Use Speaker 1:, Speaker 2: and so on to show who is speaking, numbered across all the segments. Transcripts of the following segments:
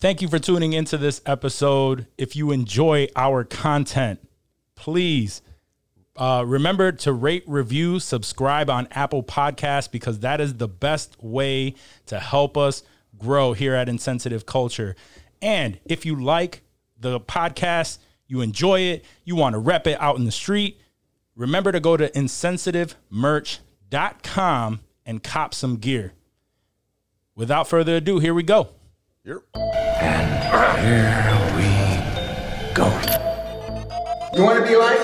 Speaker 1: Thank you for tuning into this episode. If you enjoy our content, please uh, remember to rate, review, subscribe on Apple Podcasts because that is the best way to help us grow here at Insensitive Culture. And if you like the podcast, you enjoy it, you want to rep it out in the street, remember to go to insensitivemerch.com and cop some gear. Without further ado, here we go.
Speaker 2: You want to be like?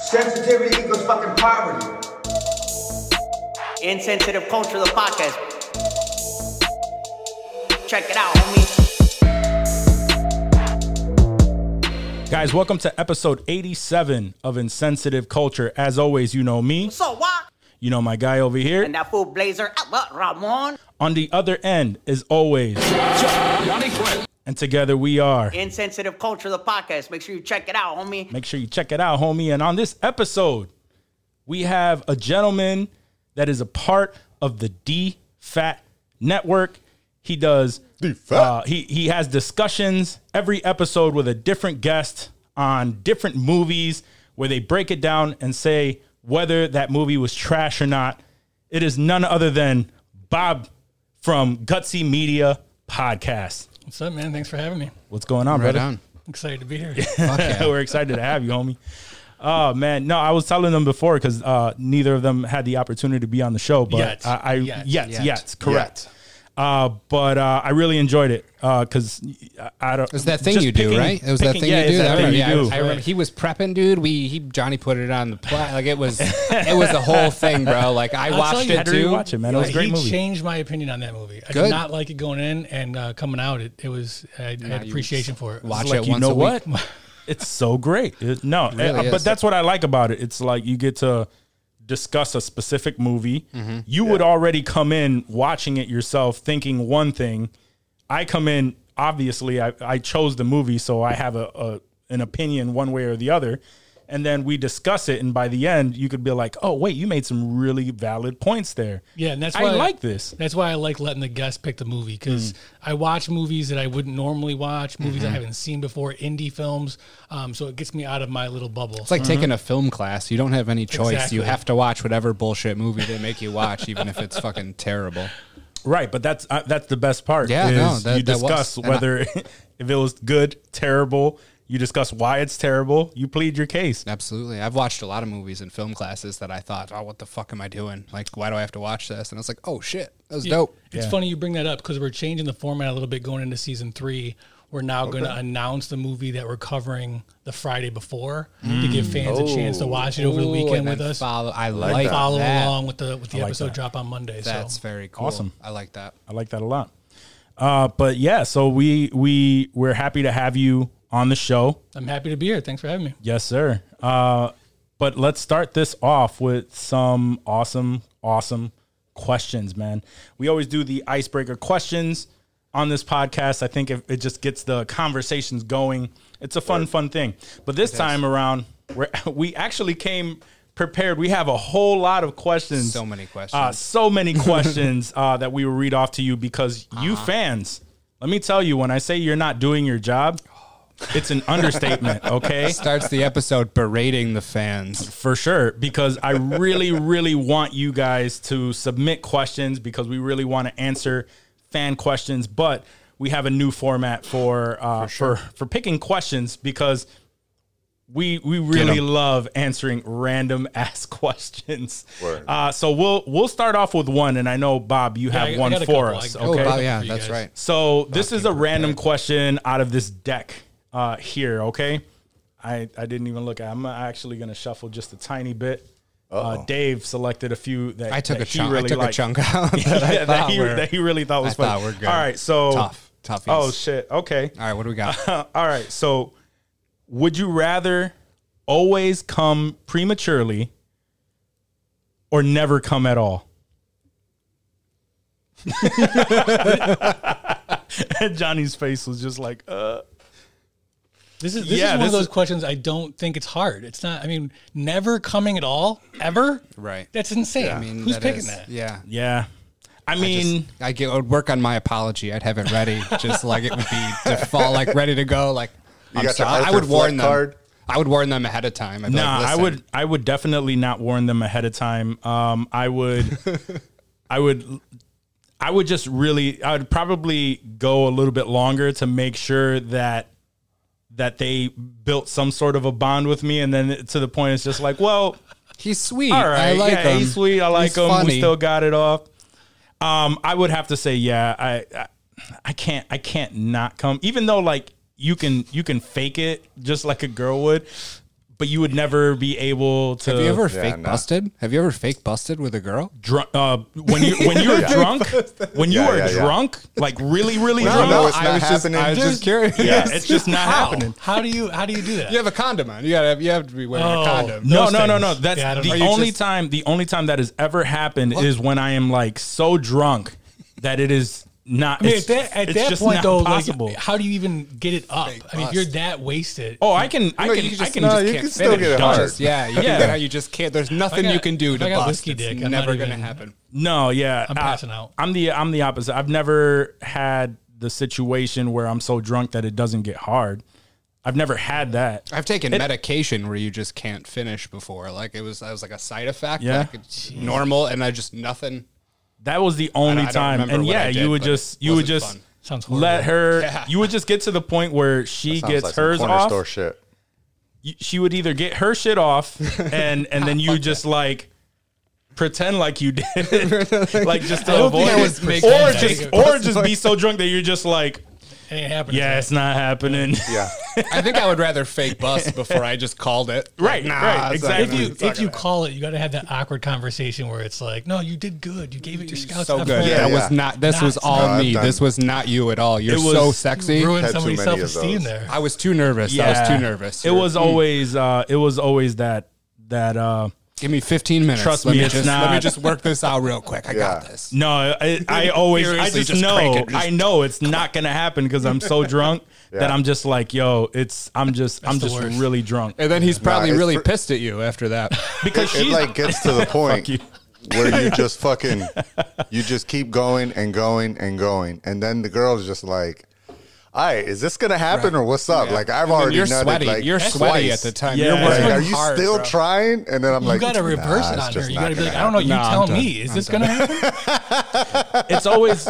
Speaker 2: Sensitivity equals fucking poverty.
Speaker 3: Insensitive Culture, the podcast. Check it out, homie.
Speaker 1: Guys, welcome to episode 87 of Insensitive Culture. As always, you know me,
Speaker 3: So what?
Speaker 1: you know my guy over here.
Speaker 3: And that fool blazer, Albert Ramon.
Speaker 1: On the other end, as always. And together we are.
Speaker 3: Insensitive Culture, the podcast. Make sure you check it out, homie.
Speaker 1: Make sure you check it out, homie. And on this episode, we have a gentleman that is a part of the D Fat Network. He does uh, he he has discussions every episode with a different guest on different movies where they break it down and say whether that movie was trash or not. It is none other than Bob from Gutsy Media Podcast.
Speaker 4: What's up, man? Thanks for having me.
Speaker 1: What's going on, brother?
Speaker 4: Excited to be here.
Speaker 1: We're excited to have you, homie. Oh man, no, I was telling them before because uh, neither of them had the opportunity to be on the show, but
Speaker 4: Yet.
Speaker 1: I, I
Speaker 4: Yet.
Speaker 1: yet, yet, correct. Uh, but uh, I really enjoyed it because I don't.
Speaker 5: It's that thing
Speaker 1: just
Speaker 5: you do,
Speaker 1: picking-
Speaker 5: right? It was that
Speaker 1: picking-
Speaker 5: thing
Speaker 1: yeah,
Speaker 5: you
Speaker 1: it's
Speaker 5: do.
Speaker 1: that thing
Speaker 5: I remember,
Speaker 1: you
Speaker 5: yeah,
Speaker 1: do.
Speaker 5: I remember he was prepping, dude. We he Johnny put it on the plot. Like it was it was the whole thing, bro. Like I
Speaker 4: I'll tell
Speaker 5: watched
Speaker 4: you,
Speaker 1: I had
Speaker 5: it
Speaker 1: to
Speaker 5: too.
Speaker 1: rewatch it, man. It was a
Speaker 4: Like,
Speaker 1: great
Speaker 4: he
Speaker 1: movie.
Speaker 4: changed my opinion on that movie. I
Speaker 5: Good.
Speaker 4: did not like it going in and uh, coming out. It, it was I, I had appreciation for it.
Speaker 5: Watch
Speaker 1: It's like
Speaker 5: it
Speaker 1: you
Speaker 5: once
Speaker 1: know
Speaker 5: a week.
Speaker 1: what? it's so great. It- no,
Speaker 5: really
Speaker 1: eh, but
Speaker 5: is.
Speaker 1: that's what I like about it. It's like you get to discuss a specific movie.
Speaker 5: Mm-hmm.
Speaker 1: You would already come in watching it yourself, thinking one thing. I come in obviously. I, I chose the movie, so I have a, a an opinion one way or the other. And then we discuss it, and by the end, you could be like, "Oh, wait, you made some really valid points there."
Speaker 4: Yeah, and that's
Speaker 1: I
Speaker 4: why
Speaker 1: like this.
Speaker 4: That's why I like letting the guest pick the movie
Speaker 5: Mm.
Speaker 4: because I watch movies that I wouldn't normally watch, movies
Speaker 5: Mm-hmm.
Speaker 4: I haven't seen before, indie films. Um, so it gets me out of my little bubble.
Speaker 5: It's like taking a film class. You don't have any choice. You
Speaker 4: Exactly.
Speaker 5: have to watch whatever bullshit movie they make you watch, even if it's fucking terrible.
Speaker 1: Right, but that's uh, that's the best part.
Speaker 5: Yeah,
Speaker 1: is
Speaker 5: no, that-
Speaker 1: you
Speaker 5: that was-
Speaker 1: discuss
Speaker 5: and I-
Speaker 1: whether if it was good, terrible. You discuss why it's terrible. You plead your case.
Speaker 5: Absolutely. I've watched a lot of movies in film classes that I thought, oh, what the fuck am I doing? Like, why do I have to watch this? And I was like, oh shit, that was dope.
Speaker 4: It's funny you bring that up because we're changing the format a little bit going into season three. We're now going to announce the movie that we're covering the Friday before to give fans a chance to watch it over
Speaker 5: Mm. Oh.
Speaker 4: the
Speaker 5: Ooh,
Speaker 4: weekend
Speaker 5: and then
Speaker 4: with us.
Speaker 5: Follow, I
Speaker 4: and
Speaker 5: like
Speaker 4: follow
Speaker 5: that.
Speaker 4: along with the with the
Speaker 1: like
Speaker 4: episode
Speaker 1: that.
Speaker 4: drop on Monday.
Speaker 5: That's
Speaker 4: so
Speaker 5: very cool.
Speaker 1: Awesome.
Speaker 5: I like that.
Speaker 1: I like that a lot. Uh, but yeah, so we we we're happy to have you on the show.
Speaker 4: I'm happy to be here. Thanks for having me.
Speaker 1: Yes, sir. Uh, but let's start this off with some awesome, awesome questions, man. We always do the icebreaker questions on this podcast. I think if it just gets the conversations going. It's a fun, fun thing. But this time around, we're, we actually came prepared. We have a whole lot of questions.
Speaker 5: So many questions.
Speaker 1: Uh, so many questions uh, that we will read off to you because you
Speaker 5: Uh-huh.
Speaker 1: fans, let me tell you, when I say you're not doing your job, it's an understatement, okay?
Speaker 5: starts the episode berating the fans.
Speaker 1: for sure because I really, really want you guys to submit questions because we really want to answer fan questions. But we have a new format for uh, for, for picking questions because we we really
Speaker 5: 'em.
Speaker 1: love answering random ass questions. Uh, so we'll we'll start off with one, and I know Bob, you have
Speaker 4: I- I
Speaker 1: one
Speaker 4: got a
Speaker 1: for
Speaker 4: couple.
Speaker 1: us.
Speaker 4: I-
Speaker 1: Okay.
Speaker 4: Oh,
Speaker 5: Oh,
Speaker 4: Bob,
Speaker 5: yeah,
Speaker 4: for you
Speaker 5: that's
Speaker 4: guys.
Speaker 5: right.
Speaker 1: So this is a random question out of this deck uh, here. Okay, I, I didn't even look. at I'm actually going to shuffle just a tiny bit. Uh, Dave selected a few that
Speaker 5: I took
Speaker 1: that
Speaker 5: a
Speaker 1: he
Speaker 5: chunk.
Speaker 1: Really
Speaker 5: I took
Speaker 1: liked.
Speaker 5: a chunk out. That I
Speaker 1: yeah, that
Speaker 5: thought
Speaker 1: he,
Speaker 5: were-
Speaker 1: that he really thought was
Speaker 5: I
Speaker 1: funny.
Speaker 5: thought were good.
Speaker 1: All right, so
Speaker 5: Tough, toughies.
Speaker 1: Oh shit. Okay.
Speaker 5: All right, what do we got?
Speaker 1: All right. So, would you rather always come prematurely or never come at all? And Johnny's face was just like, uh,
Speaker 4: This is this
Speaker 1: Yeah,
Speaker 4: is one
Speaker 1: this
Speaker 4: of those
Speaker 1: is-
Speaker 4: questions I don't think it's hard. It's not. I mean, never coming at all ever.
Speaker 5: Right.
Speaker 4: That's insane.
Speaker 5: I mean,
Speaker 4: who's
Speaker 5: that
Speaker 4: picking
Speaker 5: is-
Speaker 4: that?
Speaker 5: Yeah,
Speaker 1: yeah. I mean,
Speaker 5: I, get, I would work on my apology. I'd have it ready, just like it would be default, like ready to go. Like I'm
Speaker 6: got the
Speaker 5: sorry. I
Speaker 6: Arthur
Speaker 5: would warn
Speaker 6: Fleck
Speaker 5: them.
Speaker 6: card?
Speaker 5: I would warn them ahead of time. I'd be
Speaker 1: Nah,
Speaker 5: like,
Speaker 1: I
Speaker 5: "Listen,
Speaker 1: would I would definitely not warn them ahead of time. Um, I would I would I would just really I would probably go a little bit longer to make sure that that they built some sort of a bond with me and then to the point it's just like, well,
Speaker 5: He's sweet.
Speaker 1: all right,
Speaker 5: I like
Speaker 1: yeah,
Speaker 5: him.
Speaker 1: he's sweet, I like
Speaker 5: He's
Speaker 1: him. We
Speaker 5: funny.
Speaker 1: still got it off. Um, I would have to say, yeah, I, I I can't I can't not come. Even though like you can you can fake it just like a girl would, but you would never be able to
Speaker 5: Have you ever
Speaker 6: Yeah,
Speaker 5: fake
Speaker 6: nah.
Speaker 5: busted? Have you ever fake busted with a girl?
Speaker 1: drunk uh, when you when you were drunk when you
Speaker 6: Yeah,
Speaker 1: were
Speaker 6: yeah, yeah.
Speaker 1: drunk like really really
Speaker 6: No,
Speaker 1: drunk
Speaker 6: no, it's not
Speaker 5: was
Speaker 6: happening.
Speaker 5: Just, I was just curious.
Speaker 1: yeah it's just not
Speaker 4: How?
Speaker 1: happening
Speaker 4: How do you how do you do that?
Speaker 5: You have a condom on. You gotta. Have, you have to be wearing
Speaker 4: Oh.
Speaker 5: a condom.
Speaker 1: no
Speaker 4: Those
Speaker 1: no no
Speaker 4: things.
Speaker 1: no that's
Speaker 4: Yeah, I don't know. Are
Speaker 1: the
Speaker 4: you
Speaker 1: only
Speaker 4: just-
Speaker 1: time the only time that has ever happened is when I am like so drunk that it is not
Speaker 4: I mean,
Speaker 1: it's,
Speaker 4: at that, at
Speaker 1: it's
Speaker 4: that
Speaker 1: just
Speaker 4: point
Speaker 1: not
Speaker 4: though,
Speaker 1: possible
Speaker 4: like how do you even get it up? I mean, if
Speaker 5: bust.
Speaker 4: you're that wasted.
Speaker 1: oh I can I
Speaker 5: No,
Speaker 1: can
Speaker 5: you
Speaker 1: I
Speaker 5: just-
Speaker 1: can
Speaker 5: no,
Speaker 1: just
Speaker 6: you
Speaker 1: can't
Speaker 6: can still
Speaker 1: finish.
Speaker 6: get it
Speaker 1: Don't-
Speaker 6: hard.
Speaker 5: Yeah, you,
Speaker 1: Yeah.
Speaker 5: Can, you just can't. There's nothing
Speaker 4: got-
Speaker 5: you can do
Speaker 4: if
Speaker 5: to
Speaker 4: I got
Speaker 5: bust.
Speaker 4: whiskey
Speaker 5: It's
Speaker 4: dick, I'm not
Speaker 5: never gonna
Speaker 4: even-
Speaker 5: happen.
Speaker 1: No, yeah.
Speaker 4: I'm
Speaker 1: uh,
Speaker 4: passing out.
Speaker 1: I'm the I'm the opposite. I've never had the situation where I'm so drunk that it doesn't get hard. I've never had that.
Speaker 5: I've taken medication where you just can't finish before. Like it was, I was like a side effect.
Speaker 1: Yeah.
Speaker 5: like it's normal, and I just nothing.
Speaker 1: That was the only
Speaker 5: I don't
Speaker 1: time.
Speaker 5: remember
Speaker 1: And
Speaker 5: what
Speaker 1: yeah,
Speaker 5: I did,
Speaker 1: you would
Speaker 5: but
Speaker 1: just
Speaker 5: it
Speaker 1: you would
Speaker 5: wasn't
Speaker 1: just
Speaker 5: fun.
Speaker 4: Sounds horrible.
Speaker 1: let her.
Speaker 5: Yeah.
Speaker 1: You would just get to the point where she
Speaker 6: Sounds
Speaker 1: gets
Speaker 6: like some
Speaker 1: hers
Speaker 6: corner
Speaker 1: off.
Speaker 6: store shit.
Speaker 1: you- she would either get her shit off and and then you just like pretend like you did it, like just to
Speaker 4: don't
Speaker 1: avoid
Speaker 4: think I
Speaker 1: it,
Speaker 4: was making
Speaker 1: or
Speaker 4: that
Speaker 1: just
Speaker 4: big of a
Speaker 1: or just be so drunk that you're just like,
Speaker 4: It ain't happening.
Speaker 1: yeah, it's not happening.
Speaker 6: Yeah.
Speaker 5: I think I would rather fake bust before I just called it.
Speaker 1: Right,
Speaker 5: Like, nah,
Speaker 1: right,
Speaker 5: it's not
Speaker 1: exactly.
Speaker 5: gonna-
Speaker 4: If you
Speaker 5: it's not
Speaker 4: if you
Speaker 5: gonna-
Speaker 4: call it, you got to have that awkward conversation where it's like, no, you did good. You gave it your scouts.
Speaker 5: so
Speaker 4: not
Speaker 5: good.
Speaker 4: fair.
Speaker 6: Yeah,
Speaker 5: that
Speaker 6: yeah.
Speaker 5: was not. This
Speaker 4: Not-
Speaker 5: was all
Speaker 6: No, I've
Speaker 5: me.
Speaker 6: done-
Speaker 5: This was not you at all. You're
Speaker 1: It was-
Speaker 5: so sexy.
Speaker 4: Ruined
Speaker 6: Had too
Speaker 4: somebody's
Speaker 6: many
Speaker 4: self
Speaker 6: of those.
Speaker 4: esteem there.
Speaker 5: I was too nervous. I was too nervous.
Speaker 1: It was always uh it was always that that uh
Speaker 5: Give me 15 minutes.
Speaker 1: Trust
Speaker 5: let
Speaker 1: me,
Speaker 5: me
Speaker 1: it's
Speaker 5: just, Let me
Speaker 1: not-
Speaker 5: just work this out real quick. I got
Speaker 6: Yeah.
Speaker 5: this.
Speaker 1: no, I, I always I
Speaker 5: Furiously
Speaker 1: just,
Speaker 5: just
Speaker 1: know
Speaker 5: crank it, just-
Speaker 1: I know it's not gonna happen because I'm so drunk that
Speaker 6: Yeah.
Speaker 1: I'm just like, yo, it's I'm just I'm
Speaker 4: the
Speaker 1: just
Speaker 4: worst.
Speaker 1: really drunk
Speaker 5: And then he's probably
Speaker 6: it's
Speaker 5: really
Speaker 6: fr-
Speaker 5: pissed at you after that.
Speaker 1: because
Speaker 6: It
Speaker 1: she's
Speaker 6: like gets to the point
Speaker 1: you.
Speaker 6: where you just fucking you just keep going and going and going. And then the girl's just like, All right, is this gonna happen or what's up?
Speaker 5: Yeah.
Speaker 6: Like I've
Speaker 5: And then
Speaker 6: already
Speaker 5: you're
Speaker 6: nutted,
Speaker 5: sweaty.
Speaker 6: like
Speaker 5: you're sweaty
Speaker 6: twice.
Speaker 5: at the time.
Speaker 1: Yeah.
Speaker 5: You're
Speaker 6: Like,
Speaker 5: working
Speaker 1: Right.
Speaker 6: are you
Speaker 5: hard,
Speaker 6: still
Speaker 5: bro.
Speaker 6: trying? And then I'm
Speaker 4: You
Speaker 6: like,
Speaker 4: got to reverse
Speaker 6: "Nah,
Speaker 4: it
Speaker 6: it's
Speaker 4: on her.
Speaker 6: just
Speaker 4: You
Speaker 6: not
Speaker 4: got to be
Speaker 6: gonna
Speaker 4: like, I don't
Speaker 6: happen."
Speaker 4: know. You
Speaker 5: Nah, I'm
Speaker 4: tell
Speaker 5: done.
Speaker 4: me, is
Speaker 5: I'm
Speaker 4: this
Speaker 5: done.
Speaker 4: gonna happen?
Speaker 1: it's always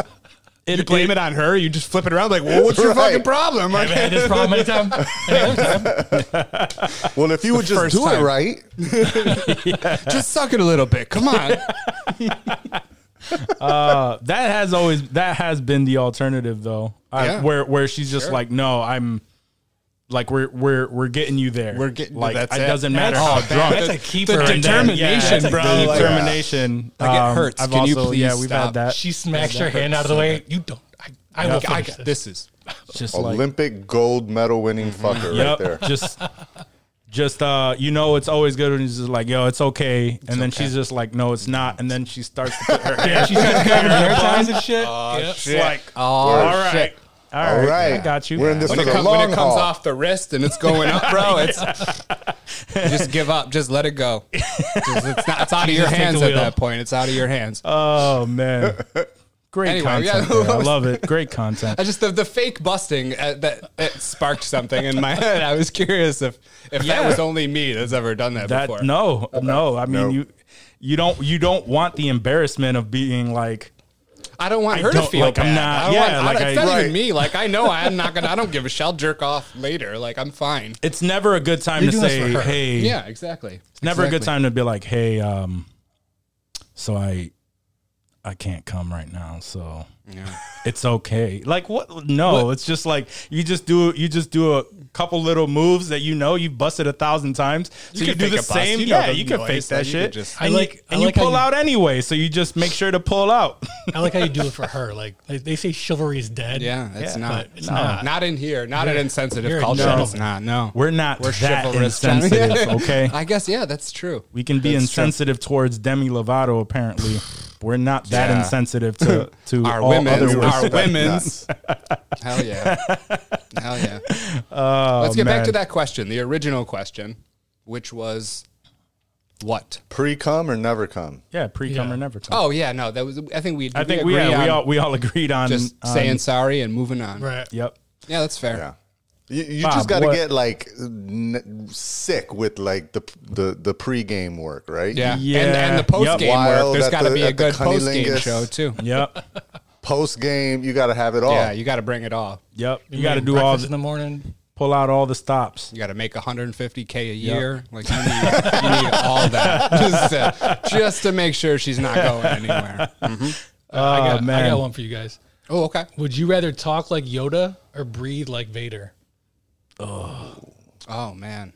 Speaker 1: it,
Speaker 5: You blame it on her. You just flip it around like, well, what's your
Speaker 6: Right.
Speaker 5: fucking problem?
Speaker 4: I've had this problem any time. Any other time.
Speaker 6: Well, if you would just
Speaker 5: first
Speaker 6: do it
Speaker 5: time.
Speaker 6: right,
Speaker 5: just suck it a little bit. Come on.
Speaker 1: that has always that has been the alternative though I-
Speaker 5: Yeah.
Speaker 1: where where she's just
Speaker 5: Sure.
Speaker 1: like no i'm like we're we're we're getting you there
Speaker 5: We're getting-
Speaker 1: like
Speaker 5: that's
Speaker 1: it
Speaker 5: it.
Speaker 1: doesn't matter
Speaker 5: That's-
Speaker 1: how
Speaker 5: oh,
Speaker 1: drunk
Speaker 5: that's
Speaker 4: a keeper.
Speaker 1: The
Speaker 4: And then-
Speaker 1: determination
Speaker 4: yeah, that's a
Speaker 1: bro
Speaker 5: good-
Speaker 1: the
Speaker 5: like-
Speaker 1: determination Um,
Speaker 5: Like, it hurts. Can you please
Speaker 1: yeah we've had
Speaker 5: stop?
Speaker 1: that
Speaker 4: She smacks your hand out of the way. You don't. I, I will
Speaker 5: I
Speaker 4: finish
Speaker 5: got,
Speaker 4: this.
Speaker 5: this is
Speaker 1: It's just like
Speaker 6: Olympic gold medal winning fucker right
Speaker 1: yep
Speaker 6: there.
Speaker 1: just just uh you know it's always good when she's just like yo it's okay and then she's just like no it's not and then she starts to put her hand
Speaker 4: She's got covering her ties and shit. Yep.
Speaker 1: it's like uh,
Speaker 5: Oh,
Speaker 1: all right
Speaker 5: shit.
Speaker 1: all
Speaker 6: All
Speaker 1: right,
Speaker 6: right,
Speaker 1: I got you
Speaker 6: We're in this
Speaker 5: when
Speaker 6: for
Speaker 5: it,
Speaker 6: the
Speaker 5: come-
Speaker 6: long
Speaker 5: when it comes
Speaker 6: haul.
Speaker 5: off the wrist and it's going up, bro. It's just give up. Just let it go. Just- it's, not, it's out of your
Speaker 4: take the
Speaker 5: hands at
Speaker 4: wheel.
Speaker 5: that point. It's out of your hands.
Speaker 1: Oh man. Great
Speaker 5: Anyway,
Speaker 1: content.
Speaker 5: yeah.
Speaker 1: man. I love it. Great content.
Speaker 5: I just the, the fake busting uh, that it sparked something in my head. I was curious if if
Speaker 1: Yeah.
Speaker 5: that was only me that's ever done that,
Speaker 1: That
Speaker 5: before.
Speaker 1: no, no. I mean
Speaker 6: No.
Speaker 1: you you don't you don't want the embarrassment of being like
Speaker 5: I don't want
Speaker 1: I
Speaker 5: her
Speaker 1: don't-
Speaker 5: to feel
Speaker 1: like,
Speaker 5: bad.
Speaker 1: I'm not-
Speaker 5: I don't
Speaker 1: yeah,
Speaker 5: want,
Speaker 1: like,
Speaker 5: I,
Speaker 1: I-
Speaker 5: it's not
Speaker 6: Right.
Speaker 5: even me. Like I know I'm not gonna. I don't give a shit. I'll jerk off later. Like I'm fine.
Speaker 1: it's never a good time
Speaker 4: You're
Speaker 1: to
Speaker 4: doing this
Speaker 1: say,
Speaker 4: for her.
Speaker 1: hey
Speaker 5: Yeah, exactly.
Speaker 1: it's never a good time to be like, hey, um so I I can't come right now, so it's okay. Like what no, it's just like you just do you just do a couple little moves that you know you've busted a thousand times. So you,
Speaker 5: can
Speaker 1: do
Speaker 5: fake
Speaker 1: the
Speaker 5: a bust.
Speaker 1: same.
Speaker 5: You know
Speaker 1: yeah,
Speaker 5: the
Speaker 1: you can
Speaker 5: noise,
Speaker 1: fake that
Speaker 5: like, you
Speaker 1: shit.
Speaker 5: could just-
Speaker 1: and
Speaker 4: I
Speaker 1: you,
Speaker 4: like- I
Speaker 1: and you
Speaker 4: like how
Speaker 1: pull
Speaker 4: you-
Speaker 1: out anyway, so you just make sure to pull out.
Speaker 4: I like how you do it for her. Like they- they say, chivalry is dead.
Speaker 5: Yeah, it's
Speaker 1: Yeah,
Speaker 5: not.
Speaker 4: but it's not.
Speaker 5: Not in here. Not an insensitive
Speaker 4: you're a
Speaker 5: culture.
Speaker 4: gentleman.
Speaker 5: It's not. No,
Speaker 1: We're not that
Speaker 5: chivalrous gentlemen.
Speaker 1: insensitive, okay?
Speaker 5: I guess yeah, that's true.
Speaker 1: We can be
Speaker 5: That's true.
Speaker 1: insensitive towards Demi Lovato. Apparently, we're not that
Speaker 5: Yeah.
Speaker 1: insensitive to to
Speaker 5: Our
Speaker 1: all
Speaker 5: women,
Speaker 1: other
Speaker 5: our
Speaker 1: women.
Speaker 5: women's. Hell yeah, hell yeah. Let's get
Speaker 1: Oh,
Speaker 5: back
Speaker 1: man.
Speaker 5: to that question, the original question, which was, What?
Speaker 6: Pre come or never come?
Speaker 1: Yeah, pre come
Speaker 4: Yeah.
Speaker 1: or never come.
Speaker 5: Oh yeah, no, that was. I think we.
Speaker 1: I think we, yeah,
Speaker 5: agree
Speaker 1: we
Speaker 5: on
Speaker 1: all we all agreed on
Speaker 5: just
Speaker 1: on-
Speaker 5: saying sorry and moving on.
Speaker 4: Right.
Speaker 1: Yep.
Speaker 5: Yeah, that's fair.
Speaker 6: Yeah. You, you
Speaker 1: Bob,
Speaker 6: just got to
Speaker 1: what-
Speaker 6: get like n- sick with like the the the pregame work, right?
Speaker 5: Yeah. And,
Speaker 1: Yeah.
Speaker 5: and the post game
Speaker 6: Yep.
Speaker 5: work.
Speaker 6: Wild
Speaker 5: There's
Speaker 6: at
Speaker 5: got to
Speaker 6: the-
Speaker 5: be a
Speaker 6: at the
Speaker 5: good post game
Speaker 6: cunnilingus.
Speaker 5: show too.
Speaker 1: Yep.
Speaker 6: Post game, you got to have it
Speaker 1: Oh.
Speaker 6: all.
Speaker 5: Yeah, you got to bring it all.
Speaker 1: Yep. You
Speaker 4: made
Speaker 1: got to do all
Speaker 4: breakfast in
Speaker 1: the,
Speaker 4: the morning.
Speaker 1: pull out all the stops.
Speaker 5: You got to make 150k a year. Like you need, you need all that just to, just to make sure she's not going anywhere.
Speaker 4: I, got, I
Speaker 1: Oh, man.
Speaker 4: got one for you guys.
Speaker 5: Oh, okay.
Speaker 4: Would you rather talk like Yoda or breathe like Vader?
Speaker 5: Oh man,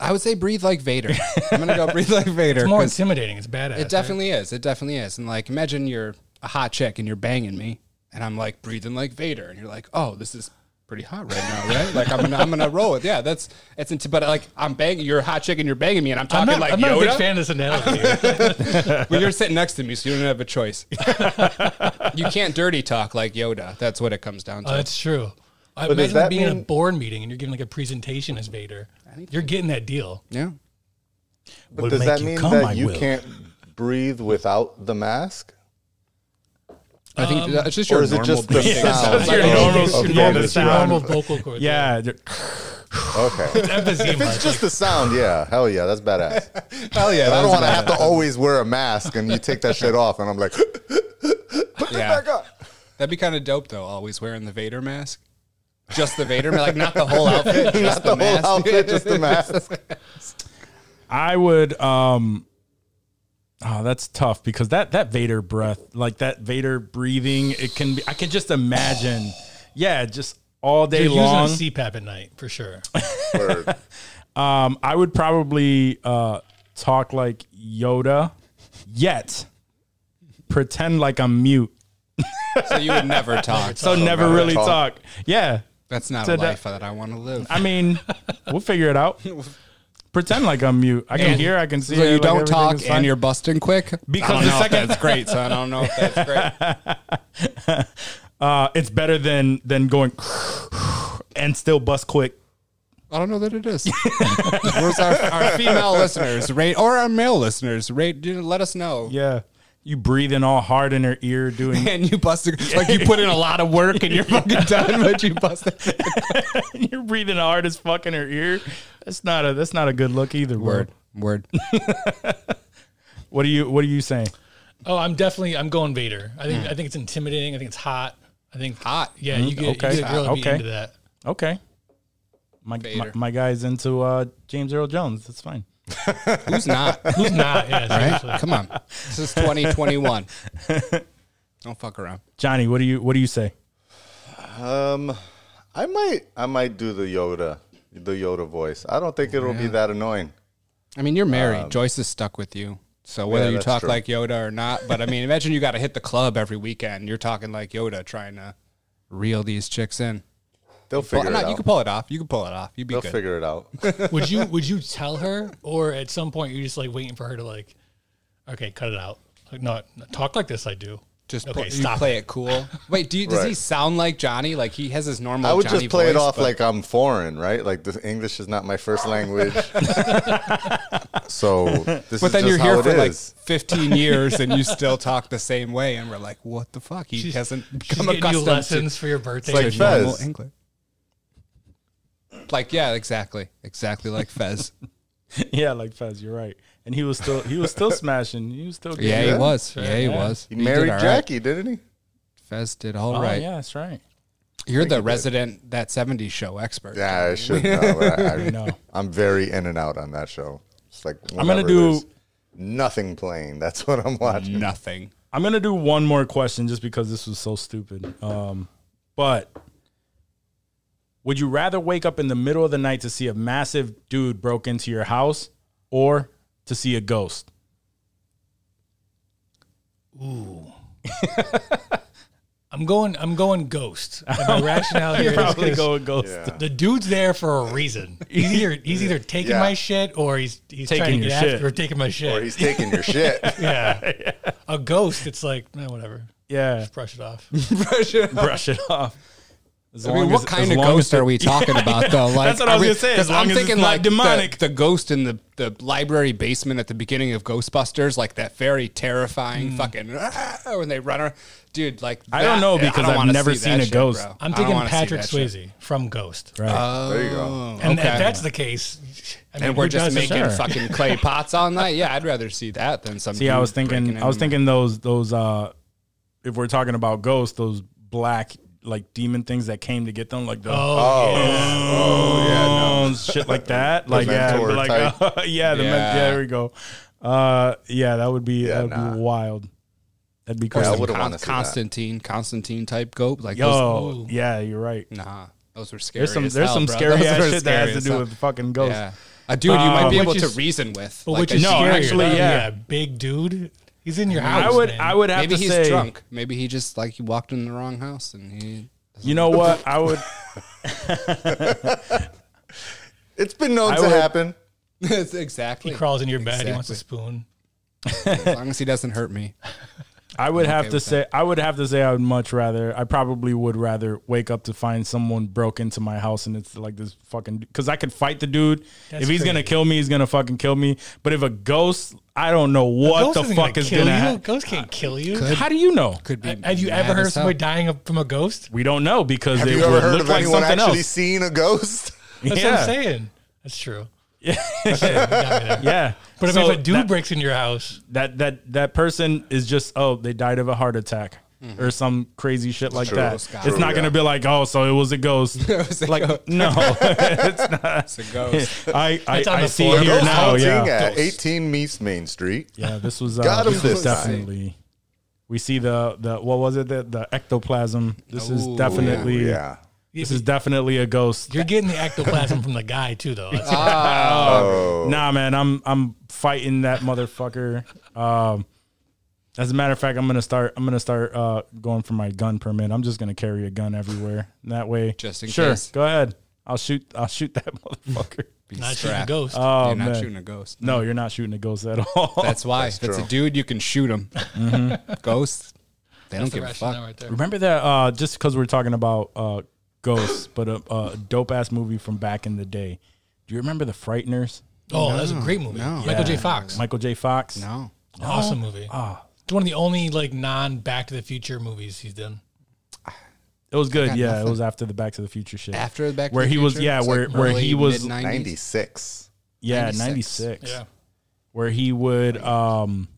Speaker 5: I would say breathe like Vader. I'm gonna go breathe like Vader.
Speaker 4: It's more
Speaker 5: 'cause
Speaker 4: intimidating. It's badass.
Speaker 5: it definitely is. It definitely is. And like, imagine you're a hot chick and you're banging me, and I'm like breathing like Vader, and you're like, oh, this is pretty hot right now, right? like, I'm gonna, I'm gonna roll with. Yeah, that's it's. Into, but like, I'm banging. You're a hot chick and you're banging me, and I'm
Speaker 4: I'm
Speaker 5: talking
Speaker 4: not,
Speaker 5: like
Speaker 4: I'm not
Speaker 5: Yoda.
Speaker 4: a big fan of this analogy.
Speaker 5: Well, you're sitting next to me, so you don't have a choice. you can't dirty talk like Yoda. That's what it comes down to.
Speaker 4: Uh, that's true. I
Speaker 6: But does
Speaker 4: imagine
Speaker 6: that
Speaker 4: being in a
Speaker 6: mean-
Speaker 4: board meeting and you're giving like a presentation as Vader. You're getting that deal.
Speaker 5: yeah.
Speaker 1: Would
Speaker 6: But does
Speaker 1: make
Speaker 6: that
Speaker 1: you
Speaker 6: mean
Speaker 1: come, I
Speaker 6: that you
Speaker 1: will.
Speaker 6: can't breathe without the mask?
Speaker 5: I think
Speaker 4: Um,
Speaker 5: it's just
Speaker 6: Or
Speaker 5: your
Speaker 6: is it
Speaker 5: normal
Speaker 6: just the
Speaker 5: breathing.
Speaker 6: sound?
Speaker 1: It's your
Speaker 6: of-
Speaker 1: normal-
Speaker 6: of
Speaker 1: yeah,
Speaker 6: going
Speaker 1: the
Speaker 6: to
Speaker 1: sound.
Speaker 4: Normal vocal cords.
Speaker 1: Yeah. they're-
Speaker 6: Okay.
Speaker 4: Emphysema,
Speaker 6: If it's just the sound, yeah, hell yeah, that's badass.
Speaker 5: Hell yeah.
Speaker 6: I
Speaker 5: that's
Speaker 6: don't want to
Speaker 5: bad.
Speaker 6: have to always wear a mask, and you take that shit off, and I'm like,
Speaker 5: Yeah. That'd be kind of dope though. Always wearing the Vader mask. Just the Vader mask, like not the whole outfit. Just
Speaker 6: not the,
Speaker 5: the, mask.
Speaker 6: whole outfit, just the mask.
Speaker 1: I would um Oh, that's tough because that that Vader breath, like that Vader breathing, it can be I can just imagine. Yeah, just all day
Speaker 4: You're
Speaker 1: long.
Speaker 4: using a CPAP at night for sure.
Speaker 6: Word.
Speaker 1: Um I would probably uh talk like Yoda yet pretend like I'm mute.
Speaker 5: So you would never talk.
Speaker 1: So never
Speaker 6: never
Speaker 1: really
Speaker 6: talk.
Speaker 1: talk. Yeah.
Speaker 5: That's not
Speaker 1: So
Speaker 5: a
Speaker 1: that-
Speaker 5: life that I want to live.
Speaker 1: I mean, we'll figure it out. Pretend like I'm mute. I can
Speaker 5: And-
Speaker 1: hear, I can see.
Speaker 5: so
Speaker 1: it,
Speaker 5: you
Speaker 1: like,
Speaker 5: don't
Speaker 1: everything is
Speaker 5: talk
Speaker 1: fine.
Speaker 5: and you're busting quick.
Speaker 1: Because
Speaker 5: I don't
Speaker 1: the
Speaker 5: know if
Speaker 1: second-
Speaker 5: that's great. So I don't know if that's great.
Speaker 1: uh, it's better than than going and still bust quick.
Speaker 5: I don't know that it is. Where's our, our female listeners rate or our male listeners rate? You know, let us know.
Speaker 1: Yeah. You breathing all hard in her ear doing
Speaker 5: And you busted like you put in a lot of work and you're fucking done, but you busted.
Speaker 1: you're breathing hard as fuck in her ear. That's not a that's not a good look either. bro.
Speaker 5: Word, word.
Speaker 1: What are you what are you saying?
Speaker 4: Oh, I'm definitely I'm going Vader. I think I think it's intimidating. I think it's hot. I think
Speaker 5: Hot.
Speaker 4: Yeah, you get
Speaker 1: okay.
Speaker 4: you get really be
Speaker 1: Okay.
Speaker 4: into that.
Speaker 1: Okay. My, my
Speaker 5: Vader.
Speaker 1: my guy's into uh James Earl Jones. That's fine.
Speaker 5: Who's not?
Speaker 4: Who's not? Yeah, seriously.
Speaker 5: Come on. This is 2021. Don't fuck around.
Speaker 1: Johnny, what do you what do you say?
Speaker 6: Um, I might, I might do the Yoda, the Yoda voice. I don't think it'll be that annoying.
Speaker 5: I mean, you're married. Joyce is stuck with you. So whether
Speaker 6: Um, Yeah,
Speaker 5: you
Speaker 6: that's
Speaker 5: talk
Speaker 6: true.
Speaker 5: like Yoda or not, but I mean, imagine you got to hit the club every weekend. You're talking like Yoda trying to reel these chicks in.
Speaker 6: They'll figure
Speaker 5: Well,
Speaker 6: it
Speaker 5: no,
Speaker 6: out.
Speaker 5: you can pull it off. You can pull it off. You'd be
Speaker 6: They'll
Speaker 5: good.
Speaker 6: figure it out.
Speaker 4: Would you would you tell her or at some point you're just like waiting for her to like okay, cut it out. Like no, no, talk like this I do.
Speaker 5: Just
Speaker 4: okay,
Speaker 5: play,
Speaker 4: stop
Speaker 5: you play it. cool. Wait, do you, does he
Speaker 6: Right.
Speaker 5: sound like Johnny? Like he has his normal.
Speaker 6: I would
Speaker 5: Johnny
Speaker 6: just play it
Speaker 5: voice,
Speaker 6: off
Speaker 5: but-
Speaker 6: like I'm foreign, right? Like this English is not my first language. so this
Speaker 5: But
Speaker 6: is
Speaker 5: then
Speaker 6: just
Speaker 5: you're
Speaker 6: how
Speaker 5: here
Speaker 6: it
Speaker 5: for like
Speaker 6: is.
Speaker 5: 15 years and you still talk the same way, and we're like, what the fuck? He
Speaker 4: She's-
Speaker 5: hasn't
Speaker 4: She's
Speaker 5: become
Speaker 4: getting you
Speaker 5: accustomed to
Speaker 4: lessons for your birthday.
Speaker 5: to
Speaker 6: like Fez.
Speaker 5: normal English. Like yeah, exactly, exactly like Fez.
Speaker 1: Yeah, like Fez, you're right. And he was still he was still smashing. He was still getting
Speaker 5: yeah,
Speaker 1: it.
Speaker 5: he was. Yeah, he
Speaker 1: Yeah.
Speaker 5: was.
Speaker 6: He
Speaker 5: did
Speaker 6: married
Speaker 5: all right.
Speaker 6: Jackie, didn't he?
Speaker 5: Fez did all
Speaker 1: Oh,
Speaker 5: right.
Speaker 1: yeah, that's right.
Speaker 5: You're the resident that '70s show expert.
Speaker 6: Yeah, I should know. but I, I
Speaker 1: No.
Speaker 6: I'm very in and out on that show. It's like
Speaker 1: I'm gonna
Speaker 6: whenever
Speaker 1: do-
Speaker 6: there's nothing playing. That's what I'm watching.
Speaker 5: Nothing.
Speaker 1: I'm gonna do one more question just because this was so stupid. Um, but would you rather wake up in the middle of the night to see a massive dude broke into your house or to see a ghost?
Speaker 4: I'm going I'm going ghost. And my rationale here is
Speaker 1: Probably
Speaker 4: 'cause
Speaker 1: go with ghost.
Speaker 4: the dude's there for a reason. He's either he's either taking
Speaker 6: Yeah.
Speaker 4: my shit or he's he's
Speaker 1: Taking
Speaker 4: trying to
Speaker 1: your
Speaker 4: get
Speaker 1: shit.
Speaker 4: after or taking my shit.
Speaker 6: Or he's taking your shit.
Speaker 4: yeah. A eh, ghost, it's like, man, whatever.
Speaker 1: Yeah.
Speaker 4: Just brush it off.
Speaker 1: Brush it off. As
Speaker 5: I mean,
Speaker 1: long
Speaker 5: what
Speaker 1: as-
Speaker 5: kind
Speaker 1: as
Speaker 5: of
Speaker 1: long as
Speaker 5: ghost
Speaker 1: the-
Speaker 5: are we talking about, though? Like,
Speaker 1: That's what I was
Speaker 5: are we-
Speaker 1: gonna say, as
Speaker 5: 'cause
Speaker 1: long
Speaker 5: I'm
Speaker 1: as it's
Speaker 5: thinking
Speaker 1: not
Speaker 5: like the-
Speaker 1: demonic.
Speaker 5: The, ghost in the, the library basement at the beginning of Ghostbusters, like that very terrifying fucking "Ah," when they run around. Dude, like
Speaker 1: Mm. I don't
Speaker 5: that-
Speaker 1: know because
Speaker 5: don't
Speaker 1: I've
Speaker 5: wanna
Speaker 1: never
Speaker 5: see
Speaker 1: seen
Speaker 5: that
Speaker 1: a
Speaker 5: shit,
Speaker 1: ghost.
Speaker 5: bro.
Speaker 4: I'm
Speaker 5: I don't
Speaker 4: thinking
Speaker 5: wanna see
Speaker 4: Patrick
Speaker 5: that shit.
Speaker 4: Swayze from Ghost.
Speaker 1: Right.
Speaker 6: There you go.
Speaker 4: And
Speaker 5: Okay.
Speaker 4: if that's the case, I mean,
Speaker 5: And we're
Speaker 4: who
Speaker 5: just
Speaker 4: does it?
Speaker 5: making
Speaker 1: Sure.
Speaker 5: fucking clay pots all night. Yeah, I'd rather see that than some.
Speaker 1: See, I
Speaker 5: dude
Speaker 1: was thinking,
Speaker 5: breaking
Speaker 1: I was
Speaker 5: in.
Speaker 1: thinking those those uh, if we're talking about ghosts, those black like demon things that came to get them, like the
Speaker 4: Oh,
Speaker 6: Oh yeah, no.
Speaker 1: bones, shit like that, like yeah,
Speaker 6: mentor
Speaker 1: but like
Speaker 6: type.
Speaker 1: uh, yeah, the men- yeah.
Speaker 5: Yeah.
Speaker 1: there we go. Uh, yeah, that would be
Speaker 6: Yeah,
Speaker 1: that'd
Speaker 6: nah.
Speaker 1: be wild. That'd be
Speaker 5: Or
Speaker 6: Yeah, I
Speaker 1: crazy.
Speaker 5: some
Speaker 6: wouldn't
Speaker 5: Con-
Speaker 6: wanna see that.
Speaker 5: Constantine, Constantine type goat. Like
Speaker 1: Yo,
Speaker 5: those,
Speaker 1: yeah, you're right.
Speaker 5: nah, those were scary.
Speaker 1: There's some
Speaker 5: as
Speaker 1: there's
Speaker 5: hell,
Speaker 1: some
Speaker 5: bro.
Speaker 1: scary
Speaker 5: Those
Speaker 1: ass
Speaker 5: were
Speaker 1: shit that
Speaker 5: scary
Speaker 1: has to
Speaker 5: as
Speaker 1: do
Speaker 5: hell.
Speaker 1: with Um, fucking ghosts.
Speaker 5: Yeah. A dude, you might be
Speaker 4: Uh,
Speaker 5: able
Speaker 4: which
Speaker 5: to
Speaker 4: is-
Speaker 5: reason with.
Speaker 4: but
Speaker 5: Like,
Speaker 4: which
Speaker 5: I
Speaker 4: is
Speaker 1: no,
Speaker 5: see-
Speaker 4: scarier,
Speaker 1: actually,
Speaker 4: though?
Speaker 1: yeah.
Speaker 4: big dude. He's in your house.
Speaker 1: I would
Speaker 4: man.
Speaker 1: I would have
Speaker 5: Maybe
Speaker 1: to
Speaker 5: he's
Speaker 1: say
Speaker 5: drunk. Maybe he just like he walked in the wrong house and he.
Speaker 1: you know what I would
Speaker 6: It's been known
Speaker 1: I
Speaker 6: to
Speaker 1: would-
Speaker 6: happen.
Speaker 5: That's exactly.
Speaker 4: he crawls in your bed. He wants a
Speaker 5: Exactly.
Speaker 4: spoon.
Speaker 5: As long as he doesn't hurt me.
Speaker 1: I would have
Speaker 5: okay
Speaker 1: to
Speaker 5: with
Speaker 1: say I would have to say I would much rather I probably would rather wake up to find someone broke into my house and it's like this fucking because I could fight the dude
Speaker 4: That's
Speaker 1: if he's gonna
Speaker 4: crazy.
Speaker 1: kill me he's gonna fucking kill me but if a ghost I don't know what
Speaker 4: Ghost
Speaker 1: the
Speaker 4: isn't
Speaker 1: fuck
Speaker 4: gonna
Speaker 1: is
Speaker 4: kill
Speaker 1: gonna
Speaker 4: you.
Speaker 1: happen.
Speaker 4: Ghost can't kill you.
Speaker 1: How do you know?
Speaker 5: Could be.
Speaker 4: Have you ever
Speaker 5: mad
Speaker 4: heard
Speaker 5: as hell.
Speaker 4: somebody dying of- from a ghost?
Speaker 1: We don't know because
Speaker 6: Have
Speaker 1: it
Speaker 6: you
Speaker 1: would
Speaker 6: ever heard
Speaker 1: look
Speaker 6: of
Speaker 1: like
Speaker 6: anyone
Speaker 1: something
Speaker 6: actually
Speaker 1: else.
Speaker 6: seeing a ghost?
Speaker 4: That's what
Speaker 1: yeah,
Speaker 4: I'm saying. That's true. Yeah.
Speaker 1: yeah.
Speaker 4: But I
Speaker 1: So
Speaker 4: mean, if a dude
Speaker 1: that,
Speaker 4: breaks in your house,
Speaker 1: that that that person is just oh they died of a heart attack or some crazy shit like
Speaker 6: Mm-hmm. True,
Speaker 1: that.
Speaker 5: Scott.
Speaker 1: it's
Speaker 5: True,
Speaker 1: not
Speaker 6: yeah.
Speaker 1: gonna be like oh so it was a ghost.
Speaker 5: was a
Speaker 1: like
Speaker 5: ghost.
Speaker 1: no, it's not.
Speaker 5: It's a ghost.
Speaker 1: I I,
Speaker 4: It's on
Speaker 1: I
Speaker 4: the
Speaker 1: see
Speaker 4: floor.
Speaker 1: here
Speaker 6: Ghost
Speaker 1: now.
Speaker 6: hunting
Speaker 1: Yeah,
Speaker 6: at 18 Meets Main Street.
Speaker 1: yeah. This was uh,
Speaker 6: God
Speaker 1: this
Speaker 6: of
Speaker 1: was
Speaker 6: this.
Speaker 1: definitely. We see the the what was it the, the ectoplasm. This is
Speaker 5: Ooh,
Speaker 1: definitely
Speaker 6: Yeah.
Speaker 1: this is definitely a ghost.
Speaker 4: you're getting the ectoplasm from the guy too, though. That's-
Speaker 5: Oh.
Speaker 1: Nah, man, I'm I'm fighting that motherfucker. Um, as a matter of fact, I'm gonna start. I'm gonna start uh, going for my gun permit. I'm just gonna carry a gun everywhere. And that way,
Speaker 5: Just in
Speaker 1: sure,
Speaker 5: case.
Speaker 1: go ahead. I'll shoot. I'll shoot that motherfucker.
Speaker 5: Be
Speaker 4: not shooting a
Speaker 5: strapped.
Speaker 4: ghost.
Speaker 1: Oh,
Speaker 5: You're not
Speaker 1: man.
Speaker 5: shooting a ghost.
Speaker 1: No, you're not shooting a ghost at all.
Speaker 5: That's why. If it's a
Speaker 6: true.
Speaker 5: dude, you can shoot him.
Speaker 1: Mm-hmm.
Speaker 5: Ghosts, they don't
Speaker 4: That's the
Speaker 5: give a
Speaker 4: rationale
Speaker 5: fuck.
Speaker 4: right there.
Speaker 1: Remember that? Uh, just because we're talking about uh, ghosts, but a, a dope ass movie from back in the day. Do you remember The Frighteners?
Speaker 4: Oh, that was a great movie. Michael J.
Speaker 1: Yeah.
Speaker 4: Fox.
Speaker 1: Michael J. Ah. Fox.
Speaker 5: No.
Speaker 4: Awesome movie. It's one of the only like non Back to the Future movies he's done.
Speaker 1: It was good. Yeah, it was after the Back to the Future shit.
Speaker 5: After the Back to
Speaker 1: where
Speaker 5: the
Speaker 1: he was,
Speaker 5: Future?
Speaker 1: yeah,
Speaker 5: It's
Speaker 1: where
Speaker 5: like
Speaker 1: where
Speaker 5: early,
Speaker 1: he was,
Speaker 5: mid-
Speaker 6: 96.
Speaker 1: yeah,
Speaker 5: 96.
Speaker 1: ninety six.
Speaker 4: Yeah.
Speaker 1: where he would um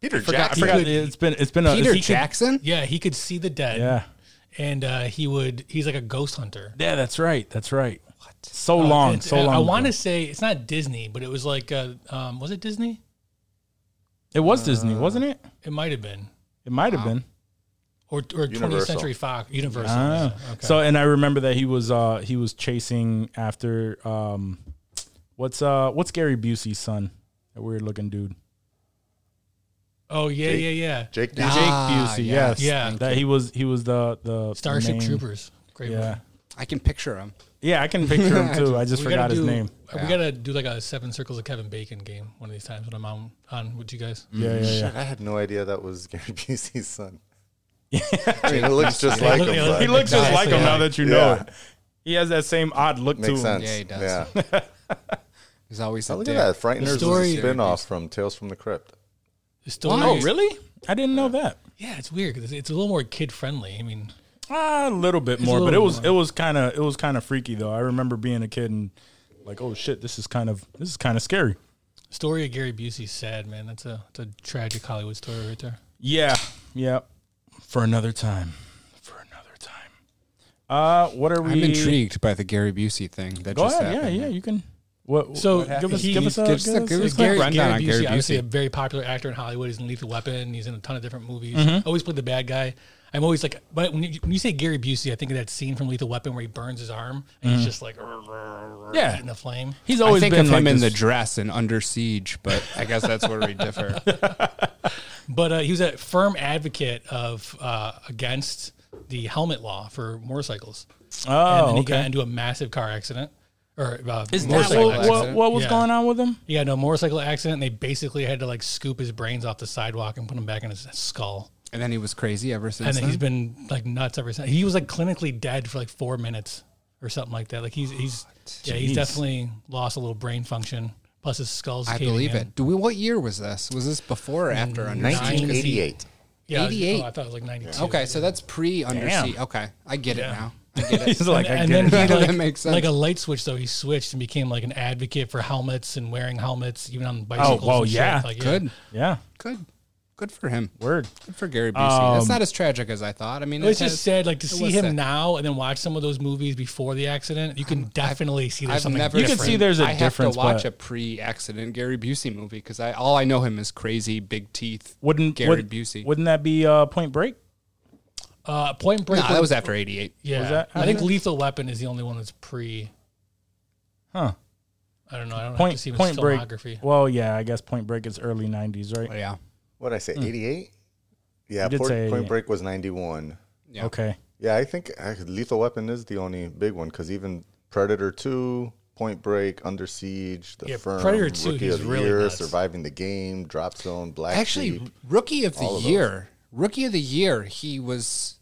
Speaker 6: Peter
Speaker 1: forgot, I
Speaker 6: Jackson.
Speaker 1: forgot it's been it's been a
Speaker 5: Peter
Speaker 1: he could-
Speaker 5: Jackson?
Speaker 4: Yeah, he could see the dead.
Speaker 1: yeah
Speaker 4: And uh, he would he's like a ghost hunter.
Speaker 1: yeah that's right that's right what so long
Speaker 4: Oh, It's- uh,
Speaker 1: so long
Speaker 4: I want to
Speaker 1: ago.
Speaker 4: say it's not Disney, but it was like uh, um, was it Disney?
Speaker 1: it was Disney
Speaker 4: Uh,
Speaker 1: wasn't it
Speaker 4: It might have been.
Speaker 1: it might have been
Speaker 4: Or or twentieth
Speaker 6: Universal.
Speaker 4: century Fox Universal.
Speaker 1: Ah.
Speaker 4: yeah, okay.
Speaker 1: so and I remember that he was uh he was chasing after um what's uh what's Gary Busey's son that weird looking dude
Speaker 4: Oh yeah, yeah, yeah.
Speaker 6: Jake
Speaker 5: Nah.
Speaker 6: Busey.
Speaker 5: Ah,
Speaker 1: Busey yes
Speaker 5: yes,
Speaker 4: yeah.
Speaker 1: that he was he was the the
Speaker 4: Starship
Speaker 1: main-
Speaker 4: Troopers. Great movie.
Speaker 1: yeah
Speaker 5: I can picture him.
Speaker 1: yeah I can picture him too I just
Speaker 4: We
Speaker 1: forgot
Speaker 4: gotta
Speaker 1: his
Speaker 4: do- uh,
Speaker 1: name
Speaker 4: We gotta do like a Seven Circles of Kevin Bacon game one of these times when I'm on, on with you guys.
Speaker 1: yeah yeah yeah
Speaker 6: Shit, I had no idea that was Gary Busey's son. I mean, it looks just like
Speaker 4: look-
Speaker 6: him.
Speaker 4: he
Speaker 6: but-
Speaker 1: He looks just
Speaker 4: Exactly.
Speaker 1: like him now
Speaker 4: Yeah.
Speaker 1: that you know
Speaker 6: Yeah.
Speaker 1: it. He has that same odd look to him.
Speaker 6: Makes sense.
Speaker 5: Yeah, he does.
Speaker 6: Yeah.
Speaker 5: He's always
Speaker 1: Oh,
Speaker 5: a
Speaker 6: Look
Speaker 5: dick.
Speaker 6: at that. Frighteners
Speaker 4: story-
Speaker 6: is a spin off from Tales from the Crypt.
Speaker 4: The story-
Speaker 5: Oh,
Speaker 1: really? I didn't know that.
Speaker 4: Yeah, it's weird 'cause it's, it's a little more kid friendly. I mean,
Speaker 1: Ah, a little bit more, but it
Speaker 4: little
Speaker 1: was
Speaker 4: more.
Speaker 1: it was kind of it was kind of freaky though. I remember being a kid and like, oh shit, this is kind of this is kind of scary.
Speaker 4: story of Gary Busey's sad man. That's a that's a tragic Hollywood story right there.
Speaker 1: Yeah, yeah. For another time. For another time. Uh, what are we?
Speaker 5: I'm intrigued by the Gary Busey thing. That
Speaker 1: Go
Speaker 5: just
Speaker 1: ahead. Yeah,
Speaker 5: happened.
Speaker 1: yeah. You can. What?
Speaker 4: So
Speaker 1: what give us
Speaker 4: he-
Speaker 1: give us a
Speaker 5: gives the-
Speaker 1: give us
Speaker 5: gives
Speaker 1: a
Speaker 5: the
Speaker 1: quick
Speaker 4: Gary,
Speaker 5: rundown
Speaker 4: Gary
Speaker 5: on
Speaker 4: Busey,
Speaker 5: Gary
Speaker 4: obviously
Speaker 5: Busey.
Speaker 4: a very popular actor in Hollywood. He's in Lethal Weapon. He's in a ton of different movies.
Speaker 1: Mm-hmm.
Speaker 4: Always played the bad guy. I'm always like, but when you, when you say Gary Busey, I think of that scene from Lethal Weapon where he burns his arm and he's just like,
Speaker 1: Mm-hmm. Yeah.
Speaker 4: in the flame.
Speaker 1: He's
Speaker 5: I
Speaker 1: always
Speaker 5: think
Speaker 1: been
Speaker 5: of him
Speaker 1: like
Speaker 5: in the
Speaker 1: this-
Speaker 5: dress and under siege, but I guess that's where we differ.
Speaker 4: But uh, he was a firm advocate of uh, against the helmet law for motorcycles. and then
Speaker 1: Oh,
Speaker 4: he
Speaker 1: okay.
Speaker 4: got into a massive car accident. Or uh,
Speaker 1: Is that
Speaker 4: motorcycle
Speaker 1: what,
Speaker 4: accident.
Speaker 1: what, what was
Speaker 4: Yeah.
Speaker 1: going on with him?
Speaker 4: Yeah, no motorcycle accident. And they basically had to like scoop his brains off the sidewalk and put him back in his skull.
Speaker 5: And then he was crazy ever since.
Speaker 4: and then
Speaker 5: then.
Speaker 4: he's been like nuts ever since. He was like clinically dead for like four minutes or something like that. Like he's he's yeah
Speaker 1: Jeez.
Speaker 4: he's definitely lost a little brain function. Plus his skull's
Speaker 5: I
Speaker 4: caving
Speaker 5: believe
Speaker 4: in.
Speaker 5: it. Do we? What year was this? Was this before or after Under Siege?
Speaker 6: 1988.
Speaker 4: Yeah, it was-
Speaker 5: 88.
Speaker 4: Oh, I thought it was like ninety two.
Speaker 5: Okay, so that's pre Under
Speaker 1: Damn.
Speaker 5: Siege. Okay, I get it now.
Speaker 1: He's like, I
Speaker 4: and
Speaker 1: get
Speaker 4: then
Speaker 1: it.
Speaker 4: he
Speaker 5: That
Speaker 4: like,
Speaker 5: makes sense.
Speaker 4: like a light switch though he switched and became like an advocate for helmets and wearing helmets even on bicycles.
Speaker 1: Oh, well,
Speaker 4: and shit.
Speaker 1: yeah.
Speaker 4: like,
Speaker 5: Good,
Speaker 1: Yeah,
Speaker 5: good, good for him.
Speaker 1: word. Um,
Speaker 5: Good for Gary Busey. That's not as tragic as I thought. I mean,
Speaker 4: It was
Speaker 5: has-
Speaker 4: just sad, like to
Speaker 5: it
Speaker 4: see
Speaker 5: was
Speaker 4: him
Speaker 5: sad.
Speaker 4: now and then watch some of those movies before the accident. You can definitely see there's
Speaker 5: I've
Speaker 4: something.
Speaker 5: never.
Speaker 4: different.
Speaker 1: You can see there's a
Speaker 5: I
Speaker 1: difference,
Speaker 5: have to watch
Speaker 1: but-
Speaker 5: a pre-accident Gary Busey movie because I all I know him is crazy, big teeth.
Speaker 1: Wouldn't
Speaker 5: Gary
Speaker 1: would,
Speaker 5: Busey?
Speaker 1: Wouldn't that be uh, Point Break?
Speaker 4: uh, Point Break.
Speaker 5: Nah, that was after '88.
Speaker 4: yeah,
Speaker 1: was that-
Speaker 4: I think Lethal Weapon is the only one that's pre.
Speaker 1: Huh.
Speaker 4: I don't know. I don't have to
Speaker 1: Point
Speaker 4: see his
Speaker 1: Point Break.
Speaker 4: filmography.
Speaker 1: Well, yeah, I guess Point Break is early '90s, right?
Speaker 5: Yeah,
Speaker 6: What I say, 88? Yeah,
Speaker 1: You did
Speaker 6: Point,
Speaker 1: say
Speaker 6: Point
Speaker 1: 88.
Speaker 6: Break was 91.
Speaker 5: Yeah.
Speaker 1: Okay.
Speaker 6: Yeah, I think uh, Lethal Weapon is the only big one because even Predator 2, Point Break, Under Siege, The
Speaker 4: Yeah,
Speaker 6: Firm,
Speaker 4: Predator 2,
Speaker 6: Rookie
Speaker 4: he's
Speaker 6: of the
Speaker 4: really
Speaker 6: Year,
Speaker 4: nuts.
Speaker 6: Surviving the Game, Drop Zone, Black
Speaker 5: actually,
Speaker 6: Sheep.
Speaker 5: Rookie of the
Speaker 6: All of those.
Speaker 5: Year. Rookie of the Year. He was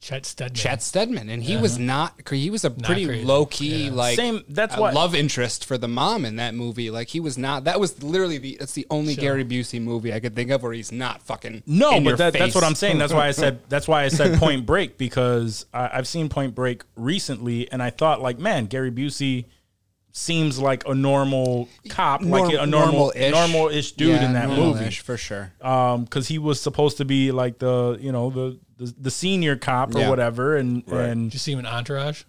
Speaker 4: Chet Steadman.
Speaker 5: Chad Stedman, and he
Speaker 1: Uh-huh.
Speaker 5: was not. He was a pretty
Speaker 4: crazy.
Speaker 5: low key, like
Speaker 1: Same- that's
Speaker 5: uh,
Speaker 1: why-
Speaker 5: love interest for the mom in that movie. Like he was not. That was literally the. That's the only Gary Busey movie I could think of where he's not fucking.
Speaker 1: No,
Speaker 5: in your
Speaker 1: but that, that's
Speaker 5: face.
Speaker 1: what I'm saying. That's why I said that's why I said Point Break because I, I've seen Point Break recently, and I thought like, man, Gary Busey seems like a normal cop, like a normal
Speaker 5: normal-ish.
Speaker 1: normal ish dude
Speaker 5: Yeah,
Speaker 1: in that
Speaker 5: normal-ish,
Speaker 1: movie,
Speaker 5: for sure.
Speaker 1: because he was supposed to be like the you know the the, the senior cop or
Speaker 5: Yeah.
Speaker 1: whatever, and and
Speaker 4: Did you see him in Entourage?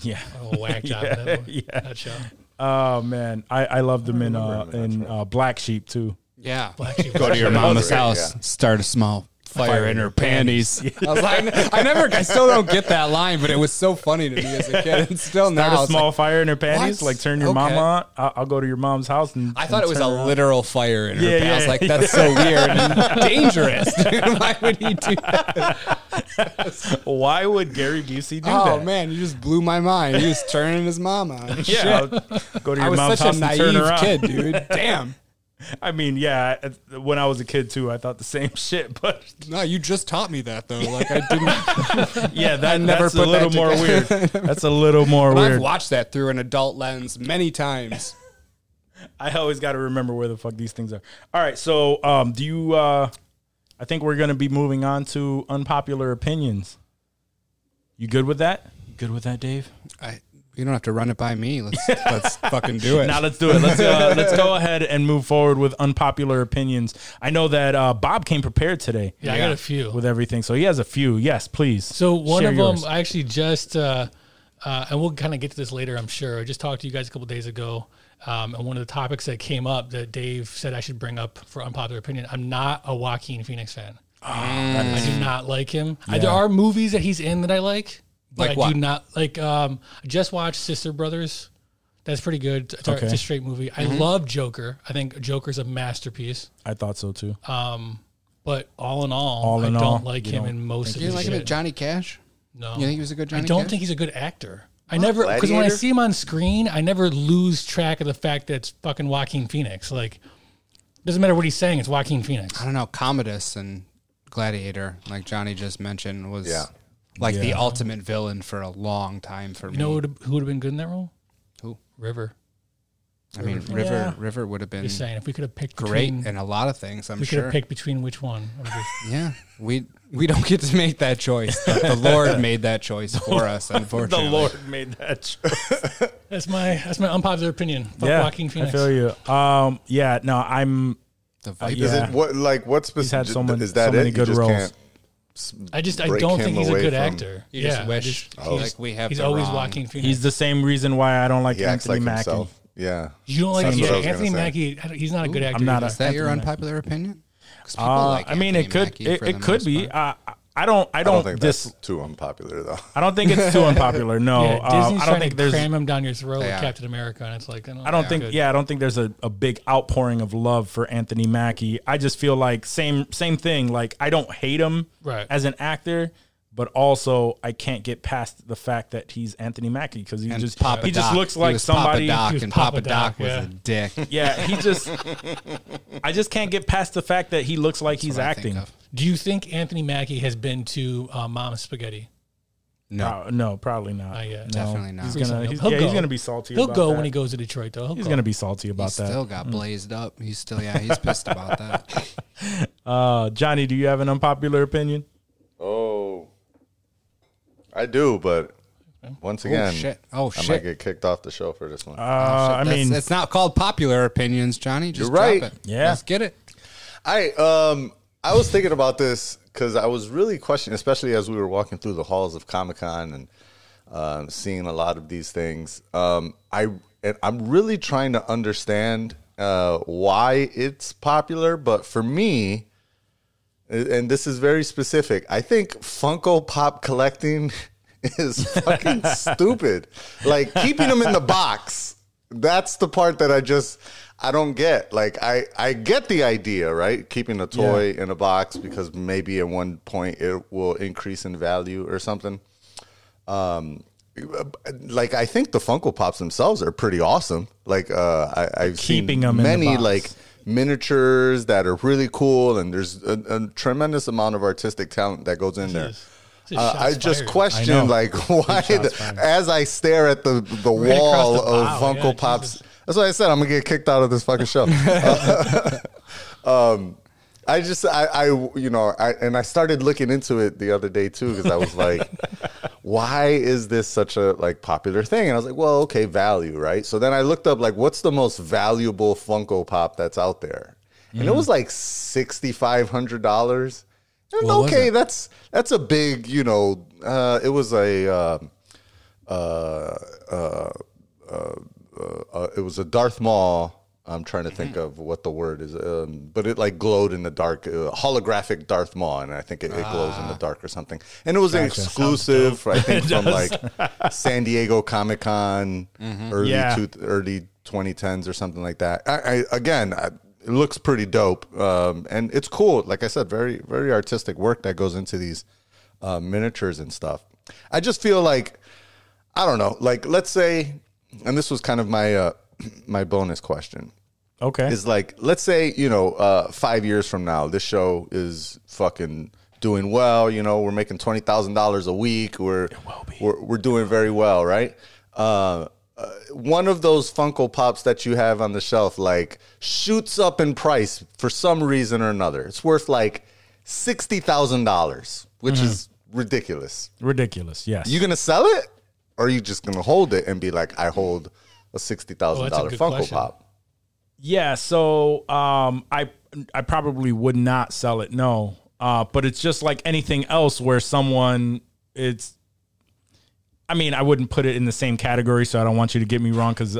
Speaker 1: yeah,
Speaker 4: Oh, whack job. yeah, that, one. that show.
Speaker 1: oh man, I I loved him in uh, in uh, Black Sheep too.
Speaker 5: Yeah.
Speaker 4: Black Sheep.
Speaker 5: Go to your mama's
Speaker 6: mama's house,
Speaker 5: house, start a small fire in her panties. I was like, I never, I still don't get that line, but it was so funny to me as a kid. And still
Speaker 1: Start
Speaker 5: now,
Speaker 1: a
Speaker 5: it's
Speaker 1: small
Speaker 5: like,
Speaker 1: fire in her panties,
Speaker 5: what?
Speaker 1: like turn your
Speaker 5: Okay.
Speaker 1: mom on. I'll, I'll go to your mom's house and
Speaker 5: I
Speaker 1: and
Speaker 5: thought it was
Speaker 1: turn
Speaker 5: a
Speaker 1: her on.
Speaker 5: literal fire in her
Speaker 1: Yeah,
Speaker 5: panties. I was
Speaker 1: yeah,
Speaker 5: like, that's so weird and dangerous. dude. Why would he do that?
Speaker 1: Why would Gary Busey do
Speaker 5: Oh
Speaker 1: that?
Speaker 5: man, you just blew my mind. He was turning his mom on.
Speaker 1: Yeah, I'll go to
Speaker 5: I
Speaker 1: your
Speaker 5: was
Speaker 1: mom's
Speaker 5: such
Speaker 1: house
Speaker 5: a
Speaker 1: and turn
Speaker 5: naive
Speaker 1: around.
Speaker 5: kid, dude. Damn.
Speaker 1: I mean, yeah, I- when I was a kid too, I thought the same shit. But
Speaker 5: No, you just taught me that though. Like I didn't.
Speaker 1: yeah, that,
Speaker 5: never
Speaker 1: that's a
Speaker 5: put
Speaker 1: little
Speaker 5: that
Speaker 1: more weird.
Speaker 5: together.
Speaker 1: That's a little more
Speaker 5: I've
Speaker 1: weird.
Speaker 5: watched that through an adult lens many times.
Speaker 1: I always got to remember where the fuck these things are. All right, so um, do you? Uh, I think we're gonna be moving on to unpopular opinions. You good with that? You good with that, Dave?
Speaker 5: I, you don't have to run it by me. Let's let's fucking do it.
Speaker 1: Now let's do it. Let's uh, let's go ahead and move forward with unpopular opinions. I know that uh, Bob came prepared today.
Speaker 4: Yeah, I got a few.
Speaker 1: with everything, so he has a few. Yes, please.
Speaker 4: So one
Speaker 1: share
Speaker 4: of
Speaker 1: yours.
Speaker 4: them, I actually just, uh, uh, and we'll kind of get to this later, I'm sure. I just talked to you guys a couple days ago, um, and one of the topics that came up that Dave said I should bring up for unpopular opinion. I'm not a Joaquin Phoenix fan.
Speaker 1: Ah,
Speaker 4: I do not like him. I, there are movies that he's in that I like, but
Speaker 5: Like
Speaker 4: I
Speaker 5: what?
Speaker 4: do not like. Um, I just watched Sister Brothers. That's pretty good. It's, a-
Speaker 1: Okay. Mm-hmm.
Speaker 4: it's a straight movie. I love Joker. I think Joker's a masterpiece.
Speaker 1: I thought so too.
Speaker 4: Uh, But all in all,
Speaker 1: All
Speaker 4: I
Speaker 1: in
Speaker 4: don't
Speaker 1: all,
Speaker 4: like
Speaker 1: you
Speaker 4: him
Speaker 1: don't
Speaker 4: in most of
Speaker 5: you
Speaker 4: his
Speaker 5: didn't like him
Speaker 4: shit.
Speaker 5: as Johnny Cash?
Speaker 4: No,
Speaker 5: You think he was a good
Speaker 4: I
Speaker 5: Johnny
Speaker 4: don't
Speaker 5: Cash?
Speaker 4: think he's a good actor. I never because when I
Speaker 6: Gladiator?
Speaker 4: see him on screen, I never lose track of the fact that it's fucking Joaquin Phoenix. Like, doesn't matter what he's saying, it's Joaquin Phoenix.
Speaker 5: I don't know. Commodus and Gladiator, like Johnny just mentioned, was
Speaker 6: Yeah.
Speaker 5: like the ultimate villain for a long time for me.
Speaker 4: You know who would have been good in that role?
Speaker 5: Who?
Speaker 4: River.
Speaker 5: I mean, River
Speaker 1: Yeah.
Speaker 5: River would have been
Speaker 4: Just saying, if we could have picked
Speaker 5: Mm. great
Speaker 4: between,
Speaker 5: in a lot of things. I'm
Speaker 4: we could
Speaker 5: sure.
Speaker 4: have picked between which one. I'm just-
Speaker 5: yeah, we we don't get to make that choice. but the Lord made that choice for us.
Speaker 1: the
Speaker 5: Unfortunately,
Speaker 1: Lord made that. Choice.
Speaker 4: that's my that's my unpopular opinion. Fuck
Speaker 1: yeah,
Speaker 4: Joaquin
Speaker 1: I
Speaker 4: Phoenix.
Speaker 1: feel you. Um, yeah, no, I'm.
Speaker 5: The Viper.
Speaker 1: yeah.
Speaker 6: Is it what, like, what's
Speaker 1: He's had so many-
Speaker 6: is that
Speaker 1: so many
Speaker 6: it? You
Speaker 1: good
Speaker 6: just
Speaker 1: roles.
Speaker 6: can't-
Speaker 4: I just I
Speaker 6: Break
Speaker 4: don't
Speaker 6: him
Speaker 4: think he's a
Speaker 6: away
Speaker 4: good
Speaker 6: from-
Speaker 4: actor.
Speaker 5: You
Speaker 4: yeah,
Speaker 5: just
Speaker 4: I
Speaker 5: wish
Speaker 4: he's-
Speaker 5: like we have
Speaker 4: He's
Speaker 5: the
Speaker 4: always
Speaker 5: wrong-
Speaker 4: Joaquin Phoenix.
Speaker 1: He's the same reason why I don't like
Speaker 6: He acts
Speaker 1: Anthony
Speaker 6: like
Speaker 1: Mackie.
Speaker 6: himself. Yeah.
Speaker 4: you don't like
Speaker 6: That's what I was gonna
Speaker 4: Anthony
Speaker 6: say.
Speaker 4: Mackie. I don't- He's not a good actor.
Speaker 1: I'm not
Speaker 4: either.
Speaker 1: a-
Speaker 5: Is that your
Speaker 1: Anthony
Speaker 5: unpopular opinion? 'Cause people
Speaker 1: Uh,
Speaker 5: like
Speaker 1: I mean, it
Speaker 5: Anthony
Speaker 1: could
Speaker 5: Mackie
Speaker 1: it,
Speaker 5: for
Speaker 1: it
Speaker 5: the
Speaker 1: could
Speaker 5: most
Speaker 1: be.
Speaker 5: part.
Speaker 1: I, I- I don't I
Speaker 6: I
Speaker 1: don't,
Speaker 6: don't think
Speaker 1: dis.
Speaker 6: that's too unpopular, though.
Speaker 1: I don't think it's too unpopular. No,
Speaker 4: Yeah,
Speaker 1: um,
Speaker 4: Disney's
Speaker 1: I
Speaker 4: trying
Speaker 1: don't think
Speaker 4: to
Speaker 1: there's.
Speaker 4: cram him down your throat
Speaker 5: They
Speaker 4: with
Speaker 5: are.
Speaker 4: Captain America, and it's like I don't,
Speaker 1: I don't think yeah I don't think there's a, a big outpouring of love for Anthony Mackie. I just feel like same same thing. Like I don't hate him
Speaker 4: Right.
Speaker 1: as an actor, but also I can't get past the fact that he's Anthony Mackie because he
Speaker 5: And
Speaker 1: just
Speaker 5: Papa
Speaker 1: he just
Speaker 5: Doc.
Speaker 1: looks
Speaker 5: He
Speaker 1: like
Speaker 5: was
Speaker 1: somebody.
Speaker 5: Papa
Speaker 4: He
Speaker 5: Doc,
Speaker 4: was
Speaker 5: and
Speaker 4: Papa
Speaker 5: Papa Doc
Speaker 4: Doc,
Speaker 5: was
Speaker 4: yeah.
Speaker 5: a dick.
Speaker 1: Yeah, he just I just can't get past the fact that he looks like he's
Speaker 5: what I think
Speaker 1: acting.
Speaker 5: of.
Speaker 4: Do you think Anthony Mackie has been to uh, Mom's Spaghetti?
Speaker 5: No.
Speaker 1: Pro- no, probably not.
Speaker 4: Not yet.
Speaker 1: No.
Speaker 5: Definitely not.
Speaker 1: He's
Speaker 4: He's
Speaker 1: gonna,
Speaker 4: gonna-
Speaker 1: he's,
Speaker 4: he'll
Speaker 1: yeah, he's
Speaker 4: go.
Speaker 1: gonna be salty.
Speaker 4: He'll
Speaker 1: about
Speaker 4: go
Speaker 1: that.
Speaker 4: when he goes to Detroit, though. He'll
Speaker 1: He's
Speaker 4: go.
Speaker 1: gonna be salty
Speaker 5: He
Speaker 1: about that. Mm.
Speaker 5: still got blazed up. He's still, yeah, he's pissed about that. Oh,
Speaker 1: Uh, Johnny, do you have an unpopular opinion?
Speaker 6: Oh, I do, but once again,
Speaker 5: shit. Oh,
Speaker 6: I
Speaker 5: shit.
Speaker 6: might get kicked off the show for this one.
Speaker 1: Uh, I
Speaker 5: That's-
Speaker 1: mean,
Speaker 5: it's not called popular opinions, Johnny. Just
Speaker 6: You're right.
Speaker 5: drop it.
Speaker 1: Yeah.
Speaker 5: Let's get it.
Speaker 6: I um I was thinking about this because I was really questioning, especially as we were walking through the halls of Comic Con and um, seeing a lot of these things. Um, I and I'm really trying to understand uh, why it's popular, but for me, and and this is very specific. I think Funko Pop collecting is fucking stupid. Like keeping them in the box. That's the part that I just I don't get. Like I I get the idea, right? Keeping a toy in a box because maybe at one point it will increase in value or something. Um like I think the Funko Pops themselves are pretty awesome. Like uh I, I've
Speaker 1: Keeping
Speaker 6: seen
Speaker 1: 'em in the
Speaker 6: many
Speaker 1: box.
Speaker 6: like miniatures that are really cool, and there's a, a tremendous amount of artistic talent that goes in there.
Speaker 4: Just
Speaker 6: Uh,
Speaker 4: shots
Speaker 6: I just
Speaker 4: fired.
Speaker 1: I know.
Speaker 6: question like why the, as I stare at the the wall
Speaker 4: the
Speaker 6: of
Speaker 4: bow,
Speaker 6: Funko
Speaker 4: yeah,
Speaker 6: Pops.
Speaker 4: Jesus.
Speaker 6: That's what I said. I'm gonna get kicked out of this fucking show. um, I just I, I you know I and I started looking into it the other day too because I was like, why is this such a like popular thing? And I was like, well, okay, value, right? So then I looked up like what's the most valuable Funko Pop that's out there, and
Speaker 5: Mm.
Speaker 6: it was like sixty five hundred dollars. And
Speaker 5: What was
Speaker 6: okay,
Speaker 5: it?
Speaker 6: that's that's a big you know uh, it was a. um uh, uh, uh, uh, it was a Darth Maul. I'm trying to think of what the word is, um, but it like glowed in the dark, uh, holographic Darth Maul, and I think it, it glows in the dark or something. And it was an exclusive, I think, from like San Diego Comic Con, early
Speaker 1: Yeah.
Speaker 6: two, early 2010s or something like that. I, I again, I, it looks pretty dope, um, and it's cool. Like I said, very very artistic work that goes into these uh, miniatures and stuff. I just feel like I don't know. Like, let's say, and this was kind of my uh, my bonus question
Speaker 1: Okay.
Speaker 6: is like, let's say you know, uh, five years from now, this show is fucking doing well. You know, we're making twenty thousand dollars a week. We're, we're we're doing very well, right? Uh, uh, one of those Funko Pops that you have on the shelf like shoots up in price for some reason or another. It's worth like sixty thousand dollars, which is ridiculous.
Speaker 1: Ridiculous. Yes.
Speaker 6: You gonna sell it, or are you just gonna hold it and be like, I hold a sixty thousand thousand
Speaker 4: Oh,
Speaker 6: dollar
Speaker 4: that's a good
Speaker 6: Funko
Speaker 4: question.
Speaker 6: Pop?
Speaker 1: Yeah, so um, I I probably would not sell it. No, uh, but it's just like anything else where someone it's. I mean, I wouldn't put it in the same category, so I don't want you to get me wrong, because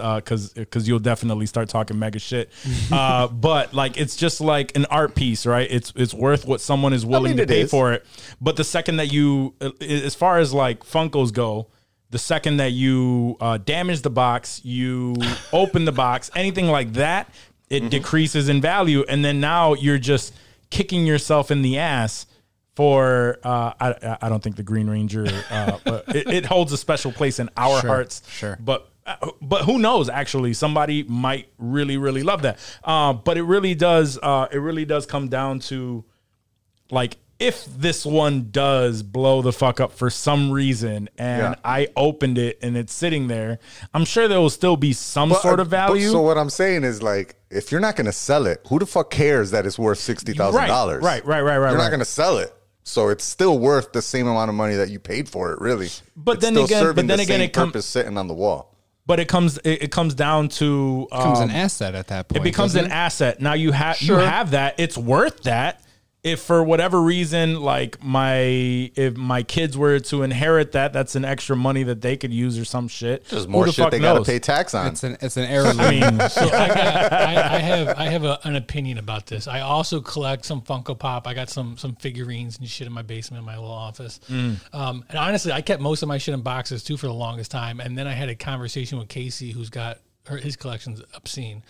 Speaker 1: because you'll definitely start talking mega shit. uh, but like, it's just like an art piece, right? It's it's worth what someone is willing
Speaker 6: mean,
Speaker 1: to
Speaker 6: it
Speaker 1: pay
Speaker 6: is.
Speaker 1: for it. But the second that you, uh, as far as like Funkos go, the second that you uh, damage the box, you open the box, anything like that, it
Speaker 5: Mm-hmm.
Speaker 1: decreases in value, and then now you're just kicking yourself in the ass for uh, I, I- I don't think the Green Ranger, uh, but it, it holds a special place in our hearts.
Speaker 5: sure.
Speaker 1: but. uh, But who knows? Actually, somebody might really, really love that. Uh, but it really does. Uh, it really does come down to like if this one does blow the fuck up for some reason and
Speaker 6: Yeah.
Speaker 1: I opened it and it's sitting there, I'm sure there will still be some
Speaker 6: But- uh,
Speaker 1: sort of
Speaker 6: but-
Speaker 1: value.
Speaker 6: so what I'm saying is like, if you're not gonna sell it, who the fuck cares that it's worth sixty thousand dollars?
Speaker 1: Right, right, right, right,
Speaker 6: You're
Speaker 1: right.
Speaker 6: not gonna sell it. So it's still worth the same amount of money that you paid for it, really.
Speaker 1: But
Speaker 6: It's
Speaker 1: then
Speaker 6: still
Speaker 1: again- but
Speaker 6: serving
Speaker 1: then
Speaker 6: the
Speaker 1: again,
Speaker 6: same
Speaker 1: it com-
Speaker 6: purpose sitting on the wall.
Speaker 1: but it comes it, it comes down to um,
Speaker 5: Becomes an asset at that point.
Speaker 1: it becomes an
Speaker 5: doesn't
Speaker 1: asset. Now you have
Speaker 5: Sure.
Speaker 1: you have that. It's worth that. If for whatever reason, like my if my kids were to inherit that, that's an extra money that they could use or some shit.
Speaker 6: There's
Speaker 1: Who
Speaker 6: more
Speaker 1: the
Speaker 6: shit
Speaker 1: fuck
Speaker 6: they
Speaker 1: knows?
Speaker 6: gotta pay tax on.
Speaker 5: It's an it's an heirloom.
Speaker 1: I mean,
Speaker 4: So I, got, I, I have I have a, an opinion about this. I also collect some Funko Pop. I got some some figurines and shit in my basement in my little office.
Speaker 6: Mm.
Speaker 4: Um, and honestly, I kept most of my shit in boxes too for the longest time. And then I had a conversation with Casey, who's got her, his collection's obscene,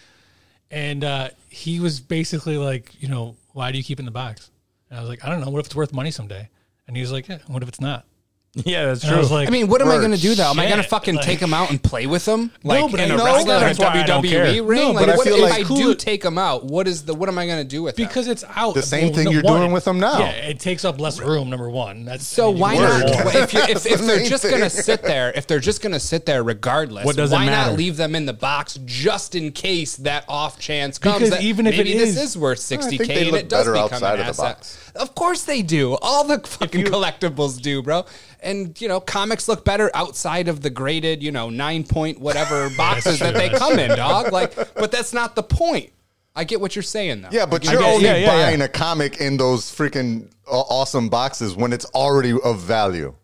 Speaker 4: and uh, he was basically like, you know, why do you keep it in the box? And I was like, I don't know. What if it's worth money someday? And he was like, yeah, what if it's not?
Speaker 1: Yeah, that's
Speaker 4: And I
Speaker 1: true.
Speaker 4: was like,
Speaker 5: I mean, what am I going to do though? Am I going to
Speaker 1: shit,
Speaker 5: fucking
Speaker 4: like-
Speaker 5: take him out and play with him? Like
Speaker 4: but
Speaker 5: in
Speaker 4: I
Speaker 5: a
Speaker 4: know
Speaker 5: wrestler
Speaker 4: that's
Speaker 1: not a guy, I don't
Speaker 5: WWE
Speaker 1: care.
Speaker 5: E ring?
Speaker 6: No,
Speaker 5: like,
Speaker 6: but I
Speaker 5: what,
Speaker 6: feel
Speaker 5: if
Speaker 6: like
Speaker 5: I
Speaker 6: cool-
Speaker 5: do take him out, what is the what am I going to do with him?
Speaker 4: because it's out.
Speaker 6: The same thing
Speaker 4: no-
Speaker 6: you're doing with them now.
Speaker 4: Yeah, it takes up less room. Number one. That's
Speaker 5: So
Speaker 4: I mean,
Speaker 5: why
Speaker 4: you-
Speaker 6: Word.
Speaker 5: not? If, you're, if, if
Speaker 6: the
Speaker 5: they're
Speaker 6: main
Speaker 5: just gonna
Speaker 6: thing.
Speaker 5: sit there, if they're just gonna sit there regardless,
Speaker 1: What does it
Speaker 5: why
Speaker 1: matter?
Speaker 5: not leave them in the box just in case that off chance comes?
Speaker 1: Because
Speaker 5: that
Speaker 1: even if
Speaker 5: maybe
Speaker 1: it
Speaker 5: this
Speaker 1: is-
Speaker 5: is worth sixty
Speaker 6: think they
Speaker 5: k, and
Speaker 6: look
Speaker 5: it does
Speaker 6: better
Speaker 5: become
Speaker 6: outside
Speaker 5: an
Speaker 6: of the
Speaker 5: asset.
Speaker 6: box.
Speaker 5: Of course they do. All the fucking collectibles do, bro. And you know, comics look better outside of the graded, you know, nine point whatever boxes that
Speaker 4: true,
Speaker 5: they
Speaker 4: that's
Speaker 5: come in, dog. Like, but that's not the point. I get what you're saying, though.
Speaker 6: Yeah, but
Speaker 5: I
Speaker 6: you're
Speaker 5: get-
Speaker 6: only
Speaker 1: yeah, yeah, yeah.
Speaker 6: buying a comic in those freaking aw- awesome boxes when it's already of value.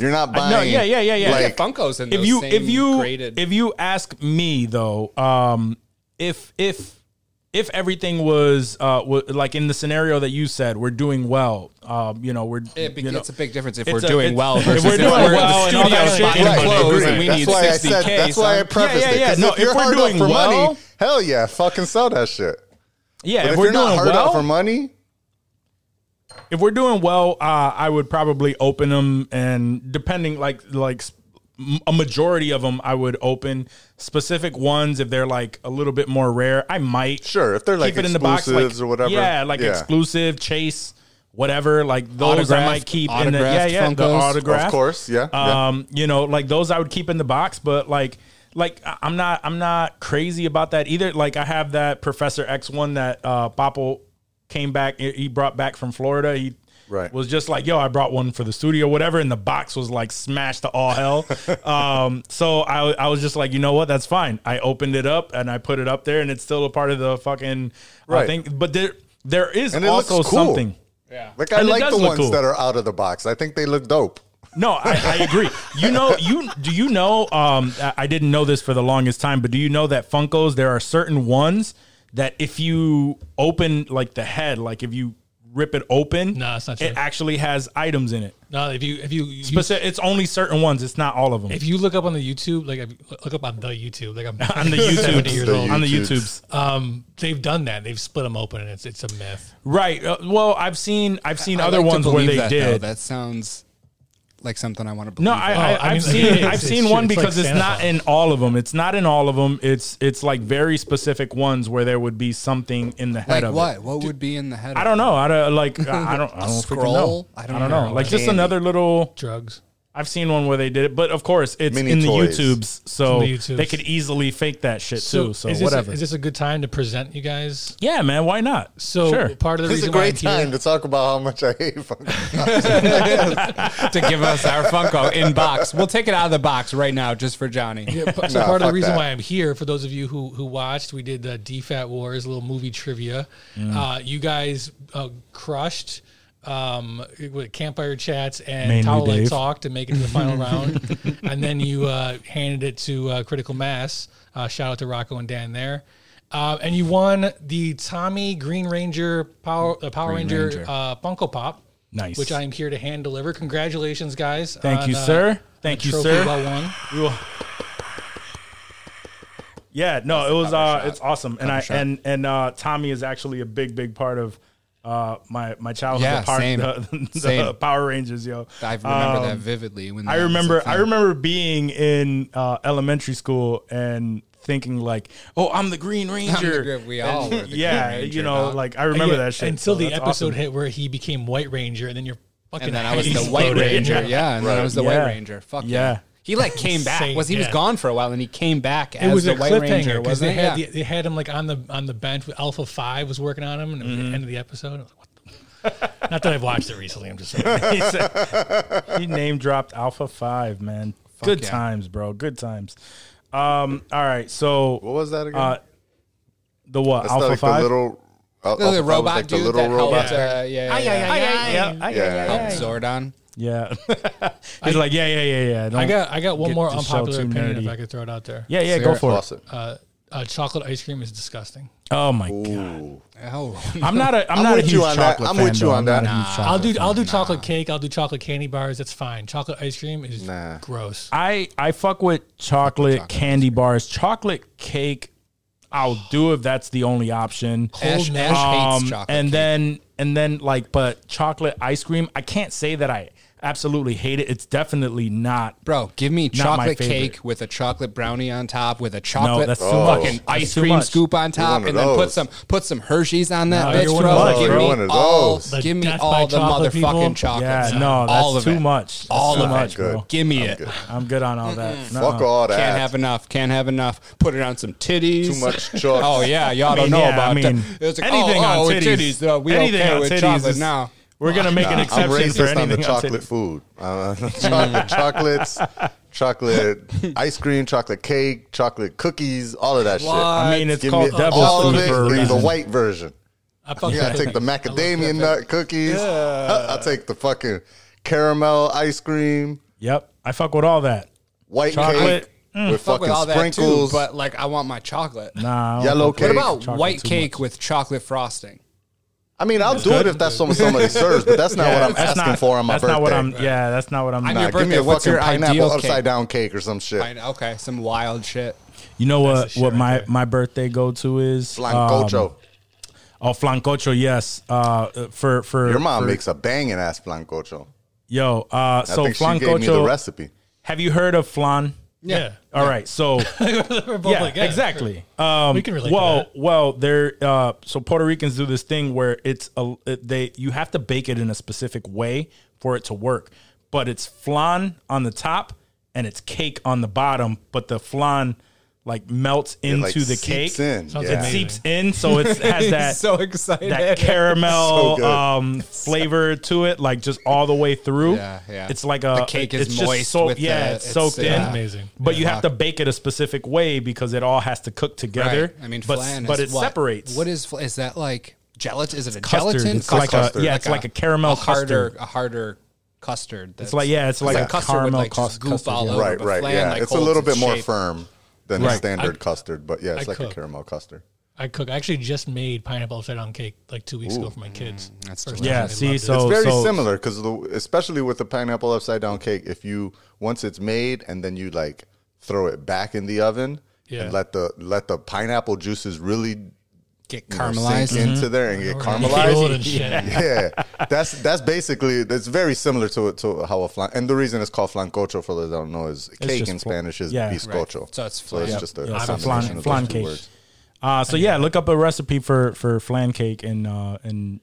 Speaker 6: You're not buying.
Speaker 1: no, yeah, yeah, yeah, yeah.
Speaker 5: I get
Speaker 6: Like,
Speaker 5: Funkos in
Speaker 1: if
Speaker 5: those
Speaker 1: you
Speaker 5: same
Speaker 1: if you
Speaker 5: graded.
Speaker 1: if you ask me though, um, if if if everything was uh wa- like in the scenario that you said, we're doing well. Um, you know, we're
Speaker 5: It be,
Speaker 1: you know,
Speaker 5: it's a big difference if
Speaker 1: it's
Speaker 5: we're
Speaker 1: a-
Speaker 5: doing
Speaker 1: it's-
Speaker 5: well
Speaker 1: if
Speaker 5: versus
Speaker 1: we're doing
Speaker 5: in
Speaker 1: well and
Speaker 5: the
Speaker 1: all
Speaker 5: studio
Speaker 1: that shit,
Speaker 5: spot
Speaker 1: right,
Speaker 5: and closed
Speaker 1: agree.
Speaker 5: and we
Speaker 6: that's
Speaker 5: need
Speaker 6: why I
Speaker 5: sixty
Speaker 6: said.
Speaker 5: k.
Speaker 6: That's why I prefaced
Speaker 1: Yeah, yeah,
Speaker 6: it.
Speaker 1: yeah.
Speaker 6: 'cause
Speaker 1: No,
Speaker 6: if you're
Speaker 1: if we're
Speaker 6: hard
Speaker 1: doing
Speaker 6: up for
Speaker 1: well-
Speaker 6: money, hell yeah, fucking sell that shit.
Speaker 1: yeah.
Speaker 6: But
Speaker 1: if,
Speaker 6: if,
Speaker 1: we're
Speaker 6: you're
Speaker 1: doing
Speaker 6: not hard
Speaker 1: well,
Speaker 6: up for money,
Speaker 1: if we're doing well, uh, I would probably open them, and depending like like s- m- a majority of them, I would open specific ones if they're like a little bit more rare. I might
Speaker 6: Sure, if they're, like, exclusives or whatever.
Speaker 1: Yeah, like
Speaker 6: Yeah.
Speaker 1: exclusive chase, whatever. Like those I
Speaker 5: Autographed-
Speaker 1: might keep in the yeah
Speaker 5: autographed
Speaker 1: yeah the
Speaker 5: Funkos, of
Speaker 1: autograph
Speaker 6: of course, yeah. yeah.
Speaker 1: um, you know, like those I would keep in the box, but like, like I- I'm not, I'm not crazy about that either. Like I have that Professor X one that uh, Popple came back, he- he brought back from Florida. He
Speaker 6: Right.
Speaker 1: was just like, yo, I brought one for the studio, whatever. And the box was like smashed to all hell. um, so I, I was just like, you know what, that's fine. I opened it up and I put it up there, and it's still a part of the fucking right.
Speaker 6: Right.
Speaker 1: thing. But there, there is
Speaker 6: And it looks
Speaker 1: also
Speaker 6: cool.
Speaker 1: something.
Speaker 6: Like I
Speaker 1: And it
Speaker 6: like
Speaker 1: does
Speaker 6: the
Speaker 1: look
Speaker 6: ones
Speaker 1: cool.
Speaker 6: that are out of the box. I think they look dope.
Speaker 1: No, I, I agree. You know, you do you know? Um, I I didn't know this for the longest time, but do you know that Funkos there are certain ones that if you open like the head, like if you rip it open,
Speaker 4: No, that's not true.
Speaker 1: it actually has items in it.
Speaker 4: no, if you if you, you
Speaker 1: Speci- it's only certain ones. It's not all of them.
Speaker 4: if you look up on the YouTube, like if you look up on the YouTube, like I'm
Speaker 1: on the YouTube,
Speaker 4: 70 years
Speaker 6: The
Speaker 4: old.
Speaker 1: on the YouTube's,
Speaker 6: YouTubes.
Speaker 4: Um, they've done that. They've split them open, and it's it's a myth.
Speaker 1: right? Uh, well, I've seen I've seen
Speaker 5: I
Speaker 1: other
Speaker 5: like to
Speaker 1: ones where
Speaker 5: believe
Speaker 1: they
Speaker 5: that, though.
Speaker 1: did.
Speaker 5: That sounds like something I want to believe.
Speaker 1: No, I,
Speaker 4: Oh,
Speaker 1: I,
Speaker 4: I
Speaker 1: I've
Speaker 4: mean, like,
Speaker 1: seen
Speaker 4: it is,
Speaker 1: I've
Speaker 4: it's
Speaker 1: seen
Speaker 4: true.
Speaker 1: one
Speaker 4: It's like
Speaker 1: because it's
Speaker 4: Santa
Speaker 1: not
Speaker 4: Claus.
Speaker 1: in all of them. It's not in all of them. It's it's like very specific ones where there would be something in the head
Speaker 5: like
Speaker 1: of
Speaker 5: what?
Speaker 1: it.
Speaker 5: What would be in the head?
Speaker 1: I
Speaker 5: of
Speaker 1: don't
Speaker 5: it?
Speaker 1: know. I don't like. I I don't. I don't freaking know.
Speaker 5: Scroll?
Speaker 1: I don't, know. Like just
Speaker 5: Candy.
Speaker 1: another little.
Speaker 4: Drugs.
Speaker 1: I've seen one where they did it, but of course it's
Speaker 6: Mini
Speaker 1: in the
Speaker 6: toys.
Speaker 1: YouTubes, so
Speaker 4: It's in the YouTubes.
Speaker 1: they could easily fake that shit too. So
Speaker 4: is this
Speaker 1: whatever.
Speaker 4: A, is this a good time to present you guys?
Speaker 1: yeah, man. Why not?
Speaker 4: So
Speaker 1: sure.
Speaker 4: part of the
Speaker 6: This is a
Speaker 4: reason why
Speaker 6: great
Speaker 4: I'm here-
Speaker 6: time to talk about how much I hate fucking.
Speaker 5: to give us our Funko in box. We'll take it out of the box right now, just for Johnny.
Speaker 4: Yeah, p- so
Speaker 6: Nah,
Speaker 4: part of the
Speaker 6: fuck
Speaker 4: reason
Speaker 6: that.
Speaker 4: why I'm here, for those of you who who watched, we did the DFAT Wars, a little movie trivia. Uh, you guys uh, crushed um, with campfire chats
Speaker 1: Mainly
Speaker 4: and towel
Speaker 1: Dave.
Speaker 4: lights talk to make it to the final round, and then you uh, handed it to uh, Critical Mass. Uh, shout out to Rocco and Dan there. Uh, and you won the Tommy Green Ranger Power uh, Power Ranger,
Speaker 5: Ranger.
Speaker 4: Uh, Funko Pop.
Speaker 1: Nice.
Speaker 4: Which I am here to hand deliver. Congratulations, guys.
Speaker 1: Thank
Speaker 4: on,
Speaker 1: you,
Speaker 4: uh,
Speaker 1: sir.
Speaker 4: the
Speaker 1: Thank you,
Speaker 4: trophy
Speaker 1: sir.
Speaker 4: Well won.
Speaker 1: We will- Yeah, no, it was uh, it's awesome, and I and and uh, Tommy is actually a big big part of uh, my my childhood.
Speaker 5: Yeah,
Speaker 1: the par-
Speaker 5: same.
Speaker 1: The, the
Speaker 5: Same.
Speaker 1: Power Rangers, yo.
Speaker 5: I remember that
Speaker 1: Um,
Speaker 5: vividly. When
Speaker 1: I
Speaker 5: that was a
Speaker 1: remember I
Speaker 5: thing.
Speaker 1: remember being in uh, elementary school and thinking like, oh, I'm the Green Ranger.
Speaker 5: Green- we all were the Green
Speaker 1: yeah,
Speaker 5: Ranger,
Speaker 1: you know,
Speaker 5: dog.
Speaker 1: like I remember
Speaker 4: Yeah,
Speaker 1: that shit so
Speaker 4: until the
Speaker 1: that's
Speaker 4: episode
Speaker 1: awesome.
Speaker 4: hit where he became White Ranger, and then you're fucking.
Speaker 5: and then I was
Speaker 4: head
Speaker 5: the White
Speaker 4: exploded.
Speaker 5: Ranger. Yeah, and then I was the
Speaker 1: Yeah.
Speaker 5: White Ranger. Fuck
Speaker 1: Yeah.
Speaker 5: yeah. He like came back.
Speaker 4: Insane,
Speaker 5: Was he was
Speaker 4: yeah.
Speaker 5: gone for a while, and he came back as
Speaker 4: It was
Speaker 5: the
Speaker 4: a
Speaker 5: White Ranger,
Speaker 4: cliffhanger because
Speaker 5: wasn't
Speaker 4: they
Speaker 5: it?
Speaker 4: had
Speaker 5: Yeah.
Speaker 4: the, they had him like on the on the bench. with Alpha Five was working on him, and it was the
Speaker 1: Mm-hmm.
Speaker 4: end of the episode. I was like, what the- Not that I've watched it recently. I'm just saying.
Speaker 1: he, said- he name dropped Alpha Five, man. Good
Speaker 5: yeah.
Speaker 1: times, bro. Good times. Um, all right, so
Speaker 6: What was that again?
Speaker 1: Uh, the what?
Speaker 6: That's
Speaker 1: Alpha
Speaker 6: like
Speaker 1: Five.
Speaker 6: the little. uh,
Speaker 5: The,
Speaker 6: Alpha Five was
Speaker 5: robot
Speaker 6: like
Speaker 5: dude
Speaker 6: the little
Speaker 5: that
Speaker 6: robot.
Speaker 5: helped. Uh, yeah, yeah, yeah.
Speaker 1: yeah,
Speaker 6: Yeah.
Speaker 1: yeah,
Speaker 5: Helped Zordon.
Speaker 1: yeah. yeah. He's like, yeah, yeah, yeah, yeah. Don't-
Speaker 4: I got I got one
Speaker 1: Get
Speaker 4: more
Speaker 1: the show
Speaker 4: unpopular
Speaker 1: too
Speaker 4: opinion
Speaker 1: nerdy.
Speaker 4: if I could throw it out there.
Speaker 1: yeah, yeah. Go
Speaker 5: Sarah
Speaker 1: for it.
Speaker 6: Awesome.
Speaker 4: Uh, chocolate ice cream is disgusting.
Speaker 1: Oh my god.
Speaker 5: Oh,
Speaker 1: I'm not a I'm,
Speaker 6: I'm
Speaker 1: not a
Speaker 6: with
Speaker 1: huge
Speaker 6: you on that.
Speaker 1: chocolate
Speaker 6: I'm
Speaker 1: fan,
Speaker 6: with you
Speaker 1: though.
Speaker 6: on
Speaker 1: I'm not
Speaker 6: that.
Speaker 1: a huge chocolate
Speaker 4: I'll do
Speaker 1: fan.
Speaker 4: I'll do chocolate cake. I'll do chocolate candy bars. That's fine. Chocolate ice cream is
Speaker 6: Nah.
Speaker 4: gross.
Speaker 1: I I fuck with chocolate, candy bars, chocolate cake. I'll do if that's the only option.
Speaker 5: Ash,
Speaker 4: Old
Speaker 5: Ash hates
Speaker 1: Um,
Speaker 5: chocolate.
Speaker 1: and
Speaker 5: cake.
Speaker 1: then and then like but chocolate ice cream. I can't say that I absolutely hate it. It's definitely not.
Speaker 5: Bro, give me
Speaker 1: my
Speaker 5: chocolate
Speaker 1: favorite.
Speaker 5: cake with a chocolate brownie on top, with a chocolate
Speaker 1: that's too much.
Speaker 5: fucking
Speaker 1: That's
Speaker 5: ice
Speaker 1: too
Speaker 5: cream
Speaker 1: much.
Speaker 5: scoop on top,
Speaker 6: one of
Speaker 5: and then put
Speaker 6: those.
Speaker 5: some put some Hershey's on that
Speaker 4: No,
Speaker 5: bitch,
Speaker 4: you're one
Speaker 5: bro.
Speaker 4: of those,
Speaker 5: give,
Speaker 4: bro.
Speaker 5: me
Speaker 6: You're one of
Speaker 5: all,
Speaker 6: those.
Speaker 4: The
Speaker 5: give me
Speaker 4: death
Speaker 5: all
Speaker 4: by
Speaker 5: the
Speaker 4: chocolate
Speaker 5: motherfucking
Speaker 4: people?
Speaker 5: chocolates.
Speaker 1: Yeah, no, that's
Speaker 5: all of
Speaker 1: too
Speaker 5: it.
Speaker 1: much. That's
Speaker 5: All
Speaker 1: too
Speaker 5: of it.
Speaker 1: much, bro.
Speaker 6: Good.
Speaker 5: Give me it.
Speaker 6: good.
Speaker 1: I'm good on all that. No,
Speaker 6: Fuck
Speaker 1: no.
Speaker 6: all that.
Speaker 5: Can't have enough. Can't have enough. Put it on some titties.
Speaker 6: Too much chocolate.
Speaker 5: oh yeah, y'all
Speaker 1: I mean,
Speaker 5: don't know
Speaker 1: yeah,
Speaker 5: about
Speaker 1: I mean,
Speaker 5: that. It's like,
Speaker 1: anything
Speaker 5: oh,
Speaker 1: on
Speaker 5: oh,
Speaker 1: titties.
Speaker 5: though, we
Speaker 1: anything
Speaker 5: okay
Speaker 1: on
Speaker 5: with
Speaker 1: titties
Speaker 5: chocolate
Speaker 1: is-
Speaker 5: now.
Speaker 1: We're gonna make an
Speaker 6: Nah, I'm
Speaker 1: exception for
Speaker 6: racist
Speaker 1: anything
Speaker 6: on the chocolate
Speaker 1: titties.
Speaker 6: food. Uh, chocolate, chocolates, chocolate ice cream, chocolate cake, chocolate cookies, all of that shit.
Speaker 1: I mean, it's
Speaker 6: Give me
Speaker 1: called devil's
Speaker 6: all of
Speaker 1: food
Speaker 6: it,
Speaker 1: for a
Speaker 6: leave the
Speaker 1: reason.
Speaker 6: white version.
Speaker 4: I fuck
Speaker 6: You
Speaker 4: with
Speaker 6: gotta take the
Speaker 4: Pippin. I love
Speaker 6: macadamia
Speaker 4: Pippin.
Speaker 6: nut cookies. I'll take the fucking caramel ice cream,
Speaker 1: Yep, I fuck with all that.
Speaker 6: white
Speaker 1: Chocolate. Mm.
Speaker 6: cake with
Speaker 5: Fuck
Speaker 6: fucking
Speaker 5: with all that too,
Speaker 6: sprinkles,
Speaker 5: but like, I want my chocolate.
Speaker 1: Nah, I don't
Speaker 6: yellow
Speaker 1: fuck with
Speaker 6: cake.
Speaker 5: What
Speaker 1: it.
Speaker 5: about
Speaker 1: Chocolate
Speaker 5: white
Speaker 1: too
Speaker 5: cake with chocolate frosting?
Speaker 6: I mean, I'll do it if that's what somebody serves, but that's not what I'm
Speaker 1: That's
Speaker 6: asking
Speaker 1: not-
Speaker 6: for on my
Speaker 1: that's
Speaker 6: birthday.
Speaker 1: Not what I'm, yeah, that's not what I'm.
Speaker 5: I'm
Speaker 6: Nah,
Speaker 5: your
Speaker 6: give me
Speaker 5: birthday,
Speaker 6: a
Speaker 5: what's
Speaker 6: fucking
Speaker 5: your
Speaker 6: pineapple
Speaker 5: ideal cake?
Speaker 6: upside down cake or some shit.
Speaker 5: I know, okay, some wild shit.
Speaker 1: You know
Speaker 4: That's the
Speaker 1: what?
Speaker 4: shit
Speaker 1: What
Speaker 4: right
Speaker 1: my
Speaker 4: there.
Speaker 1: my birthday go to is
Speaker 6: Flancocho.
Speaker 1: Um, oh, flancocho. Yes. Uh, for for
Speaker 6: Your mom
Speaker 1: for-
Speaker 6: makes a banging ass flancocho.
Speaker 1: Yo. Uh,
Speaker 6: I
Speaker 1: so
Speaker 6: think she gave me the
Speaker 1: flancocho.
Speaker 6: recipe.
Speaker 1: Have you heard of flan?
Speaker 4: Yeah.
Speaker 1: All right. So
Speaker 4: We're both
Speaker 1: yeah,
Speaker 4: like, yeah,
Speaker 1: exactly. Um,
Speaker 4: We can relate.
Speaker 1: well,
Speaker 4: to
Speaker 1: well, they're uh, so Puerto Ricans do this thing where it's a it- they you have to bake it in a specific way for it to work, but it's flan on the top and it's cake on the bottom, but the flan like melts into
Speaker 6: like,
Speaker 1: the
Speaker 6: seeps
Speaker 1: cake.
Speaker 6: in.
Speaker 4: Sounds
Speaker 1: It
Speaker 6: Yeah.
Speaker 4: amazing.
Speaker 1: seeps in, so it has that
Speaker 5: so excited.
Speaker 1: that
Speaker 6: So
Speaker 1: caramel
Speaker 6: good.
Speaker 1: um, flavor to it, like just all the way through.
Speaker 5: Yeah, yeah.
Speaker 1: It's like a
Speaker 5: The cake is
Speaker 1: it's just
Speaker 5: moist
Speaker 1: soak-
Speaker 5: with
Speaker 1: yeah,
Speaker 5: the-
Speaker 1: it's
Speaker 5: it's, uh,
Speaker 1: soaked in.
Speaker 5: yeah.
Speaker 4: Amazing.
Speaker 1: But
Speaker 4: Yeah.
Speaker 1: you have to bake it a specific way because it all has to cook together.
Speaker 5: Right. I mean,
Speaker 1: but
Speaker 5: flan
Speaker 1: but
Speaker 5: is
Speaker 1: it
Speaker 5: what?
Speaker 1: separates.
Speaker 5: What is fl- is that like gelatin? Is it a
Speaker 1: Custard.
Speaker 5: gelatin?
Speaker 1: It's like a-
Speaker 5: Custard.
Speaker 1: yeah, it's like a caramel
Speaker 5: harder
Speaker 1: custard.
Speaker 5: a harder custard.
Speaker 1: It's like yeah, it's like
Speaker 5: like
Speaker 1: a
Speaker 5: a custard with,
Speaker 1: caramel
Speaker 5: like, just
Speaker 1: cus-
Speaker 5: goop
Speaker 1: custard,
Speaker 5: all
Speaker 1: yeah.
Speaker 5: over.
Speaker 6: Right,
Speaker 5: but
Speaker 6: right.
Speaker 5: flan,
Speaker 6: yeah,
Speaker 5: like,
Speaker 6: it's a
Speaker 5: holds
Speaker 6: little
Speaker 5: its
Speaker 6: bit more
Speaker 5: shape.
Speaker 6: firm than
Speaker 1: Right.
Speaker 6: a standard
Speaker 4: I-
Speaker 6: custard, but yeah, it's
Speaker 4: I
Speaker 6: like
Speaker 4: cook.
Speaker 6: a caramel custard.
Speaker 4: I cook. I actually just made pineapple upside down cake like two weeks ago for my kids.
Speaker 5: that's
Speaker 4: First
Speaker 5: delicious.
Speaker 4: time
Speaker 1: Yeah,
Speaker 4: they
Speaker 1: see, so-
Speaker 4: loved it.
Speaker 6: It's very
Speaker 1: Oh, so-
Speaker 6: similar because especially with the pineapple upside down cake, if you once it's made and then you like throw it back in the oven
Speaker 4: Yeah.
Speaker 6: and let the let the pineapple juices really
Speaker 5: Get
Speaker 6: you know, sink
Speaker 5: caramelized.
Speaker 1: Mm-hmm.
Speaker 6: into there and
Speaker 5: Mm-hmm.
Speaker 6: get
Speaker 4: Fueled
Speaker 6: caramelized.
Speaker 4: and shit.
Speaker 6: yeah, that's that's basically that's very similar to to how a flan. And the reason it's called flancocho for those that don't know is cake
Speaker 1: just
Speaker 6: in
Speaker 1: fl-
Speaker 6: Spanish is
Speaker 1: yeah.
Speaker 6: bizcocho.
Speaker 5: Right. So it's
Speaker 6: so
Speaker 5: flan.
Speaker 6: it's just a
Speaker 1: Yeah, it's a
Speaker 6: combination
Speaker 1: flan-
Speaker 6: of
Speaker 1: flan
Speaker 6: those two
Speaker 1: cake.
Speaker 6: words.
Speaker 1: Uh, so yeah, look up a recipe for for flan cake and uh, and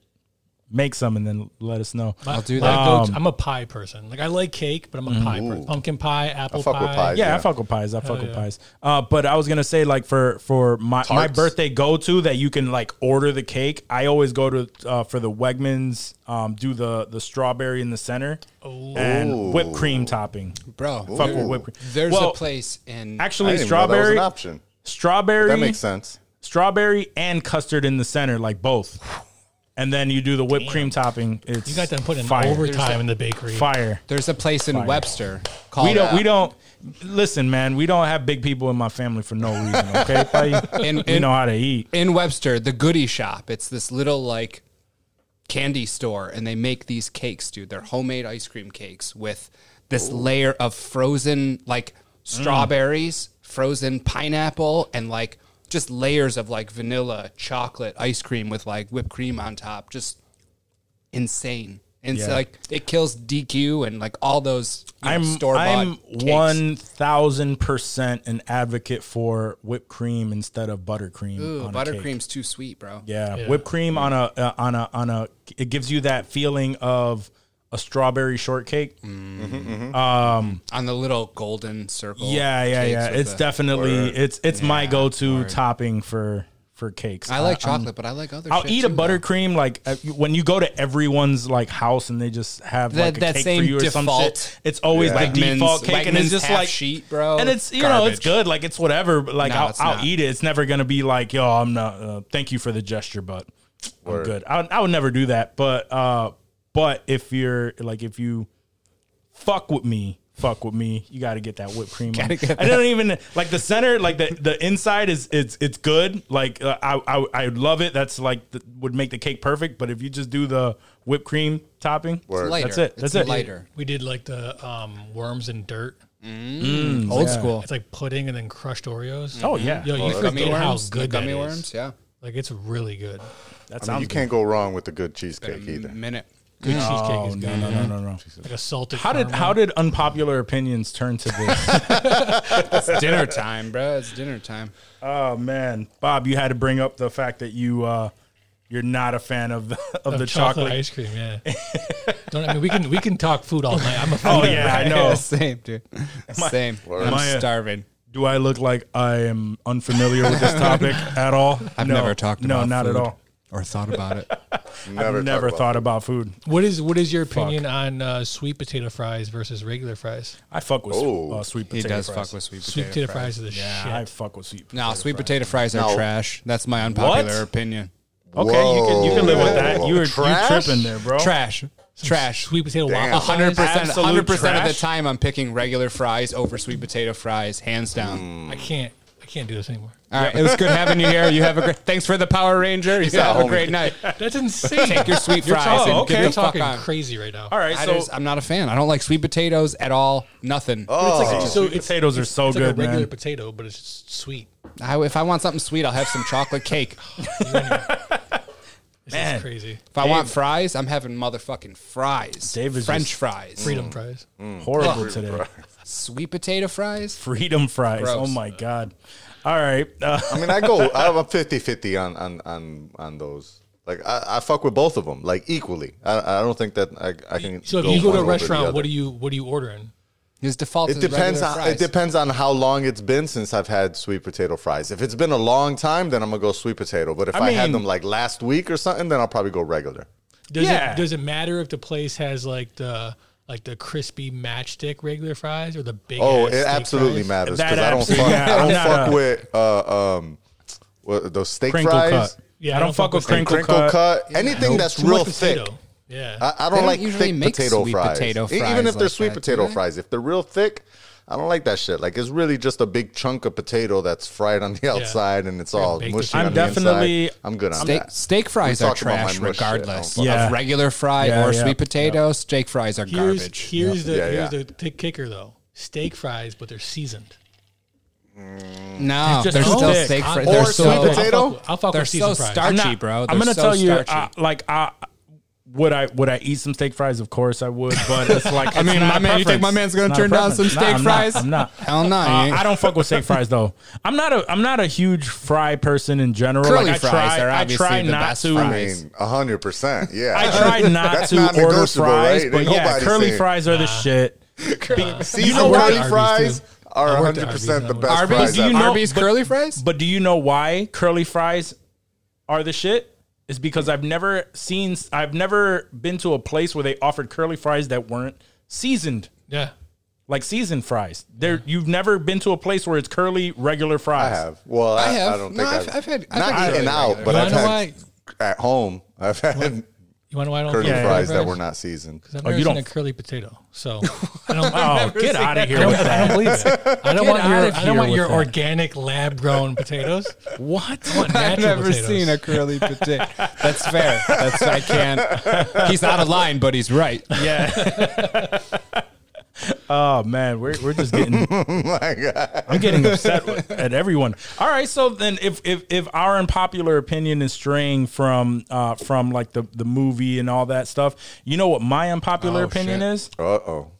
Speaker 1: make some and then let us know.
Speaker 5: I'll do
Speaker 4: My
Speaker 5: that.
Speaker 4: go-to-
Speaker 1: Um,
Speaker 4: I'm a pie person. Like I like cake, but I'm a pie person. Pumpkin pie, apple
Speaker 6: fuck
Speaker 4: pie.
Speaker 6: with pies.
Speaker 1: yeah, I
Speaker 6: Yeah.
Speaker 1: fuck with pies. I fuck with pies. Uh, but I was gonna say like for for my, my
Speaker 6: Tarts.
Speaker 1: birthday go to that you can like order the cake. I always go to uh, for the Wegmans. Um, do the the strawberry in the center and whipped cream topping.
Speaker 5: Bro,
Speaker 1: Fuck
Speaker 5: there-
Speaker 1: with whipped cream.
Speaker 5: there's
Speaker 1: Well,
Speaker 5: a place in
Speaker 1: Actually,
Speaker 6: I didn't even know that was
Speaker 1: strawberry,
Speaker 6: an option.
Speaker 1: strawberry,
Speaker 6: That makes sense.
Speaker 1: strawberry and custard in the center, like both. And then you do the whipped cream topping. It's
Speaker 4: You got them putting
Speaker 1: fire.
Speaker 4: overtime in the bakery.
Speaker 1: Fire.
Speaker 5: there's a place in Webster called
Speaker 1: We don't. We don't. Listen, man. We don't have big people in my family for no reason. Okay, buddy?
Speaker 5: And-
Speaker 1: we
Speaker 5: and-
Speaker 1: know how to eat.
Speaker 5: in Webster, the Goody Shop. It's this little like candy store, and they make these cakes, dude. They're homemade ice cream cakes with this layer of frozen like strawberries, frozen pineapple, and like just layers of like vanilla, chocolate ice cream with like whipped cream on top. Just insane. And so
Speaker 1: Yeah.
Speaker 5: like it kills DQ and like all those you know,
Speaker 1: I'm
Speaker 5: store
Speaker 1: I'm
Speaker 5: bought
Speaker 1: one thousand percent an advocate for whipped cream instead of buttercream.
Speaker 5: Ooh,
Speaker 1: on a cake.
Speaker 5: Oh, buttercream's too sweet, bro.
Speaker 1: Yeah. whipped cream on a uh, on a on a it gives you that feeling of a strawberry shortcake.
Speaker 5: Mm. On the little golden circle.
Speaker 1: Yeah, yeah,
Speaker 5: cakes
Speaker 1: yeah.
Speaker 5: with
Speaker 1: It's
Speaker 5: the-
Speaker 1: definitely it's it's my go to topping for for cakes.
Speaker 5: I like chocolate, but I like other.
Speaker 1: I'll
Speaker 5: shit
Speaker 1: eat a
Speaker 5: too, though.
Speaker 1: buttercream like uh, when you go to everyone's like house and they just have
Speaker 5: That-
Speaker 1: like a
Speaker 5: that
Speaker 1: cake
Speaker 5: same
Speaker 1: for you or some
Speaker 5: default.
Speaker 1: shit. It's always
Speaker 5: Yeah.
Speaker 1: the
Speaker 5: Wegmans-
Speaker 1: default cake, and it's
Speaker 5: Wegmans
Speaker 1: just
Speaker 5: half
Speaker 1: like
Speaker 5: sheet, bro.
Speaker 1: And it's you know it's
Speaker 5: Garbage.
Speaker 1: good, like it's whatever. But like
Speaker 5: No,
Speaker 1: I'll,
Speaker 5: it's
Speaker 1: I'll
Speaker 5: not.
Speaker 1: eat it. It's never gonna be like yo, I'm not. Uh, thank you for the gesture, but I'm
Speaker 6: Word.
Speaker 1: good. I, I would never do that. But uh, but if you're like if you fuck with me. Fuck with me. You got to get that whipped cream. on. I don't even like the center, like the the inside is it's it's good. Like uh, I, I I love it. That's like the, would make the cake perfect. But if you just do the whipped cream topping,
Speaker 6: Word.
Speaker 5: Lighter.
Speaker 1: that's it.
Speaker 5: It's
Speaker 1: That's it.
Speaker 5: Lighter.
Speaker 4: We did like the um, worms and dirt.
Speaker 1: Mm.
Speaker 5: Old school.
Speaker 4: It's like pudding and then crushed Oreos.
Speaker 1: Oh, yeah.
Speaker 4: Yo,
Speaker 1: Oh,
Speaker 4: you
Speaker 5: Gummy
Speaker 4: forget how
Speaker 5: worms.
Speaker 4: good that
Speaker 5: gummy
Speaker 4: is.
Speaker 5: worms. Yeah.
Speaker 4: Like it's really good.
Speaker 1: that
Speaker 6: I mean,
Speaker 1: sounds
Speaker 6: you can't go wrong with a good cheesecake either.
Speaker 5: Minute.
Speaker 4: Good cheesecake
Speaker 1: Oh
Speaker 4: is good.
Speaker 1: no, no, no, no, no.
Speaker 4: Like a salted.
Speaker 1: How did
Speaker 4: caramel.
Speaker 1: how did unpopular opinions turn to this?
Speaker 5: It's dinner time, bro. It's dinner time.
Speaker 1: oh man, Bob, you had to bring up the fact that you uh, you're not a fan of the, of,
Speaker 4: Of
Speaker 1: the chocolate.
Speaker 4: ice cream? Yeah. Don't I mean we can we can talk food all night. I'm a food.
Speaker 1: Oh yeah, I know. uh,
Speaker 5: Same, dude. Same. I'm
Speaker 1: Maya.
Speaker 5: starving.
Speaker 1: Do I look like I am unfamiliar with this topic at all?
Speaker 5: I've
Speaker 1: no,
Speaker 5: never talked
Speaker 1: No,
Speaker 5: about
Speaker 1: not at
Speaker 5: food
Speaker 1: all.
Speaker 5: Or thought about it.
Speaker 1: Never,
Speaker 6: Never,
Speaker 1: never thought about food.
Speaker 4: What is what is your opinion on uh, sweet potato fries versus regular fries?
Speaker 1: I fuck with
Speaker 6: Oh.
Speaker 1: uh, sweet
Speaker 5: he
Speaker 1: potato.
Speaker 5: does
Speaker 1: fries.
Speaker 5: fuck with sweet potato,
Speaker 4: Sweet potato
Speaker 5: fries.
Speaker 4: fries are the
Speaker 1: Yeah,
Speaker 4: shit.
Speaker 1: I fuck with sweet.
Speaker 5: No,
Speaker 1: potato
Speaker 5: sweet
Speaker 1: fries.
Speaker 5: potato fries are
Speaker 6: No.
Speaker 5: trash. That's my unpopular
Speaker 1: What?
Speaker 5: opinion.
Speaker 1: Okay, you can you can live with that. You were you
Speaker 6: Trash?
Speaker 1: tripping there, bro.
Speaker 5: Trash. Trash.
Speaker 4: Sweet potato
Speaker 6: Damn.
Speaker 4: waffle
Speaker 5: Hundred
Speaker 4: fries?
Speaker 5: percent.
Speaker 1: Absolute
Speaker 5: Hundred percent of the
Speaker 1: trash.
Speaker 5: time, I'm picking regular fries over sweet potato fries, hands down.
Speaker 6: Mm.
Speaker 4: I can't I can't do this anymore.
Speaker 5: All right, it was good having you here. You have a great. Thanks for the Power Ranger. You have a
Speaker 6: homie.
Speaker 5: great night.
Speaker 4: That's insane.
Speaker 5: Take your sweet
Speaker 4: You're
Speaker 5: fries
Speaker 4: talking-
Speaker 5: and
Speaker 1: okay.
Speaker 5: get
Speaker 4: You're
Speaker 5: the fuck
Speaker 4: talking
Speaker 5: on.
Speaker 4: crazy right now.
Speaker 1: All right,
Speaker 5: I
Speaker 1: so
Speaker 5: just, I'm not a fan. I don't like sweet potatoes at all. Nothing.
Speaker 6: Oh.
Speaker 4: It's like, so
Speaker 1: sweet
Speaker 4: it's,
Speaker 1: potatoes are
Speaker 4: it's-
Speaker 1: so
Speaker 4: it's
Speaker 1: good,
Speaker 4: like a regular
Speaker 1: man.
Speaker 4: potato, but it's just sweet.
Speaker 5: I, if I want something sweet, I'll have some chocolate cake.
Speaker 4: It's
Speaker 1: Man.
Speaker 4: just crazy.
Speaker 5: If I want fries, I'm having motherfucking fries.
Speaker 1: Dave is
Speaker 5: French
Speaker 1: just-
Speaker 5: fries.
Speaker 4: Freedom fries.
Speaker 1: horrible today.
Speaker 5: Sweet potato fries.
Speaker 1: Freedom fries.
Speaker 5: Gross.
Speaker 1: Oh my god. All right. Uh,
Speaker 6: I mean, I go. I'm a 50-50 on on on on those. Like I, I fuck with both of them, like equally. I, I don't think that I, I can.
Speaker 4: So if you go to a
Speaker 6: one over the
Speaker 4: restaurant,
Speaker 6: other.
Speaker 4: what are you what are you ordering?
Speaker 5: His default
Speaker 6: It
Speaker 5: is
Speaker 6: depends.
Speaker 5: regular
Speaker 6: On,
Speaker 5: fries.
Speaker 6: it depends on how long it's been since I've had sweet potato fries. If it's been a long time, then I'm gonna go sweet potato. But if I,
Speaker 1: I mean-
Speaker 6: had them like last week or something, then I'll probably go regular.
Speaker 4: Does
Speaker 1: Yeah.
Speaker 4: it does it matter if the place has like the like the crispy matchstick regular fries or the big?
Speaker 6: Oh,
Speaker 4: ass
Speaker 6: it
Speaker 4: steak
Speaker 6: absolutely
Speaker 4: fries?
Speaker 6: matters
Speaker 1: That
Speaker 6: because I don't fuck.
Speaker 1: absolutely- yeah,
Speaker 6: I don't
Speaker 1: I'm not
Speaker 6: fuck
Speaker 1: a-
Speaker 6: with uh, um, what, those steak
Speaker 1: crinkle
Speaker 6: fries,
Speaker 1: cut.
Speaker 4: Yeah,
Speaker 1: I don't fuck with crinkle,
Speaker 6: crinkle
Speaker 1: cut.
Speaker 6: cut, anything
Speaker 4: Nope.
Speaker 6: that's
Speaker 4: Too much
Speaker 6: real thick. Uh,
Speaker 4: potato. Yeah,
Speaker 6: I, I
Speaker 5: They
Speaker 6: don't
Speaker 5: don't
Speaker 6: like
Speaker 5: usually
Speaker 6: thick
Speaker 5: make
Speaker 6: potato
Speaker 5: sweet
Speaker 6: fries.
Speaker 5: potato
Speaker 6: E-
Speaker 5: fries
Speaker 6: Even if they're
Speaker 5: like
Speaker 6: sweet
Speaker 5: that, do
Speaker 6: potato
Speaker 5: they?
Speaker 6: fries, if they're real thick, I don't like that shit. Like it's really just a big chunk of potato that's fried on the outside and it's all
Speaker 4: baked
Speaker 6: mushy.
Speaker 4: potato.
Speaker 6: on
Speaker 1: I'm
Speaker 6: the
Speaker 1: definitely-
Speaker 6: inside. I'm good on
Speaker 5: Steak,
Speaker 6: that.
Speaker 5: steak fries
Speaker 6: We
Speaker 5: are
Speaker 6: talked about my
Speaker 5: trash
Speaker 6: mush shit.
Speaker 5: regardless
Speaker 6: I don't
Speaker 1: fuck-
Speaker 5: of regular fry
Speaker 1: Yeah,
Speaker 5: or
Speaker 1: yeah.
Speaker 5: sweet potato. Steak fries are
Speaker 4: here's
Speaker 5: garbage.
Speaker 4: here's the
Speaker 6: Yeah,
Speaker 4: here's
Speaker 6: yeah.
Speaker 4: the t- kicker though. Steak fries, but they're seasoned.
Speaker 5: No,
Speaker 1: just
Speaker 5: they're
Speaker 1: so
Speaker 5: still
Speaker 1: thick.
Speaker 5: steak
Speaker 1: I-
Speaker 5: fries.
Speaker 6: Or
Speaker 5: They're
Speaker 6: sweet
Speaker 5: so,
Speaker 6: potato.
Speaker 4: I'll fuck with, I'll fuck
Speaker 5: They're
Speaker 4: with season
Speaker 5: so
Speaker 4: fries.
Speaker 5: starchy, bro. They're
Speaker 1: I'm gonna
Speaker 5: so
Speaker 1: tell you,
Speaker 5: starchy.
Speaker 1: I, like I would I would I eat some steak fries? Of course I would, but it's like
Speaker 5: I mean,
Speaker 1: it's not
Speaker 5: my
Speaker 1: a
Speaker 5: man, you think
Speaker 1: preference.
Speaker 5: my man's gonna
Speaker 1: It's not a
Speaker 5: turn down some
Speaker 1: preference.
Speaker 5: steak
Speaker 1: I'm
Speaker 5: fries?
Speaker 1: Not, I'm not.
Speaker 5: Hell no,
Speaker 1: Uh,
Speaker 5: you ain't.
Speaker 1: I don't fuck with steak fries though. I'm not a I'm not a huge fry person in general.
Speaker 5: Curly
Speaker 1: like I
Speaker 5: fries
Speaker 1: try
Speaker 5: are
Speaker 1: I
Speaker 5: obviously
Speaker 1: try
Speaker 5: the
Speaker 1: not
Speaker 5: best
Speaker 1: to.
Speaker 5: fries.
Speaker 6: I mean, hundred percent. Yeah,
Speaker 1: I try not
Speaker 6: That's
Speaker 1: to
Speaker 6: not
Speaker 1: order
Speaker 6: negotiable,
Speaker 1: fries,
Speaker 6: right?
Speaker 1: but
Speaker 6: Ain't
Speaker 1: yeah,
Speaker 6: nobody
Speaker 1: curly
Speaker 6: saying-
Speaker 1: fries are the shit.
Speaker 6: Seasoned
Speaker 4: know what?
Speaker 6: curly
Speaker 4: Arby's,
Speaker 6: fries
Speaker 4: too.
Speaker 6: are
Speaker 4: I worked at
Speaker 6: hundred percent the
Speaker 4: Arby's,
Speaker 6: best
Speaker 5: Arby's,
Speaker 6: fries.
Speaker 1: do you
Speaker 6: I've-
Speaker 1: know-
Speaker 5: Arby's
Speaker 1: but-
Speaker 5: curly fries.
Speaker 1: But do you know why curly fries are the shit? It's because I've never seen, I've never been to a place where they offered curly fries that weren't seasoned,
Speaker 4: Yeah,
Speaker 1: like seasoned fries. There, you've never been to a place where it's curly regular
Speaker 6: I
Speaker 1: fries.
Speaker 6: have. Well, I,
Speaker 5: I have.
Speaker 6: I don't
Speaker 5: No,
Speaker 6: think
Speaker 5: I've- I've had- I've
Speaker 6: not
Speaker 5: had
Speaker 6: eaten
Speaker 5: curly
Speaker 6: out,
Speaker 5: fries.
Speaker 6: but
Speaker 4: You
Speaker 6: I've
Speaker 4: wanna know
Speaker 6: had at home. I've had
Speaker 4: you want to know why I don't
Speaker 6: curly
Speaker 4: fuck with
Speaker 6: fries that were not seasoned.
Speaker 4: 'Cause I've
Speaker 1: Oh,
Speaker 4: never
Speaker 1: you
Speaker 4: seen
Speaker 1: don't-
Speaker 4: a curly potato, so I don't. I
Speaker 1: Oh,
Speaker 4: don't-
Speaker 1: get out of here with
Speaker 4: I don't
Speaker 1: that!
Speaker 4: believe that. I don't
Speaker 1: Get
Speaker 4: want
Speaker 1: out
Speaker 4: your
Speaker 1: of
Speaker 4: I
Speaker 1: here
Speaker 4: don't want
Speaker 1: with
Speaker 4: your
Speaker 1: that.
Speaker 4: organic lab grown potatoes.
Speaker 1: What?
Speaker 4: I want
Speaker 5: I've
Speaker 4: natural
Speaker 5: never
Speaker 4: potatoes.
Speaker 5: seen a curly potato. That's fair. That's I can't. He's out of line, but he's right.
Speaker 1: Yeah. oh man, we're we're just getting
Speaker 6: My God.
Speaker 1: I'm getting upset with- at everyone. All right, so then if if if our unpopular opinion is straying from uh from like the the movie and all that stuff, you know what my unpopular
Speaker 5: Oh,
Speaker 1: opinion
Speaker 5: shit.
Speaker 1: is?
Speaker 6: Uh oh.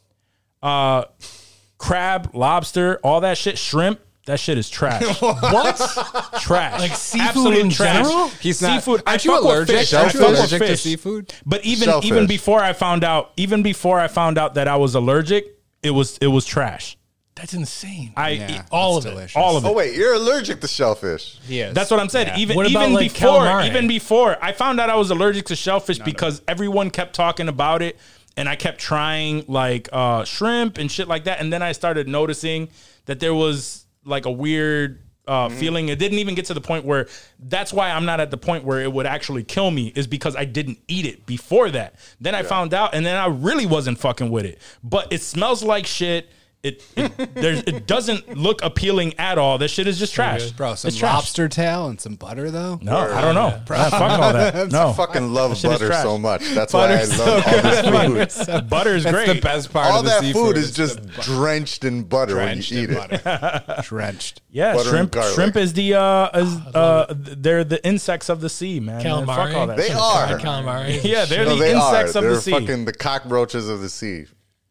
Speaker 1: Crab, lobster, all that shit, shrimp. That shit is trash. what? Trash. Like
Speaker 4: seafood in general?
Speaker 5: He's not.
Speaker 1: Seafood.
Speaker 5: Aren't
Speaker 1: I
Speaker 5: you
Speaker 1: fuck with
Speaker 5: allergic?
Speaker 1: fish.
Speaker 5: Aren't
Speaker 1: I
Speaker 5: you
Speaker 1: fuck with
Speaker 5: allergic to
Speaker 1: fish.
Speaker 5: seafood?
Speaker 1: But even
Speaker 6: Shellfish.
Speaker 1: even before I found out, even before I found out that I was allergic, it was it was trash.
Speaker 4: That's insane.
Speaker 1: I
Speaker 5: Yeah,
Speaker 1: eat all of
Speaker 5: that's
Speaker 1: it,
Speaker 5: delicious.
Speaker 1: all of it.
Speaker 6: Oh wait, you're allergic to shellfish.
Speaker 5: Yes.
Speaker 1: That's what I'm saying. Even
Speaker 4: What about,
Speaker 1: even
Speaker 4: like,
Speaker 1: before
Speaker 4: calamari?
Speaker 1: even before I found out I was allergic to shellfish because everyone kept talking about it and I kept trying like uh, shrimp and shit like that and then I started noticing that there was like a weird uh,
Speaker 5: Mm-hmm.
Speaker 1: feeling. It didn't even get to the point where that's why I'm not at the point where it would actually kill me is because I didn't eat it before that. Then I found out and then I really wasn't fucking with it. But it smells like shit. It, it there's it doesn't look appealing at all. This shit is just trash,
Speaker 5: Bro, some
Speaker 1: it's trash.
Speaker 5: lobster tail and some butter though.
Speaker 1: No, I don't know. Nah, fuck all that.
Speaker 6: I
Speaker 1: No,
Speaker 6: uh, fucking love
Speaker 1: shit is
Speaker 6: butter
Speaker 1: trash.
Speaker 6: so much. That's why I
Speaker 5: Butter's so
Speaker 6: love all this food.
Speaker 1: butter is
Speaker 5: That's
Speaker 1: great.
Speaker 5: the best part
Speaker 6: All
Speaker 5: of the
Speaker 6: that
Speaker 5: seafood
Speaker 6: food is just drenched in butter when
Speaker 5: drenched
Speaker 6: you eat
Speaker 5: in
Speaker 6: it.
Speaker 5: butter. drenched.
Speaker 1: Yeah,
Speaker 6: Butter and
Speaker 1: shrimp.
Speaker 6: garlic.
Speaker 1: Shrimp is the uh, is, uh, they're the insects of the sea, man.
Speaker 4: Calamari.
Speaker 1: Fuck all that.
Speaker 6: They
Speaker 1: shit.
Speaker 6: are.
Speaker 4: calamari.
Speaker 1: Yeah, they're
Speaker 6: No,
Speaker 1: the
Speaker 6: they are.
Speaker 1: insects of
Speaker 6: They're
Speaker 1: the sea.
Speaker 6: fucking the cockroaches of the sea.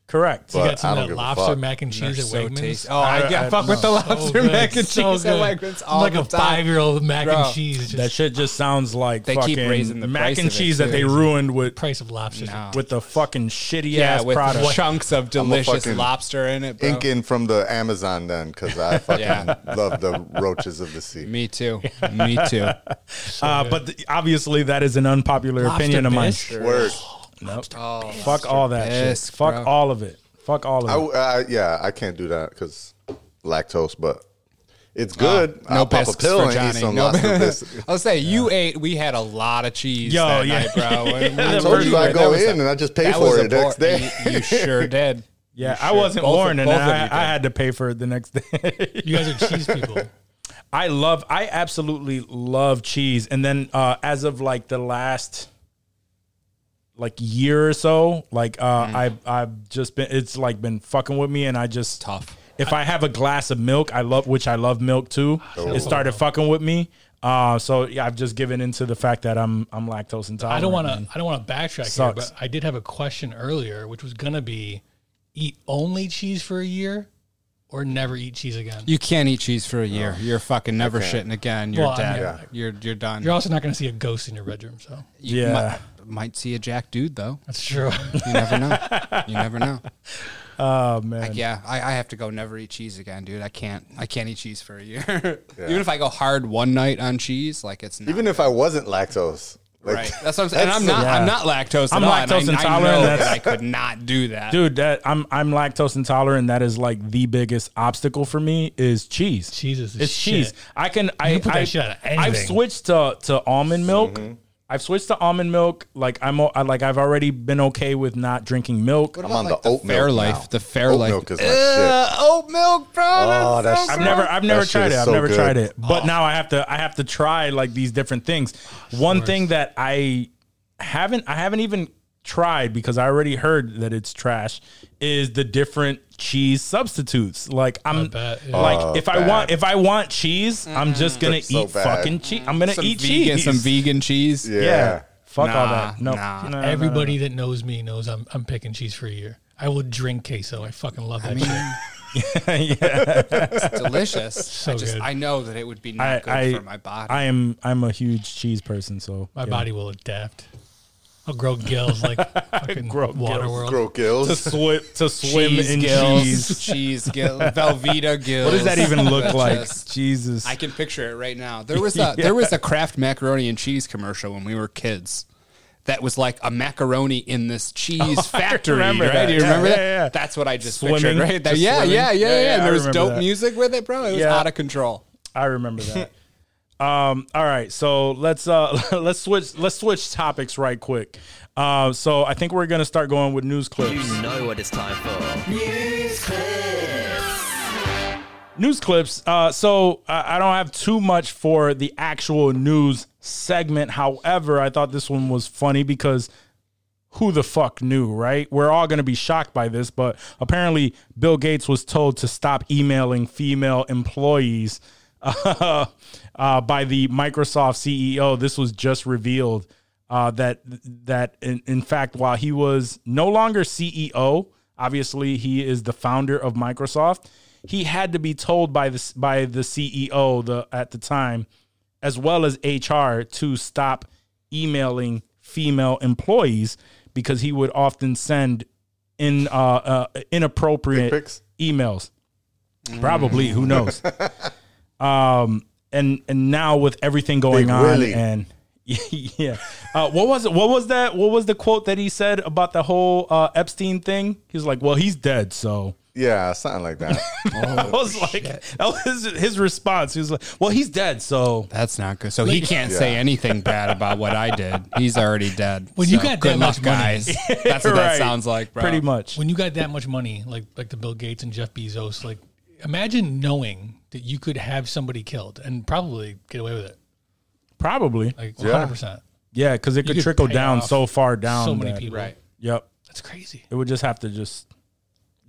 Speaker 1: Correct.
Speaker 4: You
Speaker 6: but
Speaker 4: got some
Speaker 6: I
Speaker 4: of
Speaker 6: don't
Speaker 4: that
Speaker 6: give a
Speaker 4: lobster
Speaker 6: fuck.
Speaker 4: mac and cheese at
Speaker 5: so
Speaker 4: Wegmans.
Speaker 5: tasty. Oh, I,
Speaker 1: I-
Speaker 5: yeah,
Speaker 1: I-
Speaker 5: fuck with the
Speaker 1: no.
Speaker 5: lobster
Speaker 4: good.
Speaker 5: mac and
Speaker 4: Oh, So
Speaker 5: cheese
Speaker 4: good.
Speaker 5: at Wegmans all
Speaker 4: like
Speaker 5: the
Speaker 4: a
Speaker 5: time.
Speaker 4: five-year-old mac
Speaker 5: Bro.
Speaker 4: and cheese.
Speaker 1: That
Speaker 4: Just
Speaker 1: shit just sounds like
Speaker 5: They
Speaker 1: fucking
Speaker 5: keep raising the
Speaker 1: mac
Speaker 5: price
Speaker 1: and
Speaker 5: of it,
Speaker 1: cheese that
Speaker 5: too.
Speaker 1: they ruined with
Speaker 4: price of lobsters.
Speaker 5: No.
Speaker 1: with the fucking shitty
Speaker 5: Yeah,
Speaker 1: ass
Speaker 5: with
Speaker 1: product.
Speaker 5: chunks of delicious
Speaker 6: fucking
Speaker 5: lobster in it. Bro.
Speaker 6: Incan from the Amazon then, because I fucking
Speaker 5: Yeah.
Speaker 6: love the roaches of the sea.
Speaker 5: Me too. Me too.
Speaker 1: Uh, but th- obviously, that is an unpopular
Speaker 4: Lobster
Speaker 1: opinion of mine.
Speaker 4: bisque?
Speaker 6: Word.
Speaker 1: Nope.
Speaker 5: Oh,
Speaker 1: Fuck all that
Speaker 5: bisque,
Speaker 1: shit. Fuck
Speaker 5: bro.
Speaker 1: all of it. Fuck all
Speaker 6: I,
Speaker 1: of it.
Speaker 6: I, Oh, uh, yeah, I can't do that because lactose, but it's good.
Speaker 5: No
Speaker 6: I'll pop a
Speaker 5: bisques
Speaker 6: pill
Speaker 5: for
Speaker 6: and
Speaker 5: Johnny.
Speaker 6: eat some
Speaker 5: No-
Speaker 6: lobster bisque.
Speaker 5: I'll say you ate. We had a lot of cheese.
Speaker 1: Yo,
Speaker 5: that
Speaker 1: yeah.
Speaker 5: night, bro. When
Speaker 1: Yeah,
Speaker 5: we-
Speaker 1: I
Speaker 6: I told you I
Speaker 5: that
Speaker 6: go
Speaker 5: was a-
Speaker 6: in and I just pay
Speaker 5: that was
Speaker 6: for
Speaker 5: a
Speaker 6: it next
Speaker 5: poor-
Speaker 6: day.
Speaker 5: You, you sure did.
Speaker 1: Yeah, I wasn't
Speaker 5: Both of-
Speaker 1: warned, and
Speaker 5: both of
Speaker 1: I,
Speaker 5: you did.
Speaker 1: I had to pay for it the next day.
Speaker 4: You guys are cheese people.
Speaker 1: I love, I absolutely love cheese. And then uh, as of like the last like year or so, like uh, I've I've just been, it's like been fucking with me, and I just
Speaker 5: Tough.
Speaker 1: If I have a glass of milk, I love which I love milk too. It started fucking with me. Uh, so yeah, I've just given into the fact that I'm I'm lactose intolerant.
Speaker 4: I don't want to. I don't want to backtrack here,
Speaker 1: Sucks.
Speaker 4: but I did have a question earlier, which was gonna be, eat only cheese for a year, or never eat cheese again.
Speaker 5: You can't eat cheese for a year.
Speaker 6: Oh,
Speaker 5: You're fucking never shitting again. You're
Speaker 4: Well, I
Speaker 5: dead.
Speaker 4: mean, Yeah.
Speaker 5: You're you're done.
Speaker 4: You're also not gonna see a ghost in your bedroom, so
Speaker 5: You
Speaker 1: Yeah.
Speaker 5: might, might see a jack dude though.
Speaker 4: that's true.
Speaker 5: You never know. you never know.
Speaker 1: Oh man,
Speaker 5: Yeah, I, I have to go never eat cheese again, dude. I can't. I can't eat cheese for a year. Even if I go hard one night on cheese, like it's not.
Speaker 6: Even if I wasn't lactose. Like,
Speaker 5: Right. That's what I'm saying. And I'm not.
Speaker 1: Yeah.
Speaker 5: I'm not lactose.
Speaker 1: I'm
Speaker 5: at all, and
Speaker 1: lactose
Speaker 5: I- I,
Speaker 1: intolerant,
Speaker 5: know
Speaker 1: that's-
Speaker 5: that I could not do that.
Speaker 1: dude, that I'm I'm lactose intolerant. That is like the biggest obstacle for me is cheese.
Speaker 4: Cheese is the
Speaker 1: it's
Speaker 4: shit.
Speaker 1: cheese. I can I
Speaker 4: put that
Speaker 1: I,
Speaker 4: shit on
Speaker 1: I've
Speaker 4: anything.
Speaker 1: switched to to almond milk. I've switched to almond milk. Like I'm o- I, like I've already been okay with not drinking milk.
Speaker 6: I'm on
Speaker 5: like
Speaker 6: the
Speaker 5: the
Speaker 6: oat
Speaker 5: Fair
Speaker 6: milk
Speaker 5: Life,
Speaker 6: now.
Speaker 5: the Fair
Speaker 6: Oat
Speaker 5: Life. Uh,
Speaker 6: milk is my shit.
Speaker 5: oat milk, bro.
Speaker 6: Oh, that's so
Speaker 1: I've never I've never
Speaker 6: That shit
Speaker 1: tried
Speaker 6: is
Speaker 1: it. I've
Speaker 6: so
Speaker 1: never
Speaker 6: good.
Speaker 1: tried it. But now I have to I have to try like these different things. One thing that I haven't I haven't even tried because I already heard that it's trash is the different cheese substitutes. Like I'm
Speaker 4: bet, yeah.
Speaker 1: like
Speaker 6: Oh,
Speaker 1: if I
Speaker 6: bad.
Speaker 1: want if I want cheese, I'm just gonna
Speaker 6: That's so
Speaker 1: eat
Speaker 6: bad.
Speaker 1: fucking cheese. I'm gonna
Speaker 5: some
Speaker 1: eat
Speaker 5: vegan,
Speaker 1: cheese.
Speaker 5: some vegan cheese.
Speaker 6: Yeah.
Speaker 1: Yeah. Fuck all
Speaker 5: Nah,
Speaker 1: that. No.
Speaker 5: nah.
Speaker 1: No, no, no,
Speaker 4: Everybody that knows me knows I'm I'm picking cheese for a year. I will drink queso. I fucking love that shit.
Speaker 1: no. yeah.
Speaker 5: It's delicious. I just
Speaker 4: good.
Speaker 5: I know that it would be not
Speaker 1: I,
Speaker 5: good
Speaker 1: I,
Speaker 5: for my body.
Speaker 1: I am I'm a huge cheese person, so
Speaker 4: My
Speaker 1: yeah.
Speaker 4: body will adapt. I'll grow gills like fucking
Speaker 1: Grow
Speaker 4: water
Speaker 1: gills.
Speaker 4: world.
Speaker 6: Grow
Speaker 1: to
Speaker 6: gills.
Speaker 1: swim to swim in
Speaker 5: gills,
Speaker 1: cheese.
Speaker 5: cheese gill, Velveeta gills.
Speaker 1: What does that even look
Speaker 5: That's
Speaker 1: like?
Speaker 5: just-
Speaker 1: Jesus.
Speaker 5: I can picture it right now. There was a there was a Kraft macaroni and cheese commercial when we were kids. That was like a macaroni in this cheese factory,
Speaker 1: remember
Speaker 5: right?
Speaker 1: that.
Speaker 5: Do you
Speaker 1: Yeah,
Speaker 5: Oh, remember
Speaker 1: yeah,
Speaker 5: that?
Speaker 1: yeah.
Speaker 5: That's what I just
Speaker 1: Swimming,
Speaker 5: pictured right there.
Speaker 1: just
Speaker 5: Yeah,
Speaker 1: swimming.
Speaker 5: yeah, yeah,
Speaker 1: Yeah,
Speaker 5: yeah,
Speaker 1: yeah,
Speaker 5: And
Speaker 1: I
Speaker 5: there was
Speaker 1: remember
Speaker 5: dope
Speaker 1: that.
Speaker 5: music with it, bro. It was
Speaker 1: Yeah.
Speaker 5: out of control.
Speaker 1: I remember that. um, all right, so let's uh, let's switch let's switch topics right quick. Uh, so I think we're gonna start going with news clips.
Speaker 7: know what it's time for.
Speaker 1: news clips. Uh, so I, I don't have too much for the actual news segment. However, I thought this one was funny because who the fuck knew, right? We're all going to be shocked by this, but apparently Bill Gates was told to stop emailing female employees uh, by the Microsoft CEO. This was just revealed uh, that that in, in fact, while he was no longer CEO, obviously he is the founder of Microsoft. He had to be told by the by the CEO the at the time, as well as HR, to stop emailing female employees because he would often send in uh, uh, inappropriate
Speaker 6: Dick pics?
Speaker 1: emails. Probably, who knows? um, and and now with everything going
Speaker 6: Big
Speaker 1: on
Speaker 6: Willie.
Speaker 1: and. Yeah. Uh, what was it? What was that? What was the quote that he said about the whole uh, Epstein thing? He was like, "Well, he's dead, so
Speaker 6: yeah, something like that.
Speaker 1: Oh, I was like, that was his response. He was like, well, he's dead, so
Speaker 5: That's not good. So he can't say anything bad about what I did. He's already dead.
Speaker 4: When you
Speaker 5: So,
Speaker 4: got
Speaker 5: good
Speaker 4: that
Speaker 5: luck,
Speaker 4: much money.
Speaker 5: guys. That's what that
Speaker 1: Right.
Speaker 5: sounds like, bro.
Speaker 1: pretty much.
Speaker 4: when you got that much money, like like the Bill Gates and Jeff Bezos, like imagine knowing that you could have somebody killed and probably get away with it,
Speaker 1: Probably.
Speaker 4: like 100. percent
Speaker 1: Yeah, because it could
Speaker 4: could
Speaker 1: trickle
Speaker 4: pay
Speaker 1: down
Speaker 4: off
Speaker 1: so far down.
Speaker 4: So many
Speaker 1: that-
Speaker 4: people, right?
Speaker 1: Yep.
Speaker 4: That's crazy.
Speaker 1: It would just have to just.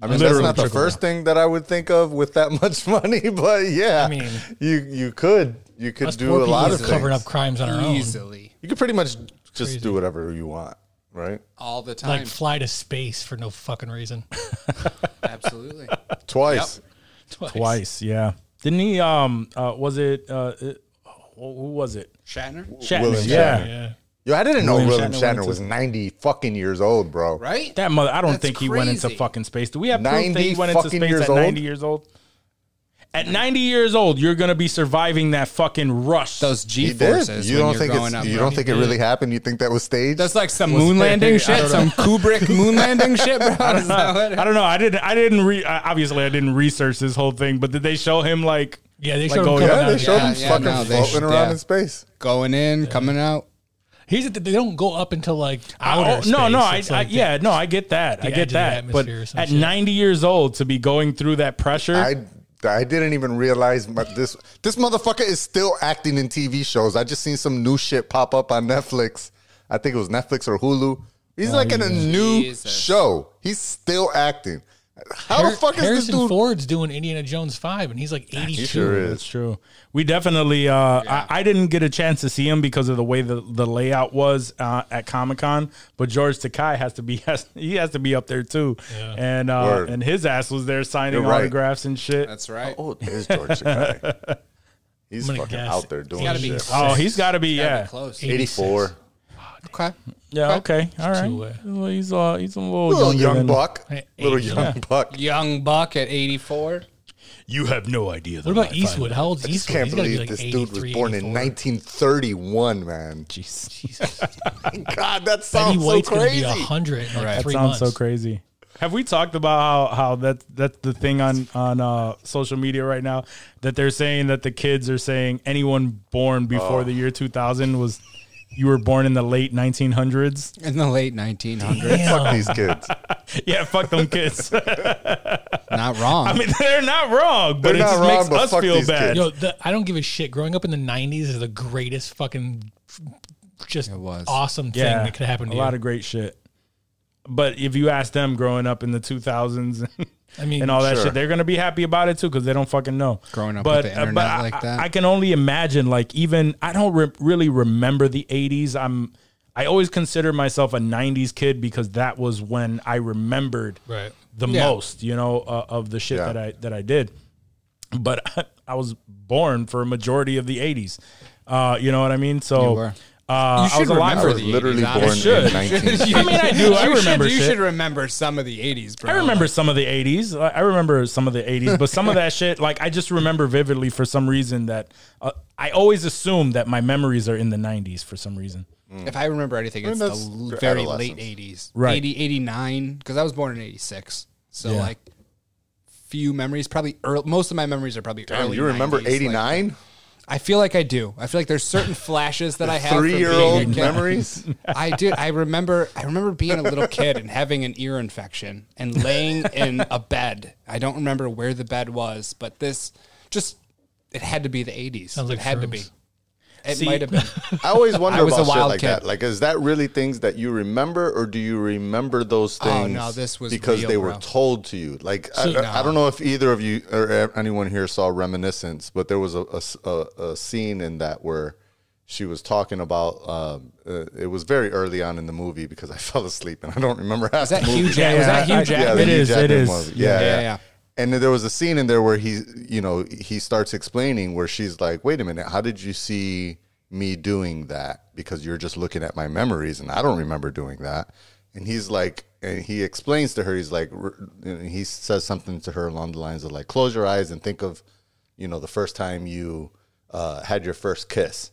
Speaker 6: I mean,
Speaker 1: Literally
Speaker 6: that's not the
Speaker 1: trickle
Speaker 6: first thing that I would think of with that much money, but yeah,
Speaker 4: I mean-
Speaker 6: you you could you could
Speaker 4: Us
Speaker 6: do
Speaker 4: poor
Speaker 6: a
Speaker 4: people
Speaker 6: lot
Speaker 4: are
Speaker 6: of
Speaker 4: covering
Speaker 6: things.
Speaker 4: up crimes on our own,
Speaker 5: Easily.
Speaker 6: You could pretty much just do whatever you want, right?
Speaker 5: All the time.
Speaker 4: like fly to space for no fucking reason.
Speaker 5: Absolutely.
Speaker 6: Twice.
Speaker 4: Twice.
Speaker 1: Twice, yeah. Didn't he? Um, uh, was it? Uh, it who who was it?
Speaker 5: Shatner?
Speaker 1: Shatner.
Speaker 6: William
Speaker 1: yeah.
Speaker 6: Shatner.
Speaker 4: Yeah.
Speaker 6: Yo, I didn't know
Speaker 1: William
Speaker 6: William
Speaker 1: Shatner
Speaker 6: Shatner,
Speaker 1: went into-
Speaker 6: was ninety fucking years old, bro.
Speaker 5: Right?
Speaker 1: That mother. I don't
Speaker 5: That's
Speaker 1: think he went into
Speaker 5: crazy.
Speaker 1: fucking space. Do we have proof that
Speaker 6: 90
Speaker 1: he went into
Speaker 6: fucking
Speaker 1: space
Speaker 6: years
Speaker 1: at
Speaker 6: old?
Speaker 1: ninety years old? At ninety years old, you're gonna be surviving that fucking rush.
Speaker 5: Those G
Speaker 6: He did.
Speaker 5: forces.
Speaker 6: You don't think it's, you don't think it really happened? You think that was staged?
Speaker 5: that's like some
Speaker 6: Was-
Speaker 5: moon landing shit,
Speaker 6: don't
Speaker 5: some Kubrick moon landing shit, bro. Is that what-
Speaker 1: I don't know. I didn't. I didn't. Re- I- obviously, I didn't research this whole thing. But did they show him like?
Speaker 4: Yeah, they
Speaker 1: Like
Speaker 4: showed him
Speaker 1: going-
Speaker 4: coming
Speaker 6: oh, yeah,
Speaker 4: out
Speaker 6: they
Speaker 4: of the-
Speaker 6: showed him
Speaker 5: yeah,
Speaker 6: fucking
Speaker 5: no, they
Speaker 6: floating
Speaker 5: sh-
Speaker 6: around
Speaker 5: yeah.
Speaker 6: in space.
Speaker 5: Going in, coming out.
Speaker 4: Here's the thing, they don't go up until like outer
Speaker 1: Oh, no, no, I,
Speaker 4: space. It's
Speaker 1: I
Speaker 4: like the-
Speaker 1: yeah, no, I get that. I
Speaker 4: edge of
Speaker 1: get
Speaker 4: the
Speaker 1: that. But
Speaker 4: atmosphere or some
Speaker 1: at
Speaker 4: shit.
Speaker 1: 90 years old to be going through that pressure,
Speaker 6: I I didn't even realize my, this this motherfucker is still acting in TV shows. I just seen some new shit pop up on Netflix. I think it was Netflix or Hulu. He's like in a new
Speaker 5: Jesus.
Speaker 6: show. He's still acting. How the
Speaker 4: Har-
Speaker 6: fuck is
Speaker 4: Harrison
Speaker 6: this dude?
Speaker 4: Ford's doing Indiana Jones five, and he's like 82.
Speaker 6: sure is.
Speaker 1: that's true. We definitely. Uh, I, I didn't get a chance to see him because of the way the, the layout was uh, at Comic Con. But George Takai has to be has, he has to be up there too, and uh,
Speaker 6: Word.
Speaker 1: and his ass was there signing
Speaker 6: You're right.
Speaker 1: autographs and shit.
Speaker 5: That's right.
Speaker 6: Oh, there's George Takei. He's
Speaker 4: I'm gonna
Speaker 6: fucking
Speaker 4: guess
Speaker 6: out there doing
Speaker 5: gotta be
Speaker 6: shit.
Speaker 5: so-
Speaker 1: oh, he's got to be yeah,
Speaker 5: Close.
Speaker 6: 84.
Speaker 5: Okay.
Speaker 1: yeah. Okay, all
Speaker 4: Two, uh,
Speaker 1: right. Well, he's uh, he's a little,
Speaker 6: Little
Speaker 1: younger
Speaker 6: young
Speaker 1: than-
Speaker 6: buck.
Speaker 4: Hey,
Speaker 6: Little
Speaker 4: yeah.
Speaker 6: young buck.
Speaker 5: Young Buck at 84.
Speaker 1: You have no idea.
Speaker 4: What about Eastwood? How old's
Speaker 6: I just
Speaker 4: Eastwood?
Speaker 6: can't
Speaker 4: He's gotta be,
Speaker 6: believe
Speaker 4: like,
Speaker 6: this dude was
Speaker 4: 83,
Speaker 6: born in
Speaker 4: 84.
Speaker 6: 1931, man.
Speaker 4: Jesus.
Speaker 6: God, that
Speaker 4: Betty
Speaker 6: sounds so
Speaker 4: White's gonna be
Speaker 6: crazy.
Speaker 4: hundred in like
Speaker 5: Right.
Speaker 4: three
Speaker 1: sounds
Speaker 4: months.
Speaker 1: so crazy. Have we talked about how, how that that's the thing on on uh, social media right now that they're saying that the kids are saying anyone born before
Speaker 6: Oh.
Speaker 1: the year 2000 was you were born in the late 1900s.
Speaker 5: In the late 1900s.
Speaker 6: Fuck these kids.
Speaker 1: Yeah, fuck them kids.
Speaker 5: Not wrong.
Speaker 1: I mean, they're not wrong, but
Speaker 6: They're
Speaker 1: it
Speaker 6: not
Speaker 1: just
Speaker 6: wrong,
Speaker 1: makes
Speaker 6: but
Speaker 1: us
Speaker 6: fuck
Speaker 1: feel
Speaker 6: these
Speaker 1: bad.
Speaker 6: kids.
Speaker 4: Yo, the, I don't give a shit. Growing up in the '90s is the greatest fucking, just
Speaker 5: was.
Speaker 4: awesome thing
Speaker 1: yeah,
Speaker 4: that could happen. To
Speaker 1: a
Speaker 4: you.
Speaker 1: lot of great shit. But if you ask them growing up in the 2000s
Speaker 4: I mean,
Speaker 1: and all that
Speaker 6: Sure.
Speaker 1: shit. They're gonna be happy about it too because they don't fucking know.
Speaker 5: Growing up with the
Speaker 1: uh,
Speaker 5: internet
Speaker 1: I-
Speaker 5: like that.
Speaker 1: I, I can only imagine. Like even I don't re- really remember the '80s. I'm I always consider myself a '90s kid because that was when I remembered
Speaker 4: Right.
Speaker 1: the
Speaker 5: Yeah.
Speaker 1: most, you know, uh, of the shit
Speaker 6: Yeah.
Speaker 1: that I that I did. But I, was born for a majority of the '80s. Uh, you know what I mean? So
Speaker 5: You were.
Speaker 1: Uh, I was alive
Speaker 6: I
Speaker 1: for
Speaker 6: was
Speaker 1: the.
Speaker 6: literally
Speaker 5: 80s,
Speaker 6: born
Speaker 5: honestly.
Speaker 1: It
Speaker 6: in
Speaker 1: should.
Speaker 6: 19.
Speaker 1: I mean, I do. I
Speaker 5: You should-
Speaker 1: remember
Speaker 5: You
Speaker 1: shit.
Speaker 5: should remember some of the 80s, bro.
Speaker 1: I remember some of the 80s. I I remember some of the 80s, but some of that shit, like, I just remember vividly for some reason that uh, I always assume that my memories are in the 90s for some reason.
Speaker 5: If I remember anything, it's
Speaker 6: that's
Speaker 5: the
Speaker 6: your
Speaker 5: very
Speaker 6: adolescence.
Speaker 5: late 80s.
Speaker 1: Right.
Speaker 5: 80, 89, because I was born in 86. So,
Speaker 1: Yeah.
Speaker 5: like, few memories, probably early, most of my memories are probably
Speaker 6: Damn,
Speaker 5: early.
Speaker 6: you remember
Speaker 5: 90s, like-
Speaker 6: 89?
Speaker 5: I feel like I do. I feel like there's certain flashes that I have. from
Speaker 6: Three year
Speaker 5: being a
Speaker 6: old
Speaker 5: kid.
Speaker 6: memories?
Speaker 5: I did. I remember. I remember being a little kid and having an ear infection and laying in a bed. I don't remember where the bed was, but this just it had to be the eighties.
Speaker 4: Sounds like
Speaker 5: it had to be.
Speaker 4: shrooms.
Speaker 5: It
Speaker 1: See-
Speaker 5: might have been.
Speaker 6: I always wonder
Speaker 5: I was
Speaker 6: about
Speaker 5: a wild
Speaker 6: shit like
Speaker 5: kid.
Speaker 6: that. Like, is that really things that you remember, or do you remember those
Speaker 5: Oh,
Speaker 6: things?
Speaker 5: no, this was
Speaker 6: because
Speaker 5: real,
Speaker 6: they were
Speaker 5: bro.
Speaker 6: told to you. Like, I,
Speaker 5: So-
Speaker 6: I- I don't know if either of you or uh, anyone here saw Reminiscence, but there was a, a s- a- a scene in that where she was talking about. Um, uh, it was very early on in the movie because I fell asleep and I don't remember half
Speaker 5: Was that
Speaker 6: the movie.
Speaker 5: Hugh Jack? Was
Speaker 1: Yeah,
Speaker 5: that
Speaker 1: I-
Speaker 5: Hugh
Speaker 1: yeah,
Speaker 5: Jack?
Speaker 1: It
Speaker 6: the Hugh
Speaker 1: is, it
Speaker 6: Jackman
Speaker 1: is.
Speaker 6: one. Yeah yeah,
Speaker 5: Yeah, yeah.
Speaker 6: And then there was a scene in there where he, you know, he starts explaining where she's like, "Wait a minute, how did you see me doing that? Because you're just looking at my memories, and I don't remember doing that." And he's like, and he explains to her, he's like, r- and he says something to her along the lines of like, "Close your eyes and think of, you know, the first time you uh, had your first kiss."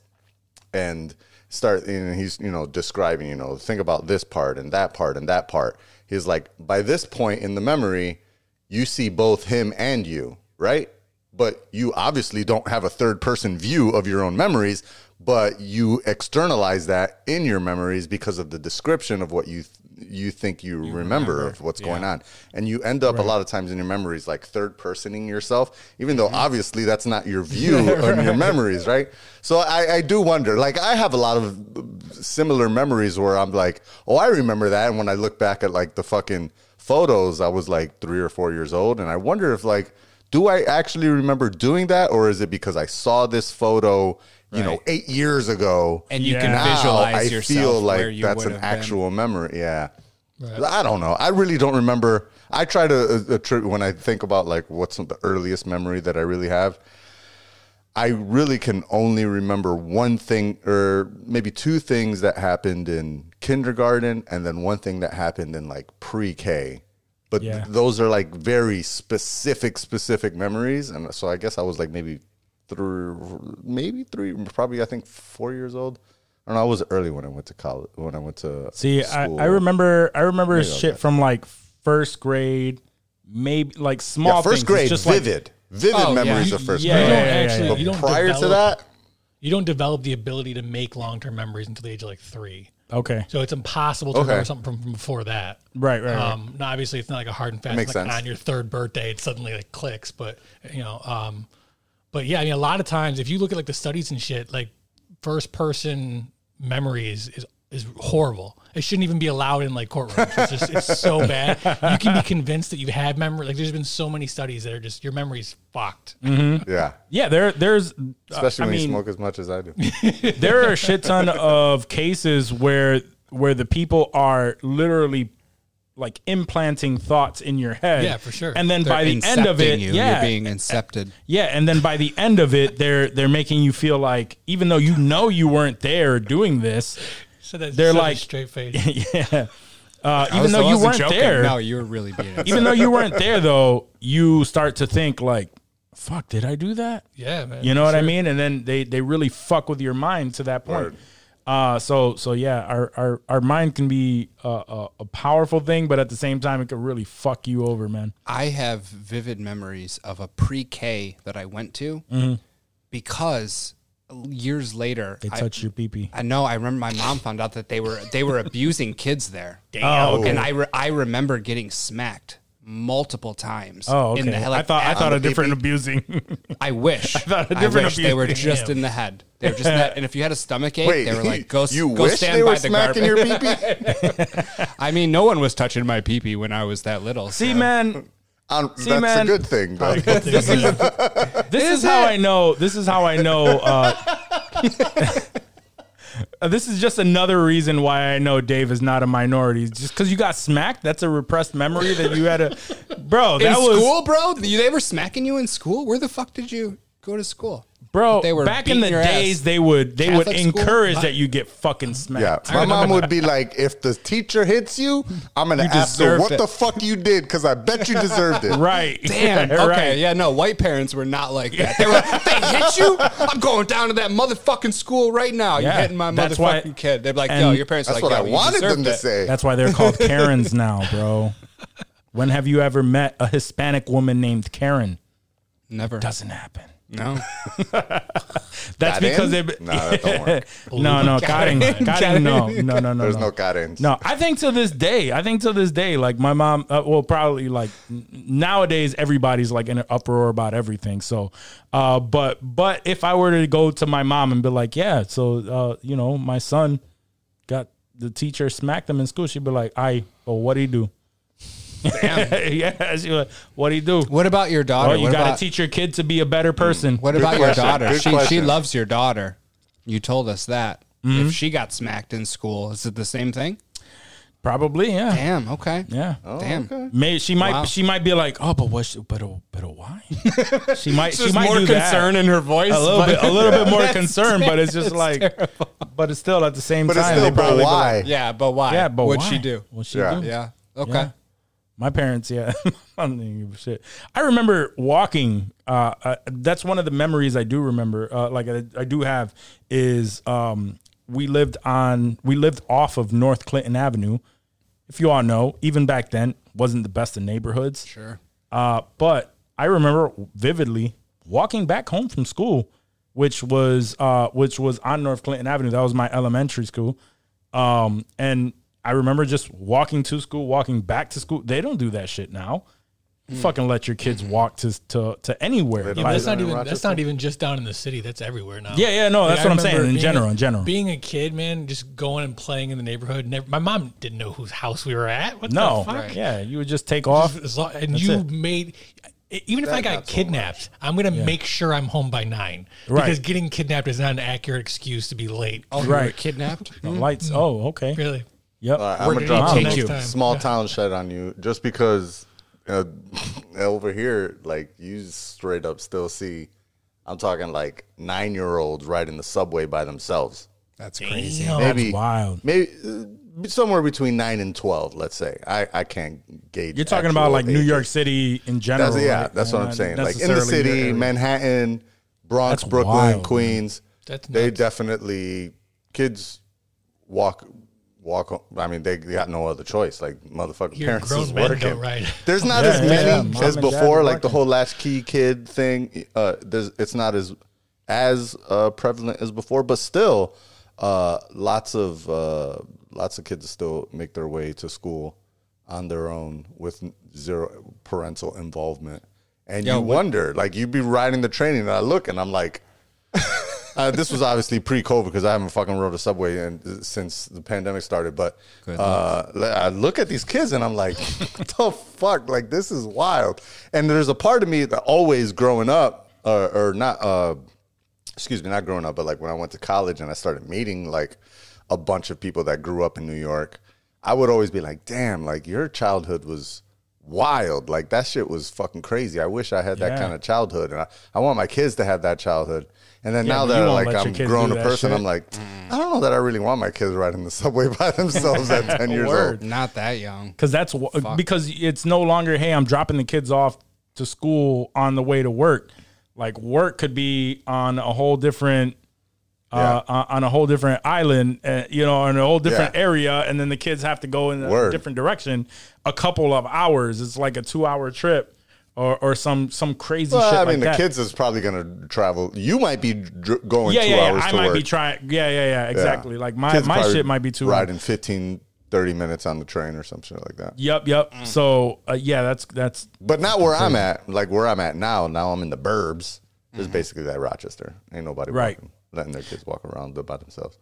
Speaker 6: and start and he's you know describing you know think about this part and that part and that part he's like by this point in the memory you see both him and you, right? But you obviously don't have a third person view of your own memories, but you externalize that in your memories because of the description of what you th- you think you, remember, of what's going on. And you end up a lot of times in your memories like third personing yourself, even
Speaker 5: Mm-hmm.
Speaker 6: though obviously that's not your view on your memories, right? So I, I do wonder. Like I have a lot of similar memories where I'm like, oh, I remember that. And when I look back at like the fucking photos, I was like three or four years old. And I wonder if like, do I actually remember doing that? Or is it because I saw this photo, you know,
Speaker 5: Right.
Speaker 6: eight years ago?
Speaker 5: And you can
Speaker 6: now
Speaker 5: visualize
Speaker 6: I
Speaker 5: yourself
Speaker 6: feel like
Speaker 5: where you
Speaker 6: that's
Speaker 5: would
Speaker 6: an
Speaker 5: have been.
Speaker 6: actual memory. Yeah. I don't know. I really don't remember. I try to uh, attribute when I think about like what's the earliest memory that I really have. I really can only remember one thing or maybe two things that happened in kindergarten and then one thing that happened in like pre-K. But th-
Speaker 1: Yeah.
Speaker 6: those are like very specific specific memories and so I guess I was like maybe three maybe three probably I think 4 years old. I don't know, I was early when I went to college when I went to
Speaker 1: See, I,
Speaker 6: school.
Speaker 1: I remember I remember
Speaker 6: I'll
Speaker 1: shit
Speaker 6: get-
Speaker 1: from like first grade, maybe like small
Speaker 6: yeah, first
Speaker 1: things. It's
Speaker 6: grade
Speaker 1: just like-
Speaker 6: vivid. vivid
Speaker 5: Oh, yeah.
Speaker 6: memories
Speaker 5: You-
Speaker 6: of first
Speaker 1: yeah,
Speaker 6: grade.
Speaker 4: you don't
Speaker 1: yeah, yeah,
Speaker 4: actually.
Speaker 1: yeah.
Speaker 4: You don't
Speaker 6: Prior to
Speaker 4: develop-
Speaker 6: that,
Speaker 4: you don't develop the ability to make long term memories until the age of like three.
Speaker 1: okay,
Speaker 4: So it's impossible to
Speaker 6: Okay.
Speaker 4: remember something from, from before that.
Speaker 1: right, right, right.
Speaker 4: Um, now, obviously, it's not like a hard and fast.
Speaker 6: Makes
Speaker 4: like
Speaker 6: sense.
Speaker 4: On your third birthday, it suddenly like clicks. But you know, um, but yeah, I mean, a lot of times, if you look at like the studies and shit, like first person memories is is horrible. It shouldn't even be allowed in like courtrooms. It's just it's so bad. You can be convinced that you have memory. Like there's been so many studies that are just your memory's fucked.
Speaker 6: yeah.
Speaker 1: yeah, there, there's uh,
Speaker 6: Especially
Speaker 1: I
Speaker 6: when
Speaker 1: mean,
Speaker 6: you smoke as much as I do.
Speaker 1: there are a shit ton of cases where where the people are literally like implanting thoughts in your head.
Speaker 4: Yeah, for sure.
Speaker 1: And then by the
Speaker 5: They're
Speaker 1: end of
Speaker 5: incepting
Speaker 1: it,
Speaker 5: you.
Speaker 1: yeah,
Speaker 5: you're being incepted.
Speaker 1: yeah, and then by the end of it, they're they're making you feel like even though you know you weren't there doing this,
Speaker 4: So that's
Speaker 1: They're
Speaker 4: so that's
Speaker 1: like-
Speaker 4: straight face.
Speaker 1: yeah, uh,
Speaker 5: I
Speaker 1: even
Speaker 5: was- Oh, I
Speaker 1: though you
Speaker 5: wasn't
Speaker 1: weren't
Speaker 5: joking.
Speaker 1: there,
Speaker 5: No, you were really being it.
Speaker 1: even though you weren't there though, you start to think like, "Fuck, did I do that?"
Speaker 4: Yeah, man.
Speaker 1: You know what I mean? And then they they really fuck with your mind to that point.
Speaker 6: Word.
Speaker 1: Uh, so so yeah, our our, our mind can be a, a, a powerful thing, but at the same time, it could really fuck you over, man.
Speaker 5: I have vivid memories of a pre-K that I went to because years later
Speaker 1: Mm-hmm. They
Speaker 5: I-
Speaker 1: touch your pee pee.
Speaker 5: I know. I remember my mom found out that they were they were abusing kids there.
Speaker 1: Oh, okay.
Speaker 5: And I re- I remember getting smacked multiple times.
Speaker 1: Oh,
Speaker 5: in the
Speaker 1: okay.
Speaker 5: head,
Speaker 1: I
Speaker 5: like,
Speaker 1: thought I
Speaker 5: at-
Speaker 1: thought a
Speaker 6: the
Speaker 1: different
Speaker 6: pee-pee.
Speaker 1: abusing.
Speaker 5: I wish. I
Speaker 1: thought a different
Speaker 5: wish they were
Speaker 1: abuse.
Speaker 5: just in the head. They were just in the, and if you had a stomach ache,
Speaker 6: Wait,
Speaker 5: they were like, go, s-
Speaker 6: you
Speaker 5: go
Speaker 6: wish
Speaker 5: stand
Speaker 6: they were
Speaker 5: by the
Speaker 6: smacking
Speaker 5: garbage.
Speaker 6: your pee
Speaker 5: I mean, no one was touching my pee pee when I was that little.
Speaker 1: See,
Speaker 5: so-
Speaker 1: man,
Speaker 6: Um, That's
Speaker 1: See, man.
Speaker 6: a good thing, though.
Speaker 1: this is this is, how I know. This is how I know. Uh, uh, this is just another reason why I know Dave is not a minority. Just because you got smacked, that's a repressed memory that you had to. Bro,
Speaker 5: in
Speaker 1: that was
Speaker 5: school, bro. You, they were smacking you in school. Where the fuck did you go to school?
Speaker 1: bro.
Speaker 5: They were
Speaker 1: back in
Speaker 5: beating
Speaker 1: the
Speaker 5: your ass.
Speaker 1: days, they would they would
Speaker 5: Catholic school?
Speaker 1: encourage that you get fucking
Speaker 6: Yeah,
Speaker 1: smacked.
Speaker 6: my mom would be like, "If the teacher hits you, I'm gonna ask her
Speaker 5: deserved
Speaker 6: what
Speaker 5: it."
Speaker 6: the fuck you did because I bet you deserved it."
Speaker 1: Right.
Speaker 5: Damn.
Speaker 1: Yeah,
Speaker 5: okay.
Speaker 1: right.
Speaker 5: Yeah. No. White parents were not like that. They were. like, they hit you. I'm going down to that motherfucking school right now.
Speaker 1: Yeah,
Speaker 5: You're hitting my
Speaker 1: that's
Speaker 5: motherfucking
Speaker 1: why-
Speaker 5: kid. They're like,
Speaker 1: and
Speaker 5: yo, your parents. are
Speaker 6: That's
Speaker 5: like,
Speaker 6: what
Speaker 5: yo,
Speaker 6: I
Speaker 5: you
Speaker 6: wanted
Speaker 5: deserved
Speaker 6: them to
Speaker 5: it.
Speaker 6: say.
Speaker 1: That's why they're called Karens now, bro. When have you ever met a Hispanic woman named Karen?
Speaker 5: Never.
Speaker 1: Doesn't happen.
Speaker 5: No.
Speaker 1: That's
Speaker 6: Karen?
Speaker 1: because they.
Speaker 6: No, that don't work.
Speaker 1: no, no, Karen, Karen, no, no, no, no.
Speaker 6: There's
Speaker 1: no.
Speaker 6: no Karens.
Speaker 1: No, I think to this day, I think to this day, like my mom, uh, well, probably like n- nowadays, everybody's like in an uproar about everything. So, uh, but but if I were to go to my mom and be like, yeah, so uh, you know, my son got the teacher smacked him in school, she'd be like, I, but what do he do? yeah, she like, what do he do?
Speaker 5: What about your daughter?
Speaker 1: Oh, you
Speaker 5: what
Speaker 1: got to
Speaker 5: about,
Speaker 1: teach your kid to be a better person.
Speaker 5: What about your
Speaker 6: question.
Speaker 5: daughter?
Speaker 6: Good
Speaker 5: She she
Speaker 6: question.
Speaker 5: loves your daughter. You told us that.
Speaker 1: Mm-hmm.
Speaker 5: If she got smacked in school, is it the same thing?
Speaker 1: Probably, yeah,
Speaker 5: Damn. Okay.
Speaker 1: yeah. Oh,
Speaker 5: Damn.
Speaker 1: May she might
Speaker 5: Wow.
Speaker 1: she might be like, oh, but what? She, but oh, but oh, why? She might she might do that.
Speaker 5: in her voice.
Speaker 1: a little bit a little bit more concern, but it's just like, but it's still at the same
Speaker 6: but it's
Speaker 1: time. they
Speaker 6: still. But
Speaker 1: probably be like,
Speaker 6: why?
Speaker 5: Yeah, but why?
Speaker 1: yeah, but
Speaker 5: what'd
Speaker 1: why?
Speaker 5: she do?
Speaker 1: What she
Speaker 6: Yeah.
Speaker 1: do?
Speaker 5: Yeah. Okay.
Speaker 1: Yeah. My parents, yeah, I don't even give a shit. I remember walking. Uh, uh, that's one of the memories I do remember. Uh, like I, I do have is um, we lived on we lived off of North Clinton Avenue. If you all know, even back then, wasn't the best of neighborhoods.
Speaker 5: Sure.
Speaker 1: Uh, but I remember vividly walking back home from school, which was uh, which was on North Clinton Avenue. That was my elementary school, um, and I remember just walking to school, walking back to school. They don't do that shit now. Fucking let your kids walk to to, to anywhere.
Speaker 6: don't
Speaker 1: Like-
Speaker 4: that's not
Speaker 6: in
Speaker 4: even that's
Speaker 6: Rochester?
Speaker 4: not even just down in the city. That's everywhere now.
Speaker 1: Yeah, yeah, no, that's
Speaker 4: I
Speaker 1: what I'm saying,
Speaker 4: remember
Speaker 1: in
Speaker 4: being-
Speaker 1: general, in general.
Speaker 4: being a kid, man, just going and playing in the neighborhood. Never, my mom didn't know whose house we were at. What
Speaker 1: no,
Speaker 4: the fuck?
Speaker 1: yeah, you would just take off.
Speaker 4: As lo- and
Speaker 1: That's
Speaker 4: you
Speaker 1: it.
Speaker 4: made e, even if I got kidnapped, I'm gonna make sure I'm home by nine
Speaker 1: Right.
Speaker 4: because getting kidnapped is not an accurate excuse to be late.
Speaker 5: Oh, you were
Speaker 1: Right.
Speaker 5: kidnapped.
Speaker 1: The lights. Oh, okay.
Speaker 4: Really?
Speaker 1: Yep.
Speaker 6: All right, Uh, I'm
Speaker 4: gonna
Speaker 6: gonna drop
Speaker 4: take
Speaker 6: some
Speaker 4: you.
Speaker 6: small town shit on you just because uh, over here, like you straight up still see. I'm talking like nine year olds riding the subway by themselves.
Speaker 5: That's crazy.
Speaker 4: Oh,
Speaker 6: Maybe
Speaker 1: wild.
Speaker 6: Maybe uh, somewhere between nine and twelve. Let's say I, I can't gauge.
Speaker 1: You're talking
Speaker 6: actual
Speaker 1: about like New
Speaker 6: ages.
Speaker 1: York City in general.
Speaker 6: That's, yeah,
Speaker 1: right?
Speaker 6: that's what I'm
Speaker 1: Not
Speaker 6: saying. Like in the
Speaker 1: necessarily your
Speaker 6: city,
Speaker 1: area.
Speaker 6: Manhattan, Bronx,
Speaker 1: That's
Speaker 6: Brooklyn,
Speaker 1: wild, man.
Speaker 6: Queens.
Speaker 4: That's
Speaker 6: they
Speaker 4: nuts.
Speaker 6: definitely kids walk walk. I mean, they got no other choice. Like motherfucking
Speaker 4: Here,
Speaker 6: parents
Speaker 4: grown
Speaker 6: is
Speaker 4: men
Speaker 6: working.
Speaker 4: don't ride.
Speaker 6: There's not
Speaker 1: Yeah,
Speaker 6: as
Speaker 1: yeah, yeah.
Speaker 6: many
Speaker 1: Mom
Speaker 6: as
Speaker 1: and dad
Speaker 6: before.
Speaker 1: are
Speaker 6: Like the
Speaker 1: working.
Speaker 6: whole latchkey kid thing. Uh, there's it's not as as uh, prevalent as before, but still, uh, lots of uh, lots of kids still make their way to school on their own with n- zero parental involvement. And you wonder, like you'd be riding the train, and I look, and I'm like, uh, this was obviously pre-COVID because I haven't fucking rode a subway in, since the pandemic started. But uh, l- I look at these kids and I'm like, what the fuck? Like this is wild. And there's a part of me that always growing up, or, or not, uh, excuse me, not growing up, but like when I went to college and I started meeting like a bunch of people that grew up in New York, I would always be like, damn, like your childhood was wild. Like that shit was fucking crazy. I wish I had that
Speaker 1: Yeah.
Speaker 6: kind of childhood. And I, I want my kids to have that childhood. And then
Speaker 1: Yeah,
Speaker 6: now
Speaker 1: but
Speaker 6: that
Speaker 1: you won't
Speaker 6: like
Speaker 1: let your
Speaker 6: I'm
Speaker 1: kids
Speaker 6: grown
Speaker 1: do
Speaker 6: a
Speaker 1: that
Speaker 6: person,
Speaker 1: shit.
Speaker 6: I'm like, I don't know that I really want my kids riding the subway by themselves at 10 years
Speaker 1: Word.
Speaker 6: old.
Speaker 5: Not that young.
Speaker 1: because that's wh- because it's no longer hey i'm dropping the kids off to school on the way to work like work could be on a whole different uh, on- on a whole different island uh, you know in a whole different
Speaker 6: Yeah.
Speaker 1: area and then the kids have to go in a
Speaker 6: Word.
Speaker 1: different direction a couple of hours it's like a two hour trip or, or some some crazy
Speaker 6: Well,
Speaker 1: shit
Speaker 6: I mean,
Speaker 1: like
Speaker 6: the
Speaker 1: that.
Speaker 6: kids is probably going to travel. You might be dr- going
Speaker 1: yeah
Speaker 6: two
Speaker 1: yeah, yeah.
Speaker 6: hours
Speaker 1: i
Speaker 6: to
Speaker 1: might
Speaker 6: work.
Speaker 1: be trying yeah yeah yeah exactly like my
Speaker 6: Kids
Speaker 1: my
Speaker 6: probably
Speaker 1: shit might be too
Speaker 6: riding 15, 30 minutes on the train or some shit like that.
Speaker 1: yep yep so uh, yeah that's that's
Speaker 6: But not where I'm at. Like where I'm at now. Now I'm in the burbs. It's basically that Rochester. Ain't nobody
Speaker 1: Mm-hmm. Right.
Speaker 6: walking, letting their kids walk around by themselves.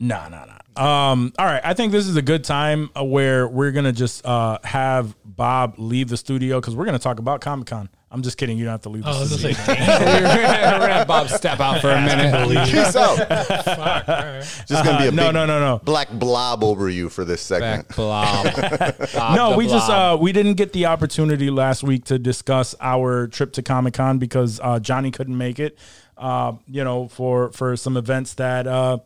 Speaker 1: No, no, no. Um, all right. I think this is a good time uh, where we're going to just uh, have Bob leave the studio because we're going to talk about Comic Con. I'm just kidding. You don't have to leave the
Speaker 4: Oh, I was
Speaker 1: studio.
Speaker 4: gonna say, damn,
Speaker 5: We're gonna have Bob step out for a minute.
Speaker 6: Peace out.
Speaker 4: fuck, all right.
Speaker 6: Just gonna be a
Speaker 1: Uh-huh. no,
Speaker 6: big
Speaker 1: no, no, no.
Speaker 6: black blob over you for this segment.
Speaker 5: Back blob. Bob
Speaker 1: no,
Speaker 5: the
Speaker 1: we just
Speaker 5: blob.
Speaker 1: uh, we didn't get the opportunity last week to discuss our trip to Comic Con because uh, Johnny couldn't make it. Uh, you know, for for some events that uh,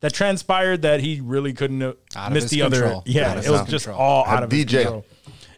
Speaker 1: that transpired that he really couldn't have
Speaker 5: Out of
Speaker 1: missed
Speaker 5: his
Speaker 1: the other.
Speaker 5: control.
Speaker 1: Yeah,
Speaker 5: Out of
Speaker 1: it was
Speaker 5: his
Speaker 1: just
Speaker 5: control.
Speaker 1: all out
Speaker 6: A
Speaker 1: of his
Speaker 6: DJ.
Speaker 1: control.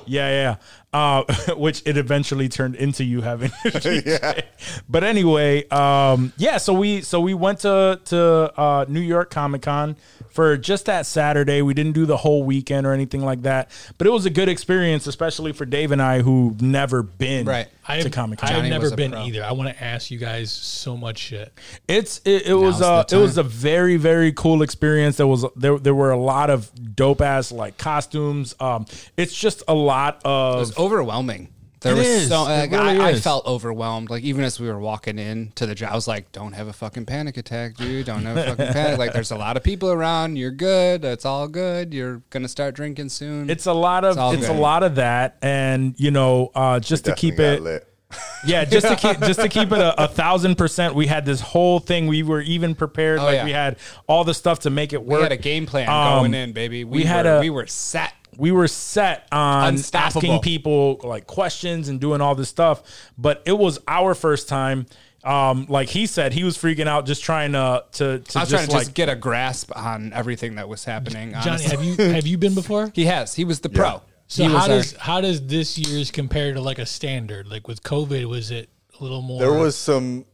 Speaker 1: Yeah, yeah. Uh, which it eventually turned into you having. a DJ. But anyway, um, yeah. So we so we went to to uh, New York Comic Con for just that Saturday. We didn't do the whole weekend or anything like that. But it was a good experience, especially for Dave and I, who've never been
Speaker 5: Right.
Speaker 4: I've,
Speaker 1: to Comic
Speaker 4: I've
Speaker 1: Con.
Speaker 5: Johnny was
Speaker 4: never
Speaker 5: a
Speaker 4: been
Speaker 5: pro.
Speaker 4: either. I want to ask you guys so much shit.
Speaker 1: It's it, it was
Speaker 5: the
Speaker 1: uh, it was a
Speaker 5: time.
Speaker 1: very very cool experience. There was there there were a lot of dope ass like costumes. Um, it's just a lot of
Speaker 5: It was overwhelming. There
Speaker 1: It
Speaker 5: was
Speaker 1: is.
Speaker 5: so
Speaker 1: It
Speaker 5: like,
Speaker 1: really
Speaker 5: I, I
Speaker 1: is.
Speaker 5: felt overwhelmed. Like even as we were walking in to the job, I was like, "Don't have a fucking panic attack, dude. Don't have a fucking panic. Like there's a lot of people around. You're good. It's all good. You're gonna start drinking soon.
Speaker 1: It's a lot of
Speaker 5: all
Speaker 1: it's, a
Speaker 5: good.
Speaker 1: lot of that, and you know, uh, just to keep
Speaker 6: Definitely
Speaker 1: it,
Speaker 6: got lit.
Speaker 1: yeah, just to keep just to keep it a, a thousand percent. We had this whole thing. We were even prepared,
Speaker 5: Oh,
Speaker 1: like
Speaker 5: yeah.
Speaker 1: we had all the stuff to make it
Speaker 5: we
Speaker 1: work.
Speaker 5: had a game plan
Speaker 1: Um,
Speaker 5: going in, baby. We,
Speaker 1: we had
Speaker 5: were,
Speaker 1: a-
Speaker 5: we were set.
Speaker 1: we were set on
Speaker 5: Unstoppable.
Speaker 1: asking people like questions and doing all this stuff, but it was our first time. Um, like he said, he was freaking out just trying to to, to
Speaker 5: I
Speaker 1: just
Speaker 5: was trying to
Speaker 1: like
Speaker 5: just get a grasp on everything that was happening.
Speaker 4: Johnny,
Speaker 5: honestly.
Speaker 4: have you have you been before?
Speaker 5: he has. He was the pro.
Speaker 4: So
Speaker 5: he
Speaker 4: how
Speaker 5: was our-
Speaker 4: does how does this year's compare to like a standard? Like with COVID, was it a little more?
Speaker 6: There was some.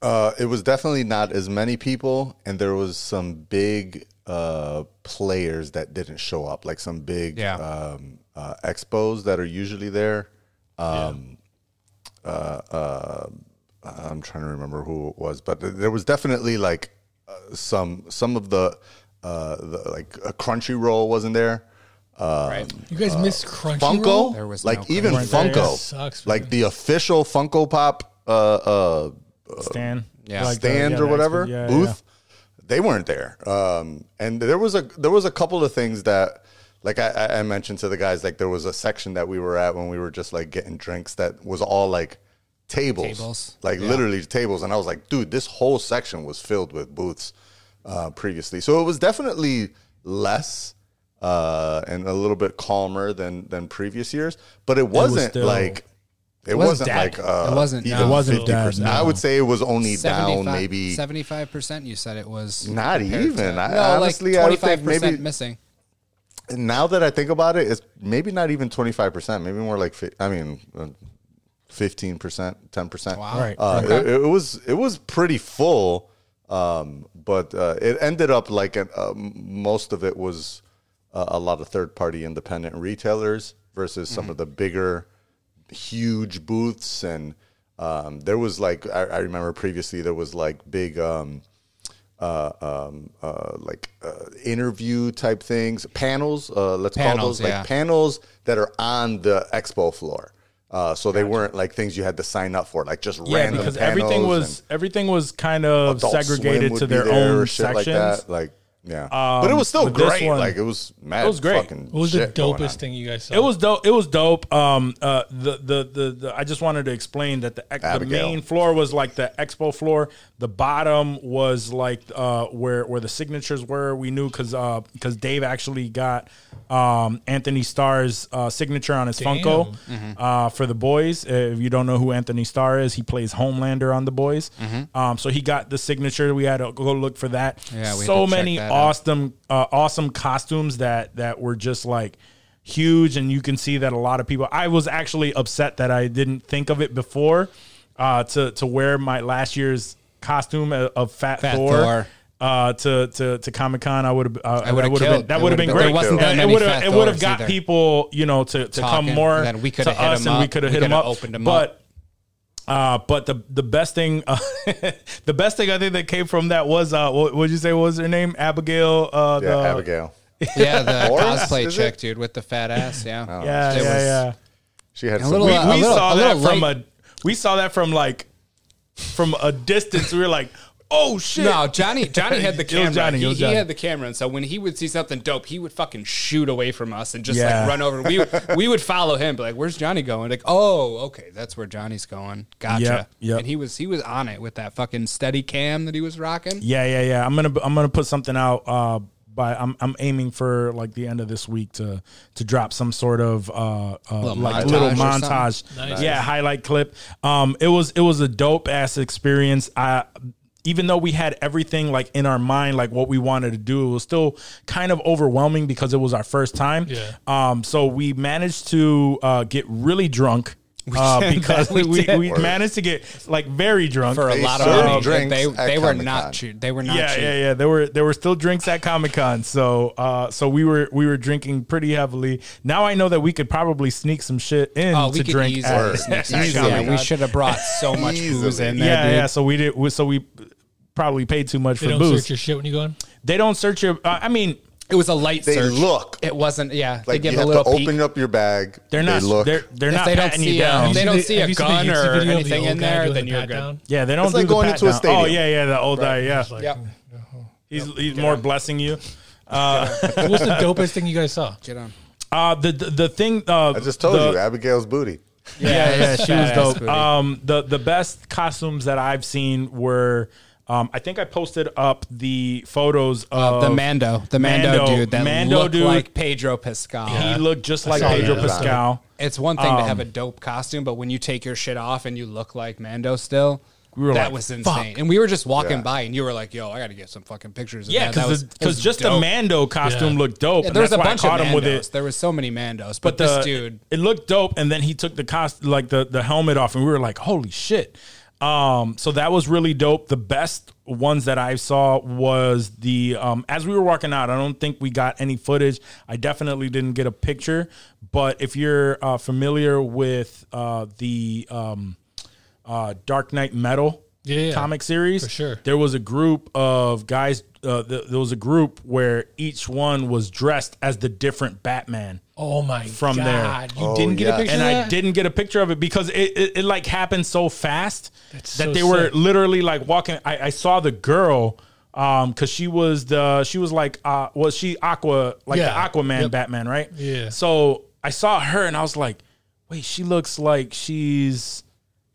Speaker 6: Uh, it was definitely not as many people, and there was some big uh, players that didn't show up, like some big
Speaker 5: Yeah.
Speaker 6: um, uh, expos that are usually there. Um, uh, uh, I'm trying to remember who it was, but th- there was definitely like uh, some some of the, uh, the like a crunchy roll wasn't there. Uh,
Speaker 4: You guys missed Crunchyroll.
Speaker 6: Funko,
Speaker 5: There was
Speaker 6: like
Speaker 5: no
Speaker 6: even
Speaker 5: Crunchy.
Speaker 6: Funko,
Speaker 4: That sucks,
Speaker 6: like
Speaker 4: man.
Speaker 6: the official Funko Pop uh, uh,
Speaker 1: Stan.
Speaker 5: Yeah.
Speaker 1: Like the-
Speaker 6: stand
Speaker 1: yeah,
Speaker 6: or
Speaker 1: the
Speaker 6: whatever
Speaker 1: expo- yeah, yeah,
Speaker 6: booth, they weren't there. Um, and there was a there was a couple of things that, like I- I, I mentioned to the guys, like there was a section that we were at when we were just like getting drinks that was all like tables,
Speaker 5: Tables.
Speaker 6: like literally tables, and I was like, dude, this whole section was filled with booths uh, previously, so it was definitely less. Uh, and a little bit calmer than than previous years, but it wasn't
Speaker 1: still-
Speaker 6: like it,
Speaker 5: wasn't
Speaker 6: wasn't, like
Speaker 5: dead.
Speaker 6: uh,
Speaker 5: It wasn't,
Speaker 6: even
Speaker 5: no. It
Speaker 1: wasn't
Speaker 6: 50%.
Speaker 1: dead,
Speaker 6: I
Speaker 1: no.
Speaker 6: would say it was only
Speaker 5: 75
Speaker 6: down maybe
Speaker 5: 75% you said it was
Speaker 6: Not
Speaker 5: compared
Speaker 6: even.
Speaker 5: to-
Speaker 6: I-
Speaker 5: no,
Speaker 6: honestly, I
Speaker 5: like
Speaker 6: would
Speaker 5: 25%
Speaker 6: think maybe-
Speaker 5: missing
Speaker 6: now that I think about it, it's maybe not even 25%, maybe more like, fi- I mean, uh, 15%, 10%.
Speaker 5: Wow. Right.
Speaker 6: Uh,
Speaker 5: Okay.
Speaker 6: it, it was, it was pretty full. Um, but, uh, it ended up like, an, uh, most of it was uh, a lot of third party independent retailers versus
Speaker 5: Mm-hmm.
Speaker 6: some of the bigger, huge booths. And, um, there was like, I, I remember previously there was like big, um, uh, um, uh, like uh, interview type things, panels. Uh, let's call
Speaker 5: Panels,
Speaker 6: those like
Speaker 5: yeah.
Speaker 6: panels that are on the expo floor. Uh, so they weren't like things you had to sign up for, like just
Speaker 1: Yeah,
Speaker 6: random.
Speaker 1: because
Speaker 6: panels
Speaker 1: everything was
Speaker 6: and
Speaker 1: everything was kind of
Speaker 6: Adult Swim
Speaker 1: segregated
Speaker 6: would
Speaker 1: to
Speaker 6: be
Speaker 1: their
Speaker 6: there
Speaker 1: own
Speaker 6: or shit
Speaker 1: sections. Um,
Speaker 6: Like, that. like yeah, but it was still
Speaker 1: but this
Speaker 6: great.
Speaker 1: one-
Speaker 6: like it was mad.
Speaker 1: it was great.
Speaker 6: Fucking
Speaker 4: What was the
Speaker 6: shit going on.
Speaker 4: dopest thing you guys saw?
Speaker 1: It was dope. It was dope. Um, uh, the, the the the I just wanted to explain that the ex- the
Speaker 6: Abigail.
Speaker 1: main floor was like the expo floor. The bottom was like uh where where the signatures were. We knew because uh because Dave actually got um Anthony Starr's uh, signature on his Funko
Speaker 5: Mm-hmm.
Speaker 1: uh for the boys. Uh, if you don't know who Anthony Starr is, he plays Homelander on the boys. Um, so he got the signature. We had to go look for that.
Speaker 5: Mm-hmm. Yeah, we had
Speaker 1: so
Speaker 5: to check
Speaker 1: many
Speaker 5: that out.
Speaker 1: awesome awesome uh, awesome costumes that that were just like huge and you can see that a lot of people I was actually upset that I didn't think of it before uh to to wear my last year's costume of, of Fat,
Speaker 5: Fat
Speaker 1: Thor.
Speaker 5: Thor.
Speaker 1: Uh, to to to Comic Con, I would have. Uh,
Speaker 5: would've
Speaker 1: I would have
Speaker 5: killed.
Speaker 1: been. That
Speaker 5: It
Speaker 1: would have been
Speaker 5: would've been-
Speaker 1: great.
Speaker 5: there wasn't that
Speaker 1: And
Speaker 5: many
Speaker 1: it would
Speaker 5: Fat
Speaker 1: have. It would have
Speaker 5: Thors
Speaker 1: got
Speaker 5: either.
Speaker 1: people, you know, to, to come
Speaker 5: Talking,
Speaker 1: more.
Speaker 5: then we
Speaker 1: to
Speaker 5: could've hit
Speaker 1: us
Speaker 5: 'em
Speaker 1: and we
Speaker 5: up.
Speaker 1: could have
Speaker 5: We
Speaker 1: hit them
Speaker 5: could've
Speaker 1: up.
Speaker 5: opened 'em
Speaker 1: but
Speaker 5: up.
Speaker 1: uh, but the the best thing, uh, the best thing I think that came from that was uh, what would you say was her name? Abigail. Uh,
Speaker 6: Yeah,
Speaker 1: the-
Speaker 6: Abigail.
Speaker 5: yeah the
Speaker 6: Boris,
Speaker 5: cosplay
Speaker 6: is
Speaker 5: chick
Speaker 6: it? Oh,
Speaker 5: dude with the fat ass yeah
Speaker 1: Yeah,
Speaker 5: It
Speaker 1: yeah,
Speaker 5: was-
Speaker 1: yeah.
Speaker 6: She had
Speaker 5: A
Speaker 6: some
Speaker 5: little,
Speaker 6: weed.
Speaker 5: uh,
Speaker 1: we saw
Speaker 5: a
Speaker 1: that
Speaker 5: little
Speaker 1: from
Speaker 5: light-
Speaker 1: a we saw that from like from a distance. We were like, oh shit.
Speaker 5: No, Johnny. Johnny had the
Speaker 1: It was
Speaker 5: camera.
Speaker 1: Johnny, it
Speaker 5: he,
Speaker 1: was
Speaker 5: he
Speaker 1: Johnny.
Speaker 5: had the camera, and so when he would see something dope, he would fucking shoot away from us and just
Speaker 1: Yeah.
Speaker 5: like run over. We we would follow him, be like, "Where's Johnny going?" Like, "Oh, okay, that's where Johnny's going." Gotcha.
Speaker 1: Yep, yep.
Speaker 5: And he was he was on it with that fucking steady cam that he was rocking.
Speaker 1: Yeah, yeah, yeah. I'm gonna I'm gonna put something out. Uh, by I'm I'm aiming for like the end of this week to to drop some sort of uh, uh like
Speaker 5: montage
Speaker 1: little
Speaker 5: or something?
Speaker 1: montage,
Speaker 4: Nice.
Speaker 1: yeah, highlight clip. Um, it was it was a dope ass experience. I even though we had everything like in our mind, like what we wanted to do, it was still kind of overwhelming because it was our first time.
Speaker 4: Yeah.
Speaker 1: Um, so we managed to uh, get really drunk. Uh, because we,
Speaker 5: we
Speaker 1: we,
Speaker 5: did.
Speaker 1: managed to get like very drunk
Speaker 5: For a
Speaker 6: They
Speaker 5: lot of
Speaker 6: served
Speaker 5: money,
Speaker 6: drinks
Speaker 5: they
Speaker 6: at
Speaker 5: they were
Speaker 6: Comic-Con.
Speaker 5: not cheap. They were not
Speaker 1: yeah,
Speaker 5: cheap.
Speaker 1: yeah, yeah. There were there were still drinks at Comic Con, so uh, so we were we were drinking pretty heavily. Now I know that we could probably sneak some shit in
Speaker 5: Oh, we
Speaker 1: to
Speaker 5: could
Speaker 1: drink.
Speaker 5: easily
Speaker 1: at-
Speaker 5: sneak some
Speaker 1: at
Speaker 5: shit.
Speaker 1: Comic-Con.
Speaker 5: Yeah, we should have brought so much booze
Speaker 6: Easily.
Speaker 5: in there.
Speaker 1: yeah,
Speaker 5: dude.
Speaker 1: yeah. So we did. we- So we probably paid too much
Speaker 4: They
Speaker 1: for
Speaker 4: don't
Speaker 1: booze.
Speaker 4: search your shit when you go in.
Speaker 1: they don't search your. Uh, I mean,
Speaker 5: It was a light
Speaker 6: They
Speaker 5: search.
Speaker 6: look.
Speaker 5: It wasn't. Yeah,
Speaker 6: Like
Speaker 5: they
Speaker 6: you
Speaker 5: give a
Speaker 6: have
Speaker 5: little
Speaker 6: to
Speaker 5: peek.
Speaker 6: open up your bag.
Speaker 1: they're not.
Speaker 6: They look.
Speaker 1: They're they're
Speaker 5: If
Speaker 1: not
Speaker 5: they don't
Speaker 1: patting
Speaker 5: see
Speaker 1: you
Speaker 5: a-
Speaker 1: down.
Speaker 5: they don't see a
Speaker 4: Have you seen the
Speaker 5: gun
Speaker 4: YouTube
Speaker 5: or
Speaker 4: video of the
Speaker 5: anything
Speaker 4: old
Speaker 5: in
Speaker 4: guy
Speaker 5: there,
Speaker 4: doing
Speaker 5: then
Speaker 4: the
Speaker 5: you're
Speaker 4: pat
Speaker 5: good.
Speaker 4: down?
Speaker 1: yeah, they don't.
Speaker 6: It's
Speaker 1: do
Speaker 6: like
Speaker 1: the
Speaker 6: going into a
Speaker 1: pat down. Oh
Speaker 6: stadium.
Speaker 1: yeah, yeah. The old guy. Yeah,
Speaker 4: Like,
Speaker 5: Yep.
Speaker 1: he's he's more blessing you. Uh,
Speaker 4: What's the dopest thing you guys saw?
Speaker 5: Get on.
Speaker 1: uh, the, the the thing. Uh,
Speaker 6: I just told
Speaker 1: the,
Speaker 6: you, Abigail's booty.
Speaker 1: yeah, yeah, she was
Speaker 5: Badass
Speaker 1: dope.
Speaker 5: booty.
Speaker 1: Um, the the best costumes that I've seen were, um, I think I posted up the photos of
Speaker 5: the Mando, the Mando,
Speaker 1: Mando-
Speaker 5: dude that
Speaker 1: Mando
Speaker 5: looked
Speaker 1: dude.
Speaker 5: like Pedro Pascal.
Speaker 1: He looked just like
Speaker 5: saw
Speaker 1: Pedro
Speaker 5: that.
Speaker 1: Pascal.
Speaker 5: It's one thing to
Speaker 1: Um,
Speaker 5: have a dope costume, but when you take your shit off and you look like Mando still,
Speaker 1: were
Speaker 5: that
Speaker 1: like,
Speaker 5: was insane.
Speaker 1: "Fuck."
Speaker 5: And we were just walking
Speaker 6: Yeah.
Speaker 5: by, and you were like, "Yo, I got to get some fucking pictures." Of
Speaker 1: Yeah,
Speaker 5: that." That
Speaker 1: because
Speaker 5: was- it was
Speaker 1: just the
Speaker 5: dope.
Speaker 1: Mando costume
Speaker 4: Yeah.
Speaker 1: looked dope.
Speaker 5: Yeah,
Speaker 1: and
Speaker 5: there was a
Speaker 1: that's why
Speaker 5: bunch
Speaker 1: I caught
Speaker 5: of Mandos.
Speaker 1: him with it.
Speaker 5: There was so many Mandos,
Speaker 1: But
Speaker 5: but,
Speaker 1: the,
Speaker 5: this dude,
Speaker 1: it looked dope, and then he took the cost like the the helmet off, and we were like, "Holy shit!" Um, so that was really dope. The best ones that I saw was the um, as we were walking out. I don't think we got any footage. I definitely didn't get a picture. But if you're uh, familiar with uh, the um, uh, Dark Knight Metal
Speaker 4: Yeah,
Speaker 1: comic series,
Speaker 4: for sure.
Speaker 1: there was a group of guys. Uh, th- there was a group where each one was dressed as the different Batman.
Speaker 4: Oh my
Speaker 1: From there.
Speaker 4: god! You didn't get
Speaker 6: Oh, yeah.
Speaker 4: a picture,
Speaker 1: and
Speaker 4: of
Speaker 1: I
Speaker 4: that?
Speaker 1: didn't get a picture of it because it, it, it like happened so fast
Speaker 4: That's
Speaker 1: that
Speaker 4: so
Speaker 1: they were
Speaker 4: sick.
Speaker 1: literally like walking. I, I saw the girl um because she was the she was like uh was she Aqua like
Speaker 4: Yeah.
Speaker 1: the Aquaman
Speaker 4: Yep.
Speaker 1: Batman right
Speaker 4: Yeah.
Speaker 1: so I saw her and I was like wait she looks like she's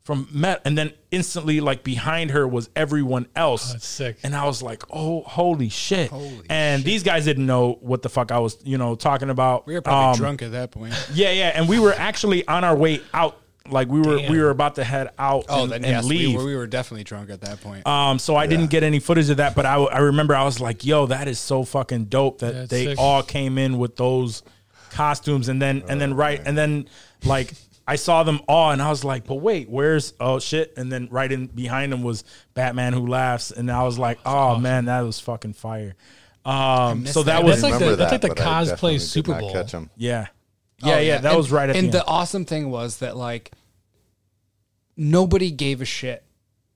Speaker 1: from Met and then instantly like behind her was everyone else
Speaker 4: Oh, That's sick.
Speaker 1: and I was like oh holy shit and these guys didn't know what the fuck I was you know talking about
Speaker 5: We were probably
Speaker 1: Um,
Speaker 5: drunk at that point.
Speaker 1: yeah, yeah, and we were actually on our way out. Like we were,
Speaker 4: Damn.
Speaker 1: we were about to head out
Speaker 5: Oh,
Speaker 1: and,
Speaker 5: then
Speaker 1: and
Speaker 5: yes,
Speaker 1: leave.
Speaker 5: We, were, we were definitely drunk at that point.
Speaker 1: um, so I didn't get any footage of that, but I, I remember I was like, "Yo, that is so fucking dope that
Speaker 4: That's
Speaker 1: they
Speaker 4: sick.
Speaker 1: all came in with those costumes." And then,
Speaker 5: Oh,
Speaker 1: and then right, and then like I saw them all, and I was like, "But wait, where's oh shit?" And then right in behind them was Batman Who Laughs, and I was like, "Oh man, that was fucking fire." Um, so that
Speaker 5: that.
Speaker 1: was
Speaker 4: That's like
Speaker 6: Remember
Speaker 4: the, that's like
Speaker 6: that,
Speaker 4: the
Speaker 6: but I definitely
Speaker 4: cosplay
Speaker 6: did
Speaker 4: Super
Speaker 6: not
Speaker 4: Bowl.
Speaker 6: Catch him.
Speaker 1: yeah,
Speaker 5: Oh,
Speaker 1: yeah, yeah, That
Speaker 5: And-
Speaker 1: was right at
Speaker 5: and
Speaker 1: the end.
Speaker 5: awesome thing was that like nobody gave a shit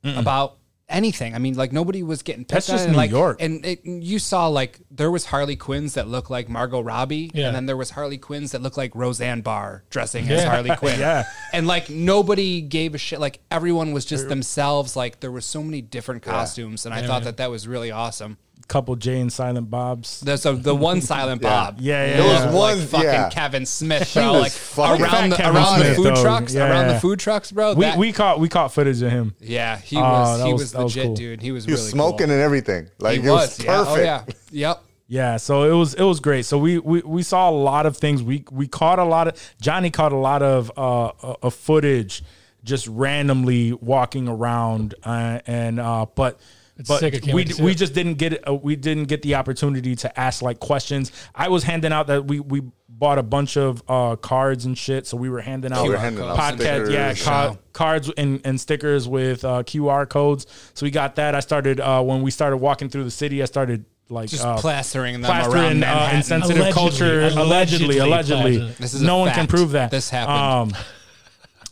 Speaker 5: about anything. I mean, like nobody was getting
Speaker 1: That's just
Speaker 5: pissed on it, and,
Speaker 1: New
Speaker 5: like,
Speaker 1: York.
Speaker 5: And it, you saw like there was Harley Quinns that looked like Margot Robbie,
Speaker 4: Yeah.
Speaker 5: and then there was Harley Quinns that looked like Roseanne Barr dressing as
Speaker 4: Yeah.
Speaker 5: Harley Quinn.
Speaker 1: Yeah.
Speaker 5: and like nobody gave a shit. Like everyone was just themselves. Like there were so many different costumes, and I thought that that was really awesome.
Speaker 1: couple Jay and Silent Bob's.
Speaker 5: There's a, the one Silent Bob.
Speaker 1: Yeah, yeah,
Speaker 5: There
Speaker 1: yeah.
Speaker 5: was
Speaker 6: Like
Speaker 5: one fucking
Speaker 6: yeah.
Speaker 5: Kevin Smith, bro.
Speaker 6: was
Speaker 5: Like
Speaker 6: fucking-
Speaker 5: around the
Speaker 1: Fat Kevin
Speaker 5: around the
Speaker 1: Smith,
Speaker 5: food
Speaker 1: though.
Speaker 5: trucks,
Speaker 1: Yeah,
Speaker 5: around
Speaker 1: yeah.
Speaker 5: the food trucks, bro.
Speaker 1: We,
Speaker 5: that-
Speaker 1: we caught we caught footage of him.
Speaker 5: yeah, he was
Speaker 1: that
Speaker 5: he
Speaker 1: was-
Speaker 5: was,
Speaker 1: that
Speaker 5: the
Speaker 1: was
Speaker 5: jet
Speaker 1: cool.
Speaker 5: dude. He was
Speaker 6: He
Speaker 5: really
Speaker 6: was smoking
Speaker 5: Cool.
Speaker 6: and everything. Like
Speaker 5: He
Speaker 6: it was,
Speaker 5: was, yeah.
Speaker 6: perfect.
Speaker 5: Oh yeah, yep.
Speaker 1: Yeah, so it was it was great. So we we, we saw a lot of things. We we caught a lot of Johnny caught a lot of uh, uh of footage just randomly walking around uh, and uh but but
Speaker 4: sick. I can't
Speaker 1: we
Speaker 4: wait to see
Speaker 1: we
Speaker 4: it.
Speaker 1: just didn't get uh, we didn't get the opportunity to ask like questions. I was handing out that we we bought a bunch of uh cards and shit, so we were handing out
Speaker 6: we were handing out
Speaker 1: podcast
Speaker 6: stickers.
Speaker 1: yeah ca-
Speaker 5: Wow.
Speaker 1: cards and, and stickers with uh, QR codes. So we got that. I started uh, when we started walking through the city. I started like
Speaker 5: Just
Speaker 1: uh,
Speaker 5: plastering them around
Speaker 1: plastering uh,
Speaker 5: Manhattan.
Speaker 1: insensitive
Speaker 4: Allegedly,
Speaker 1: culture. Allegedly,
Speaker 4: allegedly
Speaker 1: allegedly,
Speaker 4: plastered.
Speaker 5: This is a
Speaker 1: no one can
Speaker 5: fact.
Speaker 1: prove that
Speaker 5: This happened.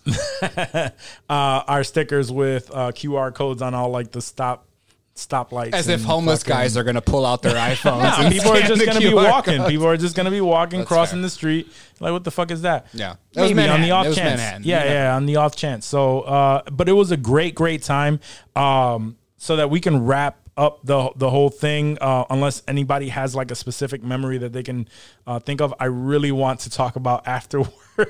Speaker 1: Um, uh, our stickers with uh, QR codes on all like the stop stoplights.
Speaker 5: As if
Speaker 1: and
Speaker 5: homeless
Speaker 1: fucking-
Speaker 5: guys are gonna pull out their iPhones.
Speaker 1: Nah,
Speaker 5: and
Speaker 1: people are
Speaker 5: scan
Speaker 1: just
Speaker 5: the
Speaker 1: gonna be
Speaker 5: QR
Speaker 1: walking.
Speaker 5: codes.
Speaker 1: People are just gonna be walking,
Speaker 5: That's
Speaker 1: crossing
Speaker 5: fair.
Speaker 1: the street. Like, what the fuck is that?
Speaker 5: Yeah. That was
Speaker 1: maybe on the
Speaker 5: Manhattan.
Speaker 1: off
Speaker 5: That was
Speaker 1: chance.
Speaker 5: Manhattan.
Speaker 1: Yeah, yeah,
Speaker 5: Yeah.
Speaker 1: on the off chance. So, uh, but it was a great, great time. Um, so that we can wrap up the the whole thing, uh, unless anybody has like a specific memory that they can uh, think of. I really want to talk about afterward.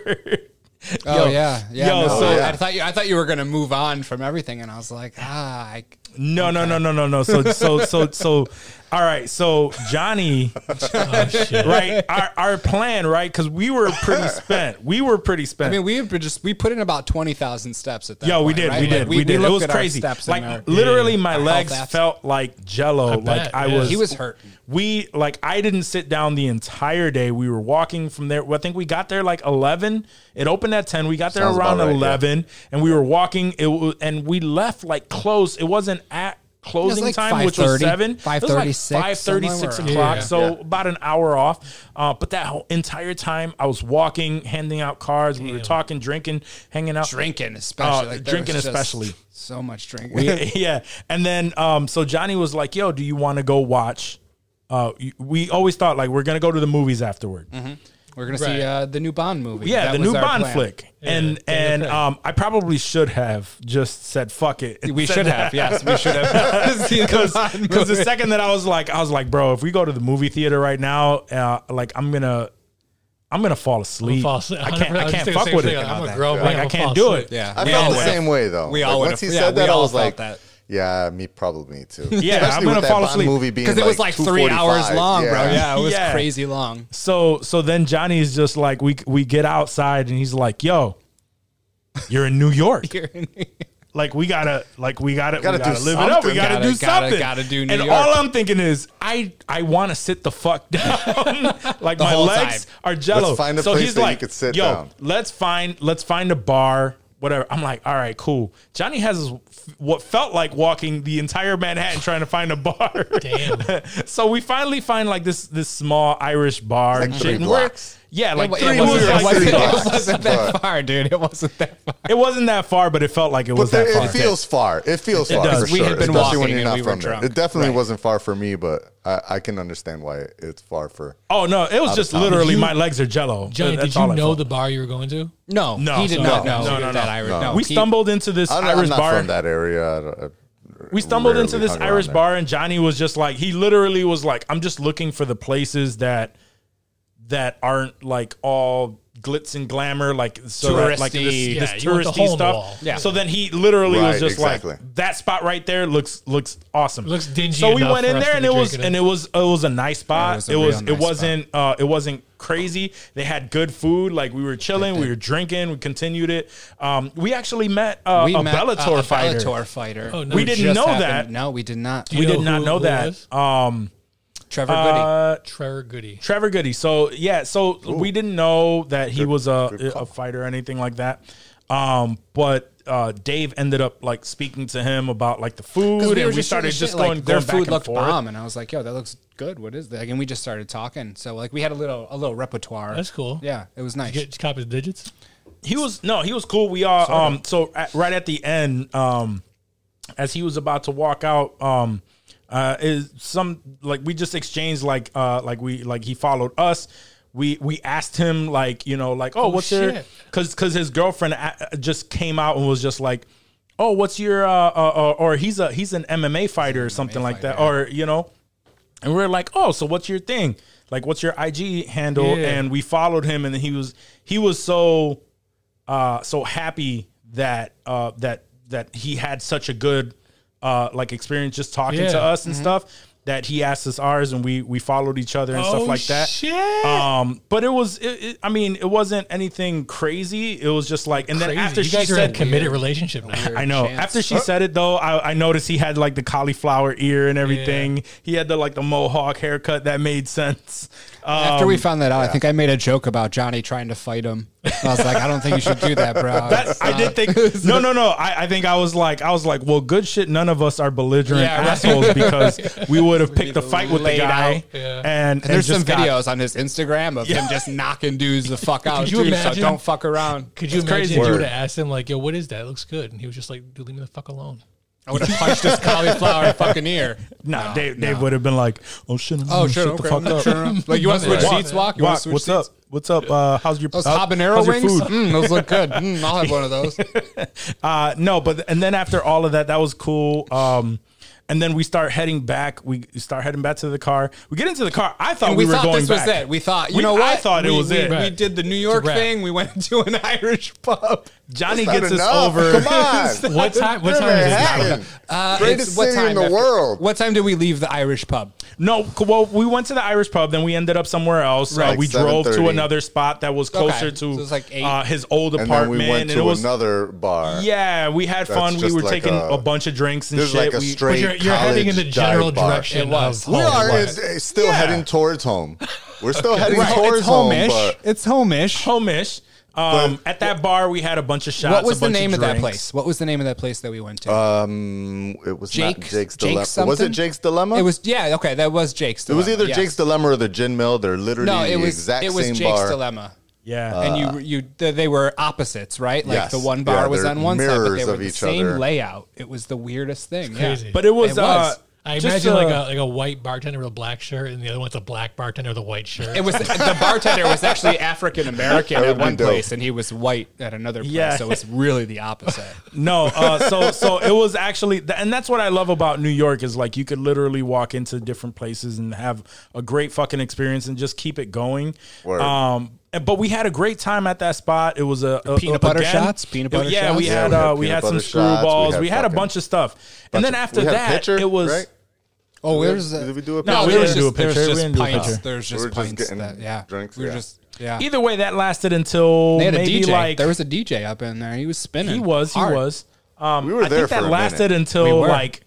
Speaker 5: Oh
Speaker 1: Yo.
Speaker 5: yeah, yeah.
Speaker 1: Yo,
Speaker 5: no,
Speaker 1: so-
Speaker 5: I, I thought you, I thought you were gonna move on from everything, and I was like, ah, I,
Speaker 1: No, no, no, no, no, no. So, so, so, so. All right. So Johnny,
Speaker 4: Oh,
Speaker 1: right? Our, our plan, right? Because we were pretty spent. We were pretty
Speaker 5: I
Speaker 1: spent.
Speaker 5: mean, we were just we put in about twenty thousand steps at that.
Speaker 1: Yo, we
Speaker 5: point,
Speaker 1: did,
Speaker 5: right?
Speaker 1: we
Speaker 5: Like,
Speaker 1: did, we, did. It
Speaker 5: looked
Speaker 1: was
Speaker 5: at our
Speaker 1: crazy.
Speaker 5: steps in
Speaker 1: Like
Speaker 5: our-
Speaker 1: literally, my
Speaker 5: Our
Speaker 1: legs
Speaker 5: health apps.
Speaker 1: felt like jello. like
Speaker 4: bet,
Speaker 1: I
Speaker 4: yeah.
Speaker 1: was,
Speaker 5: He was hurting.
Speaker 1: We like I didn't sit down the entire day. We were walking from there. Well, I think we got there like eleven. It opened at ten. We got there
Speaker 6: Sounds
Speaker 1: around
Speaker 6: about right, yeah.
Speaker 1: eleven, and we were walking. It wa- and we left like close. It wasn't at closing
Speaker 5: like
Speaker 1: time, which was
Speaker 5: 5:30,
Speaker 1: seven.
Speaker 5: 5:36,
Speaker 1: five thirty six
Speaker 5: somewhere around.
Speaker 1: o'clock.
Speaker 4: Yeah.
Speaker 1: So about an hour off. Uh, but that whole entire time, I was walking, handing out cards. We were talking, drinking, hanging out
Speaker 5: drinking, especially like, there
Speaker 1: Oh, drinking
Speaker 5: was just
Speaker 1: especially.
Speaker 5: so much drinking.
Speaker 1: yeah. And then um, so Johnny was like, "Yo, do you want to go watch?" Uh, y- we always thought like we're gonna go to the movies afterward.
Speaker 5: We're gonna
Speaker 4: Right.
Speaker 5: see uh, the new Bond movie.
Speaker 1: Yeah,
Speaker 5: Mm-hmm. That
Speaker 1: the
Speaker 5: was
Speaker 1: new
Speaker 5: our
Speaker 1: Bond
Speaker 5: plan.
Speaker 1: flick. and
Speaker 4: Daniel
Speaker 1: and
Speaker 4: Craig.
Speaker 1: um, I probably should have just said fuck it.
Speaker 5: We should have. Yes, we should have. See the Bond
Speaker 1: Because the
Speaker 5: movie.
Speaker 1: second that I was like, I was like, bro, if we go to the movie theater right now, uh, like I'm gonna, I'm gonna fall asleep.
Speaker 4: fall asleep.
Speaker 1: I can't,
Speaker 4: 100%. I
Speaker 1: I
Speaker 4: was
Speaker 1: can't
Speaker 4: thinking the
Speaker 1: fuck
Speaker 4: same
Speaker 1: with
Speaker 4: thing.
Speaker 1: it.
Speaker 4: I'm
Speaker 1: Like,
Speaker 4: a grown man.
Speaker 1: I
Speaker 4: I'm
Speaker 1: can't
Speaker 4: fall
Speaker 1: do
Speaker 4: asleep.
Speaker 1: it.
Speaker 5: Yeah.
Speaker 6: I
Speaker 5: Yeah,
Speaker 6: felt
Speaker 5: we
Speaker 6: the
Speaker 5: all-
Speaker 6: same way though.
Speaker 5: we all
Speaker 6: like,
Speaker 5: would've-
Speaker 6: once he
Speaker 5: yeah,
Speaker 6: said
Speaker 5: we
Speaker 6: that, I
Speaker 5: all
Speaker 6: was
Speaker 5: felt
Speaker 6: like,
Speaker 5: that.
Speaker 6: "Yeah, me probably me too."
Speaker 1: Yeah, I'm
Speaker 6: Especially
Speaker 1: gonna
Speaker 6: with that
Speaker 1: fall
Speaker 6: Bond
Speaker 1: asleep.
Speaker 6: movie being
Speaker 5: Because it was like three
Speaker 6: 245.
Speaker 5: hours long, bro. Yeah, it was
Speaker 1: Yeah.
Speaker 5: crazy long.
Speaker 1: So so then Johnny's just like we we get outside and he's like, "Yo, you're in New York. like we gotta like we gotta
Speaker 6: Gotta
Speaker 1: we gotta
Speaker 6: do
Speaker 1: live it up. We gotta,
Speaker 6: something.
Speaker 5: Gotta-
Speaker 1: do
Speaker 5: gotta-
Speaker 1: something.
Speaker 5: gotta do New
Speaker 1: and
Speaker 5: York.
Speaker 1: all I'm thinking is I I want to sit the fuck down. like my
Speaker 5: whole
Speaker 1: legs
Speaker 5: time.
Speaker 1: are jello.
Speaker 6: Let's find a
Speaker 1: so
Speaker 6: place
Speaker 1: he's
Speaker 6: that you
Speaker 1: like,
Speaker 6: could sit
Speaker 1: "Yo,
Speaker 6: down."
Speaker 1: let's find let's find a bar whatever. I'm like, all right, cool. Johnny has his- what felt like walking the entire Manhattan trying to find a bar.
Speaker 4: Damn.
Speaker 1: so we finally find like this this small Irish bar and
Speaker 6: three
Speaker 1: shit. And we're-
Speaker 6: blocks.
Speaker 1: Yeah, like
Speaker 5: it,
Speaker 1: it wasn't, like,
Speaker 5: wasn't, it, wasn't,
Speaker 1: it,
Speaker 5: it
Speaker 1: wasn't,
Speaker 5: wasn't that far, dude. It wasn't that far.
Speaker 1: that far, but it felt like it
Speaker 6: But
Speaker 1: was
Speaker 6: there,
Speaker 1: that far.
Speaker 6: it feels far. It feels far
Speaker 1: does.
Speaker 6: for
Speaker 1: We
Speaker 6: sure,
Speaker 1: had been
Speaker 6: especially when
Speaker 5: walking
Speaker 6: you're
Speaker 5: and
Speaker 6: not
Speaker 5: we were
Speaker 6: from there.
Speaker 5: drunk.
Speaker 6: It definitely
Speaker 5: Right.
Speaker 6: wasn't far for me, but I, I can understand why it's far for.
Speaker 1: oh no, it was just literally
Speaker 4: You-
Speaker 1: my legs are jello. Uh,
Speaker 4: Johnny,
Speaker 1: That's
Speaker 4: did you
Speaker 1: all I
Speaker 4: know
Speaker 1: felt.
Speaker 4: the bar you were going to?
Speaker 5: No,
Speaker 1: No,
Speaker 5: he did
Speaker 1: no,
Speaker 5: not
Speaker 1: no,
Speaker 5: know
Speaker 1: no,
Speaker 5: that
Speaker 1: no.
Speaker 5: Irish. No,
Speaker 1: we
Speaker 5: he-
Speaker 1: stumbled into this
Speaker 6: I'm,
Speaker 1: Irish
Speaker 6: I'm not
Speaker 1: bar.
Speaker 6: from that area. I don't- I
Speaker 1: we stumbled
Speaker 6: rarely
Speaker 1: into this
Speaker 6: hung around
Speaker 1: Irish
Speaker 6: there.
Speaker 1: bar, and Johnny was just like, he literally was like, I'm just looking for the places that that aren't like all glitz and glamour, like so that- like this,
Speaker 4: Touristy.
Speaker 1: this
Speaker 4: Yeah, you want the
Speaker 1: touristy
Speaker 4: hole in the
Speaker 1: stuff.
Speaker 4: wall. Yeah.
Speaker 1: So then he literally
Speaker 6: Right,
Speaker 1: was just
Speaker 6: exactly.
Speaker 1: like, that spot right there looks looks awesome.
Speaker 4: Looks dingy
Speaker 1: So we
Speaker 4: enough
Speaker 1: went
Speaker 4: for
Speaker 1: in
Speaker 4: us
Speaker 1: there,
Speaker 4: to
Speaker 1: and
Speaker 4: be
Speaker 1: it was
Speaker 4: drinking
Speaker 1: and
Speaker 4: it.
Speaker 1: it was it was a nice
Speaker 5: it
Speaker 1: spot.
Speaker 5: was
Speaker 1: it
Speaker 5: a
Speaker 1: was
Speaker 5: real
Speaker 1: it
Speaker 5: nice
Speaker 1: wasn't uh, it wasn't crazy. They had good food. Like we were chilling, we were drinking, we continued it. Um, we actually met uh,
Speaker 5: we
Speaker 1: a
Speaker 5: met, uh,
Speaker 1: Bellator
Speaker 5: a
Speaker 1: fighter.
Speaker 5: Bellator fighter.
Speaker 4: Oh, no.
Speaker 5: who
Speaker 4: We
Speaker 1: didn't
Speaker 5: just
Speaker 1: know
Speaker 5: happened-
Speaker 1: that.
Speaker 5: No, we did not.
Speaker 1: We
Speaker 4: know
Speaker 1: did not
Speaker 4: who-
Speaker 1: know
Speaker 4: who it
Speaker 1: that.
Speaker 4: is?
Speaker 1: Um,
Speaker 5: Trevor Goody.
Speaker 1: uh,
Speaker 4: Trevor Goody.
Speaker 1: Trevor Goody. So yeah, so we didn't know that he was a
Speaker 6: good call.
Speaker 1: a fighter or anything like that. Um, but uh, Dave ended up like speaking to him about like the food,
Speaker 5: 'Cause
Speaker 1: and we
Speaker 5: were just
Speaker 1: started
Speaker 5: shooting
Speaker 1: just
Speaker 5: shit,
Speaker 1: going,
Speaker 5: like,
Speaker 1: their
Speaker 5: their
Speaker 1: back
Speaker 5: food
Speaker 1: and
Speaker 5: looked
Speaker 1: forth.
Speaker 5: bomb, and I was like, "Yo, that looks good. What is that?" And we just started talking. So like we had a little a little repertoire.
Speaker 4: That's cool.
Speaker 5: Yeah, it was nice.
Speaker 4: Did you get copies of digits?
Speaker 1: He was no, he was cool. We all um, so at, right at the end, um, as he was about to walk out, um, uh, is some like we just exchanged like uh, like we like he followed us. We we asked him like you know like oh, what's your
Speaker 4: shit.
Speaker 1: because because his girlfriend a- just came out and was just like. Oh, what's your uh, uh, uh or he's a he's an MMA fighter or something like that, or you know, and we were like, oh, so what's your thing? Like, what's your IG handle?
Speaker 4: Yeah.
Speaker 1: And we followed him, and he was he was so uh, so happy that uh, that that he had such a good uh, like experience just talking
Speaker 4: Yeah. Mm-hmm.
Speaker 1: to us and stuff that he asked us ours and we we followed each other and stuff like that.
Speaker 4: Oh, Shit.
Speaker 1: Um, but it was it, it, I mean it wasn't anything crazy. It was just like and then
Speaker 4: Crazy.
Speaker 1: after
Speaker 4: you
Speaker 1: she
Speaker 4: guys are in a
Speaker 1: said
Speaker 4: committed relationship now.
Speaker 1: I know.
Speaker 5: chance.
Speaker 1: After she said it though, I, I noticed he had like the cauliflower ear and everything. He had the like the mohawk haircut that made sense.
Speaker 5: After we found that out, I think I made a joke about Johnny trying to fight him. I was like, "I don't think you should do that, bro." uh,
Speaker 1: That, I did think no, no, no. I, I think I was like, I was like, well, good shit. None of us are belligerent
Speaker 5: Yeah, right.
Speaker 1: assholes because we would have picked a fight with the
Speaker 5: Laid
Speaker 1: guy.
Speaker 5: out.
Speaker 4: Yeah.
Speaker 1: And, and
Speaker 5: There's
Speaker 1: just
Speaker 5: some
Speaker 1: got-
Speaker 5: videos on his Instagram of him just knocking dudes the fuck out.
Speaker 4: you
Speaker 5: too,
Speaker 4: imagine?
Speaker 5: So don't fuck around.
Speaker 4: Could you
Speaker 1: That's
Speaker 4: imagine
Speaker 1: crazy.
Speaker 4: if you
Speaker 1: Word.
Speaker 4: would have asked him like, "Yo, what is that? It looks good," and he was just like, "Dude, leave me the fuck alone."
Speaker 5: I would have punched his cauliflower fucking ear.
Speaker 1: Nah, Dave, Dave would have been like, oh shit, I'm
Speaker 5: Oh,
Speaker 1: gonna
Speaker 5: sure.
Speaker 1: shut the fuck up.
Speaker 5: Like you want to switch
Speaker 1: Walk,
Speaker 5: seats? Walk. You want
Speaker 1: Walk,
Speaker 5: to switch
Speaker 1: what's
Speaker 5: seats?
Speaker 1: up? What's up? Uh, how's your
Speaker 5: Those
Speaker 1: how-
Speaker 5: habanero
Speaker 1: how's your
Speaker 5: wings?
Speaker 1: food?
Speaker 5: Mm, those look good. Mm, I'll have one of those.
Speaker 1: Uh, no, but and then after all of that, that was cool. Um, and then we start heading back. We start heading back to the car. We get into the car. I thought
Speaker 5: And
Speaker 1: we,
Speaker 5: we,
Speaker 1: were
Speaker 5: thought
Speaker 1: going
Speaker 5: this
Speaker 1: back.
Speaker 5: was it. We thought, you
Speaker 1: We-
Speaker 5: know what?
Speaker 1: I thought it
Speaker 5: We-
Speaker 1: was
Speaker 5: we-
Speaker 1: it.
Speaker 5: We
Speaker 1: Right.
Speaker 5: did the New York
Speaker 4: wrap.
Speaker 5: thing. We went into an Irish pub.
Speaker 1: Johnny
Speaker 6: Not
Speaker 1: gets us
Speaker 6: enough.
Speaker 1: over.
Speaker 6: Come on.
Speaker 4: What time? What time is it?
Speaker 6: Manhattan,
Speaker 5: Uh,
Speaker 6: greatest
Speaker 5: it's- what
Speaker 6: city in
Speaker 5: time
Speaker 6: the
Speaker 5: after-
Speaker 6: world.
Speaker 5: What time did we leave the Irish pub?
Speaker 1: No, c- well, we went to the Irish pub, then we ended up somewhere else. Uh,
Speaker 6: Right.
Speaker 1: we drove to
Speaker 6: 7:30.
Speaker 1: another spot that was closer
Speaker 5: Okay.
Speaker 1: to
Speaker 5: So it was like eight.
Speaker 1: uh, his old
Speaker 6: and then
Speaker 1: apartment,
Speaker 6: we went
Speaker 1: and it
Speaker 6: to
Speaker 1: was
Speaker 6: another bar.
Speaker 1: yeah. We had fun. We
Speaker 6: just
Speaker 1: were
Speaker 6: like
Speaker 1: taking
Speaker 6: a-
Speaker 1: a, bunch of drinks and
Speaker 6: there's
Speaker 1: shit.
Speaker 6: like a
Speaker 1: we,
Speaker 6: straight.
Speaker 4: But you're, you're heading in
Speaker 6: college
Speaker 4: the general
Speaker 6: dive bar.
Speaker 4: direction.
Speaker 5: It was.
Speaker 4: Of
Speaker 6: We
Speaker 4: home.
Speaker 6: are
Speaker 4: Right.
Speaker 6: is- is still
Speaker 1: Yeah.
Speaker 6: heading towards home. We're still heading towards
Speaker 5: It's
Speaker 6: home.
Speaker 5: homish.
Speaker 6: but-
Speaker 5: it's homish.
Speaker 1: homish. Um, at that bar, we had a bunch of shots.
Speaker 5: What
Speaker 1: a
Speaker 5: was the
Speaker 1: bunch
Speaker 5: name of that
Speaker 1: drinks.
Speaker 5: place? What was the name of that place that we went to?
Speaker 6: Um, it was not Jake's Dilemma.
Speaker 5: Jake's
Speaker 6: was it
Speaker 5: something?
Speaker 6: Jake's Dilemma?
Speaker 5: It was yeah. Okay, that was Jake's.
Speaker 6: It
Speaker 5: Dilemma.
Speaker 6: was either
Speaker 5: yes.
Speaker 6: Jake's Dilemma or the Gin Mill. They're literally
Speaker 5: No, it
Speaker 6: the
Speaker 5: was
Speaker 6: exact
Speaker 5: it was
Speaker 6: same
Speaker 5: Jake's
Speaker 6: bar.
Speaker 5: Dilemma.
Speaker 6: Uh,
Speaker 1: Yeah,
Speaker 5: and you you th- they were opposites, right? Like
Speaker 6: Yes.
Speaker 5: the one bar
Speaker 6: Yeah,
Speaker 5: was
Speaker 6: they're
Speaker 5: on one side, but
Speaker 6: mirrors
Speaker 5: they were
Speaker 6: of
Speaker 5: the
Speaker 6: each
Speaker 5: same
Speaker 6: other.
Speaker 5: layout. It was the weirdest thing.
Speaker 4: crazy.
Speaker 5: Yeah.
Speaker 1: but it was.
Speaker 5: It was.
Speaker 1: Uh,
Speaker 4: I
Speaker 1: just,
Speaker 4: imagine like
Speaker 1: uh,
Speaker 4: a like a white bartender with a black shirt, and the other one's a black bartender with a white shirt.
Speaker 5: It was the bartender was actually African American
Speaker 6: That would
Speaker 5: at
Speaker 6: be
Speaker 5: one
Speaker 6: dope.
Speaker 5: place, and he was white at another place.
Speaker 1: Yeah.
Speaker 5: So it was really the opposite.
Speaker 1: No, uh, so so it was actually, th- and that's what I love about New York is like you could literally walk into different places and have a great fucking experience and just keep it going.
Speaker 6: Word.
Speaker 1: Um, and- but we had a great time at that spot. It was a, a
Speaker 5: Peanut
Speaker 1: a-
Speaker 5: butter
Speaker 1: again-
Speaker 5: shots? Peanut butter
Speaker 1: yeah, We
Speaker 5: shots?
Speaker 1: had,
Speaker 6: Yeah, we had
Speaker 1: uh, we
Speaker 6: peanut
Speaker 1: had some
Speaker 6: butter shots, we
Speaker 1: screwballs.
Speaker 6: had
Speaker 1: We had a
Speaker 6: fucking-
Speaker 1: bunch of stuff, and then
Speaker 6: of-
Speaker 1: after
Speaker 6: we had a
Speaker 1: that,
Speaker 6: pitcher,
Speaker 1: it was
Speaker 6: right?
Speaker 5: Oh, where's
Speaker 6: did
Speaker 5: the?
Speaker 6: we do
Speaker 5: no,
Speaker 6: a picture?
Speaker 5: we
Speaker 6: We
Speaker 5: were
Speaker 1: didn't do a
Speaker 5: just there's
Speaker 1: picture. We
Speaker 5: just
Speaker 1: didn't do a
Speaker 5: pints.
Speaker 1: picture.
Speaker 5: There's
Speaker 6: We were
Speaker 5: just
Speaker 6: just
Speaker 5: pints.
Speaker 6: getting
Speaker 5: that- Yeah,
Speaker 6: drinks,
Speaker 5: We were
Speaker 6: yeah.
Speaker 5: just yeah.
Speaker 1: either way that lasted until
Speaker 5: They had a
Speaker 1: maybe
Speaker 5: DJ.
Speaker 1: like
Speaker 5: there was a DJ up in there. He was spinning.
Speaker 1: he was
Speaker 5: hard.
Speaker 1: he was. Um,
Speaker 6: We were
Speaker 1: I
Speaker 6: there
Speaker 1: think that
Speaker 6: for a
Speaker 1: lasted
Speaker 6: minute.
Speaker 1: until
Speaker 5: We were.
Speaker 1: like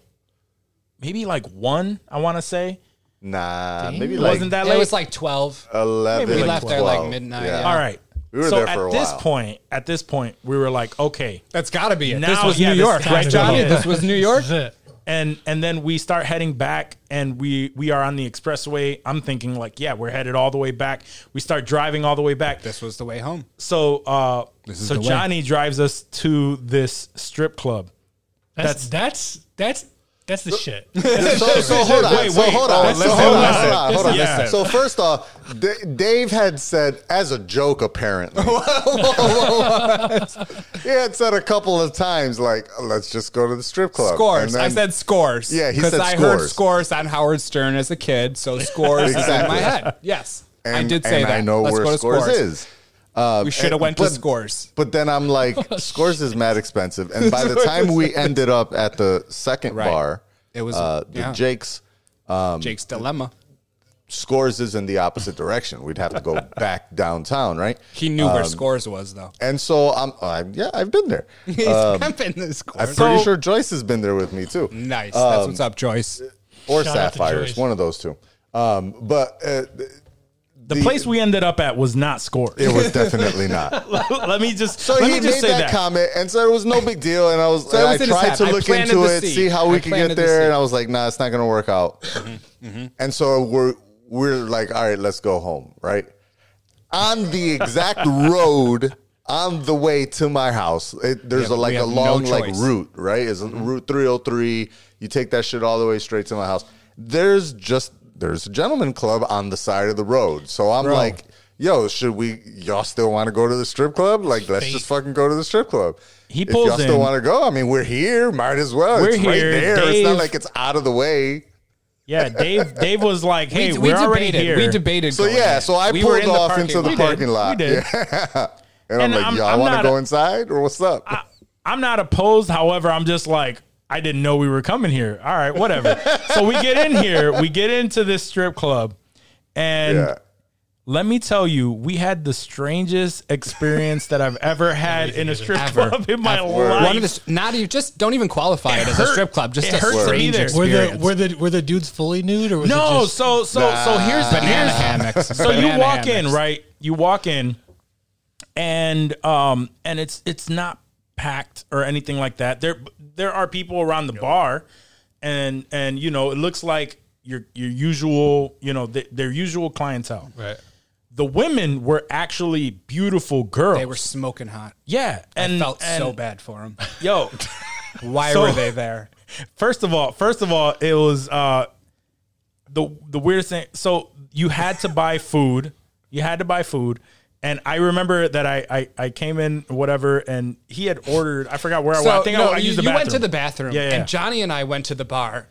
Speaker 1: maybe like one. I want to say.
Speaker 6: Nah, maybe
Speaker 1: It
Speaker 6: like
Speaker 1: wasn't that
Speaker 5: It
Speaker 1: late.
Speaker 5: was like twelve.
Speaker 6: eleven.
Speaker 5: We left there like
Speaker 6: 12.
Speaker 5: midnight,
Speaker 6: Yeah.
Speaker 5: yeah.
Speaker 1: All right.
Speaker 6: Uh, We were
Speaker 1: so
Speaker 6: there for
Speaker 1: at
Speaker 6: a
Speaker 1: this
Speaker 6: while.
Speaker 1: point, at this point, we were like, okay,
Speaker 5: That's got to be it.
Speaker 1: Now-
Speaker 5: this was
Speaker 1: yeah,
Speaker 5: New
Speaker 1: this
Speaker 5: York,
Speaker 1: has
Speaker 5: right,
Speaker 1: to be
Speaker 5: Johnny?
Speaker 1: it.
Speaker 5: This was New York.
Speaker 4: This is it.
Speaker 1: and and then we start heading back and we we are on the expressway i'm thinking like yeah we're headed all the way back we start driving all the way back
Speaker 5: This was the way home.
Speaker 1: so uh
Speaker 5: is
Speaker 1: so
Speaker 5: the way.
Speaker 1: johnny drives us to this strip club
Speaker 4: That's that's that's that's the shit.
Speaker 6: So, so hold on.
Speaker 1: Wait,
Speaker 6: so
Speaker 1: wait.
Speaker 6: hold on.
Speaker 1: Let's
Speaker 6: so
Speaker 1: just-
Speaker 6: hold on.
Speaker 1: listen,
Speaker 6: Hold on. Hold on.
Speaker 1: listen.
Speaker 6: So first off, D- Dave had said as a joke, apparently. he had said a couple of times, like, "Let's just go to the strip club."
Speaker 5: Scores.
Speaker 6: And then-
Speaker 5: I said scores.
Speaker 6: Yeah, he said
Speaker 5: Because I heard
Speaker 6: scores.
Speaker 5: scores on Howard Stern as a kid, so scores is in
Speaker 6: Exactly.
Speaker 5: my head. Yes, I
Speaker 6: and-
Speaker 5: did say
Speaker 6: and
Speaker 5: that.
Speaker 6: I know
Speaker 5: Let's go
Speaker 6: where
Speaker 5: to
Speaker 6: scores, is.
Speaker 5: We should have
Speaker 6: and-
Speaker 5: went to
Speaker 6: but-
Speaker 5: scores.
Speaker 6: But then I'm like,
Speaker 5: Oh,
Speaker 6: scores is mad expensive. And by the time we ended up at the second
Speaker 5: Right.
Speaker 6: bar,
Speaker 5: It was-
Speaker 6: uh, the
Speaker 5: yeah.
Speaker 6: Jake's
Speaker 5: Jake's dilemma.
Speaker 6: scores is in the opposite direction. We'd have to go back downtown, right?
Speaker 5: He knew where scores was though. Um,
Speaker 6: And so I'm, oh, i yeah, I've been there. Uh,
Speaker 5: He's pimping the scores. Oh,
Speaker 6: I'm pretty sure Joyce has been there with me too.
Speaker 5: nice. That's what's up, Joyce.
Speaker 6: or
Speaker 4: Shout out to
Speaker 6: sapphires,
Speaker 4: Joyce.
Speaker 6: one of those two. Um, but uh,
Speaker 1: the, place we ended up at was not scored
Speaker 6: it was definitely not.
Speaker 1: let me just
Speaker 6: So
Speaker 1: let me
Speaker 6: he
Speaker 1: just
Speaker 6: made
Speaker 1: say that,
Speaker 6: that, comment and said it was no big deal. And I was,
Speaker 5: it
Speaker 6: and
Speaker 5: was in
Speaker 6: I
Speaker 5: his
Speaker 6: tried
Speaker 5: head.
Speaker 6: to
Speaker 5: I
Speaker 6: look
Speaker 5: planted
Speaker 6: into
Speaker 5: the
Speaker 6: it,
Speaker 5: seed.
Speaker 6: see how
Speaker 5: I
Speaker 6: we could
Speaker 5: planted
Speaker 6: get
Speaker 5: the
Speaker 6: there,
Speaker 5: seed. Mm-hmm,
Speaker 6: and I was like, nah, it's not gonna work out. And so we're we're like, all right, let's go home, right? On the exact road on the way to my house, it, there's
Speaker 5: Yeah,
Speaker 6: a,
Speaker 5: but
Speaker 6: like
Speaker 5: we
Speaker 6: a
Speaker 5: have no
Speaker 6: long like
Speaker 5: choice.
Speaker 6: route, right? It's
Speaker 1: Mm-hmm.
Speaker 6: Route 303. You take that shit all the way straight to my house. There's just there's a gentleman club on the side of the road, so I'm like, yo, should we? Y'all still want to go to the strip club? Like, let's just fucking go to the strip club.
Speaker 1: He
Speaker 6: If
Speaker 1: pulls
Speaker 6: y'all still
Speaker 1: in.
Speaker 6: want to go? I mean, we're here. Might as well.
Speaker 1: We're
Speaker 6: it's right
Speaker 1: here.
Speaker 6: there. It's not
Speaker 1: Dave-
Speaker 6: like it's out of the way.
Speaker 1: yeah dave dave was like hey
Speaker 5: we,
Speaker 1: we,
Speaker 5: we
Speaker 1: are already
Speaker 5: debated.
Speaker 1: here
Speaker 5: We debated.
Speaker 6: So
Speaker 5: going
Speaker 6: yeah,
Speaker 5: in.
Speaker 6: so I
Speaker 5: We were
Speaker 6: pulled
Speaker 5: in
Speaker 6: off
Speaker 5: parking
Speaker 6: into the
Speaker 5: lot.
Speaker 6: parking lot.
Speaker 1: We did.
Speaker 6: Yeah. and, I'm
Speaker 1: And
Speaker 6: like,
Speaker 1: I'm-
Speaker 6: y'all
Speaker 1: I'm
Speaker 6: want to
Speaker 1: not
Speaker 6: go
Speaker 1: a-
Speaker 6: inside or what's up?
Speaker 1: I'm not opposed. However, I'm just like, I didn't know we were coming here. All right, whatever. so we get in here, we get into this strip club, and
Speaker 6: yeah.
Speaker 1: let me tell you, we had the strangest experience that I've ever had in a strip club in my life.
Speaker 5: One of the, not even just don't even qualify it, as a
Speaker 1: hurt.
Speaker 5: strip club. Just
Speaker 1: It
Speaker 5: a
Speaker 1: hurts to be
Speaker 5: strange
Speaker 1: there.
Speaker 4: Were the
Speaker 5: experience.
Speaker 4: were the were the dudes fully nude or was it
Speaker 1: no,
Speaker 4: just,
Speaker 1: so so so here's the
Speaker 5: banana
Speaker 1: here's,
Speaker 5: hammocks.
Speaker 1: So you
Speaker 5: Banana
Speaker 1: walk in,
Speaker 5: hammocks.
Speaker 1: right? You walk in, and um, and it's it's not packed or anything like that. There there are people around the bar, and and you know it looks like your your usual you know th- their usual clientele.
Speaker 4: right?
Speaker 1: The women were actually beautiful girls.
Speaker 5: They were smoking hot.
Speaker 1: yeah, and
Speaker 5: I felt so
Speaker 1: and-
Speaker 5: bad for him.
Speaker 1: Yo,
Speaker 5: Why
Speaker 1: So-
Speaker 5: were they there?
Speaker 1: first of all, first of all, it was uh, the the weirdest thing. So you had to buy food. You had to buy food. And I remember that I, I, I came in whatever, and he had ordered. I forgot where I was. I think I,
Speaker 5: no,
Speaker 1: I
Speaker 5: you,
Speaker 1: used the
Speaker 5: you
Speaker 1: bathroom.
Speaker 5: went to the bathroom,
Speaker 1: Yeah, yeah.
Speaker 5: and Johnny and I went to the bar,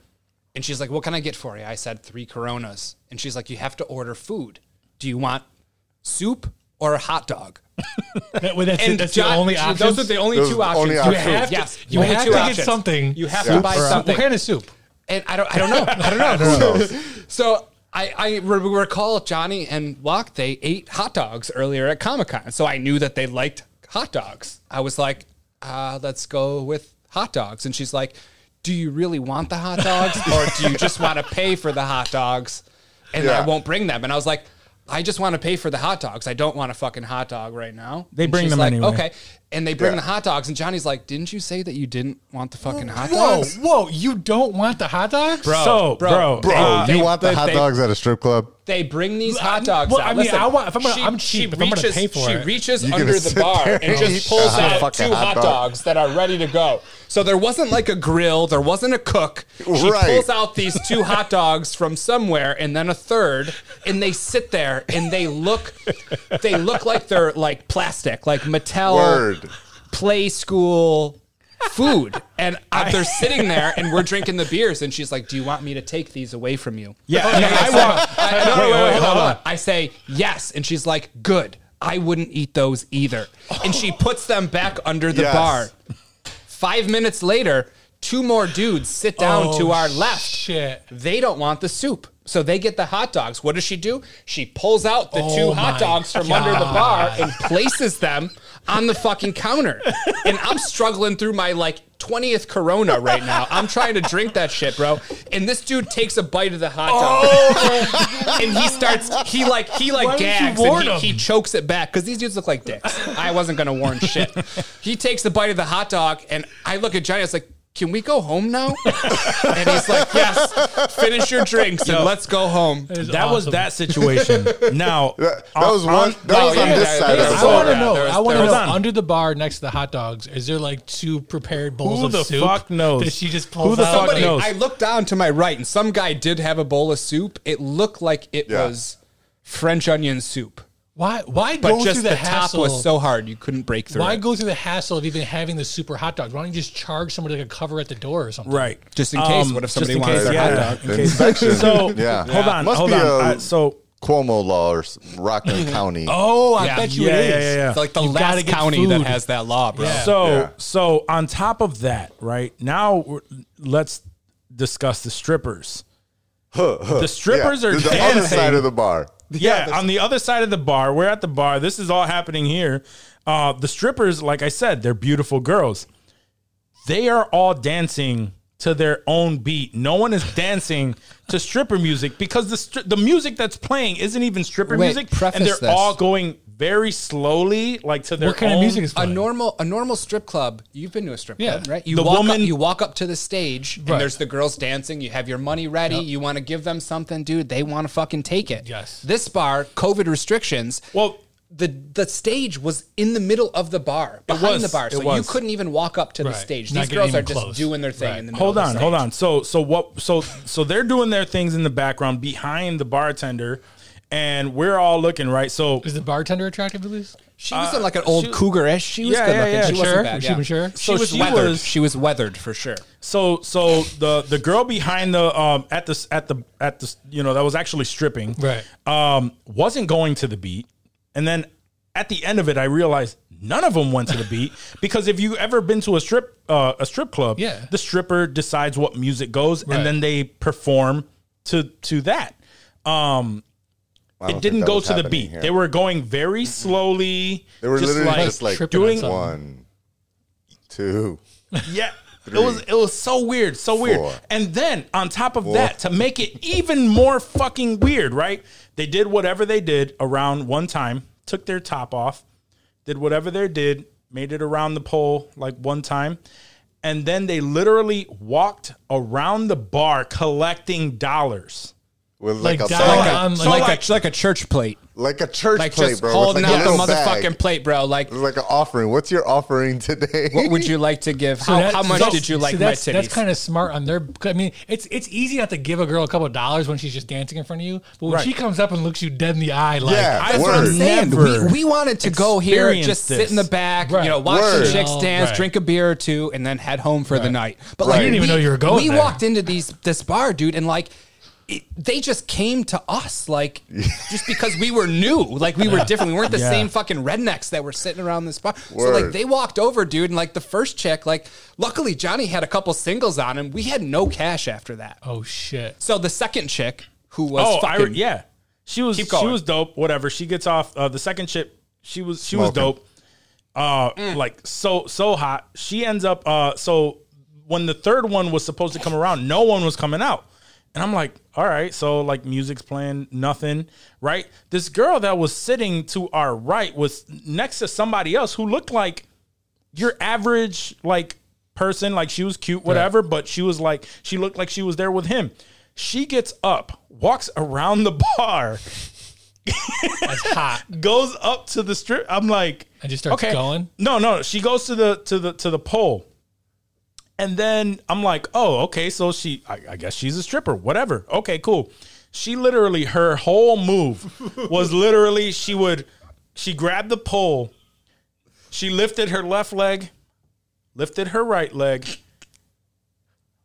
Speaker 5: and she's like, "What can I get for you?" I said three Coronas, and she's like, "You have to order food. Do you want soup or a hot dog?"
Speaker 4: That, well, that's, it,
Speaker 5: And
Speaker 4: that's
Speaker 5: John-
Speaker 4: the only
Speaker 5: she-
Speaker 4: option.
Speaker 5: Those are the only
Speaker 6: Those
Speaker 5: two
Speaker 6: are the
Speaker 5: options.
Speaker 6: only
Speaker 5: You
Speaker 6: options.
Speaker 5: have to,
Speaker 4: Yes,
Speaker 5: you
Speaker 4: only
Speaker 5: have
Speaker 4: two
Speaker 5: to get
Speaker 4: options.
Speaker 5: something. You have
Speaker 4: Soup
Speaker 5: to buy
Speaker 4: or a-
Speaker 5: something.
Speaker 4: What kind of soup?
Speaker 5: and I don't, I don't know, I don't know.
Speaker 6: Who knows?
Speaker 5: So I, I re- recall Johnny and Locke, they ate hot dogs earlier at Comic Con. So I knew that they liked hot dogs. I was like, uh, let's go with hot dogs. And she's like, do you really want the hot dogs or do you just want to pay for the hot dogs and
Speaker 6: Yeah.
Speaker 5: I won't bring them? And I was like, I just want to pay for the hot dogs. I don't want a fucking hot dog right now.
Speaker 1: They
Speaker 5: And
Speaker 1: bring
Speaker 5: she's
Speaker 1: them
Speaker 5: like,
Speaker 1: anyway.
Speaker 5: Okay. And they bring
Speaker 6: Yeah.
Speaker 5: the hot dogs. And Johnny's like, didn't you say that you didn't want the fucking hot
Speaker 4: Whoa,
Speaker 5: dogs?
Speaker 4: whoa! You don't want the hot dogs,
Speaker 1: so, bro,
Speaker 5: bro,
Speaker 6: Bro,
Speaker 1: uh,
Speaker 6: you
Speaker 5: they-
Speaker 6: want the
Speaker 5: they-
Speaker 6: hot
Speaker 5: they-
Speaker 6: dogs at a strip club?
Speaker 5: They bring these hot dogs.
Speaker 4: well,
Speaker 5: out.
Speaker 4: I mean,
Speaker 5: Listen,
Speaker 4: I want- if I'm gonna- I'm cheap, if I'm gonna
Speaker 5: reaches-
Speaker 4: pay for
Speaker 5: she
Speaker 4: it.
Speaker 5: reaches
Speaker 6: You're
Speaker 5: under
Speaker 6: gonna
Speaker 5: the
Speaker 6: sit
Speaker 5: bar
Speaker 6: there
Speaker 5: and
Speaker 6: and
Speaker 5: just
Speaker 6: eat
Speaker 5: pulls
Speaker 6: the
Speaker 5: out
Speaker 6: fucking
Speaker 5: two hot,
Speaker 6: hot dog.
Speaker 5: dogs that are ready to go. So there wasn't like a grill. There wasn't a cook. She
Speaker 6: Right.
Speaker 5: pulls out these two hot dogs from somewhere, and then a third, and they sit there and they look, they look like they're like plastic, like Mattel
Speaker 6: Word.
Speaker 5: play school food. And uh, they're sitting there, and we're drinking the beers. And she's like, "Do you want me to take these away from you?"
Speaker 1: Yeah,
Speaker 5: And
Speaker 1: no,
Speaker 5: I
Speaker 1: I
Speaker 5: said-
Speaker 1: want-
Speaker 5: I- no,
Speaker 1: Wait,
Speaker 5: no, wait,
Speaker 1: wait,
Speaker 5: wait,
Speaker 1: hold
Speaker 5: hold
Speaker 1: on.
Speaker 5: on. I say yes, and she's like, "Good, I wouldn't eat those either." And she puts them back under the
Speaker 6: Yes.
Speaker 5: bar. Five minutes later, two more dudes sit down to our left.
Speaker 4: Shit.
Speaker 5: They don't want the soup. So they get the hot dogs. What does she do? She pulls out the two
Speaker 4: Oh my
Speaker 5: hot dogs from under the bar and places them on the fucking counter. And I'm struggling through my like 20th Corona right now. I'm trying to drink that shit, bro. And this dude takes a bite of the hot dog. and he starts, he like, he like
Speaker 1: Why would you
Speaker 5: gags
Speaker 1: warn
Speaker 5: and
Speaker 1: him?
Speaker 5: he, he chokes it back because these dudes look like dicks. I wasn't going to warn shit. He takes the bite of the hot dog and I look at Johnny, I was like, can we go home now? and he's like, yes, finish your drinks and let's go home.
Speaker 1: That was that situation. Now
Speaker 6: That, that was one. That
Speaker 5: oh,
Speaker 6: was on
Speaker 5: yeah,
Speaker 6: this
Speaker 5: yeah,
Speaker 6: side
Speaker 5: yeah,
Speaker 6: of
Speaker 5: yeah.
Speaker 4: I
Speaker 6: the
Speaker 4: want
Speaker 6: ball.
Speaker 4: to
Speaker 5: Yeah,
Speaker 4: know.
Speaker 5: there was-
Speaker 4: I want
Speaker 5: there
Speaker 4: to know
Speaker 1: was- Hold on.
Speaker 4: under the bar next to the hot dogs. Is there like two prepared bowls
Speaker 1: Who
Speaker 4: of
Speaker 1: the
Speaker 4: soup?
Speaker 1: fuck knows?
Speaker 4: That she just
Speaker 1: Who
Speaker 4: pulls
Speaker 1: the
Speaker 4: out.
Speaker 1: fuck
Speaker 5: Somebody-
Speaker 1: knows?
Speaker 5: I looked down to my right, and some guy did have a bowl of soup. It looked like it
Speaker 6: Yeah.
Speaker 5: was French onion soup,
Speaker 4: Why? Why
Speaker 5: but
Speaker 4: go
Speaker 5: just
Speaker 4: through
Speaker 5: the,
Speaker 4: the,
Speaker 5: top
Speaker 4: hassle?
Speaker 5: was so hard you couldn't break through.
Speaker 4: why
Speaker 5: it.
Speaker 4: go through the hassle of even having the super hot dogs? Why don't you just charge somebody like a cover at the door or something?
Speaker 1: Right.
Speaker 5: Just in case, what
Speaker 1: Um, just
Speaker 5: if somebody
Speaker 1: in
Speaker 5: wanted
Speaker 1: case,
Speaker 5: their
Speaker 1: yeah,
Speaker 5: hot
Speaker 1: in
Speaker 6: dog?
Speaker 1: case.
Speaker 6: Inspection.
Speaker 1: So
Speaker 6: Yeah.
Speaker 1: hold on,
Speaker 6: Must
Speaker 1: hold
Speaker 6: be
Speaker 1: on.
Speaker 6: a-
Speaker 1: Uh, so
Speaker 6: Cuomo law or s- Rockland County.
Speaker 4: Oh, I
Speaker 5: Yeah.
Speaker 4: bet you
Speaker 1: Yeah,
Speaker 4: it is.
Speaker 1: yeah, yeah, yeah.
Speaker 5: It's like the
Speaker 4: You gotta
Speaker 5: last
Speaker 4: get
Speaker 5: county
Speaker 4: food.
Speaker 5: that has that law, bro.
Speaker 4: Yeah.
Speaker 1: so
Speaker 6: Yeah.
Speaker 1: so on top of that, right now we're- let's discuss the strippers. The strippers
Speaker 6: yeah.
Speaker 1: are
Speaker 6: the
Speaker 1: dancing.
Speaker 6: other side of the bar.
Speaker 1: yeah, on the other side of the bar. We're at the bar. This is all happening here. Uh, the strippers, like I said, they're beautiful girls. They are all dancing to their own beat. No one is dancing to stripper music because the stri- the music that's playing isn't even stripper
Speaker 5: Wait,
Speaker 1: music,
Speaker 5: preface
Speaker 1: and they're
Speaker 5: this.
Speaker 1: all going very slowly, like to their
Speaker 4: What kind of
Speaker 1: own-
Speaker 4: music is
Speaker 5: A
Speaker 4: playing?
Speaker 5: normal a normal strip club. You've been to a strip
Speaker 4: Yeah.
Speaker 5: club, right? You
Speaker 1: The
Speaker 5: walk
Speaker 1: woman-
Speaker 5: up, you walk up to the stage,
Speaker 4: Right.
Speaker 5: and there's the girls dancing. You have your money ready. You want to give them something, dude. They want to fucking take it.
Speaker 4: Yes.
Speaker 5: This bar, COVID restrictions.
Speaker 1: Well,
Speaker 5: the the stage was in the middle of the bar, behind
Speaker 1: was,
Speaker 5: the bar,
Speaker 1: it
Speaker 5: so you
Speaker 1: was.
Speaker 5: couldn't even walk up to the
Speaker 4: Right.
Speaker 5: stage.
Speaker 4: Not
Speaker 5: These
Speaker 4: getting
Speaker 5: girls are
Speaker 4: even
Speaker 5: just
Speaker 4: close.
Speaker 5: doing their thing
Speaker 4: Right.
Speaker 5: in the middle.
Speaker 1: hold
Speaker 5: of the
Speaker 1: on
Speaker 5: stage.
Speaker 1: hold on so so what so so they're doing their things in the background behind the bartender and we're all looking right so
Speaker 4: Is the bartender attractive at least?
Speaker 5: She was in like an old cougarish. She was
Speaker 1: Uh, yeah,
Speaker 5: good
Speaker 1: yeah,
Speaker 5: looking.
Speaker 1: yeah.
Speaker 5: She
Speaker 1: Sure,
Speaker 5: wasn't bad.
Speaker 4: she
Speaker 5: yeah.
Speaker 4: was sure.
Speaker 5: She
Speaker 1: So
Speaker 5: was
Speaker 1: she
Speaker 5: weathered.
Speaker 1: was-
Speaker 5: she was weathered for sure.
Speaker 1: So so the the girl behind the um at the at the at the you know that was actually stripping
Speaker 4: Right.
Speaker 1: um wasn't going to the beat and then at the end of it I realized none of them went to the beat because if you ever been to a strip uh, a strip club
Speaker 4: Yeah.
Speaker 1: the stripper decides what music goes
Speaker 4: Right.
Speaker 1: and then they perform to to that um
Speaker 6: I don't
Speaker 1: it
Speaker 6: think
Speaker 1: didn't
Speaker 6: that
Speaker 1: go
Speaker 6: was
Speaker 1: to the
Speaker 6: happening
Speaker 1: beat
Speaker 6: here.
Speaker 1: they were going very slowly
Speaker 6: Mm-hmm. They were
Speaker 1: just
Speaker 6: literally
Speaker 1: like-
Speaker 6: just like
Speaker 4: tripping on
Speaker 1: doing-
Speaker 4: something.
Speaker 6: one, two.
Speaker 1: Yeah. It was it was so weird, so weird.
Speaker 6: Four.
Speaker 1: And then on top of that, to make it even more fucking weird, right? They did whatever they did around one time, took their top off, did whatever they did, made it around the pole like one time, and then they literally walked around the bar collecting dollars.
Speaker 6: With like,
Speaker 4: Like
Speaker 6: a
Speaker 4: down
Speaker 6: bag,
Speaker 4: on-
Speaker 5: so
Speaker 4: So
Speaker 5: like,
Speaker 1: like-
Speaker 5: a like a church plate,
Speaker 6: like a church
Speaker 5: like
Speaker 6: plate,
Speaker 5: just
Speaker 6: bro. with
Speaker 5: holding
Speaker 6: like a
Speaker 5: out the
Speaker 6: little
Speaker 5: motherfucking
Speaker 6: bag.
Speaker 5: plate, bro. Like,
Speaker 6: It's like an offering. What's your offering today?
Speaker 5: what would you like to give? how,
Speaker 4: that-
Speaker 5: how much
Speaker 4: so-
Speaker 5: did you
Speaker 4: see,
Speaker 5: like my
Speaker 4: that's,
Speaker 5: titties?
Speaker 4: That's kind of smart on their. I mean, it's it's easy not to give a girl a couple of dollars when she's just dancing in front of you, but when
Speaker 1: Right.
Speaker 4: she comes up and looks you dead in the eye, like
Speaker 6: Yeah,
Speaker 1: I've
Speaker 5: That's what I'm
Speaker 1: Word.
Speaker 5: saying.
Speaker 1: Never
Speaker 5: We, we wanted to go here,
Speaker 1: experienced
Speaker 5: just
Speaker 1: this.
Speaker 5: sit in the back,
Speaker 4: Right.
Speaker 5: you know, watch
Speaker 6: Word.
Speaker 5: some chicks
Speaker 4: No,
Speaker 5: dance,
Speaker 4: right.
Speaker 5: drink a beer or two, and then head home for the night. But
Speaker 6: Right.
Speaker 5: like,
Speaker 6: You didn't
Speaker 4: even know you were going
Speaker 5: We
Speaker 4: there.
Speaker 5: walked into these this bar, dude, and like. It, they just came to us like just because we were new, like we were different. We weren't the
Speaker 1: Yeah.
Speaker 5: same fucking rednecks that were sitting around this bar. So
Speaker 6: Word.
Speaker 5: like they walked over, dude, and like the first check, like luckily Johnny had a couple singles on him. We had no cash after that.
Speaker 4: oh shit.
Speaker 5: So the second chick who was
Speaker 1: Oh, I,
Speaker 5: fucking
Speaker 1: re- yeah. She was
Speaker 5: Keep
Speaker 1: she
Speaker 5: going.
Speaker 1: was dope. Whatever. She gets off uh, the second chip. She was she
Speaker 6: Smoking.
Speaker 1: was dope. Uh, like so so hot. She ends up uh, so when the third one was supposed to come around, no one was coming out, and I'm like, all right, so like music's playing, nothing, right? This girl that was sitting to our right was next to somebody else who looked like your average like person like she was cute whatever but she was like she looked like she was there with him she gets up walks around the bar
Speaker 4: That's hot.
Speaker 1: goes up to the strip i'm like
Speaker 4: And just starts going?
Speaker 1: no no she goes to the to the to the pole and then i'm like oh okay so she i, I guess she's a stripper whatever okay cool she literally her whole move was literally she would she grabbed the pole she lifted her left leg lifted her right leg,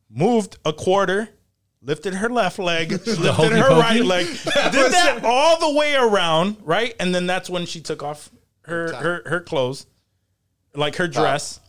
Speaker 1: moved a quarter, lifted her left leg, lifted
Speaker 4: hokey
Speaker 1: her
Speaker 4: pokey?
Speaker 1: right leg, did that all the way around, right? And then that's when she took off her her, her clothes, like her dress,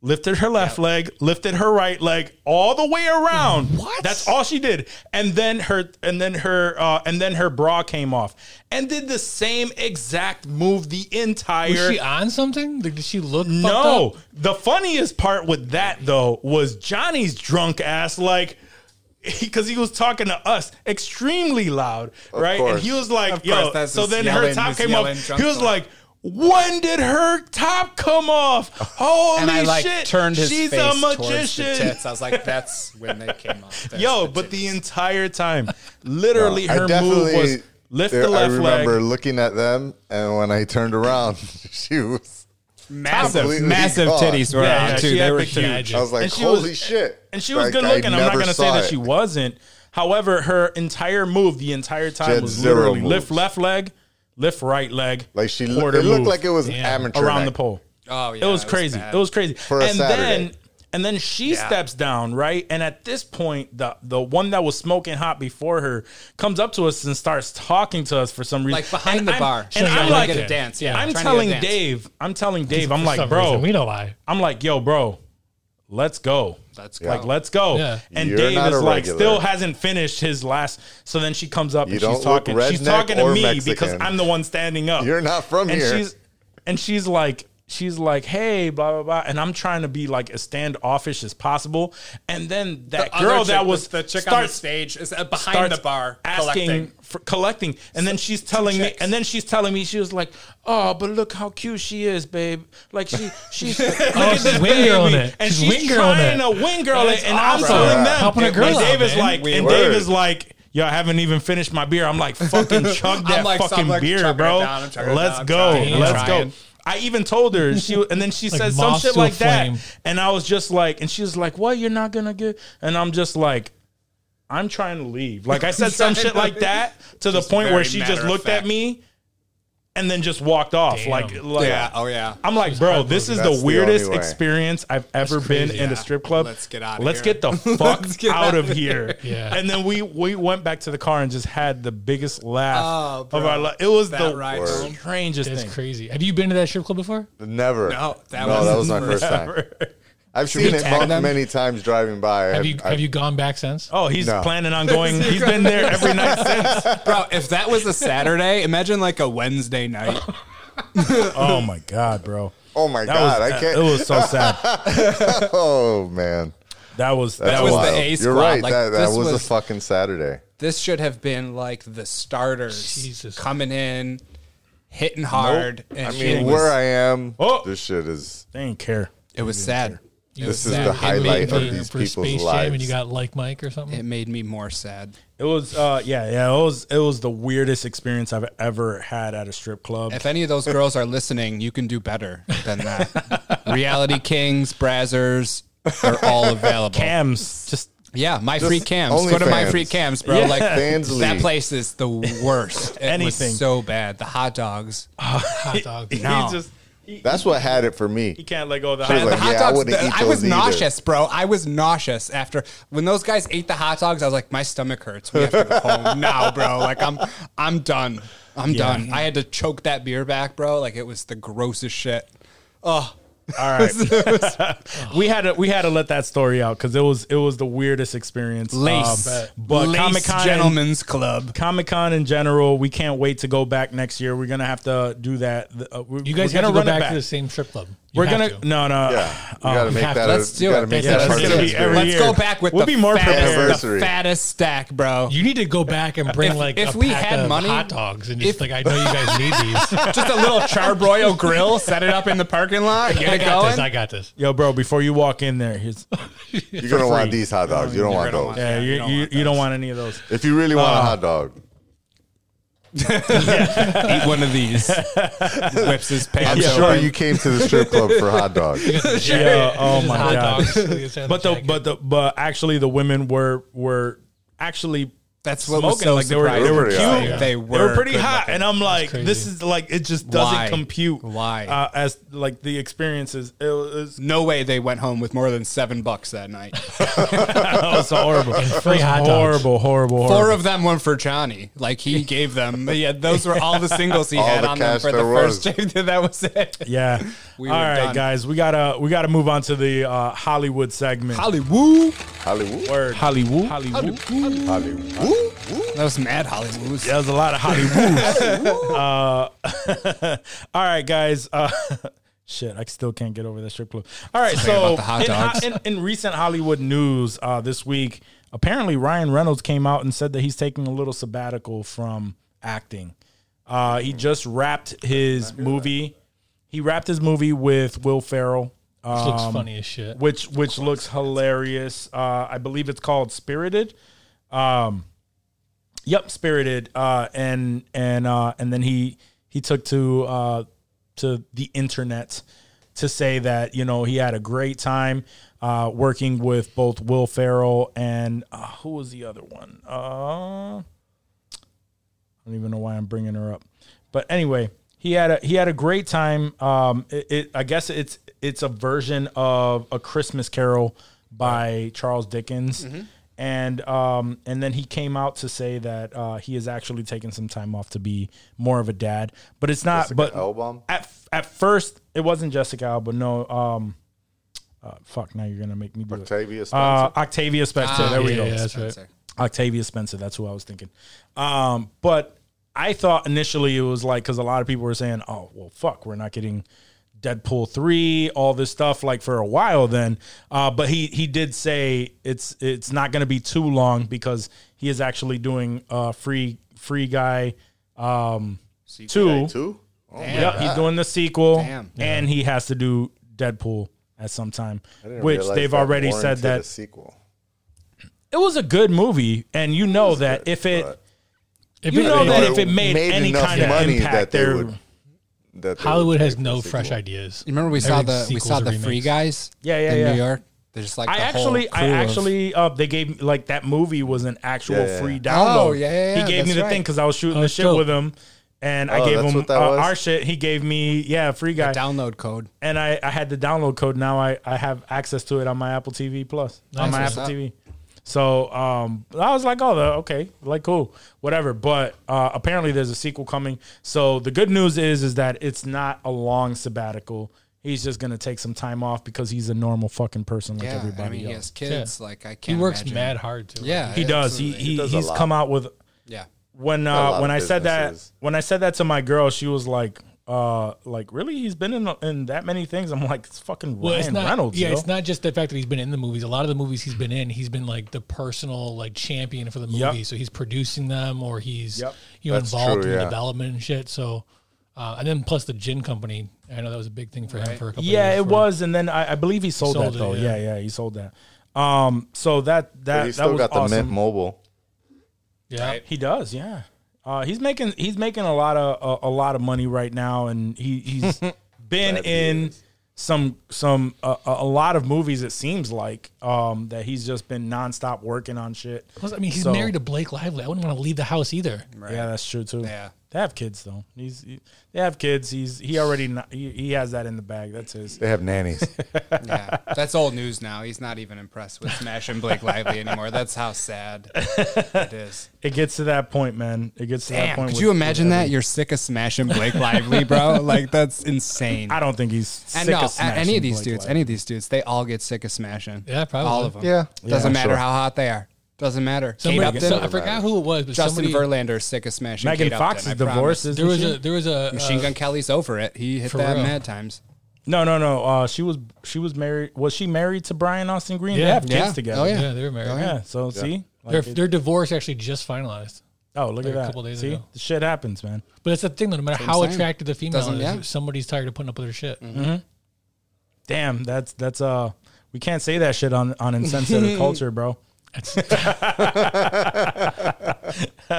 Speaker 1: lifted her left leg, lifted her right leg all the way around. What? That's all she did. And then her and then her uh, and then her bra came off and did the same exact move the entire
Speaker 4: Was she on something? Like, did she look?
Speaker 1: no,
Speaker 4: fucked up?
Speaker 1: the funniest part with that though was Johnny's drunk ass, like, because he, was talking to us extremely loud, right? And
Speaker 6: course.
Speaker 1: he was like,
Speaker 5: Of
Speaker 1: "Yo."
Speaker 5: course, that's
Speaker 1: so
Speaker 5: his
Speaker 1: then her
Speaker 5: yelling,
Speaker 1: top
Speaker 5: his
Speaker 1: came off.
Speaker 5: yelling drunk
Speaker 1: He was
Speaker 5: talk.
Speaker 1: like. When did her top come off? Holy
Speaker 5: and I like
Speaker 1: shit!
Speaker 5: turned his
Speaker 1: She's
Speaker 5: face
Speaker 1: a
Speaker 5: towards the
Speaker 1: magician.
Speaker 5: tits. I was like, that's when they came off. That's
Speaker 1: Yo, but
Speaker 5: tits.
Speaker 1: the entire time, literally,
Speaker 6: I
Speaker 1: her move was lift the left
Speaker 6: I remember
Speaker 1: leg.
Speaker 6: looking at them, and when I turned around, she was.
Speaker 5: massive,
Speaker 6: completely
Speaker 5: massive
Speaker 6: gone.
Speaker 5: titties were
Speaker 1: Yeah,
Speaker 5: out
Speaker 1: yeah,
Speaker 5: too.
Speaker 1: she
Speaker 5: They
Speaker 1: had
Speaker 5: were
Speaker 1: big titties.
Speaker 5: huge.
Speaker 6: I was like,
Speaker 1: And she was-
Speaker 6: holy shit!
Speaker 1: And she was
Speaker 6: Like,
Speaker 1: good
Speaker 6: I
Speaker 1: looking. I'm not
Speaker 6: never
Speaker 1: going to say
Speaker 6: saw
Speaker 1: that
Speaker 6: it.
Speaker 1: she wasn't. However, her entire move the entire
Speaker 6: She
Speaker 1: time
Speaker 6: had
Speaker 1: was
Speaker 6: zero
Speaker 1: literally
Speaker 6: moves.
Speaker 1: lift left leg, lift right leg.
Speaker 6: Like she, lo-
Speaker 1: quarter
Speaker 6: it looked
Speaker 1: move
Speaker 6: like it was an
Speaker 4: Damn.
Speaker 6: amateur
Speaker 1: around
Speaker 6: night.
Speaker 1: the pole.
Speaker 5: Oh, yeah,
Speaker 1: it was
Speaker 5: it was
Speaker 1: crazy.
Speaker 5: bad.
Speaker 1: it was crazy.
Speaker 6: For a
Speaker 1: and then
Speaker 6: Saturday.
Speaker 1: and then she steps down, right? And at this point, the the one that was smoking hot before her comes up to us and starts talking to us for some reason,
Speaker 5: Like behind
Speaker 1: And
Speaker 5: the
Speaker 1: I'm-
Speaker 5: bar. She's
Speaker 1: And I'm
Speaker 5: trying to
Speaker 1: like,
Speaker 5: get a dance, yeah,
Speaker 1: I'm
Speaker 5: trying to get a
Speaker 1: telling
Speaker 5: dance.
Speaker 1: Dave, I'm telling Dave, I'm
Speaker 4: For
Speaker 1: like,
Speaker 4: some
Speaker 1: bro,
Speaker 4: reason, we know why.
Speaker 1: I'm like, yo, bro, let's go.
Speaker 5: Let's
Speaker 1: Like,
Speaker 5: go.
Speaker 1: let's go.
Speaker 4: Yeah.
Speaker 1: And
Speaker 6: You're
Speaker 1: Dave
Speaker 6: not
Speaker 1: is
Speaker 6: a
Speaker 1: like,
Speaker 6: regular.
Speaker 1: still hasn't finished his last. So then she comes up
Speaker 6: You
Speaker 1: and
Speaker 6: don't
Speaker 1: she's
Speaker 6: look
Speaker 1: talking. She's
Speaker 6: redneck
Speaker 1: talking to
Speaker 6: or
Speaker 1: me
Speaker 6: Mexican.
Speaker 1: because I'm the one standing up.
Speaker 6: You're not from
Speaker 1: and
Speaker 6: here.
Speaker 1: She's, and she's like, she's like, hey, blah blah blah. And I'm trying to be like as standoffish as possible. And then that girl that was
Speaker 5: the chick on the
Speaker 1: starts
Speaker 5: stage is uh, behind
Speaker 1: starts
Speaker 5: the bar
Speaker 1: asking
Speaker 5: collecting.
Speaker 1: for collecting and then she's telling me
Speaker 5: chicks.
Speaker 1: and then she's telling me she was like oh but look how cute she is babe like she she's look at this
Speaker 4: she's wing girling
Speaker 1: baby.
Speaker 4: it.
Speaker 1: and she's,
Speaker 4: She's wing girling
Speaker 1: trying
Speaker 4: it.
Speaker 1: to wing girl it
Speaker 4: That's
Speaker 1: and I'm
Speaker 4: awesome.
Speaker 1: telling
Speaker 6: Right.
Speaker 1: them
Speaker 4: Helping a
Speaker 1: and
Speaker 4: girl out,
Speaker 1: Dave is
Speaker 4: man.
Speaker 1: like
Speaker 6: We
Speaker 1: and
Speaker 6: were.
Speaker 1: Dave is like yo I haven't even finished my beer I'm like fucking chug that
Speaker 5: like, so I'm
Speaker 1: fucking
Speaker 5: like, chugging
Speaker 1: beer
Speaker 5: it
Speaker 1: bro
Speaker 5: down, I'm chugging it
Speaker 1: let's
Speaker 5: down, I'm
Speaker 1: go
Speaker 5: trying,
Speaker 4: I'm
Speaker 1: let's go
Speaker 5: trying.
Speaker 1: I even told her she and then she
Speaker 4: Like
Speaker 1: said some
Speaker 4: moths
Speaker 1: shit
Speaker 4: to a
Speaker 1: like that
Speaker 4: flame.
Speaker 1: and I was just like and she was like what you're not gonna get and I'm just like I'm trying to leave. Like I said some shit like that to the
Speaker 5: Just
Speaker 1: point where
Speaker 5: very
Speaker 1: she
Speaker 5: matter
Speaker 1: just
Speaker 5: of
Speaker 1: looked
Speaker 5: fact.
Speaker 1: at me and then just walked off.
Speaker 4: Damn.
Speaker 1: Like, like
Speaker 5: Yeah. Oh yeah.
Speaker 1: I'm like, bro, this is
Speaker 6: That's
Speaker 1: the
Speaker 6: the
Speaker 1: weirdest
Speaker 6: only way.
Speaker 1: experience I've ever been in a
Speaker 5: Yeah.
Speaker 1: strip club.
Speaker 5: Let's get outta
Speaker 1: Let's
Speaker 5: here.
Speaker 1: get the fuck
Speaker 5: get
Speaker 1: out,
Speaker 5: outta
Speaker 1: of here.
Speaker 4: Yeah.
Speaker 1: And then we we went back to the car and just had the biggest
Speaker 5: Oh,
Speaker 1: laugh
Speaker 5: bro.
Speaker 1: of our life. It was
Speaker 5: That
Speaker 1: the
Speaker 5: ride home.
Speaker 1: strangest
Speaker 4: That's
Speaker 1: thing.
Speaker 4: crazy. Have you been to that strip club before?
Speaker 6: Never.
Speaker 5: No, that
Speaker 6: no,
Speaker 5: was
Speaker 6: that
Speaker 5: the
Speaker 6: was my
Speaker 5: first
Speaker 6: first time. I've
Speaker 5: we
Speaker 6: seen it
Speaker 5: tag
Speaker 6: mo-
Speaker 5: them?
Speaker 6: many times driving by.
Speaker 4: Have
Speaker 6: I-
Speaker 4: you
Speaker 6: I-
Speaker 4: have you gone back since?
Speaker 1: Oh, he's
Speaker 6: No.
Speaker 1: planning on going. He's been there every night since.
Speaker 5: Bro, if that was a Saturday, imagine like a Wednesday night.
Speaker 1: Oh my god, bro.
Speaker 6: Oh my
Speaker 1: That
Speaker 6: god!
Speaker 1: was,
Speaker 6: I can't.
Speaker 1: It was so sad.
Speaker 6: oh man,
Speaker 1: That was
Speaker 6: That's
Speaker 1: that was
Speaker 5: was the
Speaker 6: wild.
Speaker 5: A
Speaker 6: You're
Speaker 5: squad.
Speaker 6: right.
Speaker 5: Like,
Speaker 6: that that
Speaker 5: this
Speaker 6: was, a
Speaker 5: was-
Speaker 6: fucking Saturday.
Speaker 5: This should have been like the starters
Speaker 4: Jesus.
Speaker 5: coming in, hitting hard. And
Speaker 6: Oh, I
Speaker 5: shit.
Speaker 6: mean,
Speaker 5: It was-
Speaker 6: where I am,
Speaker 1: Oh.
Speaker 6: this shit is.
Speaker 1: They didn't care.
Speaker 5: it was sad.
Speaker 4: You
Speaker 6: This
Speaker 4: were
Speaker 6: is
Speaker 4: back
Speaker 6: the
Speaker 4: in
Speaker 6: highlight
Speaker 4: Vietnam
Speaker 6: of these
Speaker 4: for
Speaker 6: people's
Speaker 4: Space Jam, and
Speaker 6: lives.
Speaker 4: you got like Mike or something.
Speaker 5: It made me more sad.
Speaker 1: It was uh yeah, yeah, it was it was the weirdest experience I've ever had at a strip club.
Speaker 5: If any of those girls are listening, you can do better than that. Reality Kings, Brazzers, they're all available.
Speaker 1: Cams just
Speaker 5: Yeah, my free cams.
Speaker 6: only
Speaker 5: Go to my
Speaker 6: fans.
Speaker 5: free cams, bro. Like
Speaker 6: Fans
Speaker 5: that
Speaker 6: league.
Speaker 5: place is the worst. It
Speaker 1: Anything.
Speaker 5: was so bad. The hot dogs.
Speaker 4: hot dog.
Speaker 1: he
Speaker 5: No.
Speaker 1: just he,
Speaker 6: That's what had it for
Speaker 1: he
Speaker 6: me.
Speaker 1: can't let go of the
Speaker 6: was
Speaker 1: hot
Speaker 5: the
Speaker 6: like,
Speaker 1: dog.
Speaker 5: hot
Speaker 6: yeah, I
Speaker 5: dogs.
Speaker 6: wouldn't
Speaker 5: the-
Speaker 6: eat
Speaker 5: I, was
Speaker 6: those either.
Speaker 5: nauseous, bro. I was nauseous after when those guys ate the hot dogs. I was like, my stomach hurts. We have to go home now, bro. Like I'm, I'm done. I'm done. I had to choke that beer back, bro. Like it was the grossest shit. Oh,
Speaker 1: All right. we had to we had to let that story out cuz it was it was the weirdest experience.
Speaker 5: lace,
Speaker 1: Um, but Comic Con
Speaker 5: Gentlemen's Club.
Speaker 1: Comic Con in general, we can't wait to go back next year. We're gonna have to do that. The- Uh, we-
Speaker 4: You guys
Speaker 1: we're gonna
Speaker 4: have to go
Speaker 1: run it
Speaker 4: back, to the same strip club. You
Speaker 1: We're
Speaker 4: have
Speaker 1: gonna
Speaker 4: to.
Speaker 1: no no.
Speaker 6: Yeah, you gotta make
Speaker 4: have
Speaker 6: that.
Speaker 4: to-
Speaker 6: a-
Speaker 5: Let's do
Speaker 6: you gotta
Speaker 5: it.
Speaker 6: Make
Speaker 4: Yeah,
Speaker 6: that a
Speaker 4: that's
Speaker 6: part of
Speaker 4: gonna
Speaker 6: the
Speaker 4: be every
Speaker 6: experience.
Speaker 5: Let's go back with
Speaker 1: We'll
Speaker 5: the
Speaker 1: be more
Speaker 5: fattest, the
Speaker 6: prepared.
Speaker 5: fattest stack, bro.
Speaker 4: You need to go back and bring
Speaker 5: If-
Speaker 4: like
Speaker 5: if
Speaker 4: a
Speaker 5: we
Speaker 4: pack
Speaker 5: had
Speaker 4: of
Speaker 5: money-
Speaker 4: hot dogs and just
Speaker 5: if-
Speaker 4: like I know you guys need these.
Speaker 5: Just a little charbroil grill, set it up in the parking lot, get
Speaker 4: I
Speaker 5: it
Speaker 4: got this.
Speaker 5: going.
Speaker 4: I got this.
Speaker 1: Yo, bro, before you walk in there, here's
Speaker 6: You're gonna want these hot dogs. You don't want
Speaker 5: gonna
Speaker 6: those.
Speaker 5: want
Speaker 1: yeah,
Speaker 5: Yeah,
Speaker 1: you,
Speaker 5: you
Speaker 1: you,
Speaker 5: don't
Speaker 1: you,
Speaker 5: want
Speaker 1: don't want any of those.
Speaker 6: If you really want a hot dog,
Speaker 5: Eat one of these. Whips his
Speaker 6: I'm
Speaker 5: pants.
Speaker 6: sure
Speaker 5: open.
Speaker 6: you came to the strip club for hot dogs.
Speaker 1: Yeah, oh
Speaker 4: Just
Speaker 1: my
Speaker 4: hot
Speaker 1: god.
Speaker 4: dogs. We just had
Speaker 1: but the
Speaker 4: jacket.
Speaker 1: but the but actually the women were were actually
Speaker 5: That's what
Speaker 1: smoking
Speaker 5: was so
Speaker 1: like they were they
Speaker 5: surprising.
Speaker 1: were cute
Speaker 6: They were pretty hot.
Speaker 5: They
Speaker 1: they were
Speaker 5: were
Speaker 1: pretty
Speaker 5: good
Speaker 1: hot
Speaker 5: looking.
Speaker 1: and I'm like
Speaker 4: crazy.
Speaker 1: this is like it just doesn't
Speaker 5: Why?
Speaker 1: compute
Speaker 5: Why?
Speaker 1: uh, as like the experiences it was,
Speaker 5: No way they went home with more than seven bucks that night.
Speaker 1: it was horrible
Speaker 4: free
Speaker 1: It was
Speaker 4: hot dogs.
Speaker 1: horrible horrible horrible
Speaker 5: Four of them went for Johnny. Like he gave them. Yeah, those were all the singles he
Speaker 6: All
Speaker 5: had
Speaker 6: the
Speaker 5: on them
Speaker 6: cash
Speaker 5: for the
Speaker 6: there
Speaker 5: first
Speaker 6: was.
Speaker 5: check. that was it.
Speaker 1: yeah
Speaker 5: We
Speaker 1: All
Speaker 5: were
Speaker 1: right,
Speaker 5: done.
Speaker 1: guys, we gotta we gotta move on to the uh, Hollywood segment.
Speaker 5: Hollywood.
Speaker 6: Hollywood.
Speaker 1: Word.
Speaker 4: Hollywood.
Speaker 1: Hollywood.
Speaker 6: Hollywood.
Speaker 5: That was mad Hollywood.
Speaker 1: That was a lot of Hollywoods. uh, all right, guys. Uh, shit, I still can't get over that strip club. All right, so
Speaker 5: about the hot
Speaker 1: in, ho-
Speaker 5: dogs.
Speaker 1: in, in recent Hollywood news uh, this week, apparently Ryan Reynolds came out and said that he's taking a little sabbatical from acting. Uh, he just wrapped his movie. He wrapped his movie with Will Ferrell.
Speaker 4: This looks
Speaker 1: um,
Speaker 4: funny as shit.
Speaker 1: which which looks hilarious. Uh, I believe it's called Spirited. Um, yep, Spirited. Uh, and and uh, and then he he took to uh, to the internet to say that you know he had a great time uh, working with both Will Ferrell and uh, who was the other one? Uh, I don't even know why I'm bringing her up. But anyway, he had a he had a great time. Um, it, it I guess it's it's a version of a Christmas Carol by Charles Dickens, and um, and then he came out to say that uh, he is actually taking some time off to be more of a dad. But it's not. but
Speaker 6: Album.
Speaker 1: at at first it wasn't Jessica Alba. No, um, uh, fuck. Now you're gonna make me do it.
Speaker 6: Octavia
Speaker 1: Uh,
Speaker 6: Spencer.
Speaker 1: Octavia Spencer. there we
Speaker 4: Ah, yeah,
Speaker 1: go.
Speaker 4: yeah, that's right.
Speaker 1: Octavia Spencer. That's who I was thinking. Um, but I thought initially it was like because a lot of people were saying, "Oh, well, fuck, we're not getting Deadpool three, all this stuff." Like for a while, then. Uh, but he he did say it's it's not going to be too long because he is actually doing uh, free free guy um, two.
Speaker 6: Two. Oh,
Speaker 1: Yep, he's doing the sequel,
Speaker 5: Damn.
Speaker 1: and he has to do Deadpool at some time,
Speaker 6: I didn't
Speaker 1: which
Speaker 6: realize
Speaker 1: they've
Speaker 6: that
Speaker 1: already said
Speaker 6: warranted
Speaker 1: that
Speaker 6: a sequel.
Speaker 1: it was a good movie, and you know that if it,
Speaker 6: but-
Speaker 4: If
Speaker 1: you
Speaker 4: it-
Speaker 1: know
Speaker 4: if-
Speaker 1: that
Speaker 6: But
Speaker 1: if it made, any
Speaker 6: enough
Speaker 1: kind of
Speaker 6: money
Speaker 1: impact,
Speaker 6: that they
Speaker 1: there-
Speaker 6: would- that they
Speaker 4: Hollywood
Speaker 6: would
Speaker 4: has
Speaker 6: make
Speaker 4: no
Speaker 6: a
Speaker 4: fresh
Speaker 6: sequel.
Speaker 4: ideas.
Speaker 5: You remember we saw the
Speaker 4: Everything
Speaker 5: we saw
Speaker 4: sequels
Speaker 5: the
Speaker 4: or
Speaker 5: Free
Speaker 4: remakes.
Speaker 5: Guys.
Speaker 1: Yeah, yeah,
Speaker 5: in
Speaker 1: yeah.
Speaker 5: New York. They're just like
Speaker 1: I
Speaker 5: the
Speaker 1: actually,
Speaker 5: whole
Speaker 1: I
Speaker 5: crew of-
Speaker 1: actually, uh, they gave like that movie was an actual
Speaker 6: Yeah, yeah,
Speaker 1: free
Speaker 6: yeah.
Speaker 1: download.
Speaker 5: Oh, yeah, yeah, yeah,
Speaker 1: He gave me
Speaker 5: that's
Speaker 1: the
Speaker 5: right.
Speaker 1: thing because I was shooting
Speaker 4: Oh,
Speaker 1: the
Speaker 4: it's
Speaker 1: shit
Speaker 4: dope.
Speaker 1: with him, and I
Speaker 6: Oh,
Speaker 1: gave
Speaker 6: that's
Speaker 1: him
Speaker 6: what
Speaker 1: uh,
Speaker 6: that was?
Speaker 1: our shit. He gave me yeah, free guy,
Speaker 5: download code.
Speaker 1: and I, I had the download code. Now I, I have access to it on my Apple TV Plus on
Speaker 4: Nice.
Speaker 1: my
Speaker 5: What's
Speaker 1: Apple
Speaker 5: up?
Speaker 1: TV. So um, I was like, oh, the, okay, like cool, whatever. But uh, apparently, there's a sequel coming. So the good news is, is that it's not a long sabbatical. He's just gonna take some time off because he's a normal fucking person like
Speaker 5: Yeah,
Speaker 1: everybody
Speaker 5: I mean he
Speaker 1: else.
Speaker 5: has kids. Like I
Speaker 4: He
Speaker 5: can't.
Speaker 4: works
Speaker 5: imagine.
Speaker 4: mad hard too.
Speaker 5: Yeah,
Speaker 1: He does. He,
Speaker 5: absolutely.
Speaker 1: he,
Speaker 6: does a
Speaker 1: he's
Speaker 6: lot.
Speaker 1: come out with
Speaker 5: yeah.
Speaker 1: when uh,
Speaker 6: lot of
Speaker 1: when I said that
Speaker 6: businesses.
Speaker 1: when I said that to my girl, she was like, uh, like really, he's been in in that many things. I'm like, it's fucking
Speaker 4: Well,
Speaker 1: Ryan
Speaker 4: it's not.
Speaker 1: Reynolds.
Speaker 4: yeah,
Speaker 1: yo.
Speaker 4: it's not just the fact that he's been in the movies. A lot of the movies he's been in, he's been like the personal like champion for the movie.
Speaker 1: Yep.
Speaker 4: So he's producing them, or he's
Speaker 1: Yep.
Speaker 4: you know
Speaker 6: That's
Speaker 4: involved
Speaker 6: true,
Speaker 4: in
Speaker 6: yeah.
Speaker 4: the development and shit. So, uh, and then plus the gin company. I know that was a big thing for him for a couple.
Speaker 1: Yeah,
Speaker 4: of years
Speaker 1: it
Speaker 4: for-
Speaker 1: was, and then I, I believe he sold,
Speaker 4: sold
Speaker 1: that
Speaker 4: it,
Speaker 1: though. Yeah.
Speaker 4: yeah.
Speaker 1: yeah, he sold that. Um, so that that
Speaker 6: He
Speaker 1: that
Speaker 6: still
Speaker 1: was
Speaker 6: got the
Speaker 1: awesome.
Speaker 6: Mint Mobile.
Speaker 4: Yeah,
Speaker 1: He does, yeah. Uh, he's making he's making a lot of a, a lot of money right now, and he he's been
Speaker 6: Glad he
Speaker 1: in
Speaker 6: is.
Speaker 1: some some uh, a a lot of movies. It seems like um, that he's just been nonstop working on shit.
Speaker 4: Plus, I mean, he's
Speaker 1: So-
Speaker 4: married to Blake Lively. I wouldn't want to leave the house either.
Speaker 1: Yeah, that's true too.
Speaker 5: Yeah.
Speaker 1: they have kids though. He's he- they have kids. He's he already not, he, he has that in the bag. That's his.
Speaker 6: They have nannies.
Speaker 5: Yeah, that's old news now. He's not even impressed with smashing Blake Lively anymore. That's how sad it is.
Speaker 1: It gets to that point, man. It gets to that
Speaker 5: Damn,
Speaker 1: point.
Speaker 5: could
Speaker 1: with-
Speaker 5: you imagine
Speaker 1: with
Speaker 5: that?
Speaker 1: every-
Speaker 5: You're sick of smashing Blake Lively, bro. Like that's insane.
Speaker 1: I don't think he's sick
Speaker 5: and no,
Speaker 1: of
Speaker 5: a- any
Speaker 1: smashing
Speaker 5: of these
Speaker 1: Blake
Speaker 5: dudes,
Speaker 1: Lively.
Speaker 5: any of these dudes, they all get sick of smashing.
Speaker 4: Yeah, probably.
Speaker 5: all of them.
Speaker 6: Yeah.
Speaker 5: doesn't
Speaker 6: Yeah,
Speaker 5: matter
Speaker 6: sure.
Speaker 5: how hot they are. Doesn't matter.
Speaker 4: Somebody,
Speaker 5: Kate Upton,
Speaker 4: so- I forgot who it was, but
Speaker 5: Justin
Speaker 4: somebody,
Speaker 5: Verlander is sick of smashing.
Speaker 1: Megan
Speaker 5: Kate
Speaker 1: Fox
Speaker 5: Upton,
Speaker 1: is
Speaker 5: I promise.
Speaker 1: divorced. Isn't
Speaker 4: There was
Speaker 1: she?
Speaker 4: a there was a
Speaker 5: Machine
Speaker 4: uh,
Speaker 5: Gun Kelly's over it. He hit
Speaker 4: for
Speaker 5: that
Speaker 4: real.
Speaker 5: mad times.
Speaker 1: No, no, no. Uh, she was she was married. Was she married to Brian Austin Green? they
Speaker 4: Yeah.
Speaker 1: have kids
Speaker 5: Yeah.
Speaker 1: together.
Speaker 5: Oh,
Speaker 4: yeah. they were married.
Speaker 5: Oh,
Speaker 1: Yeah, So see,
Speaker 4: Their
Speaker 1: like it-
Speaker 4: their divorce actually just finalized.
Speaker 1: oh look
Speaker 4: like
Speaker 1: at
Speaker 4: a
Speaker 1: that.
Speaker 4: couple days
Speaker 1: see,
Speaker 4: ago.
Speaker 1: the shit happens, man.
Speaker 4: But it's the thing, though. No matter
Speaker 5: Same
Speaker 4: how
Speaker 5: sign.
Speaker 4: attractive the female
Speaker 5: Doesn't-
Speaker 4: is,
Speaker 5: yeah.
Speaker 4: somebody's tired of putting up with her shit.
Speaker 1: Damn, that's that's uh, we can't say that shit on on insensitive culture, bro.
Speaker 4: Snowflake.
Speaker 1: No,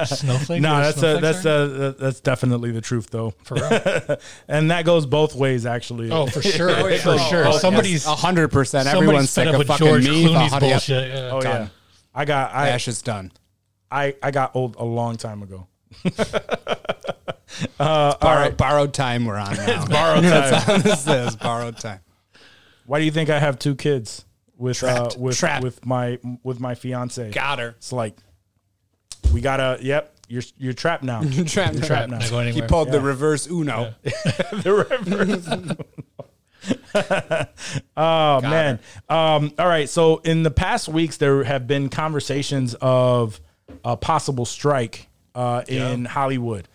Speaker 4: You're
Speaker 1: that's a,
Speaker 4: snowflake,
Speaker 1: that's
Speaker 4: sir?
Speaker 1: a, that's definitely the truth though,
Speaker 4: for real.
Speaker 1: and that goes both ways actually.
Speaker 4: Oh, for sure, for sure. somebody's
Speaker 5: hundred percent.
Speaker 4: somebody's
Speaker 5: Everyone's
Speaker 4: fed
Speaker 5: sick
Speaker 4: up
Speaker 5: of
Speaker 4: with
Speaker 5: fucking
Speaker 4: George
Speaker 5: me.
Speaker 4: Clooney's
Speaker 5: but- yep.
Speaker 4: bullshit. Yeah.
Speaker 1: Oh, yeah. I got I
Speaker 5: Ash is done.
Speaker 1: I I got old a long time ago.
Speaker 5: Borrow, Borrowed time we're on now. borrowed time. this is borrowed time.
Speaker 1: Why do you think I have two kids with uh,
Speaker 5: Trapped.
Speaker 1: with
Speaker 5: Trapped.
Speaker 1: with my with my fiance?
Speaker 5: Got her.
Speaker 1: It's like we gotta. Yep, you're you're trapped now.
Speaker 5: Trap, trap.
Speaker 1: now.
Speaker 4: Not going
Speaker 5: He
Speaker 4: anywhere.
Speaker 5: pulled the reverse Uno.
Speaker 1: the reverse. Oh man. Um, all right. So in the past weeks, there have been conversations of a possible strike uh, in Hollywood.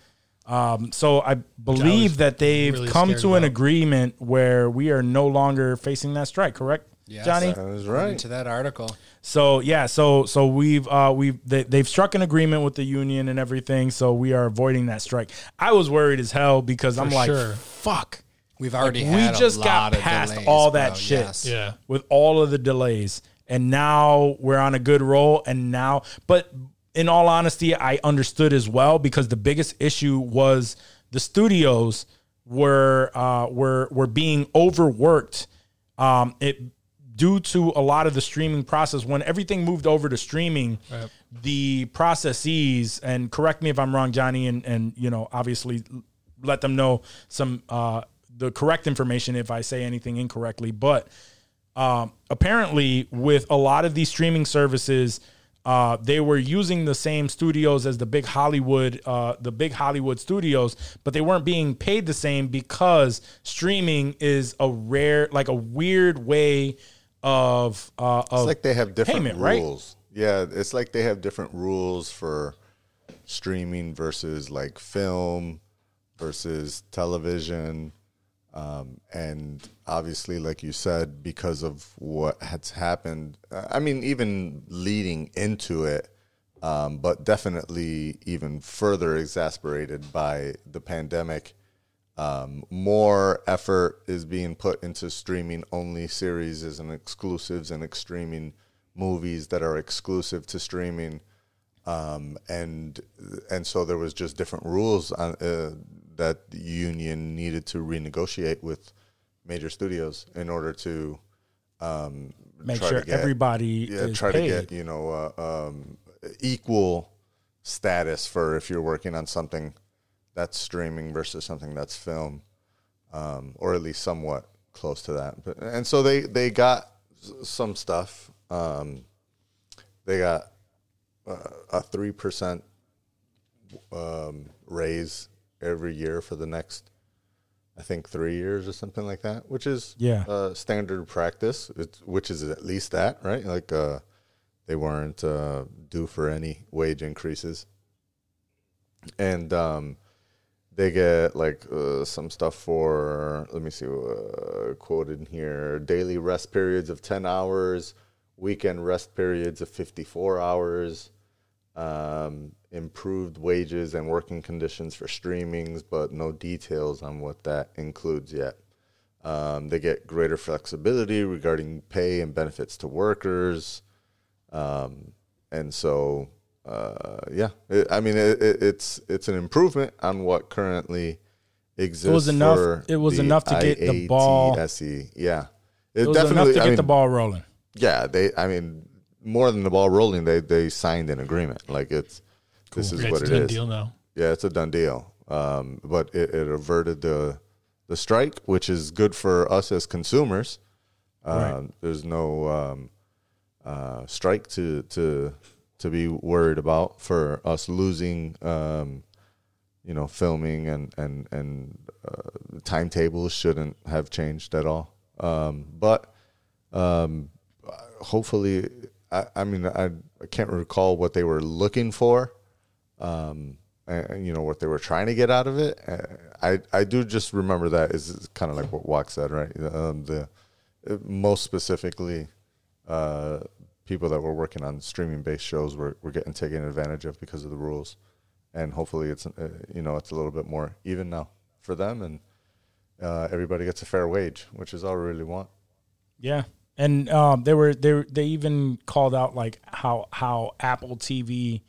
Speaker 1: Um, so I believe
Speaker 4: was
Speaker 1: that they've
Speaker 4: really
Speaker 1: come
Speaker 4: scared
Speaker 1: to an
Speaker 4: about.
Speaker 1: agreement where we are no longer facing that strike. Correct, Johnny?
Speaker 6: That's right.
Speaker 5: To that article.
Speaker 1: So yeah, so so we've uh, we've they, they've struck an agreement with the union and everything. So we are avoiding that strike. I was worried as hell because I'm like,
Speaker 4: sure.
Speaker 1: fuck.
Speaker 5: We've already
Speaker 1: We
Speaker 5: had a
Speaker 1: just got
Speaker 5: lot of
Speaker 1: past
Speaker 5: delays,
Speaker 1: all that
Speaker 5: bro.
Speaker 1: shit
Speaker 5: Yes.
Speaker 4: Yeah.
Speaker 1: with all of the delays, and now we're on a good roll. And now, but in all honesty, I understood as well because the biggest issue was the studios were uh, were were being overworked. Um, it due to a lot of the streaming process when everything moved over to streaming the processes and correct me if i'm wrong johnny and and you know obviously let them know some uh the correct information if i say anything incorrectly but um, apparently with a lot of these streaming services uh, they were using the same studios as the big Hollywood, uh, the big Hollywood studios, but they weren't being paid the same because streaming is a rare, like a weird way of uh, of
Speaker 6: It's like they have different
Speaker 1: payment, right?
Speaker 6: rules. Yeah, it's like they have different rules for streaming versus like film versus television. Um, and obviously, like you said, because of what has happened, uh, I mean, even leading into it, um, but definitely even further exasperated by the pandemic more effort is being put into streaming only series and exclusives and streaming movies that are exclusive to streaming um, and and so there was just different rules on, uh, that the union needed to renegotiate with major studios in order to
Speaker 1: Make
Speaker 6: try
Speaker 1: sure
Speaker 6: to get-
Speaker 1: everybody
Speaker 6: yeah,
Speaker 1: is
Speaker 6: try
Speaker 1: paid.
Speaker 6: to get you know uh, um, equal status for if you're working on something that's streaming versus something that's film, um, or at least somewhat close to that. But, and so they they got s- some stuff. Um, they got uh, a three percent um, raise every year for the next. I think three years or something like that, which is
Speaker 1: Yeah.
Speaker 6: uh, standard practice, it's, which is at least that, right? Like uh, they weren't uh, due for any wage increases, and um, they get like uh, some stuff for. Let me see, uh, quoted in here: daily rest periods of ten hours, weekend rest periods of fifty-four hours. Um, improved wages and working conditions for streamings, but no details on what that includes yet. Um, they get greater flexibility regarding pay and benefits to workers. Um, and so, uh, yeah, it, I mean, it, it, it's it's an improvement on what currently exists.
Speaker 1: enough-
Speaker 6: for
Speaker 1: it was
Speaker 6: the
Speaker 1: enough to get the ball-
Speaker 6: IATSE. E. Yeah, it,
Speaker 1: It was enough
Speaker 6: definitely.
Speaker 1: to get
Speaker 6: I mean,
Speaker 1: the ball rolling.
Speaker 6: Yeah, they. I mean, more than the ball rolling, they they signed an agreement. Like it's this is
Speaker 4: Yeah,
Speaker 6: what
Speaker 4: it's
Speaker 6: it
Speaker 4: a done
Speaker 6: is.
Speaker 4: deal now.
Speaker 6: Yeah, it's a done deal. Um, but it, it averted the the strike, which is good for us as consumers. Um, There's no um, uh, strike to to to be worried about for us losing, um, you know, filming and and and uh, timetables shouldn't have changed at all. Um, but um, hopefully, I, I mean, I, I can't recall what they were looking for and uh, you know what they were trying to get out of it. Uh, I I do just remember that is kind of like what Walk said, right? Um, the uh, most specifically, uh, people that were working on streaming based shows were, were getting taken advantage of because of the rules, and hopefully it's uh, you know it's a little bit more even now for them, and uh, everybody gets a fair wage, which is all we really want.
Speaker 1: Yeah, and um, they were they were- they even called out like how how Apple TV,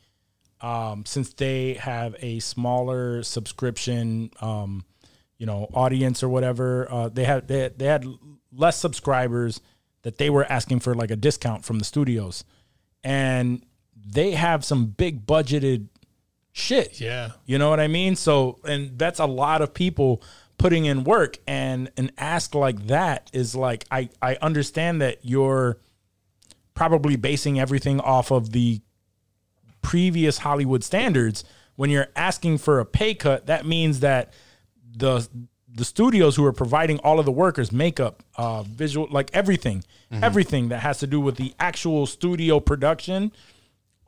Speaker 1: um, since they have a smaller subscription, um, you know, audience or whatever, uh, they had they they had less subscribers that they were asking for like a discount from the studios, and they have some big budgeted shit.
Speaker 4: Yeah.
Speaker 1: You know what I mean? So, and that's a lot of people putting in work and an ask like that is like I I understand that you're probably basing everything off of the previous Hollywood standards when you're asking for a pay cut, that means that the the studios who are providing all of the workers makeup, uh, visual, like everything, everything that has to do with the actual studio production.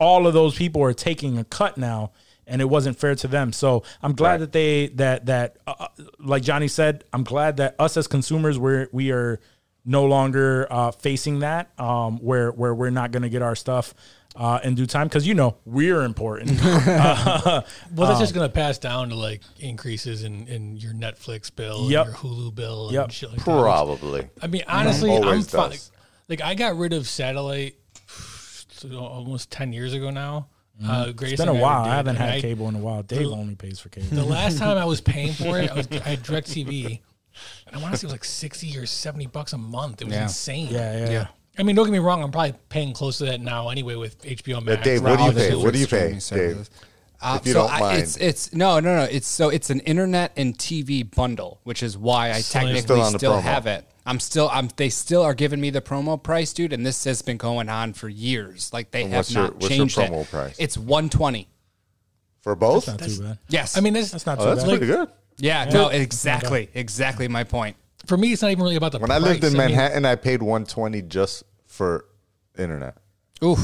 Speaker 1: All of those people are taking a cut now, and it wasn't fair to them. So I'm glad that they that that uh, uh, like Johnny said, I'm glad that us as consumers we're we are no longer uh, facing that um, where where we're not going to get our stuff. Uh, in due time, because you know we're important.
Speaker 4: Well, that's just going to pass down to like increases in, in your Netflix bill,
Speaker 1: Yep.
Speaker 4: and your Hulu bill, and
Speaker 1: Yep.
Speaker 4: shit like that.
Speaker 6: Probably.
Speaker 4: I mean, honestly, I'm
Speaker 6: Always
Speaker 4: fine.
Speaker 6: does.
Speaker 4: Like, I got rid of satellite so almost ten years ago now. Uh, greatest
Speaker 1: It's been a
Speaker 4: thing ever
Speaker 1: while.
Speaker 4: did,
Speaker 1: I haven't
Speaker 4: and
Speaker 1: had
Speaker 4: I-
Speaker 1: cable in a while. Dave only pays for
Speaker 4: The
Speaker 1: cable.
Speaker 4: last time I was paying for it, I, was, I had DirecTV, and I want to say it was like sixty or seventy bucks a month. It was
Speaker 5: Yeah.
Speaker 4: insane.
Speaker 1: Yeah, yeah.
Speaker 5: Yeah.
Speaker 4: I mean, don't get me wrong. I'm probably paying close to that now anyway with HBO Max.
Speaker 6: Uh, Dave, what do you
Speaker 5: All the
Speaker 6: pay?
Speaker 5: different
Speaker 6: What do you pay,
Speaker 5: streaming
Speaker 6: Dave?
Speaker 5: services. Uh,
Speaker 6: If you
Speaker 5: so
Speaker 6: don't
Speaker 5: I-
Speaker 6: mind.
Speaker 5: it's it's no no no. It's so it's an internet and TV bundle, which is why I
Speaker 4: Slam.
Speaker 5: technically
Speaker 6: Still
Speaker 5: still,
Speaker 6: on the promo.
Speaker 5: have it. I'm still I'm. They still are giving me the promo price, dude. And this has been going on for years. Like they have
Speaker 6: what's your-
Speaker 5: not
Speaker 6: what's your
Speaker 5: changed it.
Speaker 6: promo price?
Speaker 5: It's 120.
Speaker 6: For both?
Speaker 1: Not too bad.
Speaker 5: Yes,
Speaker 4: I mean, uh, it's,
Speaker 1: That's not
Speaker 6: Oh,
Speaker 1: too
Speaker 6: that's
Speaker 1: bad.
Speaker 6: pretty good.
Speaker 5: yeah, no, exactly, exactly my point.
Speaker 4: for me. It's not even really about the.
Speaker 6: When I lived
Speaker 4: price.
Speaker 6: in
Speaker 4: mean,
Speaker 6: Manhattan, I paid 120 just for internet.
Speaker 5: Ooh,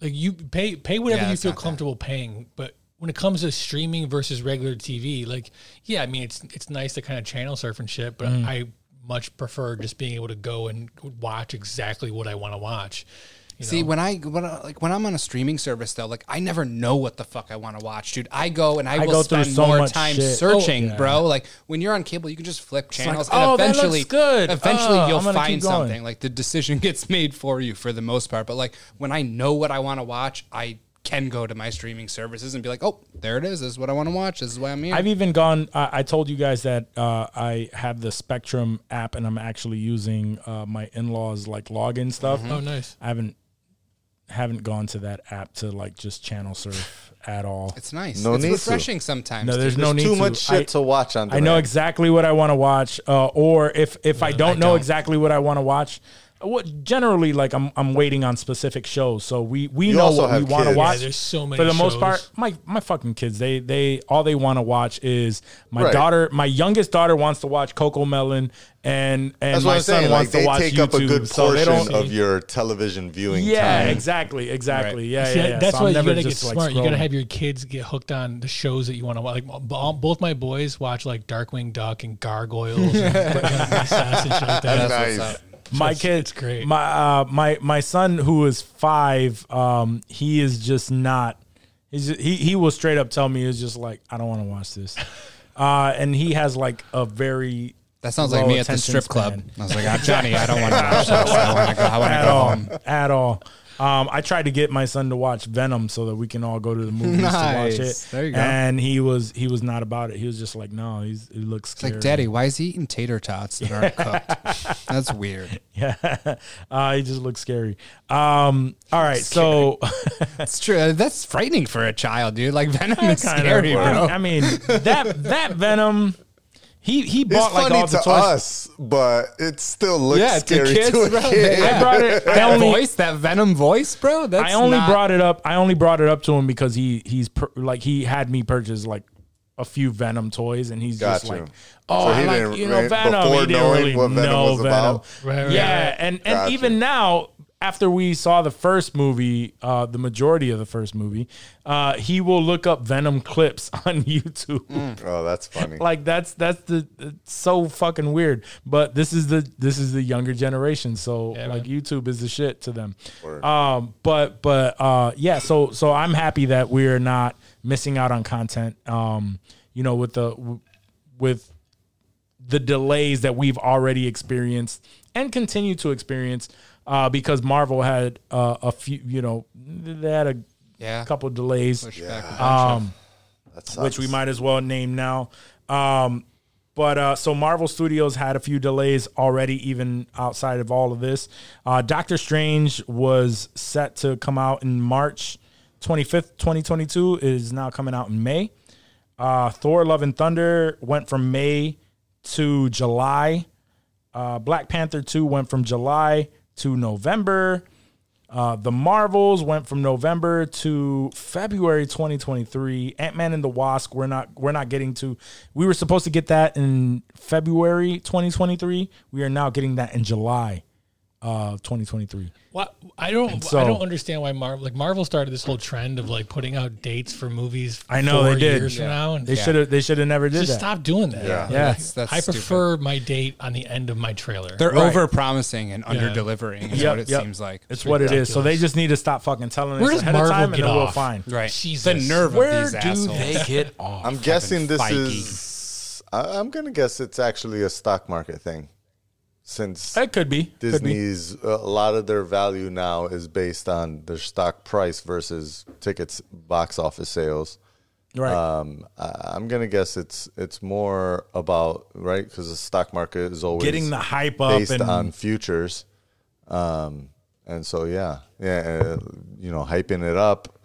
Speaker 4: Like you pay pay whatever
Speaker 5: Yeah,
Speaker 4: you
Speaker 5: it's
Speaker 4: feel
Speaker 5: not that.
Speaker 4: comfortable paying, but when it comes to streaming versus regular TV, like yeah, I mean it's it's nice to kind of channel surf and shit, but I much prefer just being able to go and watch exactly what I want to watch. you
Speaker 5: See,
Speaker 4: know?
Speaker 5: when I when I, like when I'm on a streaming service though, like I never know what the fuck I want to watch, dude. I go and I,
Speaker 1: go
Speaker 5: will
Speaker 1: through
Speaker 5: spend
Speaker 1: so
Speaker 5: more
Speaker 1: much
Speaker 5: time
Speaker 1: shit. Oh,
Speaker 5: searching,
Speaker 1: yeah.
Speaker 5: bro. Like when you're on cable, you can just flip channels
Speaker 1: like, "Oh,
Speaker 5: and
Speaker 1: that looks
Speaker 5: eventually
Speaker 1: good.
Speaker 5: eventually
Speaker 1: Oh, I'm
Speaker 5: you'll
Speaker 1: gonna keep
Speaker 5: find
Speaker 1: going."
Speaker 5: something. Like the decision gets made for you for the most part, but like when I know what I want to watch, I can go to my streaming services and be like, "Oh, there it is. This is what I want to watch. This is why I'm here."
Speaker 1: I've even gone. I, I told you guys that uh, I have the Spectrum app, and I'm actually using uh, my in-laws like login stuff.
Speaker 6: Mm-hmm.
Speaker 4: oh nice,
Speaker 1: I haven't haven't gone to that app to like just channel surf at all.
Speaker 5: it's nice.
Speaker 6: No
Speaker 5: it's
Speaker 6: need to.
Speaker 5: refreshing sometimes.
Speaker 1: no, there's,
Speaker 5: dude.
Speaker 1: no need
Speaker 6: Too
Speaker 1: to.
Speaker 6: much shit
Speaker 1: I-
Speaker 6: to watch on
Speaker 1: I
Speaker 6: demand.
Speaker 1: know exactly what I want to watch, uh, or if if I don't
Speaker 5: I
Speaker 1: know
Speaker 5: don't.
Speaker 1: exactly what I want to watch, what generally like I'm I'm waiting on specific shows, so we we
Speaker 6: You
Speaker 1: know
Speaker 6: also
Speaker 1: what we
Speaker 6: have
Speaker 1: want to
Speaker 6: kids.
Speaker 1: watch.
Speaker 4: Yeah, there's so many
Speaker 1: for the most
Speaker 4: shows.
Speaker 1: part. My my fucking kids, they they all they want to watch is my
Speaker 6: Right.
Speaker 1: daughter, my youngest daughter wants to watch Coco Melon, and and
Speaker 6: That's
Speaker 1: my
Speaker 6: what I'm
Speaker 1: son
Speaker 6: saying. Like
Speaker 1: wants
Speaker 6: they
Speaker 1: to watch
Speaker 6: take
Speaker 1: YouTube,
Speaker 6: up a good
Speaker 1: so they
Speaker 6: portion
Speaker 1: don't.
Speaker 6: of your television viewing
Speaker 1: yeah,
Speaker 6: time.
Speaker 1: exactly, exactly.
Speaker 5: Right.
Speaker 1: Yeah,
Speaker 4: See,
Speaker 1: yeah, yeah.
Speaker 4: that's
Speaker 1: So I'm
Speaker 4: why you
Speaker 1: never
Speaker 4: gotta get
Speaker 1: just, like,
Speaker 4: smart. you gotta
Speaker 1: scrolling.
Speaker 4: have your kids get hooked on the shows that you want to watch. Like b- all- both my boys watch like Darkwing Duck and Gargoyles and, and sausage like that.
Speaker 5: That's what's
Speaker 6: Nice.
Speaker 5: up.
Speaker 1: my
Speaker 4: It's-
Speaker 1: kid,
Speaker 4: it's great.
Speaker 1: My uh, my my son who is five, um, he is just not. He's he he will straight up tell me he's just like I don't want to watch this, uh, and he has like a very
Speaker 5: That sounds like
Speaker 1: low
Speaker 5: me at the
Speaker 1: attention
Speaker 5: strip club.
Speaker 1: span
Speaker 5: I was like, "Ah, Johnny, I don't want to watch this. I want to go. I want to
Speaker 1: at
Speaker 5: go
Speaker 1: all
Speaker 5: home.
Speaker 1: at all. Um, I tried to get my son to watch Venom so that we can all go to the movies to watch
Speaker 5: Nice.
Speaker 1: it.
Speaker 5: There you go.
Speaker 1: And he was he was not about it. He was just like, no, he's it looks
Speaker 5: It's
Speaker 1: scary.
Speaker 5: like, Daddy, why is he eating tater tots that aren't cooked? That's weird.
Speaker 1: Yeah, uh, he just looks scary. Um, all right, so.
Speaker 5: That's true. That's frightening for a child, dude. Like venom is
Speaker 1: Kind of.
Speaker 5: scary,
Speaker 1: I
Speaker 5: bro.
Speaker 1: mean- I mean, that that Venom. He he
Speaker 6: It's
Speaker 1: bought like
Speaker 6: funny
Speaker 1: all the
Speaker 6: to
Speaker 1: toys.
Speaker 6: us, but it still looks
Speaker 5: Yeah, to
Speaker 6: scary
Speaker 5: kids,
Speaker 6: to a
Speaker 5: bro.
Speaker 6: kid.
Speaker 1: I brought it. I
Speaker 5: that
Speaker 1: only,
Speaker 5: voice, that venom voice, bro. That's
Speaker 1: I only
Speaker 5: not-
Speaker 1: brought it up. I only brought it up to him because he he's per, like he had me purchase like a few Venom toys, and he's just
Speaker 6: Got you.
Speaker 1: like, oh,
Speaker 6: So
Speaker 1: I
Speaker 6: he
Speaker 1: like
Speaker 6: didn't
Speaker 1: you know
Speaker 6: re-
Speaker 1: Venom.
Speaker 6: before
Speaker 1: He didn't
Speaker 6: knowing
Speaker 1: really
Speaker 6: what Venom
Speaker 1: know
Speaker 6: was
Speaker 1: Venom.
Speaker 6: about.
Speaker 4: Right, right,
Speaker 1: yeah,
Speaker 4: right.
Speaker 1: and and
Speaker 6: Got
Speaker 1: even
Speaker 6: you.
Speaker 1: now. After we saw the first movie, uh, the majority of the first movie, uh, he will look up Venom clips on YouTube.
Speaker 6: Oh, that's funny.
Speaker 1: like that's that's the it's so fucking weird but this is the this is the younger generation so like youtube is the shit to them um but but uh yeah so so i'm happy that we're not missing out on content um you know with the with the delays that we've already experienced and continue to experience uh, because Marvel had uh, a few, you know, they had a
Speaker 5: Yeah.
Speaker 1: couple delays um,
Speaker 6: That
Speaker 1: which
Speaker 6: sucks.
Speaker 1: we might as well name now. Um, but uh, so Marvel Studios had a few delays already, even outside of all of this. Uh, Doctor Strange was set to come out in March 25th, 2022. It is now coming out in May. Uh, Thor: Love and Thunder went from May to July. Uh, Black Panther 2 went from July to November. Uh, the Marvels went from November to February 2023. Ant Man and the Wasp we're not we're not getting to. We were supposed to get that in February 2023. We are now getting that in July uh, of 2023.
Speaker 4: Why, I don't.
Speaker 1: so-
Speaker 4: I don't understand why Marvel. Like Marvel started this whole trend of like putting out dates for movies.
Speaker 1: I know they
Speaker 4: four
Speaker 1: did.
Speaker 4: Years from now, and
Speaker 1: They should have they should have never did
Speaker 4: just
Speaker 1: that.
Speaker 4: stop doing that.
Speaker 6: Yeah.
Speaker 4: Like,
Speaker 1: Yeah.
Speaker 5: That's, that's
Speaker 4: I
Speaker 5: stupid.
Speaker 4: prefer my date on the end of my trailer.
Speaker 5: They're
Speaker 1: Right.
Speaker 5: over promising and under delivering. Is
Speaker 1: Yep,
Speaker 5: what it
Speaker 1: yep.
Speaker 5: seems like.
Speaker 1: It's what it is. So they just need to stop fucking telling
Speaker 4: Where
Speaker 1: us
Speaker 4: does
Speaker 1: ahead
Speaker 4: Marvel
Speaker 1: of time, and
Speaker 4: get
Speaker 1: then we'll
Speaker 4: off?
Speaker 1: find.
Speaker 5: right.
Speaker 4: Jesus.
Speaker 5: The nerve
Speaker 1: Where
Speaker 5: of these
Speaker 1: do
Speaker 5: assholes.
Speaker 1: they
Speaker 5: get off?
Speaker 6: I'm guessing this
Speaker 5: Feige.
Speaker 6: is. I, I'm gonna guess it's actually a stock market thing, since
Speaker 1: It could be. Could be.
Speaker 6: Disney's uh, a lot of their value now is based on their stock price versus tickets box office sales.
Speaker 1: Right.
Speaker 6: Um, I, I'm gonna guess it's it's more about right because the stock market is always
Speaker 1: Getting the hype up
Speaker 6: based
Speaker 1: and
Speaker 6: on futures. Um, and so yeah, yeah, uh, you know, hyping it up,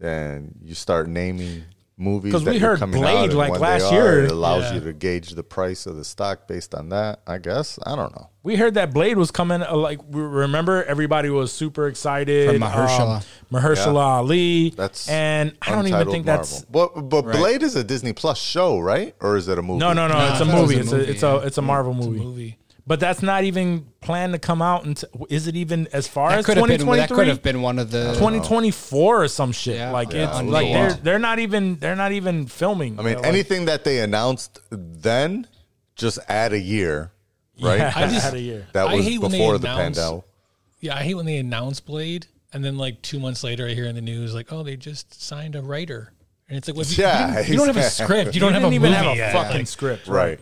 Speaker 6: and you start naming movies
Speaker 1: 'Cause
Speaker 6: that
Speaker 1: we
Speaker 6: you're
Speaker 1: heard
Speaker 6: coming
Speaker 1: Blade,
Speaker 6: out and
Speaker 1: like,
Speaker 6: when they
Speaker 1: last
Speaker 6: are.
Speaker 1: year.
Speaker 6: It allows
Speaker 4: Yeah.
Speaker 6: you to gauge the price of the stock based on that. I guess I don't know.
Speaker 1: We heard that Blade was coming. Uh, like we remember, everybody was super excited. um,
Speaker 5: From Mahershala.
Speaker 1: Mahershala
Speaker 6: Yeah.
Speaker 1: Ali.
Speaker 6: That's
Speaker 1: and I don't even
Speaker 6: Untitled
Speaker 1: think that's.
Speaker 6: Marvel. But but Blade is a Disney Plus show, right? Or is it a movie?
Speaker 1: No, no, no.
Speaker 4: No,
Speaker 1: it's a
Speaker 4: I thought it was
Speaker 1: movie.
Speaker 5: a
Speaker 1: It's
Speaker 5: movie,
Speaker 1: a it's a it's a Marvel movie.
Speaker 4: movie.
Speaker 1: But that's not even planned to come out. Until, is it even as far
Speaker 5: That
Speaker 1: as
Speaker 5: could have been. That could
Speaker 1: 2023?
Speaker 5: have been one of the.
Speaker 1: 2024 or some shit.
Speaker 5: Yeah.
Speaker 1: Like
Speaker 5: Yeah,
Speaker 1: it's
Speaker 5: I don't
Speaker 1: like
Speaker 5: know.
Speaker 1: they're they're not even they're not even filming. uh,
Speaker 6: I mean, anything that they announced then, just add a year, right?
Speaker 1: I
Speaker 4: just-
Speaker 1: had a year.
Speaker 6: that
Speaker 4: I
Speaker 6: was
Speaker 4: hate when they
Speaker 6: before the
Speaker 4: announce-
Speaker 6: pandemic.
Speaker 4: Yeah, I hate when they announce Blade and then like two months later I hear in the news like, oh, they just signed a writer. And it's like, well, you-
Speaker 6: Yeah,
Speaker 4: you, didn't- you don't have a
Speaker 6: exactly.
Speaker 4: script. You don't
Speaker 1: You
Speaker 4: have a
Speaker 1: didn't even
Speaker 4: movie
Speaker 1: have a
Speaker 4: yet.
Speaker 1: fucking
Speaker 4: Like,
Speaker 1: script,
Speaker 6: Right.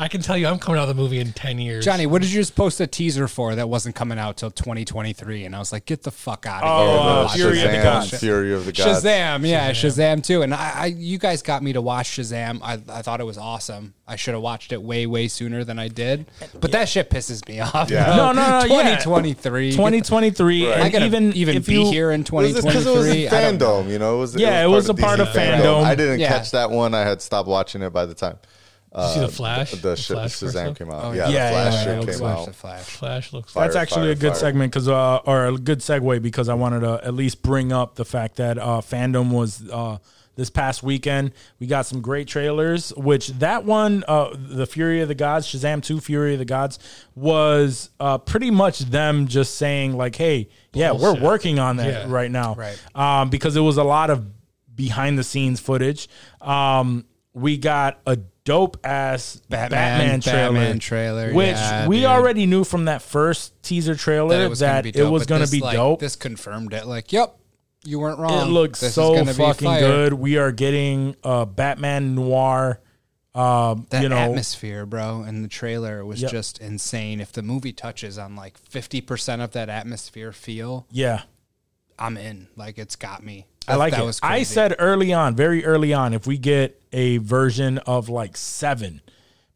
Speaker 4: I can tell you, I'm coming out of the movie in ten years.
Speaker 5: Johnny, what did you just post a teaser for that wasn't coming out till 2023? And I was like, get the fuck out of
Speaker 1: Oh,
Speaker 5: here.
Speaker 1: uh,
Speaker 5: Watch
Speaker 1: Fury of the
Speaker 5: Shazam.
Speaker 1: Gods.
Speaker 6: Fury of the Gods.
Speaker 5: Shazam, yeah, Shazam, too. And I, I, you guys got me to watch Shazam. I, I thought it was awesome. I should have watched it way, way sooner than I did. But that shit pisses me off.
Speaker 6: Yeah.
Speaker 1: No, no, no, yeah.
Speaker 5: 2023.
Speaker 1: 2023.
Speaker 6: Right.
Speaker 1: And
Speaker 5: I gotta
Speaker 1: even
Speaker 5: even even
Speaker 1: if
Speaker 5: be
Speaker 1: you,
Speaker 5: here in
Speaker 6: It was just 'cause it was
Speaker 5: 2023.
Speaker 6: in
Speaker 5: I don't know.
Speaker 6: fandom, you know. It was,
Speaker 1: Yeah, it was a part
Speaker 6: Disney
Speaker 1: of fandom.
Speaker 6: I didn't
Speaker 5: Yeah.
Speaker 6: catch that one. I had stopped watching it by the time
Speaker 4: Did you see the Flash?
Speaker 6: Uh, the, Sh-
Speaker 4: Flash commercial?
Speaker 6: Shazam came out. yeah,
Speaker 1: yeah,
Speaker 6: the Flash
Speaker 1: yeah,
Speaker 6: shit
Speaker 1: yeah,
Speaker 6: came
Speaker 5: Watch
Speaker 6: out.
Speaker 5: the Flash.
Speaker 4: Flash looks.
Speaker 6: Fire,
Speaker 1: That's actually
Speaker 6: fire,
Speaker 1: a good
Speaker 6: fire.
Speaker 1: segment because, uh, or a good segue because I wanted to at least bring up the fact that uh, fandom was uh, this past weekend. We got some great trailers, which that one, uh, the Fury of the Gods, Shazam Two, Fury of the Gods, was uh, pretty much them just saying like, "Hey, yeah, we're working on that
Speaker 4: Yeah.
Speaker 1: right now,"
Speaker 5: Right.
Speaker 1: Um, because it was a lot of behind the scenes footage. Um, we got a dope ass Batman,
Speaker 5: Batman,
Speaker 1: trailer,
Speaker 5: Batman trailer,
Speaker 1: which
Speaker 5: yeah,
Speaker 1: we
Speaker 5: dude.
Speaker 1: already knew from that first teaser trailer
Speaker 5: that it was
Speaker 1: that
Speaker 5: gonna be
Speaker 1: it
Speaker 5: dope,
Speaker 1: was
Speaker 5: but
Speaker 1: going to
Speaker 5: this,
Speaker 1: be
Speaker 5: like,
Speaker 1: dope.
Speaker 5: This confirmed it. Like, yep, you weren't
Speaker 1: it
Speaker 5: wrong.
Speaker 1: looks
Speaker 5: This is
Speaker 1: so
Speaker 5: gonna be
Speaker 1: fucking
Speaker 5: fire.
Speaker 1: good. We are getting uh, Batman Noir. Um,
Speaker 5: That
Speaker 1: you know,
Speaker 5: atmosphere, bro, in the trailer was
Speaker 1: Yep.
Speaker 5: just insane. If the movie touches on like fifty percent of that atmosphere feel,
Speaker 1: yeah,
Speaker 5: I'm in. Like, it's got me.
Speaker 1: I like
Speaker 5: that
Speaker 1: it.
Speaker 5: Was crazy.
Speaker 1: I said early on, very early on, if we get a version of like seven,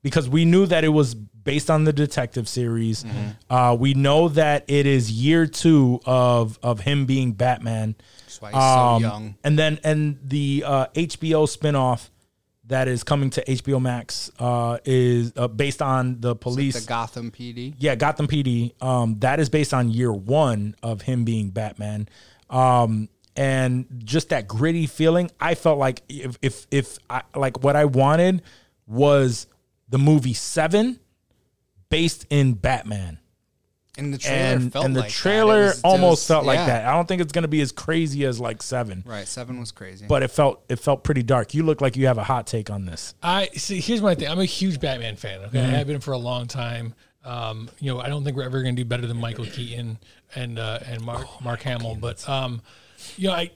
Speaker 1: because we knew that it was based on the detective series.
Speaker 5: Mm-hmm.
Speaker 1: Uh, we know that it is year two of of him being Batman.
Speaker 5: That's why he's
Speaker 1: um,
Speaker 5: so young.
Speaker 1: And then and the uh, HBO spinoff that is coming to HBO Max uh, is uh, based on the police.
Speaker 5: The Gotham PD.
Speaker 1: yeah, Gotham PD. Um, that is based on year one of him being Batman. Um, and just that gritty feeling, I felt like if if if I like what I wanted was the movie Seven based in Batman
Speaker 5: And the trailer
Speaker 1: and
Speaker 5: felt
Speaker 1: and the
Speaker 5: like that. It
Speaker 1: trailer
Speaker 5: was
Speaker 1: almost
Speaker 5: just-
Speaker 1: felt like
Speaker 5: yeah.
Speaker 1: that. I don't think it's gonna be as crazy as like Seven,
Speaker 5: Right, seven was crazy.
Speaker 1: but it felt it felt pretty dark. You look like you have a hot take on this.
Speaker 4: I see. Here's my thing. I'm a huge Batman fan. Okay,
Speaker 6: Mm-hmm.
Speaker 4: I have been for a long time. Um, you know, I don't think we're ever going to do better than Michael Keaton and uh, and Mark
Speaker 6: Oh
Speaker 4: Mark Hamill. But um, you know, I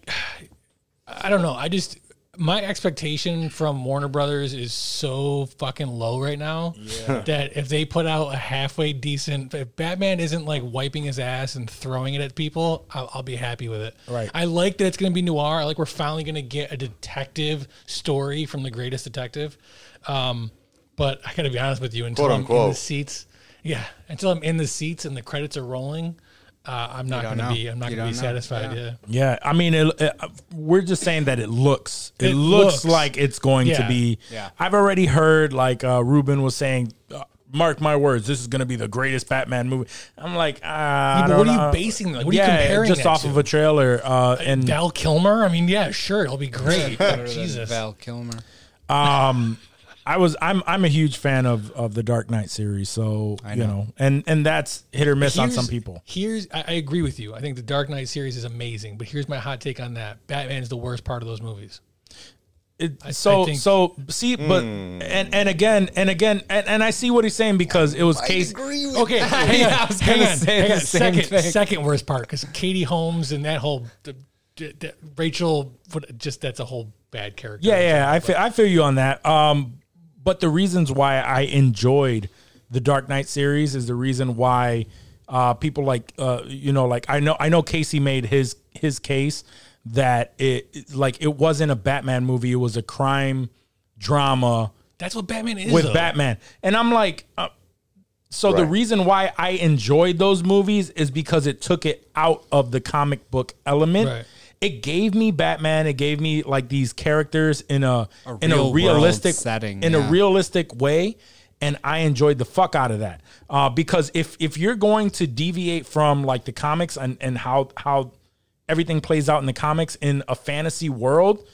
Speaker 4: I don't know. I just my expectation from Warner Brothers is so fucking low right now that if they put out a halfway decent, if Batman isn't like wiping his ass and throwing it at people, I'll, I'll be happy with it.
Speaker 1: Right.
Speaker 4: I like that it's going to be noir. I like we're finally going to get a detective story from the greatest detective. Um, but I got to be honest with you, until
Speaker 6: Quote,
Speaker 4: I'm in the
Speaker 6: unquote.
Speaker 4: seats, yeah, until I'm in the seats and the credits are rolling, uh, I'm not
Speaker 5: don't
Speaker 4: going
Speaker 5: know.
Speaker 4: to be. I'm not
Speaker 5: You
Speaker 4: going to be
Speaker 5: don't know.
Speaker 4: satisfied. Yeah.
Speaker 1: Yeah, I mean, it, it- we're just saying that it looks. It,
Speaker 4: It
Speaker 1: looks,
Speaker 4: looks.
Speaker 1: like it's going to
Speaker 4: Yeah.
Speaker 1: be.
Speaker 5: Yeah.
Speaker 1: I've already heard like uh, Ruben was saying, uh, mark my words, this is going to be the greatest Batman movie. I'm like, ah, I
Speaker 4: but
Speaker 1: don't
Speaker 4: what are you
Speaker 1: know.
Speaker 4: basing- like, what are you
Speaker 1: Yeah,
Speaker 4: comparing
Speaker 1: Just
Speaker 4: that
Speaker 1: off
Speaker 4: to?
Speaker 1: of a trailer, uh, and
Speaker 4: Val Kilmer. I mean, yeah, sure, it'll be great. Jesus,
Speaker 5: Val Kilmer.
Speaker 1: I was I'm I'm a huge fan of of the Dark Knight series, so you know, and and that's hit or miss on some
Speaker 4: Here's-
Speaker 1: people.
Speaker 4: Here's I, I agree with you. I think the Dark Knight series is amazing, but here's my hot take on that: Batman is the worst part of those movies.
Speaker 1: It,
Speaker 4: I
Speaker 1: so
Speaker 4: think-
Speaker 1: so see, but and and again and again and, and I see what he's saying because it was case.
Speaker 4: Okay, hang on,
Speaker 5: I was
Speaker 4: hang
Speaker 5: gonna
Speaker 4: on,
Speaker 5: say
Speaker 4: hang
Speaker 5: the
Speaker 4: on.
Speaker 5: same
Speaker 4: Second,
Speaker 5: thing.
Speaker 4: second worst part because Katie Holmes and that whole the, the, the, Rachel, what, just that's a whole bad character.
Speaker 1: Yeah, yeah, I feel I feel you on that. Um, but the reasons why I enjoyed the Dark Knight series is the reason why uh, people like uh, you know, like I know I know Casey made his his case that it it- like it wasn't a Batman movie; it was a crime drama
Speaker 4: that's what Batman is.
Speaker 1: with
Speaker 4: though.
Speaker 1: Batman, and I'm like. Uh, so the
Speaker 6: Right.
Speaker 1: reason why I enjoyed those movies is because it took it out of the comic book element.
Speaker 4: Right.
Speaker 1: It gave me Batman. It gave me like these characters in a, in
Speaker 5: real
Speaker 1: a
Speaker 5: world
Speaker 1: realistic
Speaker 5: setting,
Speaker 1: in a
Speaker 5: yeah.
Speaker 1: realistic way, and I enjoyed the fuck out of that. Uh, because if if you're going to deviate from like the comics and and how how everything plays out in the comics in a fantasy world,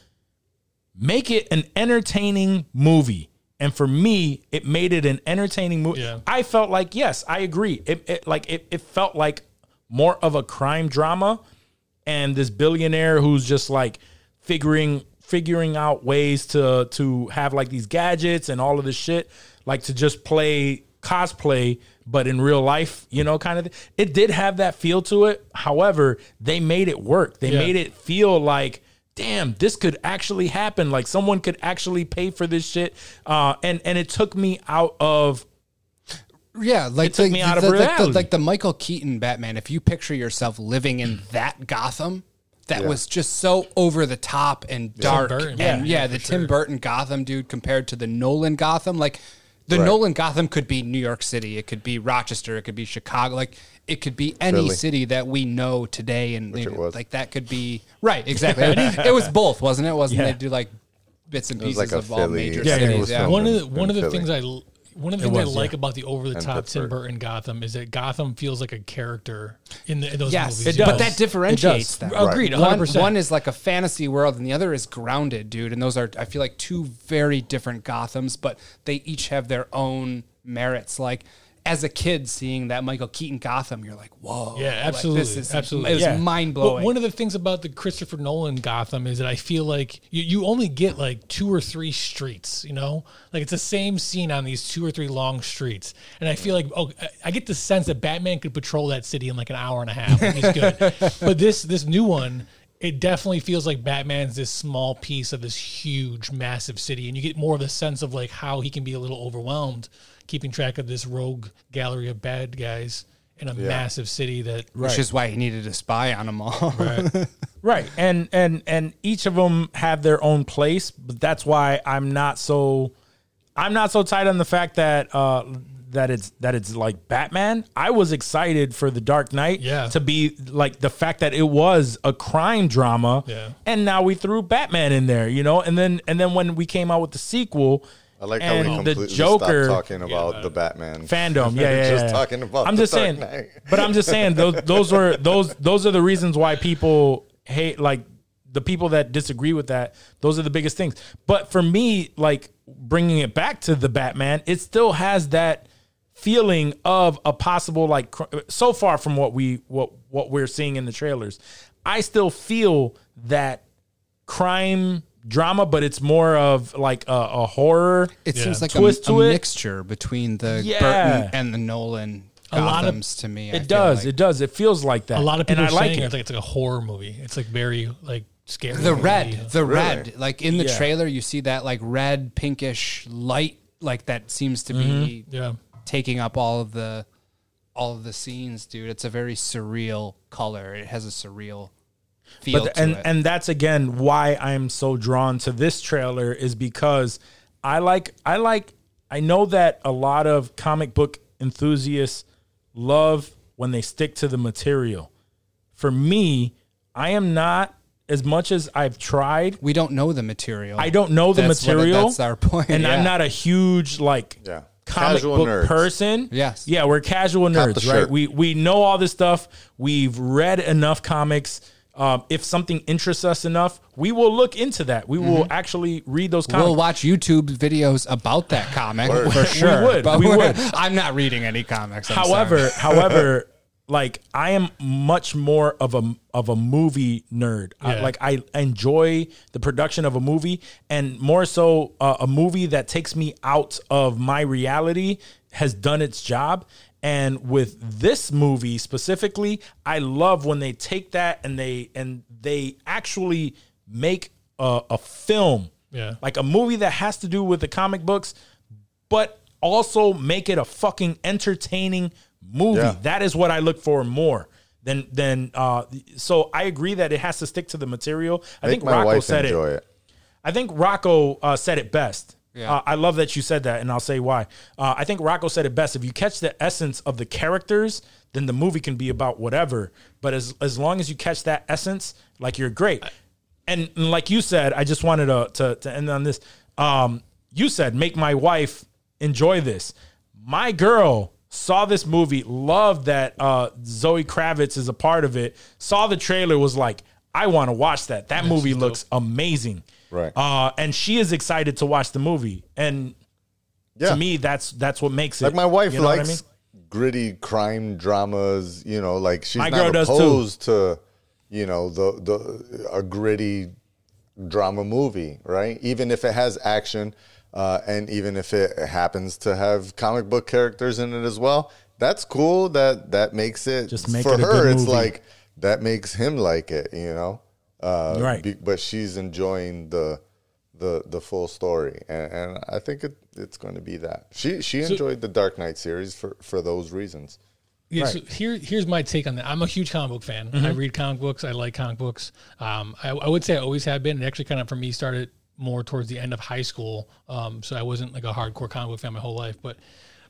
Speaker 1: make it an entertaining movie. And for me, it made it an entertaining movie.
Speaker 4: Yeah.
Speaker 1: I felt like yes, I agree. It, it like it, it felt like more of a crime drama, and this billionaire who's just like figuring figuring out ways to to have like these gadgets and all of this shit, like to just play cosplay, but in real life, you know, kind of. Thing. It did have that feel to it. However, they made it work. They
Speaker 4: Yeah.
Speaker 1: made it feel like damn this could actually happen like someone could actually pay for this shit uh and and it took me out of
Speaker 5: Yeah, like
Speaker 1: It took
Speaker 5: the,
Speaker 1: me out of
Speaker 5: the- like the-
Speaker 1: reality.
Speaker 5: like the Michael Keaton Batman. If you picture yourself living in that Gotham, that was just so over the top and dark.
Speaker 4: Burton.
Speaker 5: and
Speaker 4: Yeah,
Speaker 5: yeah,
Speaker 4: yeah,
Speaker 5: the Tim Burton Gotham dude compared to the Nolan Gotham. Like the Nolan Gotham could be New York City, it could be Rochester, it could be Chicago. Like it could be any
Speaker 6: Philly.
Speaker 5: city that we know today, and
Speaker 6: it was.
Speaker 5: like that could be right. Exactly, it was both, wasn't it? Wasn't
Speaker 1: Yeah.
Speaker 5: they do like bits and
Speaker 6: was
Speaker 5: pieces
Speaker 6: like a
Speaker 5: of all
Speaker 6: Philly-
Speaker 5: major
Speaker 1: yeah,
Speaker 6: Yeah,
Speaker 1: it
Speaker 5: cities?
Speaker 1: was
Speaker 5: Yeah,
Speaker 6: Philly.
Speaker 4: one of
Speaker 6: in-
Speaker 4: the, one
Speaker 6: in
Speaker 4: of the
Speaker 6: Philly.
Speaker 4: things I l- one of the things
Speaker 1: was,
Speaker 4: I like about the over the top Tim
Speaker 6: Pittsburgh.
Speaker 4: Burton Gotham is that Gotham feels like a character in, the, in those
Speaker 5: Yes,
Speaker 4: movies.
Speaker 1: does.
Speaker 5: but that differentiates them.
Speaker 4: Agreed,
Speaker 5: One-
Speaker 4: 100%.
Speaker 5: One is like a fantasy world, and the other is grounded, dude. And those are, I feel like, two very different Gothams, but they each have their own merits. Like as a kid, seeing that Michael Keaton Gotham, you're like, whoa,
Speaker 4: Yeah,
Speaker 5: like,
Speaker 4: absolutely,
Speaker 5: this is
Speaker 4: absolutely.
Speaker 5: It was
Speaker 1: Yeah.
Speaker 5: mind
Speaker 4: But
Speaker 5: blowing.
Speaker 4: one of the things about the Christopher Nolan Gotham is that I feel like you, you only get like two or three streets, you know? Like it's the same scene on these two or three long streets. And I feel like, oh, I- I get the sense that Batman could patrol that city in like an hour and a half. and He's good. but this this new one, it definitely feels like Batman's this small piece of this huge, massive city. And you get more of the sense of like how he can be a little overwhelmed keeping track of this rogue gallery of bad guys in a massive city that
Speaker 5: which is why he needed to spy on them all.
Speaker 1: right and and and each of them have their own place but that's why i'm not so i'm not so tight on the fact that uh that it's that it's like batman i was excited for the dark knight
Speaker 4: Yeah.
Speaker 1: to be like the fact that it was a crime drama
Speaker 4: Yeah.
Speaker 1: and now we threw batman in there you know and then and then when we came out with the sequel
Speaker 6: I like how we
Speaker 1: and
Speaker 6: completely
Speaker 1: the joker
Speaker 6: stopped talking about the Batman
Speaker 1: fandom. Yeah, yeah,
Speaker 6: Just
Speaker 1: yeah.
Speaker 6: talking about
Speaker 1: I'm
Speaker 6: the
Speaker 1: just
Speaker 6: Dark
Speaker 1: saying,
Speaker 6: Knight.
Speaker 1: but I'm just saying those those are those those are the reasons why people hate like the people that disagree with that. Those are the biggest things. But for me, like bringing it back to the Batman, it still has that feeling of a possible like cr- so far from what we what what we're seeing in the trailers. I still feel that crime drama, but it's more of like a, a horror.
Speaker 5: It seems like
Speaker 1: Twist
Speaker 5: a, a
Speaker 1: to it.
Speaker 5: mixture between the
Speaker 1: Yeah.
Speaker 5: Burton and the Nolan
Speaker 4: A lot of-
Speaker 5: Gothams to me. I
Speaker 1: It
Speaker 5: feel
Speaker 1: does.
Speaker 5: like.
Speaker 1: It does. It feels like that.
Speaker 4: A lot of people
Speaker 1: and I
Speaker 4: are
Speaker 1: like
Speaker 4: saying
Speaker 1: it.
Speaker 4: it's like it's like a horror movie. It's like very like scary.
Speaker 5: the
Speaker 4: movie.
Speaker 5: red the red like in the
Speaker 1: Yeah.
Speaker 5: trailer you see that like red pinkish light like that seems to be
Speaker 4: Mm-hmm. Yeah.
Speaker 5: taking up all of the all of the scenes dude it's a very surreal color it has a surreal feel
Speaker 1: but
Speaker 5: to
Speaker 1: and
Speaker 5: it
Speaker 1: and that's again why I'm so drawn to this trailer is because I like I like I know that a lot of comic book enthusiasts love when they stick to the material. For me, I am not as much as I've tried
Speaker 5: we don't know the material
Speaker 1: I don't know the
Speaker 5: That's what-
Speaker 1: material.
Speaker 5: that's our point,
Speaker 1: And I'm
Speaker 5: yeah.
Speaker 1: not a huge like
Speaker 6: Yeah.
Speaker 1: comic
Speaker 6: Casual
Speaker 1: book
Speaker 6: nerds.
Speaker 1: person.
Speaker 5: Yes.
Speaker 1: Yeah, we're casual
Speaker 6: Cop the
Speaker 1: nerds, right?
Speaker 6: shirt.
Speaker 1: We we know all this stuff. We've read enough comics. Um, if something interests us enough, we will look into that. We will actually read those comics.
Speaker 5: Mm-hmm. We'll watch YouTube videos about that comic
Speaker 6: Word.
Speaker 5: for
Speaker 6: We
Speaker 5: sure.
Speaker 1: would,
Speaker 5: but
Speaker 1: we
Speaker 5: we're-
Speaker 1: would.
Speaker 5: I'm not reading any comics. I'm
Speaker 1: however,
Speaker 5: sorry.
Speaker 1: however, like I am much more of a of a movie nerd. I-
Speaker 4: Yeah.
Speaker 1: like I enjoy the production of a movie, and more so uh, a movie that takes me out of my reality has done its job. And with this movie specifically, I love when they take that and they and they actually make a, a film,
Speaker 4: Yeah.
Speaker 1: like a movie that has to do with the comic books, but also make it a fucking entertaining movie.
Speaker 6: Yeah.
Speaker 1: That is what I look for more than than. Uh, so I agree that it has to stick to the material. I
Speaker 6: Make
Speaker 1: think
Speaker 6: my
Speaker 1: Rocco
Speaker 6: wife
Speaker 1: said
Speaker 6: enjoy
Speaker 1: it.
Speaker 6: it.
Speaker 1: I think Rocco uh, said it best. Uh, I love that you said that, and I'll say why. Uh, I think Rocco said it best. If you catch the essence of the characters, then the movie can be about whatever. But as as long as you catch that essence, like you're great. And, and like you said, I just wanted to to, to end on this. Um, you said make my wife enjoy this. My girl saw this movie, loved that uh, Zoe Kravitz is a part of it. Saw the trailer, was like, I want to watch that. That movie looks amazing.
Speaker 6: Right.
Speaker 1: Uh, and she is excited to watch the movie. And
Speaker 6: Yeah.
Speaker 1: to me, that's that's what makes it.
Speaker 6: Like my wife
Speaker 1: you know what I
Speaker 6: likes
Speaker 1: mean?
Speaker 6: gritty crime dramas. You know, like she's
Speaker 1: My
Speaker 6: not
Speaker 1: girl does too.
Speaker 6: opposed to you know the the a gritty drama movie, right? Even if it has action, uh, and even if it happens to have comic book characters in it as well, that's cool. That that makes it
Speaker 1: Just make
Speaker 6: for
Speaker 1: it a
Speaker 6: her.
Speaker 1: good
Speaker 6: it's
Speaker 1: movie.
Speaker 6: like that makes him like it. You know, uh,
Speaker 1: Right.
Speaker 6: be- but she's enjoying the. The, the full story and, and I think it, it's going to be that she she enjoyed the Dark Knight series for, for those reasons.
Speaker 4: Yeah, so here, here's my take on that. I'm a huge comic book fan. I read comic books. I like comic books. Um, I, I would say I always have been. It actually kind of for me started more towards the end of high school. Um, so I wasn't like a hardcore comic book fan my whole life. But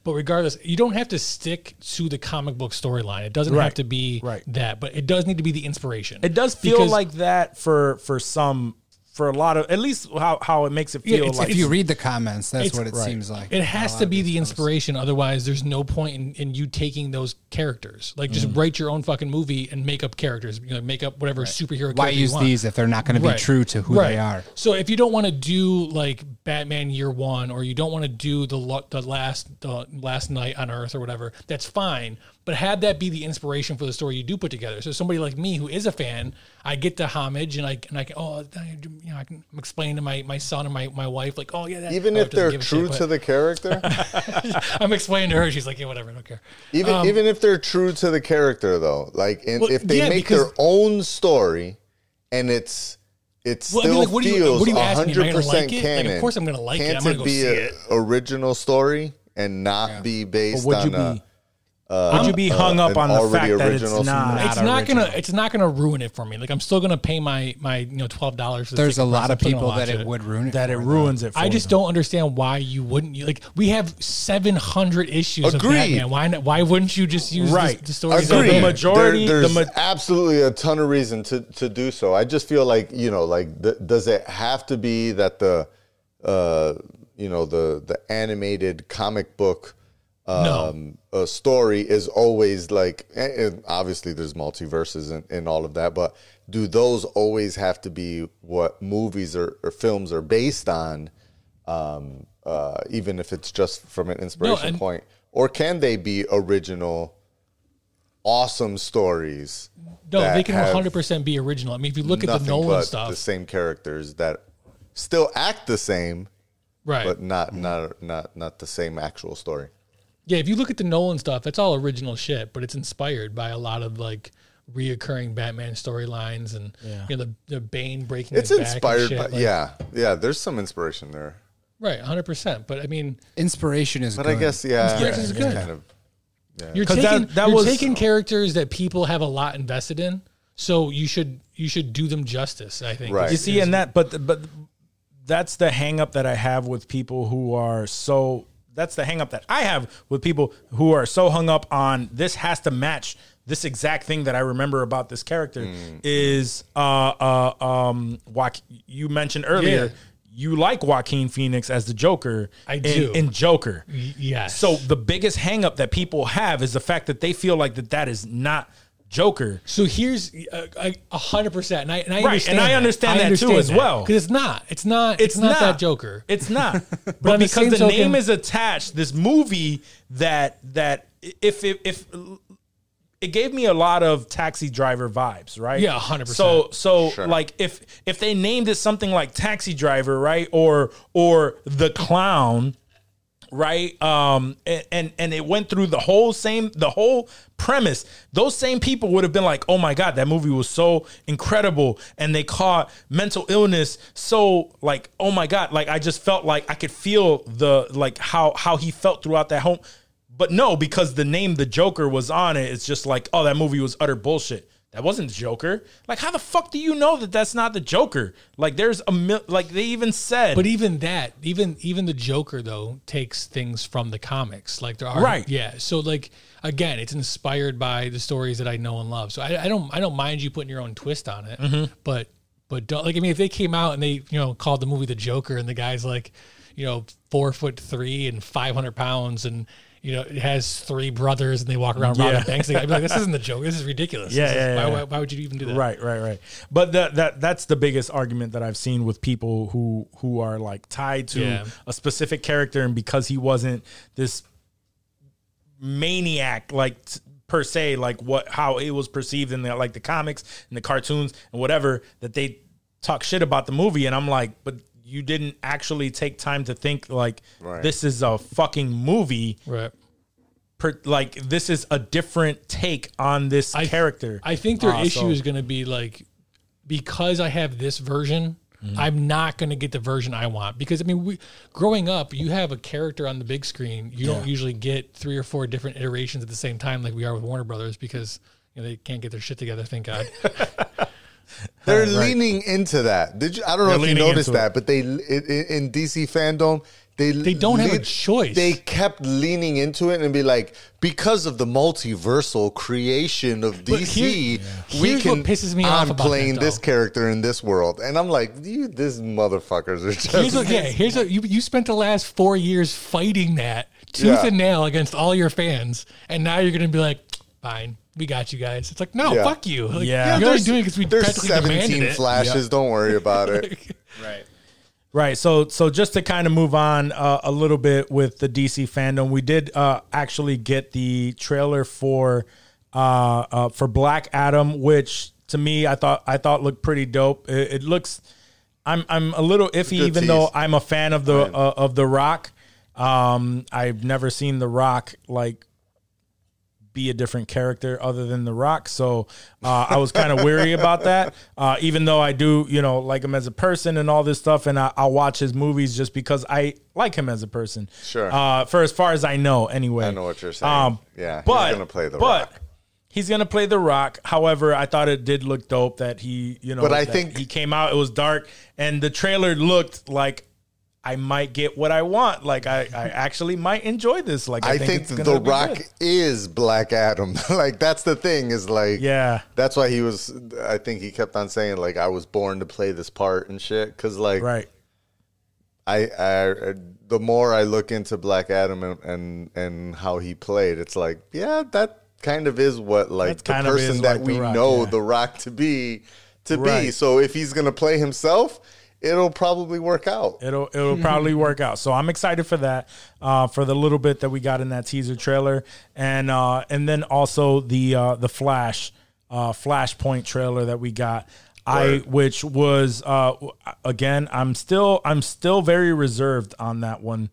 Speaker 4: but regardless, you don't have to stick to the comic book storyline. It doesn't have
Speaker 1: Right.
Speaker 4: to be
Speaker 1: Right.
Speaker 4: that, but it does need to be the inspiration.
Speaker 1: It does feel
Speaker 4: Because-
Speaker 1: like that for for some for a lot of at least how how it makes it
Speaker 4: Yeah,
Speaker 1: feel
Speaker 4: it's-
Speaker 1: like
Speaker 4: it's-
Speaker 5: if you read the comments, that's
Speaker 4: it's-
Speaker 5: what it
Speaker 4: right.
Speaker 5: seems like.
Speaker 4: It has to be the inspiration. Otherwise, there's no point in, in you taking those characters. Like,
Speaker 5: Mm.
Speaker 4: just write your own fucking movie and make up characters. You know, make up whatever superhero.
Speaker 5: Why
Speaker 4: character you
Speaker 5: use
Speaker 4: want.
Speaker 5: these if they're not going to be
Speaker 4: Right.
Speaker 5: true to who they
Speaker 4: Right.
Speaker 5: are?
Speaker 4: So if you don't want to do like Batman Year One, or you don't want to do the lo- the last the last night on Earth or whatever, that's fine. But have that be the inspiration for the story you do put together. So somebody like me who is a fan, I get the homage and I and I can oh I, you know I can explain to my my son or my, my wife like oh yeah that,
Speaker 6: even
Speaker 4: oh,
Speaker 6: if
Speaker 4: it doesn't
Speaker 6: they're
Speaker 4: give a
Speaker 6: true
Speaker 4: shit,
Speaker 6: to
Speaker 4: but
Speaker 6: the character
Speaker 4: I'm explaining to her she's like yeah whatever I don't care.
Speaker 6: even even if they're true to the character though like and
Speaker 4: Um, Well,
Speaker 6: if they
Speaker 4: yeah,
Speaker 6: make
Speaker 4: because-
Speaker 6: their own story and it's it
Speaker 4: Well, I
Speaker 6: still
Speaker 4: mean, like, what do you-
Speaker 6: feels
Speaker 4: what do you ask me? Am I gonna
Speaker 6: 100%
Speaker 4: like it? Like, of
Speaker 6: canon
Speaker 4: course I'm gonna like it.
Speaker 6: Can't
Speaker 4: I'm gonna go
Speaker 6: be
Speaker 4: see
Speaker 6: a
Speaker 4: it.
Speaker 6: original story and not be based
Speaker 1: would you
Speaker 6: on
Speaker 1: be
Speaker 6: a
Speaker 1: would you be hung
Speaker 6: uh,
Speaker 1: up
Speaker 6: an
Speaker 1: on the
Speaker 6: already
Speaker 1: fact that it's
Speaker 6: original
Speaker 1: not
Speaker 4: It's not gonna. It's not gonna ruin it for me. Like I'm still gonna pay my my you know twelve dollars.
Speaker 5: There's a lot of people that it would ruin it.
Speaker 1: that it
Speaker 5: for, though.
Speaker 1: ruins it. For
Speaker 4: I just
Speaker 1: them.
Speaker 4: don't understand why you wouldn't. You, like we have seven hundred issues
Speaker 6: Agreed.
Speaker 4: of Batman. Why not, why wouldn't you just use
Speaker 1: Right.
Speaker 4: the, the stories?
Speaker 1: So
Speaker 6: Agreed.
Speaker 1: the
Speaker 4: out there?
Speaker 1: majority-
Speaker 6: There- there's
Speaker 1: the ma-
Speaker 6: absolutely a ton of reason to, to do so. I just feel like you know, like th- does it have to be that the uh, you know the the animated comic book
Speaker 4: Oh.
Speaker 6: um, uh, story is always like? And, and obviously, there's multiverses and, and all of that, but do those always have to be what movies or, or films are based on? Um, uh, even if it's just from an inspiration
Speaker 4: and-
Speaker 6: point, or can they be original? awesome stories.
Speaker 4: No, they
Speaker 6: that
Speaker 4: can
Speaker 6: have
Speaker 4: 100 percent be original. I mean, if you look at the
Speaker 6: nothing
Speaker 4: Nolan
Speaker 6: but
Speaker 4: stuff,
Speaker 6: The same characters that still act the same,
Speaker 4: right?
Speaker 6: but not not not not the same actual story.
Speaker 4: yeah, if you look at the Nolan stuff, that's all original shit, but it's inspired by a lot of like reoccurring Batman storylines and you know the, the Bane breaking.
Speaker 6: It's
Speaker 4: his back and
Speaker 6: inspired
Speaker 4: shit,
Speaker 6: by
Speaker 4: like-
Speaker 6: yeah yeah. There's some inspiration there,
Speaker 4: right, 100. percent But I mean,
Speaker 5: Inspiration is
Speaker 6: but
Speaker 5: good.
Speaker 6: I guess yeah,
Speaker 4: Inspiration
Speaker 6: yeah,
Speaker 4: is
Speaker 6: it's
Speaker 4: good.
Speaker 6: Kind of,
Speaker 4: You're
Speaker 1: 'Cause
Speaker 4: taking
Speaker 1: that- that
Speaker 4: you're
Speaker 1: was-
Speaker 4: taking characters that people have a lot invested in, so you should you should do them justice. I think.
Speaker 6: Right.
Speaker 1: You see, and that, but but that's the hang up that I have with people who are so. That's the hang up that I have with people who are so hung up on this has to match this exact thing that I remember about this character is uh uh um Wak you mentioned earlier
Speaker 4: Yeah.
Speaker 1: you like Joaquin Phoenix as the Joker.
Speaker 4: I
Speaker 1: in-
Speaker 4: do.
Speaker 1: in Joker.
Speaker 4: Yes.
Speaker 1: So the biggest hangup that people have is the fact that they feel like that that is not Joker.
Speaker 4: So here's uh, I- a hundred percent, and I and I
Speaker 1: Right,
Speaker 4: understand
Speaker 1: and I understand that too as well.
Speaker 4: because it's not, it's not, it's, not, that Joker.
Speaker 1: It's not. but
Speaker 4: on the
Speaker 1: because
Speaker 4: same
Speaker 1: the
Speaker 4: token-
Speaker 1: name is attached, this movie that that if if, if it gave me a lot of taxi driver vibes, right?
Speaker 4: Yeah, 100%.
Speaker 1: So so like if if they named it something like Taxi Driver, right? Or or The Clown, right? Um and and, and it went through the whole same the whole premise. Those same people would have been like, "Oh my god, that movie was so incredible and they caught mental illness so like, oh my god, like I just felt like I could feel the like how how he felt throughout that home." But no, because the name the Joker was on it, it's just like, oh, that movie was utter bullshit. That wasn't the Joker. Like, how the fuck do you know that that's not the Joker? Like, there's a mil- like they even said,
Speaker 4: But even that, even even the Joker though takes things from the comics. Like there are
Speaker 1: Right.
Speaker 4: yeah. So like again, it's inspired by the stories that I know and love. So I, I don't I don't mind you putting your own twist on it,
Speaker 1: Mm-hmm.
Speaker 4: but but don't, like I mean, if they came out and they you know called the movie the Joker and the guy's like you know four foot three and five hundred pounds and. You know, it has three brothers, and they walk around robbing
Speaker 1: Yeah.
Speaker 4: banks. I'd be like, "This isn't the joke. This is ridiculous.
Speaker 1: Yeah,
Speaker 4: This is-
Speaker 1: yeah, yeah,
Speaker 4: why,
Speaker 1: yeah.
Speaker 4: Why, why would you even do that?"
Speaker 1: Right, right, right. But that that that's the biggest argument that I've seen with people who who are like tied to
Speaker 4: Yeah.
Speaker 1: a specific character, and because he wasn't this maniac, like t- per se, like what how it was perceived in the like the comics and the cartoons and whatever that they talk shit about the movie, and I'm like, but you didn't actually take time to think like this is a fucking movie
Speaker 4: right.
Speaker 1: per, like this is a different take on this
Speaker 4: I-
Speaker 1: character
Speaker 4: I think their
Speaker 1: Uh,
Speaker 4: issue
Speaker 1: so-
Speaker 4: is going to be like because I have this version, I'm not going to get the version I want because I mean, we growing up, you have a character on the big screen. You don't usually get three or four different iterations at the same time like we are with Warner Brothers because you know, they can't get their shit together. Thank God.
Speaker 6: They're leaning into that. Did you? I don't know if you
Speaker 1: leaning
Speaker 6: noticed
Speaker 1: into
Speaker 6: that, but they in, in DC fandom they
Speaker 4: They don't have a choice.
Speaker 6: They kept leaning into it and be like, because of the multiversal creation of
Speaker 4: But
Speaker 6: DC,
Speaker 4: here-
Speaker 6: we
Speaker 4: here's
Speaker 6: can.
Speaker 4: what pisses me off
Speaker 6: I'm
Speaker 4: about
Speaker 6: playing
Speaker 4: that,
Speaker 6: this
Speaker 4: though.
Speaker 6: character in this world, and I'm like, you, these motherfuckers are just.
Speaker 4: Here's what, yeah, here's what you you spent the last four years fighting that tooth
Speaker 6: Yeah.
Speaker 4: and nail against all your fans, and now you're going to be like, fine. We got you guys. It's like no,
Speaker 6: Yeah.
Speaker 4: fuck you. Like,
Speaker 1: Yeah.
Speaker 4: you're only
Speaker 1: There's-
Speaker 4: doing because we
Speaker 6: There's
Speaker 4: practically demanded
Speaker 6: 17
Speaker 4: it.
Speaker 6: flashes. Don't worry about it.
Speaker 5: Right.
Speaker 1: Right. So, so just to kind of move on uh, a little bit with the DC fandom, we did uh, actually get the trailer for uh, uh, for Black Adam, which to me, I thought I thought looked pretty dope. It, it looks. I'm I'm a little iffy,
Speaker 6: good
Speaker 1: even though
Speaker 6: tease.
Speaker 1: I'm a fan of the uh, of the Rock. Um, I've never seen the Rock like be a different character other than The Rock. So uh, I was kind of weary about that, uh, even though I do, you know, like him as a person and all this stuff. And I, I'll watch his movies just because I like him as a person.
Speaker 6: Sure.
Speaker 1: Uh, for as far as I know, anyway. I
Speaker 6: know what you're saying. Yeah, he's gonna play The
Speaker 1: but
Speaker 6: Rock.
Speaker 1: He's gonna play The Rock. However, I thought it did look dope that he, you know,
Speaker 6: But I
Speaker 1: that
Speaker 6: think-
Speaker 1: he came out. It was dark, and the trailer looked like I might get what I want. Like I, I actually might enjoy this. Like I,
Speaker 6: I
Speaker 1: think,
Speaker 6: think,
Speaker 1: it's gonna
Speaker 6: The
Speaker 1: be
Speaker 6: Rock
Speaker 1: good.
Speaker 6: is Black Adam. like that's the thing is like
Speaker 1: Yeah.
Speaker 6: That's why he was. I think he kept on saying like I was born to play this part and shit. Because like
Speaker 1: Right.
Speaker 6: I, I the more I look into Black Adam and, and and how he played, it's like yeah, that kind of is what like
Speaker 1: That
Speaker 6: the
Speaker 1: kind of is
Speaker 6: person that
Speaker 1: like The
Speaker 6: we
Speaker 1: Rock,
Speaker 6: know
Speaker 1: yeah.
Speaker 6: The Rock to be to be.
Speaker 1: Right.
Speaker 6: So if he's gonna play himself, it'll probably work out.
Speaker 1: It'll it'll probably work out. So I'm excited for that, uh, for the little bit that we got in that teaser trailer, and uh, and then also the uh, the Flash, uh, Flashpoint trailer that we got. I which was uh, w- again I'm still I'm still very reserved on that one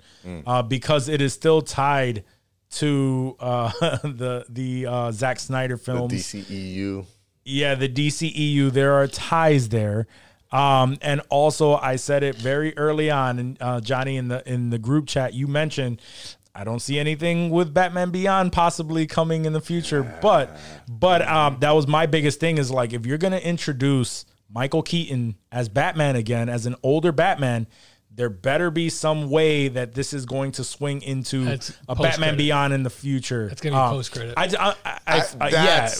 Speaker 1: uh, because it is still tied to uh, the the uh, Zack Snyder films
Speaker 6: E DCEU.
Speaker 1: yeah, the DCEU, there are ties there. Um, and also I said it very early on and uh, Johnny in the in the group chat you mentioned I don't see anything with Batman Beyond possibly coming in the future, but but um, that was my biggest thing is like if you're going to introduce Michael Keaton as Batman again as an older Batman, there better be some way that this is going to swing into
Speaker 4: That's
Speaker 1: a Batman
Speaker 4: post-credit.
Speaker 1: Beyond in the future. It's
Speaker 4: gonna be post-credit.
Speaker 1: I, I, I, I,
Speaker 6: That's, uh,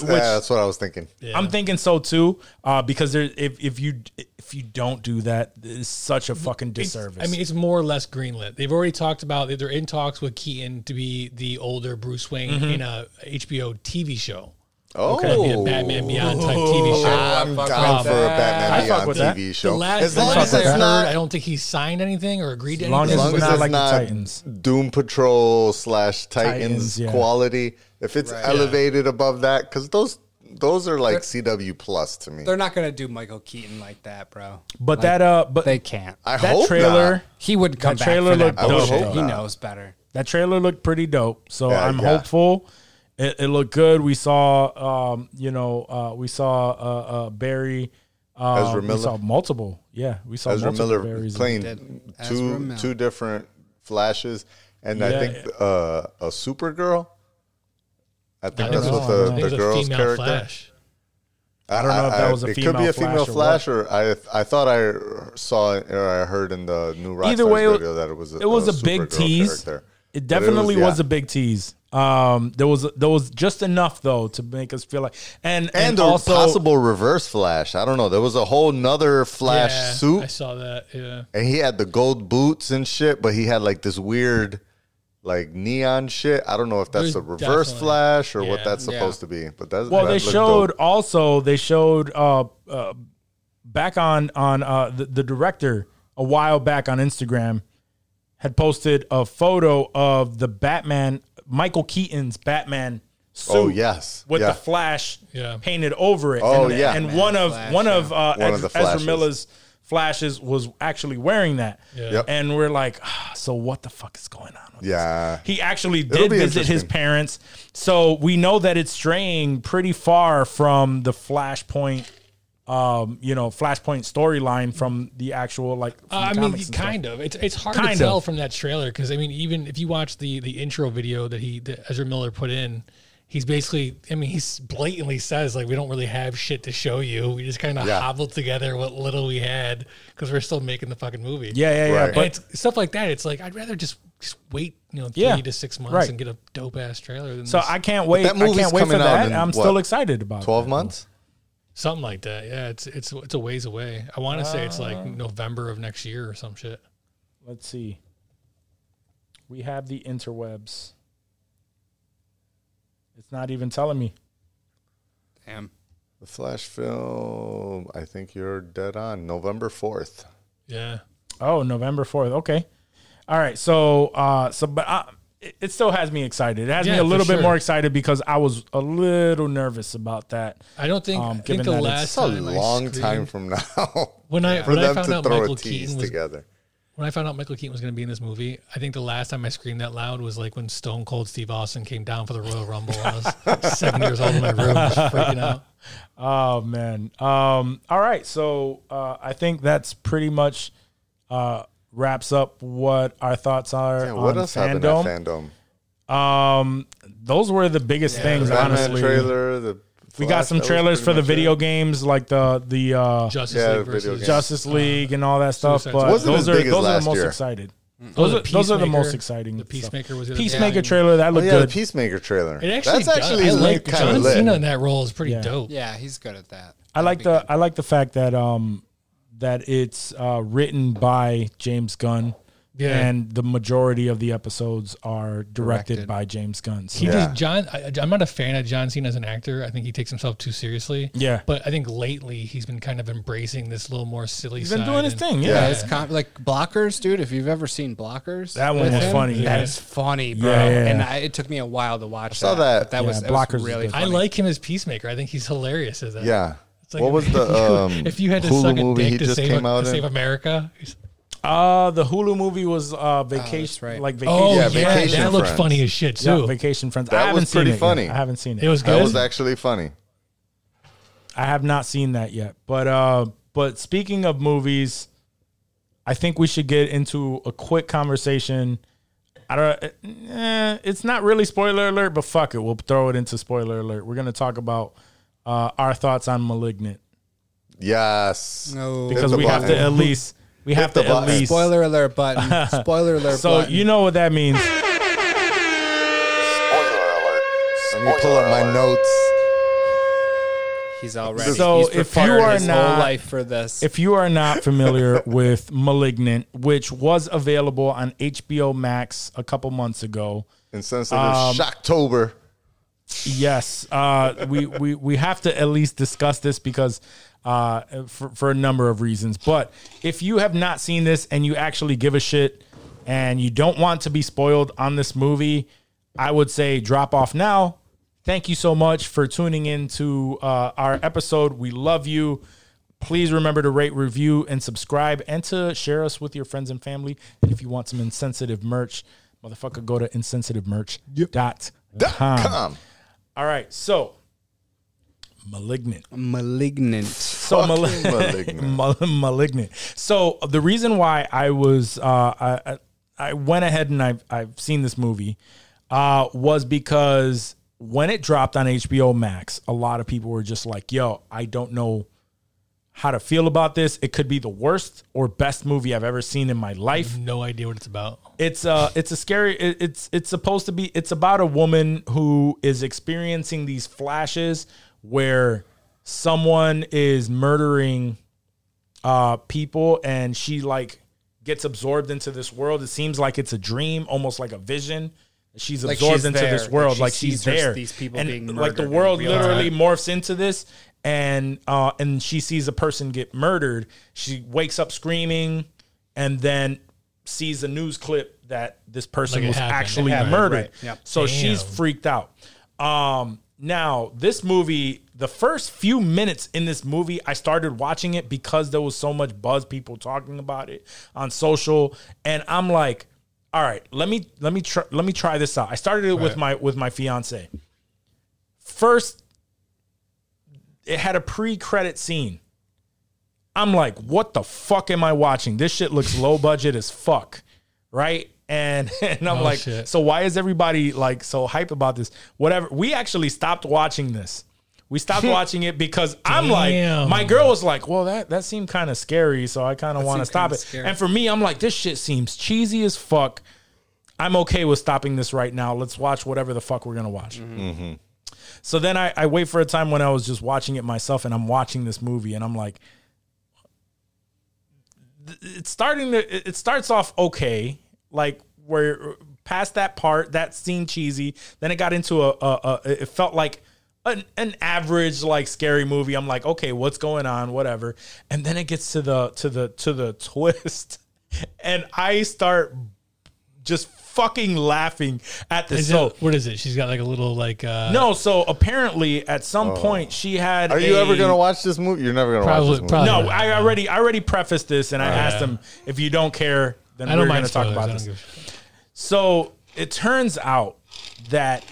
Speaker 1: yeah, which,
Speaker 6: that's what I was thinking.
Speaker 1: I'm thinking so too, uh, because there, if if you if you don't do that, it's such a fucking
Speaker 4: It's-
Speaker 1: disservice.
Speaker 4: I mean, it's more or less greenlit. They've already talked about that they're in talks with Keaton to be the older Bruce Wayne in a HBO TV show,
Speaker 6: Mm-hmm. Oh,
Speaker 4: be a Batman Beyond type TV show.
Speaker 6: I'm
Speaker 5: fuck
Speaker 6: down
Speaker 5: with
Speaker 6: for a
Speaker 5: that.
Speaker 6: Batman
Speaker 1: I fuck
Speaker 6: Beyond
Speaker 1: with that.
Speaker 6: TV
Speaker 4: The
Speaker 6: show.
Speaker 4: last,
Speaker 6: As long
Speaker 4: the
Speaker 6: as
Speaker 4: last I've
Speaker 6: it's
Speaker 4: heard, I
Speaker 6: not
Speaker 4: don't think he signed anything or agreed to
Speaker 1: long
Speaker 4: anything.
Speaker 1: as
Speaker 6: long
Speaker 1: We're
Speaker 6: as
Speaker 1: not
Speaker 6: it's
Speaker 1: like the
Speaker 6: not
Speaker 1: Titans.
Speaker 6: Doom Patrol slash Titans,
Speaker 1: Titans, yeah.
Speaker 6: quality, if it's elevated above that, because those those are like CW plus to me.
Speaker 5: They're not gonna do Michael Keaton like that, bro.
Speaker 1: but
Speaker 5: Like,
Speaker 1: that uh, but
Speaker 5: they can't.
Speaker 6: I
Speaker 1: that
Speaker 6: hope
Speaker 1: trailer,
Speaker 6: not.
Speaker 5: he would come
Speaker 1: that
Speaker 5: back
Speaker 1: trailer
Speaker 5: for that
Speaker 1: looked dope.
Speaker 5: bullshit.
Speaker 1: I would
Speaker 6: hope
Speaker 5: He
Speaker 6: not.
Speaker 5: knows better.
Speaker 1: that trailer looked pretty dope. So
Speaker 6: Yeah,
Speaker 1: I'm
Speaker 6: yeah.
Speaker 1: hopeful. It, it looked good. We saw, um, you know, uh, we saw uh, uh, Barry. Um,
Speaker 6: Ezra Miller.
Speaker 1: We saw multiple. Yeah, we saw
Speaker 6: Ezra
Speaker 1: multiple
Speaker 6: Miller
Speaker 1: Barrys.
Speaker 6: playing
Speaker 5: did. Ezra
Speaker 6: two
Speaker 5: Miller.
Speaker 6: two different flashes, and I
Speaker 1: Yeah.
Speaker 6: think uh, a Supergirl. I think
Speaker 4: I
Speaker 6: that's
Speaker 4: don't
Speaker 6: what
Speaker 4: know. I
Speaker 6: the,
Speaker 4: think
Speaker 6: the
Speaker 4: it's a
Speaker 6: girl's
Speaker 4: female
Speaker 6: character.
Speaker 4: Flash.
Speaker 1: I don't know if that was a
Speaker 6: it
Speaker 1: female
Speaker 6: could be a
Speaker 1: Flash
Speaker 6: female
Speaker 1: or
Speaker 6: Flash, or, I I thought I saw it, or I heard in the new Rockstars
Speaker 1: Either way, it-
Speaker 6: video that it was a,
Speaker 1: it was a, big
Speaker 6: Supergirl
Speaker 1: tease.
Speaker 6: character.
Speaker 1: It
Speaker 6: But
Speaker 1: definitely was,
Speaker 6: yeah.
Speaker 1: a big tease. Um, there was there was just enough though to make us feel like and and,
Speaker 6: and, a
Speaker 1: also
Speaker 6: possible reverse Flash. I don't know. There was a whole nother Flash
Speaker 4: yeah, I
Speaker 6: suit,
Speaker 4: saw that. Yeah.
Speaker 6: and he had the gold boots and shit, but he had like this weird, like neon shit. I don't know if that's
Speaker 4: There's
Speaker 6: the reverse
Speaker 4: definitely-
Speaker 6: Flash or what
Speaker 4: yeah.
Speaker 6: that's
Speaker 5: Yeah.
Speaker 6: supposed to be. But that's
Speaker 1: well they showed
Speaker 6: Dope.
Speaker 1: also they showed uh, uh back on on uh the, the director a while back on Instagram had posted a photo of the Batman Michael Keaton's Batman suit
Speaker 6: Oh yes,
Speaker 1: with
Speaker 6: yeah.
Speaker 1: the flash
Speaker 4: Yeah.
Speaker 1: painted over it.
Speaker 6: Oh,
Speaker 1: and,
Speaker 6: yeah.
Speaker 1: and
Speaker 6: Man,
Speaker 1: one of
Speaker 5: Flash,
Speaker 1: one of uh,
Speaker 6: One of
Speaker 1: Ez-
Speaker 6: the
Speaker 1: Ezra
Speaker 6: flashes.
Speaker 1: Miller's flashes was actually wearing that.
Speaker 6: Yep.
Speaker 1: And we're like, "Ah, so what the fuck is going on? with
Speaker 6: yeah.
Speaker 1: this?" He actually
Speaker 6: It'll
Speaker 1: did
Speaker 6: be
Speaker 1: visit his
Speaker 6: interesting.
Speaker 1: parents, so we know that it's straying pretty far from the Flashpoint, um, you know, Flashpoint storyline from the actual like.
Speaker 4: Uh, I mean, kind of. It's it's hard
Speaker 1: Kind
Speaker 4: to tell
Speaker 1: of.
Speaker 4: from that trailer because I mean, even if you watch the the intro video that he that Ezra Miller put in, he's basically. I mean, he blatantly says like, "We don't really have shit to show you. We just kind of
Speaker 6: Yeah.
Speaker 4: hobbled together what little we had because we're still making the fucking movie."
Speaker 1: Yeah, yeah, yeah.
Speaker 6: Right.
Speaker 4: but
Speaker 1: But
Speaker 4: it's stuff like that. It's like I'd rather just just wait, you know, three
Speaker 1: Yeah.
Speaker 4: to six months
Speaker 1: Right.
Speaker 4: and get a dope ass trailer than
Speaker 1: so
Speaker 4: this.
Speaker 1: I can't wait.
Speaker 6: that
Speaker 1: I
Speaker 6: movie's
Speaker 1: can't wait for
Speaker 6: coming out
Speaker 1: that.
Speaker 6: in
Speaker 1: I'm
Speaker 6: what,
Speaker 1: still excited about
Speaker 6: Twelve
Speaker 1: that.
Speaker 6: months.
Speaker 4: something like that. Yeah, it's it's it's a ways away. I want to say it's
Speaker 1: Uh.
Speaker 4: like November of next year or some shit.
Speaker 1: Let's see. We have the interwebs. It's not even telling me.
Speaker 5: Damn.
Speaker 6: The Flash film. I think you're dead on. November fourth.
Speaker 4: Yeah.
Speaker 1: Oh, November 4th. Okay. All right. So, uh, so, but I, it it still has me excited. It has
Speaker 4: Yeah,
Speaker 1: me a
Speaker 4: for
Speaker 1: little bit
Speaker 4: sure.
Speaker 1: more excited because I was a little nervous about that.
Speaker 4: I don't think.
Speaker 1: Um,
Speaker 4: I
Speaker 1: given
Speaker 4: think the
Speaker 1: that it's-
Speaker 4: last
Speaker 6: It's a
Speaker 4: time I
Speaker 6: long time
Speaker 4: screamed-
Speaker 6: from now.
Speaker 4: When I-
Speaker 6: for
Speaker 4: when I
Speaker 6: them
Speaker 4: found
Speaker 6: to
Speaker 4: out
Speaker 6: throw
Speaker 4: Michael
Speaker 6: a tease
Speaker 4: Keaton was-
Speaker 6: together.
Speaker 4: when I found out Michael Keaton was going to be in this movie, I think the last time I screamed that loud was like when Stone Cold Steve Austin came down for the Royal Rumble. I was seven years old in my room, just freaking out.
Speaker 1: Oh man. Um, all right. So, uh, I think that's pretty much, uh, wraps up what our thoughts are
Speaker 6: Yeah,
Speaker 1: on
Speaker 6: what else happened
Speaker 1: fandom.
Speaker 6: at fandom?
Speaker 1: Um, those were the biggest things,
Speaker 6: Batman
Speaker 1: honestly.
Speaker 6: trailer. The
Speaker 1: We got
Speaker 6: Flash,
Speaker 1: some
Speaker 6: that was
Speaker 1: trailers
Speaker 6: pretty
Speaker 1: for the
Speaker 6: much
Speaker 1: video
Speaker 6: it.
Speaker 1: games, like the the uh,
Speaker 4: Justice
Speaker 6: Yeah,
Speaker 4: League
Speaker 6: video
Speaker 4: versus
Speaker 6: game.
Speaker 1: Justice League and all that stuff.
Speaker 4: Uh, Suicide
Speaker 1: But
Speaker 4: Squad.
Speaker 6: Wasn't
Speaker 1: those
Speaker 6: as
Speaker 1: are
Speaker 6: big as
Speaker 1: those are the
Speaker 6: last
Speaker 1: most
Speaker 6: year.
Speaker 1: excited.
Speaker 4: Oh,
Speaker 1: Those are, those are the most
Speaker 4: Peacemaker-
Speaker 1: exciting.
Speaker 4: The
Speaker 1: stuff.
Speaker 4: Peacemaker was the other
Speaker 1: Peacemaker
Speaker 4: thing.
Speaker 1: trailer that
Speaker 6: Oh
Speaker 1: looked
Speaker 6: yeah,
Speaker 1: good.
Speaker 6: the Peacemaker trailer.
Speaker 4: It actually
Speaker 6: That's actually
Speaker 4: does. I like
Speaker 6: kind
Speaker 4: John
Speaker 6: of lit.
Speaker 4: Cena in that role is pretty
Speaker 1: Yeah.
Speaker 4: dope.
Speaker 5: Yeah, he's good at that.
Speaker 1: I like the I like the fact that um that it's uh, written by James Gunn.
Speaker 4: Yeah.
Speaker 1: And the majority of the episodes are directed,
Speaker 5: Directed.
Speaker 1: by James Gunn. So
Speaker 4: He
Speaker 1: yeah.
Speaker 4: just John. I, I'm not a fan of John Cena as an actor. I think he takes himself too seriously.
Speaker 1: Yeah.
Speaker 4: but I think lately he's been kind of embracing this little more silly.
Speaker 1: He's been
Speaker 4: side
Speaker 1: doing his
Speaker 4: and-
Speaker 1: thing.
Speaker 5: Yeah,
Speaker 1: Yeah.
Speaker 5: it's com- like blockers, dude. If you've ever seen blockers,
Speaker 1: That one
Speaker 5: with
Speaker 1: was funny,
Speaker 5: That is
Speaker 1: yeah.
Speaker 5: funny, bro.
Speaker 1: Yeah, yeah,
Speaker 5: And
Speaker 1: yeah.
Speaker 5: I, it took me a while to watch.
Speaker 6: saw
Speaker 5: that.
Speaker 6: that.
Speaker 5: but that
Speaker 1: Yeah,
Speaker 5: was that
Speaker 1: Blockers
Speaker 5: blockers
Speaker 1: is
Speaker 5: was really.
Speaker 1: good.
Speaker 4: I
Speaker 5: Funny.
Speaker 4: like him as Peacemaker. I think he's hilarious as that.
Speaker 6: Yeah.
Speaker 4: It's like
Speaker 6: what was the um,
Speaker 4: if you had to
Speaker 6: Hulu
Speaker 4: suck a
Speaker 6: movie
Speaker 4: dick
Speaker 6: he
Speaker 4: to,
Speaker 6: just
Speaker 4: save,
Speaker 6: came out
Speaker 4: to
Speaker 6: in?
Speaker 4: save America? He's-
Speaker 1: Uh, the Hulu movie was uh, vacation,
Speaker 5: right.
Speaker 1: like vacation.
Speaker 4: Oh yeah,
Speaker 6: Yeah, Vacation
Speaker 4: that looked
Speaker 6: Friends.
Speaker 4: funny as shit
Speaker 1: Yeah,
Speaker 4: too.
Speaker 1: Vacation Friends. I
Speaker 6: That was
Speaker 1: haven't seen
Speaker 6: pretty
Speaker 1: it yet.
Speaker 6: funny.
Speaker 1: I haven't seen it.
Speaker 4: it was good.
Speaker 6: That was actually funny.
Speaker 1: I have not seen that yet. But uh, but speaking of movies, I think we should get into a quick conversation. I don't. Eh, it's not really spoiler alert, but fuck it, we'll throw it into spoiler alert. We're gonna talk about uh, our thoughts on *Malignant*
Speaker 6: Yes.
Speaker 5: No. Hit
Speaker 1: because
Speaker 6: the
Speaker 1: we have to
Speaker 6: button.
Speaker 1: at least we have
Speaker 6: the
Speaker 1: to at
Speaker 6: button.
Speaker 1: least.
Speaker 5: Spoiler alert button. Spoiler alert.
Speaker 1: so
Speaker 5: button.
Speaker 1: you know what that means.
Speaker 6: Let me pull up my notes.
Speaker 5: He's already.
Speaker 1: So
Speaker 5: he's
Speaker 1: if you
Speaker 5: prepared
Speaker 1: are
Speaker 5: his
Speaker 1: not-
Speaker 5: whole life for this,
Speaker 1: If you are not familiar with Malignant, which was available on HBO Max a couple months ago,
Speaker 6: And since it
Speaker 4: Um,
Speaker 6: was Shocktober,
Speaker 1: yes, uh, we, we, we have to at least discuss this because uh, for, for a number of reasons. But if you have not seen this and you actually give a shit and you don't want to be spoiled on this movie, I would say drop off now. Thank you so much for tuning in to uh, our episode. We love you. Please remember to rate, review, and subscribe, and to share us with your friends and family. And if you want some insensitive merch, motherfucker, go to insensitivemerch.com. All right, so malignant.
Speaker 5: malignant.
Speaker 1: So
Speaker 6: Fucking
Speaker 1: mali-
Speaker 6: Malignant.
Speaker 1: Mal- malignant. So uh, the reason why I was uh, I I I went ahead and I've I've seen this movie uh, was because when it dropped on HBO Max, a lot of people were just like, "Yo, I don't know." How to feel about this? It could be the worst or best movie I've ever seen in my life
Speaker 4: No idea what it's about.
Speaker 1: it's a it's a scary it, it's it's supposed to be it's about a woman who is experiencing these flashes where someone is murdering uh people and she like gets absorbed into this world it seems like it's a dream almost like a vision she's
Speaker 5: Like
Speaker 1: absorbed
Speaker 5: she's
Speaker 1: into
Speaker 5: there,
Speaker 1: this world
Speaker 5: like she
Speaker 1: like she's
Speaker 5: sees her-
Speaker 1: there
Speaker 5: these people
Speaker 1: and
Speaker 5: being
Speaker 1: like the
Speaker 5: murdered in
Speaker 1: world
Speaker 5: real
Speaker 1: literally
Speaker 5: time.
Speaker 1: morphs into this and uh and she sees a person get murdered she wakes up screaming and then sees a news clip that this person
Speaker 4: Like it
Speaker 1: was
Speaker 4: happened.
Speaker 1: actually
Speaker 4: It happened,
Speaker 1: murdered.
Speaker 5: right. Yep.
Speaker 1: So she's
Speaker 4: Damn.
Speaker 1: freaked out. Um, now this movie, the first few minutes in this movie, I started watching it because there was so much buzz, people talking about it on social, and I'm like, all right, let me let me try let me try this out. I started it with
Speaker 4: Right.
Speaker 1: my with my fiance. First, it had a pre-credit scene. I'm like, what the fuck am I watching? This shit looks low budget as fuck, right? And and I'm
Speaker 4: Oh,
Speaker 1: like,
Speaker 4: shit.
Speaker 1: so why is everybody like so hype about this? Whatever. We actually stopped watching this. We stopped watching it because I'm like,
Speaker 4: Damn.
Speaker 1: my girl was like, well, that that seemed kind of scary, so I kind of want to
Speaker 5: seems
Speaker 1: stop
Speaker 5: kinda
Speaker 1: it.
Speaker 5: scary.
Speaker 1: And for me, I'm like, this shit seems cheesy as fuck. I'm okay with stopping this right now. Let's watch whatever the fuck we're gonna watch.
Speaker 5: Mm-hmm.
Speaker 1: So then I, I wait for a time when I was just watching it myself, and I'm watching this movie, and I'm like, it's starting to it- it starts off okay like where past that part that seemed cheesy then it got into a, a, a it felt like an, an average like scary movie i'm like okay what's going on whatever and then it gets to the to the to the twist and i start just fucking laughing at this
Speaker 4: Is
Speaker 1: so
Speaker 4: it, what is it? She's got like a little like uh,
Speaker 1: no so apparently at some point she had
Speaker 6: Oh. are you
Speaker 1: a-
Speaker 6: ever gonna watch this movie? You're never gonna watch
Speaker 4: Probably-
Speaker 6: this movie.
Speaker 4: probably-
Speaker 1: no, I already I already prefaced this and I asked them if you don't care, then
Speaker 4: Oh, I
Speaker 1: we're
Speaker 4: don't
Speaker 1: going
Speaker 4: mind
Speaker 1: to talk
Speaker 4: spoilers.
Speaker 1: about
Speaker 4: I
Speaker 1: this.
Speaker 4: don't give a shit.
Speaker 1: So it turns out that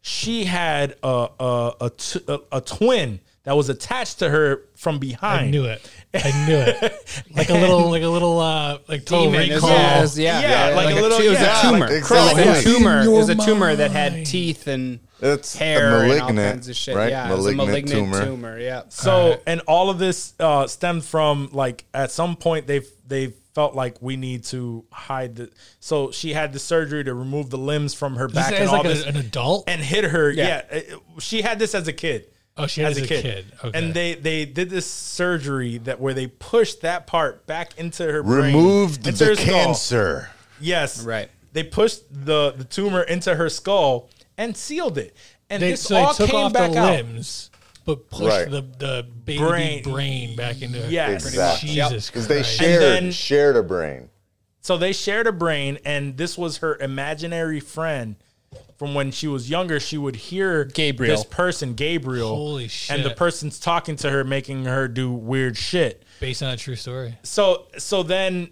Speaker 1: she had a a, a, t- a a twin that was attached to her from behind.
Speaker 4: I knew it. I knew it. Like a little, like a little, uh, like total
Speaker 5: Demon is-
Speaker 4: recall.
Speaker 5: yeah, is- yeah,
Speaker 1: Yeah, like a little-
Speaker 5: It was
Speaker 1: yeah,
Speaker 5: a tumor.
Speaker 6: like
Speaker 5: It was
Speaker 6: exactly.
Speaker 5: a tumor. It
Speaker 4: Your
Speaker 5: was a tumor that had
Speaker 4: mind.
Speaker 5: teeth and
Speaker 6: It's a
Speaker 5: hair and all
Speaker 6: malignant,
Speaker 5: kinds of shit.
Speaker 6: right?
Speaker 5: Yeah,
Speaker 6: Malignant
Speaker 5: it was a malignant
Speaker 6: tumor.
Speaker 5: tumor. Yeah.
Speaker 1: So and all of this uh, stemmed from like at some point they they felt like we need to hide the. So she had the surgery to remove the limbs from her
Speaker 4: This
Speaker 1: back and
Speaker 4: is
Speaker 1: all
Speaker 4: like
Speaker 1: this
Speaker 4: a, an adult.
Speaker 1: and hit her. Yeah.
Speaker 5: Yeah.
Speaker 1: it- she had this as a kid.
Speaker 4: oh, she has a kid. Okay.
Speaker 1: And they they did this surgery that where they pushed that part back into her brain.
Speaker 6: Removed
Speaker 1: into
Speaker 6: the
Speaker 1: her skull.
Speaker 6: cancer.
Speaker 1: Yes.
Speaker 5: Right.
Speaker 1: They pushed the the tumor into her skull and sealed it. And
Speaker 4: they,
Speaker 1: this
Speaker 4: so they
Speaker 1: all
Speaker 4: took
Speaker 1: came
Speaker 4: off
Speaker 1: back
Speaker 4: the
Speaker 1: out.
Speaker 4: limbs, but pushed
Speaker 6: Right.
Speaker 4: the the baby
Speaker 1: Brain.
Speaker 4: brain, back into her.
Speaker 1: Yes.
Speaker 6: Exactly.
Speaker 4: Jesus
Speaker 6: Because
Speaker 4: Christ.
Speaker 6: they shared
Speaker 1: then-
Speaker 6: shared a brain.
Speaker 1: So they shared a brain and this was her imaginary friend from when she was younger, she would hear
Speaker 5: Gabriel.
Speaker 1: this person, Gabriel.
Speaker 4: Holy
Speaker 1: And the
Speaker 4: shit.
Speaker 1: person's talking to her, making her do weird shit.
Speaker 4: based on a true story.
Speaker 1: So so then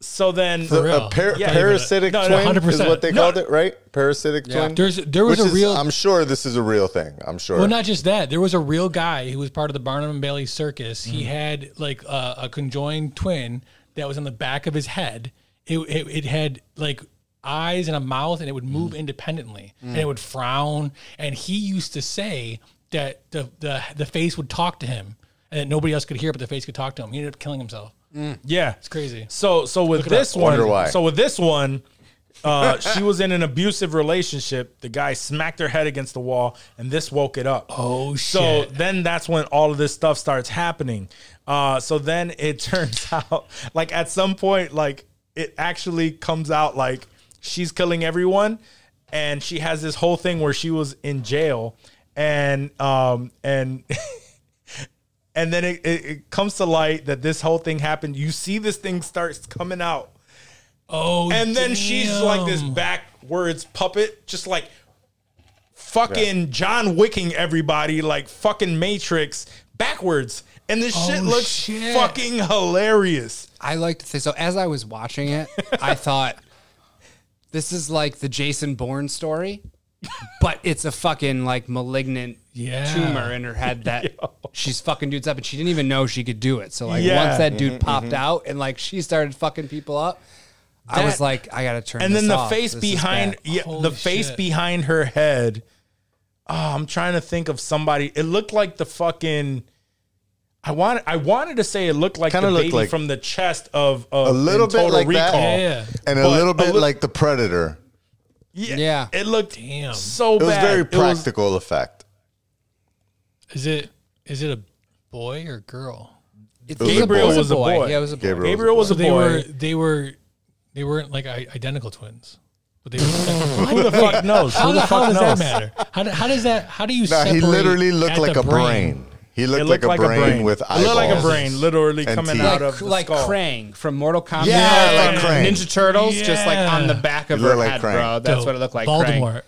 Speaker 1: so then
Speaker 6: The,
Speaker 4: real.
Speaker 6: a par-
Speaker 1: Yeah.
Speaker 6: parasitic
Speaker 1: No, no,
Speaker 6: twin is
Speaker 4: 100%.
Speaker 6: what they
Speaker 1: No.
Speaker 6: called it, right? Parasitic twin.
Speaker 4: There's there was
Speaker 6: Which
Speaker 4: a
Speaker 6: is-
Speaker 4: real.
Speaker 6: I'm sure this is a real thing. I'm sure.
Speaker 4: Well, not just that. There was a real guy who was part of the Barnum and Bailey Circus. He had like a, a conjoined twin that was on the back of his head. It it, it had like eyes and a mouth, and it would move independently, and it would frown. And he used to say that the the the face would talk to him, and that nobody else could hear, but the face could talk to him. He ended up killing himself.
Speaker 1: yeah.
Speaker 4: It's crazy.
Speaker 1: So so with this
Speaker 6: Wonder
Speaker 1: one,
Speaker 6: why.
Speaker 1: so with this one, Uh, she was in an abusive relationship. The guy smacked her head against the wall, and this woke it up.
Speaker 4: Oh,
Speaker 1: So
Speaker 4: shit.
Speaker 1: then that's when all of this stuff starts happening. Uh, so then it turns out, like at some point, like it actually comes out like she's killing everyone, and she has this whole thing where she was in jail, and um and. And then it, it, it comes to light that this whole thing happened. You see this thing starts coming out
Speaker 4: Oh,
Speaker 1: and then she's like this
Speaker 4: damn.
Speaker 1: backwards puppet, just like fucking John Wicking everybody, like fucking Matrix backwards. And this shit
Speaker 4: Oh,
Speaker 1: looks
Speaker 4: shit.
Speaker 1: fucking hilarious.
Speaker 5: I like to say so. As I was watching it, I thought this is like the Jason Bourne story, but it's a fucking like malignant
Speaker 4: Yeah.
Speaker 5: tumor in her head that she's fucking dudes up, and she didn't even know she could do it. So like
Speaker 1: Yeah.
Speaker 5: once that
Speaker 6: Mm-hmm,
Speaker 5: dude popped out and like she started fucking people up, I was
Speaker 1: That-
Speaker 5: like, I gotta turn.
Speaker 1: And then
Speaker 5: this
Speaker 1: the
Speaker 5: off.
Speaker 1: face
Speaker 5: This is
Speaker 1: behind
Speaker 5: bad.
Speaker 1: yeah,
Speaker 4: Holy
Speaker 1: the face
Speaker 4: shit.
Speaker 1: behind her head. Oh, I'm trying to think of somebody. It looked like the fucking I wanted I wanted to say it looked like
Speaker 6: Kinda
Speaker 1: the
Speaker 6: looked
Speaker 1: baby
Speaker 6: like-
Speaker 1: from the chest of, of
Speaker 6: A little
Speaker 1: in
Speaker 6: bit
Speaker 1: Total
Speaker 6: like that.
Speaker 1: Recall.
Speaker 4: Yeah, yeah.
Speaker 6: and a
Speaker 1: But
Speaker 6: little
Speaker 1: a
Speaker 6: bit
Speaker 1: lit-
Speaker 6: like the Predator.
Speaker 1: Yeah.
Speaker 5: Yeah.
Speaker 1: It looked
Speaker 4: Damn.
Speaker 1: so
Speaker 6: It was
Speaker 1: bad.
Speaker 6: very
Speaker 1: It was-
Speaker 6: practical effect.
Speaker 4: Is it is it a boy or girl?
Speaker 5: It's-
Speaker 6: was a
Speaker 1: Gabriel
Speaker 6: boy.
Speaker 1: was a boy.
Speaker 5: Yeah, it was a boy.
Speaker 6: Gabriel,
Speaker 1: Gabriel was a
Speaker 4: They
Speaker 1: boy.
Speaker 4: were they were they weren't like i- identical twins, but they were.
Speaker 1: Who the fuck knows?
Speaker 4: How,
Speaker 1: Who
Speaker 4: the,
Speaker 1: the
Speaker 4: how
Speaker 1: fuck
Speaker 4: does that
Speaker 1: knows?
Speaker 4: matter? How, do, how does that? How do you?
Speaker 6: No, he
Speaker 4: separate
Speaker 6: literally looked
Speaker 4: at
Speaker 6: like
Speaker 4: the
Speaker 6: a brain. He looked,
Speaker 1: It looked
Speaker 6: like, a brain, with
Speaker 1: It
Speaker 6: eyeballs.
Speaker 1: looked like a brain, literally
Speaker 6: And
Speaker 1: coming
Speaker 6: teeth.
Speaker 1: out
Speaker 5: Like,
Speaker 1: of the
Speaker 5: like
Speaker 1: skull.
Speaker 5: Krang from Mortal Kombat,
Speaker 6: Yeah, like
Speaker 5: like
Speaker 6: Krang.
Speaker 5: Ninja Turtles, just like on the
Speaker 4: Yeah.
Speaker 5: back of
Speaker 6: It looked
Speaker 5: her
Speaker 6: like
Speaker 5: head,
Speaker 6: Krang.
Speaker 5: bro. That's
Speaker 4: So,
Speaker 5: what it looked like. Krang.
Speaker 4: Voldemort.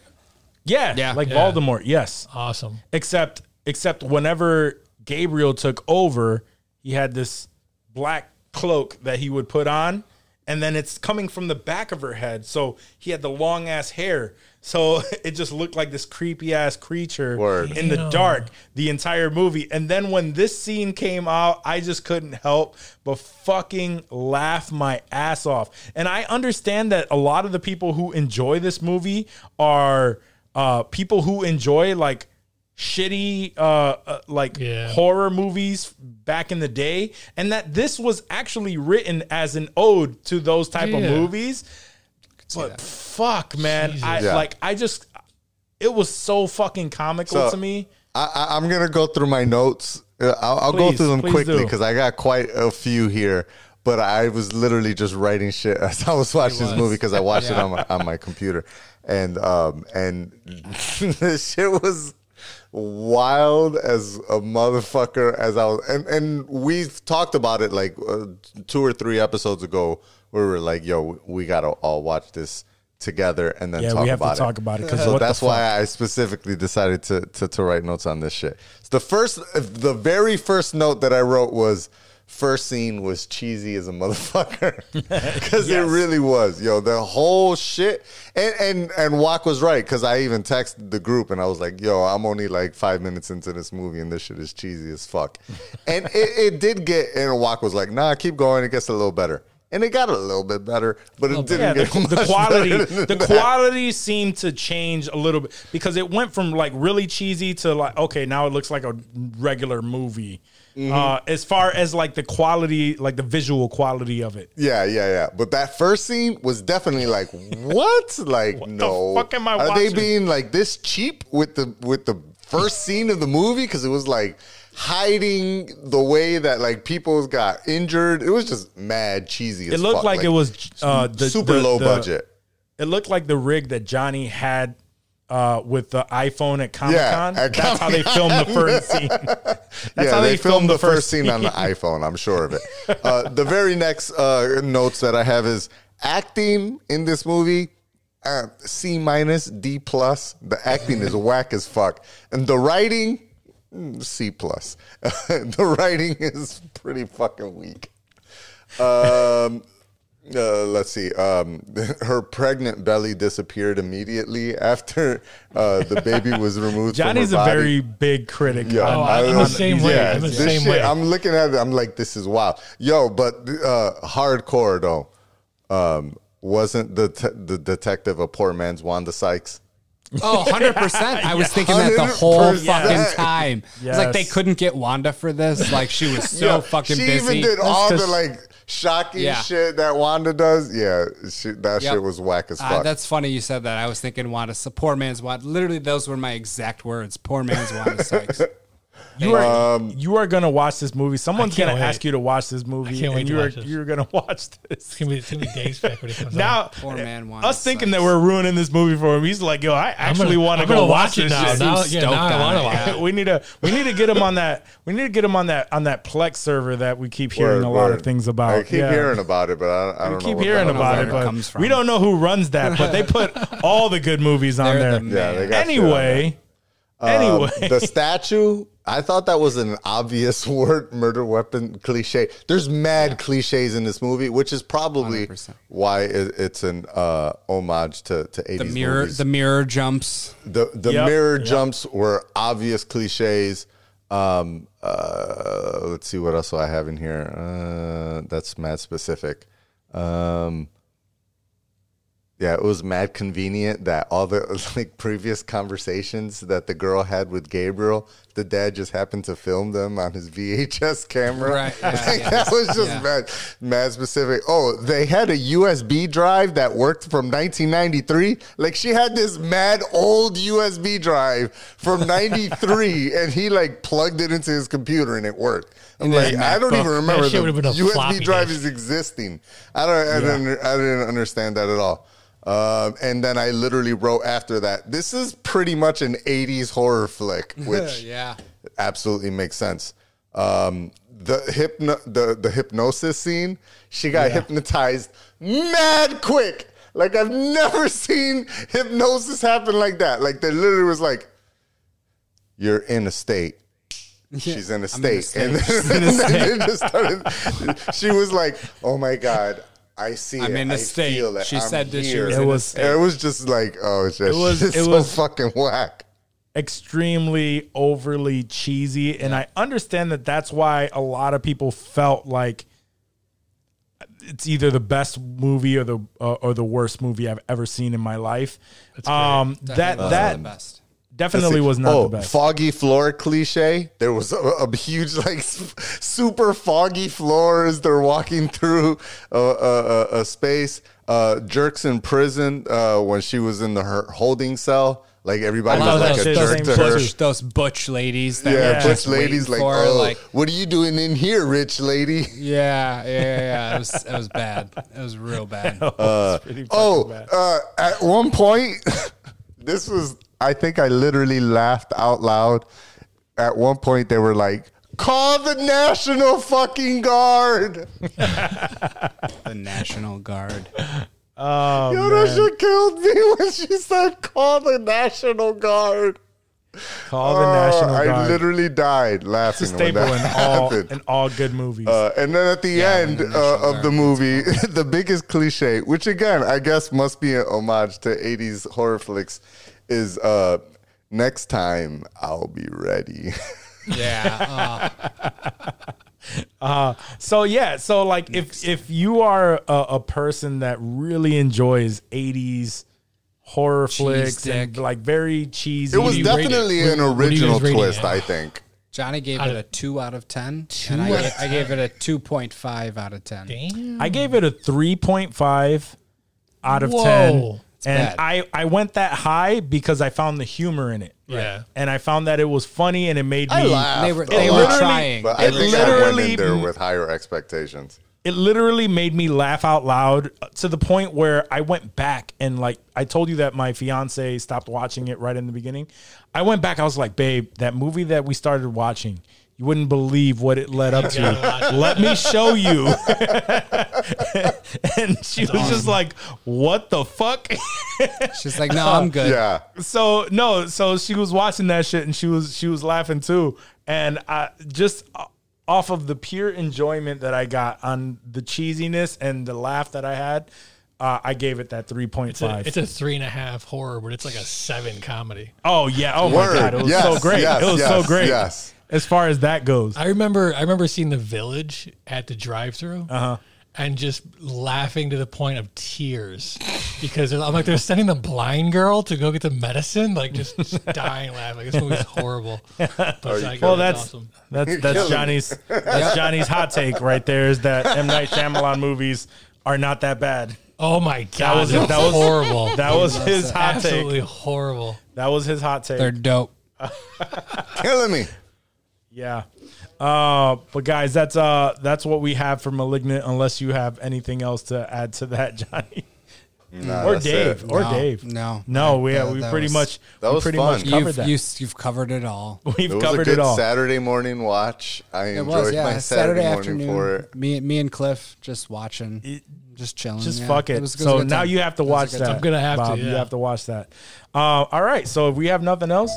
Speaker 1: Yeah,
Speaker 5: Yeah.
Speaker 1: like
Speaker 5: Yeah.
Speaker 1: Voldemort. Yes,
Speaker 4: Awesome.
Speaker 1: except except whenever Gabriel took over, he had this black cloak that he would put on, and then it's coming from the back of her head. So he had the long ass hair. So it just looked like this creepy ass creature
Speaker 6: Word.
Speaker 1: in the dark the entire movie. And then when this scene came out, I just couldn't help but fucking laugh my ass off. And I understand that a lot of the people who enjoy this movie are uh, people who enjoy like shitty uh, uh like
Speaker 4: Yeah.
Speaker 1: horror movies back in the day and that this was actually written as an ode to those type of
Speaker 4: Yeah.
Speaker 1: movies but fuck man i
Speaker 6: Jesus. Yeah.
Speaker 1: like i just it was so fucking comical
Speaker 6: So-
Speaker 1: to me
Speaker 6: I, I, I'm gonna go through my notes. Uh, I'll, I'll go
Speaker 1: Please,
Speaker 6: through them
Speaker 1: please
Speaker 6: quickly
Speaker 1: do.
Speaker 6: because I got quite a few here. But I was literally just writing shit as I was watching this movie because I watched it on my on my computer, and um and this shit was wild as a motherfucker as I was and and we've talked about it like uh, two or three episodes ago where we were like yo we gotta all watch this together and then
Speaker 1: Yeah,
Speaker 6: talk
Speaker 1: we have to
Speaker 6: about it
Speaker 1: talk about it 'cause
Speaker 6: so
Speaker 1: what the
Speaker 6: that's why I specifically decided to, to to write notes on this shit. So the first, the very first note that I wrote was first scene was cheesy as a motherfucker because it
Speaker 1: Yes.
Speaker 6: really was, yo. The whole shit, and and and Walk was right because I even texted the group and I was like, yo, I'm only like five minutes into this movie and this shit is cheesy as fuck, and it, it did get. And Walk was like, nah, keep going, it gets a little better. And it got a little bit better, but it didn't
Speaker 1: yeah the,
Speaker 6: get much
Speaker 1: the quality
Speaker 6: better than
Speaker 1: the
Speaker 6: that.
Speaker 1: quality seemed to change a little bit because it went from like really cheesy to like okay now it looks like a regular movie
Speaker 6: Mm-hmm.
Speaker 1: uh as far as like the quality like the visual quality of it
Speaker 6: Yeah, yeah, yeah. But that first scene was definitely like, what? Like,
Speaker 1: What the
Speaker 6: no.
Speaker 1: fuck am I
Speaker 6: Are
Speaker 1: watching?
Speaker 6: they being like this cheap with the with the first scene of the movie? Because it was like hiding the way that like people got injured. It was just mad cheesy.
Speaker 1: it
Speaker 6: as
Speaker 1: looked
Speaker 6: fuck.
Speaker 1: like, it was uh the,
Speaker 6: super
Speaker 1: the-
Speaker 6: low
Speaker 1: the-
Speaker 6: budget.
Speaker 1: it looked like the rig that Johnny had uh, with the iPhone at Comic Con.
Speaker 6: at
Speaker 1: That's how they filmed the first scene. That's
Speaker 6: yeah,
Speaker 1: how
Speaker 6: they,
Speaker 1: they,
Speaker 6: filmed, the first scene on the iPhone. I'm sure of it. Uh, the very next uh, notes that I have is acting in this movie. Uh, C minus, D plus. The acting is whack as fuck, and the writing, mm, C plus. the writing is pretty fucking weak. Um, uh, let's see. Um, her pregnant belly disappeared immediately after uh, the baby was removed.
Speaker 1: Johnny's a
Speaker 6: from her body.
Speaker 1: very big critic.
Speaker 6: Yeah,
Speaker 1: on-
Speaker 4: Oh, I- I'm
Speaker 1: on
Speaker 4: the same way.
Speaker 6: Yeah,
Speaker 4: I'm the
Speaker 6: this
Speaker 4: same
Speaker 6: shit,
Speaker 4: way.
Speaker 6: I'm looking at it. I'm like, this is wild, yo. But uh, hardcore though, um, wasn't the te- the detective a poor man's Wanda Sykes?
Speaker 5: Oh, 100%. I was thinking that the whole
Speaker 6: 100%.
Speaker 5: fucking time. It's like they
Speaker 1: Yes.
Speaker 5: couldn't get Wanda for this. Like she was so
Speaker 6: Yo,
Speaker 5: fucking
Speaker 6: she
Speaker 5: busy.
Speaker 6: even did all the
Speaker 1: just-
Speaker 6: like shocking
Speaker 5: Yeah.
Speaker 6: shit that Wanda does. Yeah, she, that
Speaker 5: Yep.
Speaker 6: shit was whack as fuck.
Speaker 5: Ah, that's funny you said that. I was thinking Wanda, so poor man's Wanda. Literally, those were my exact words. Poor man's Wanda Sykes.
Speaker 1: You are you are gonna watch this movie. Someone's
Speaker 4: can't
Speaker 1: gonna
Speaker 4: wait.
Speaker 1: ask you to watch this movie,
Speaker 4: I can't wait
Speaker 1: and
Speaker 4: to
Speaker 1: you are
Speaker 4: watch this.
Speaker 1: you're gonna watch
Speaker 4: It's
Speaker 1: this.
Speaker 4: gonna be, it's gonna be days back when it comes
Speaker 1: Now,
Speaker 5: Poor man Wanda
Speaker 1: us thinking that
Speaker 5: Sykes.
Speaker 1: we're ruining this movie for him, he's like, "Yo, I
Speaker 4: out. I'm
Speaker 1: actually
Speaker 4: gonna-
Speaker 1: want to
Speaker 4: I'm
Speaker 1: go
Speaker 4: gonna
Speaker 1: watch,
Speaker 4: it
Speaker 1: this
Speaker 4: now.
Speaker 1: shit.
Speaker 4: Now,
Speaker 5: Seems
Speaker 4: yeah, now I
Speaker 5: stoked
Speaker 4: want to
Speaker 5: on it,
Speaker 4: watch
Speaker 5: yeah.
Speaker 4: it.
Speaker 1: we need to we need to get him on that we need to get him on that on that Plex server that we keep hearing
Speaker 6: Word,
Speaker 1: a lot of
Speaker 6: word.
Speaker 1: things about.
Speaker 6: I keep
Speaker 1: Yeah.
Speaker 6: hearing about it, but I, I
Speaker 1: We
Speaker 6: don't know.
Speaker 1: keep
Speaker 6: what the
Speaker 1: hearing
Speaker 6: hell
Speaker 1: about
Speaker 5: where
Speaker 1: it,
Speaker 5: it
Speaker 1: but
Speaker 5: comes from.
Speaker 1: we don't know who runs that. But they put all the good movies on
Speaker 5: They're
Speaker 1: there.
Speaker 5: the
Speaker 6: Yeah, they got shit on there.
Speaker 1: anyway,
Speaker 6: Um,
Speaker 1: anyway,
Speaker 6: the statue. I thought that was an obvious word murder weapon cliche. There's mad cliches in this movie, which is probably
Speaker 5: 100%.
Speaker 6: why it, it's an uh, homage to to 80s
Speaker 5: The mirror,
Speaker 6: movies.
Speaker 5: the mirror jumps.
Speaker 6: The the
Speaker 1: Yep.
Speaker 6: mirror jumps were obvious cliches. Um, uh, let's see what else do I have in here. Uh, that's mad specific. Um, yeah, it was mad convenient that all the like previous conversations that the girl had with Gabriel, the dad just happened to film them on his VHS camera.
Speaker 5: Right, yeah,
Speaker 6: Like,
Speaker 5: yeah.
Speaker 6: That was just
Speaker 5: Yeah.
Speaker 6: mad, mad specific. Oh, they had a USB drive that worked from 1993. Like she had this mad old USB drive from 93 and he like plugged it into his computer and it worked. I'm
Speaker 5: And
Speaker 6: like,
Speaker 5: his
Speaker 6: I don't
Speaker 5: MacBook.
Speaker 6: even remember
Speaker 4: That shit
Speaker 6: the
Speaker 4: would've been a
Speaker 6: USB
Speaker 4: floppy
Speaker 6: drive
Speaker 4: disk.
Speaker 6: is existing. I don't, I didn't, I didn't understand that at all. Um, and then I literally wrote after that, this is pretty much an 80s horror flick, which
Speaker 5: Yeah.
Speaker 6: absolutely makes sense. Um, the hypno the the hypnosis scene, she got hypnotized mad quick. Like I've never seen hypnosis happen like that. Like they literally was like, "You're in a state." She's in a
Speaker 5: I'm in a
Speaker 6: state,
Speaker 5: state.
Speaker 6: and then, and then they just started. She was like, "Oh my god, I see
Speaker 5: I'm
Speaker 6: it.
Speaker 5: in a
Speaker 6: I
Speaker 5: state."
Speaker 6: feel it.
Speaker 5: She
Speaker 6: I'm
Speaker 5: said that she
Speaker 6: here."
Speaker 5: was
Speaker 1: It in a was-
Speaker 5: state.
Speaker 6: It was just like, "Oh, it's just, it was. It so
Speaker 1: was-
Speaker 6: fucking whack."
Speaker 1: extremely overly cheesy and i understand that that's why a lot of people felt like it's either the best movie or the uh, or the worst movie i've ever seen in my life um that
Speaker 5: Definitely
Speaker 1: that
Speaker 5: the best.
Speaker 1: definitely was not
Speaker 6: oh,
Speaker 1: the best
Speaker 6: Foggy floor cliche. There was a, a huge, like, s- super foggy floor as they're walking through a, a, a, a space. Uh, jerks in prison uh, when she was in the her holding cell. Like everybody
Speaker 1: I
Speaker 6: was
Speaker 1: love
Speaker 6: like
Speaker 1: that
Speaker 6: a
Speaker 1: shit.
Speaker 6: jerk
Speaker 1: Same
Speaker 6: to her.
Speaker 5: Butch, those butch ladies. That
Speaker 6: Yeah,
Speaker 5: were
Speaker 6: rich
Speaker 5: just
Speaker 6: ladies like,
Speaker 5: waiting for her,
Speaker 6: oh,
Speaker 5: like,
Speaker 6: what are you doing in here, rich lady?
Speaker 5: yeah, yeah, yeah, yeah. It was, it was bad. It was real bad.
Speaker 6: Oh, uh, at one point, this was, I think I literally laughed out loud. At one point, they were like, call the National fucking Guard.
Speaker 5: The National Guard.
Speaker 1: Oh,
Speaker 6: Yo, that shit killed me when she said, call the National Guard.
Speaker 1: call the
Speaker 6: Uh,
Speaker 1: national guard
Speaker 6: I literally died laughing when
Speaker 1: staple
Speaker 6: that
Speaker 1: in all
Speaker 6: happened.
Speaker 1: in all good movies
Speaker 6: Uh, and then at the end
Speaker 5: the National
Speaker 6: uh, of the movie, the biggest cliche, which again I guess must be an homage to '80s horror flicks, is uh, "Next time I'll be ready."
Speaker 5: Yeah.
Speaker 1: So yeah, so like if if you are a, a person that really enjoys '80s horror flicks and
Speaker 5: dick.
Speaker 1: like very cheesy,
Speaker 6: it was
Speaker 4: do you rate
Speaker 6: definitely
Speaker 4: it?
Speaker 6: an
Speaker 4: What- what do you guys
Speaker 6: original
Speaker 4: rate it
Speaker 6: twist,
Speaker 4: at?
Speaker 6: I think.
Speaker 5: Johnny gave
Speaker 4: Out
Speaker 5: it
Speaker 4: of-
Speaker 5: a two out of ten, and I, gave, I gave it a two point five out of ten.
Speaker 4: Damn.
Speaker 1: I gave it a 3.5 out of
Speaker 4: Whoa.
Speaker 1: 10,
Speaker 5: It's
Speaker 1: and
Speaker 5: bad.
Speaker 1: I I went that high because I found the humor in it,
Speaker 4: Yeah.
Speaker 1: and I found that it was funny and it made
Speaker 6: I
Speaker 1: me
Speaker 6: laughed.
Speaker 5: They were
Speaker 6: a
Speaker 5: they
Speaker 6: lot,
Speaker 5: were
Speaker 1: literally-
Speaker 5: trying.
Speaker 6: but I
Speaker 1: it
Speaker 6: think I went
Speaker 1: literally-
Speaker 6: in there with higher expectations.
Speaker 1: it literally made me laugh out loud uh, to the point where I went back and like I told you that my fiance stopped watching it right in the beginning. I went back. I was like, babe, that movie that we started watching. You wouldn't believe what it led up
Speaker 4: gotta watch
Speaker 1: to. Let me show you. and she was just like, "What the fuck?"
Speaker 5: She's like, no, I'm good.
Speaker 6: Yeah,
Speaker 1: so no, so she was watching that shit and she was she was laughing too, and I just uh, off of the pure enjoyment that I got on the cheesiness and the laugh that I had, uh, I gave it that three point
Speaker 4: It's a,
Speaker 1: five.
Speaker 4: it's a three and a half horror, but it's like a seven comedy.
Speaker 1: oh yeah, oh
Speaker 6: Word.
Speaker 1: my god, it was
Speaker 6: Yes,
Speaker 1: so great.
Speaker 6: yes,
Speaker 1: it was so
Speaker 6: yes,
Speaker 1: great.
Speaker 6: yes.
Speaker 1: As far as that goes,
Speaker 4: I remember I remember seeing The Village
Speaker 1: Uh-huh.
Speaker 4: at the drive-through and just laughing to the point of tears because I'm like they're sending the blind girl to go get the medicine, like just, just dying laughing. This movie's horrible. But it's like,
Speaker 1: Well,
Speaker 4: it's
Speaker 1: that's
Speaker 4: awesome.
Speaker 1: that's that's Johnny's that's Johnny's hot take right there. Is that M Night Shyamalan movies are not that bad?
Speaker 4: oh my god, that
Speaker 1: was-
Speaker 4: was,
Speaker 1: that was-
Speaker 4: horrible.
Speaker 1: That was his hot
Speaker 4: absolutely
Speaker 1: take.
Speaker 4: horrible.
Speaker 1: That was his hot take.
Speaker 5: They're dope.
Speaker 6: Killing me.
Speaker 1: Yeah. Uh, but guys, that's uh, that's what we have for malignant. Unless you have anything else to add to that, Johnny
Speaker 6: Nah,
Speaker 1: Mm. or
Speaker 6: that's
Speaker 1: Dave
Speaker 6: it.
Speaker 1: or
Speaker 5: No,
Speaker 1: Dave.
Speaker 5: no.
Speaker 1: no, we
Speaker 5: That-
Speaker 1: we
Speaker 5: that
Speaker 1: pretty
Speaker 5: was-
Speaker 1: much
Speaker 6: That
Speaker 1: we
Speaker 6: was
Speaker 1: pretty
Speaker 6: fun.
Speaker 1: much covered
Speaker 5: You've,
Speaker 1: that.
Speaker 5: you, you've covered it all.
Speaker 1: We've
Speaker 6: It was
Speaker 1: covered
Speaker 6: a good
Speaker 1: it all.
Speaker 6: Saturday morning watch. I
Speaker 5: It
Speaker 6: enjoyed
Speaker 5: was yeah.
Speaker 6: my
Speaker 5: Saturday,
Speaker 6: Saturday, morning
Speaker 5: afternoon.
Speaker 6: for it.
Speaker 5: Me, me and Cliff just watching, just chilling.
Speaker 1: Just
Speaker 5: yeah.
Speaker 1: fuck it.
Speaker 5: was- was a
Speaker 1: so
Speaker 5: good
Speaker 1: now
Speaker 5: time.
Speaker 1: you have to watch that.
Speaker 4: I'm gonna have to,
Speaker 1: Bob. You
Speaker 4: yeah.
Speaker 1: have to watch that. Uh, all right. So if we have nothing else,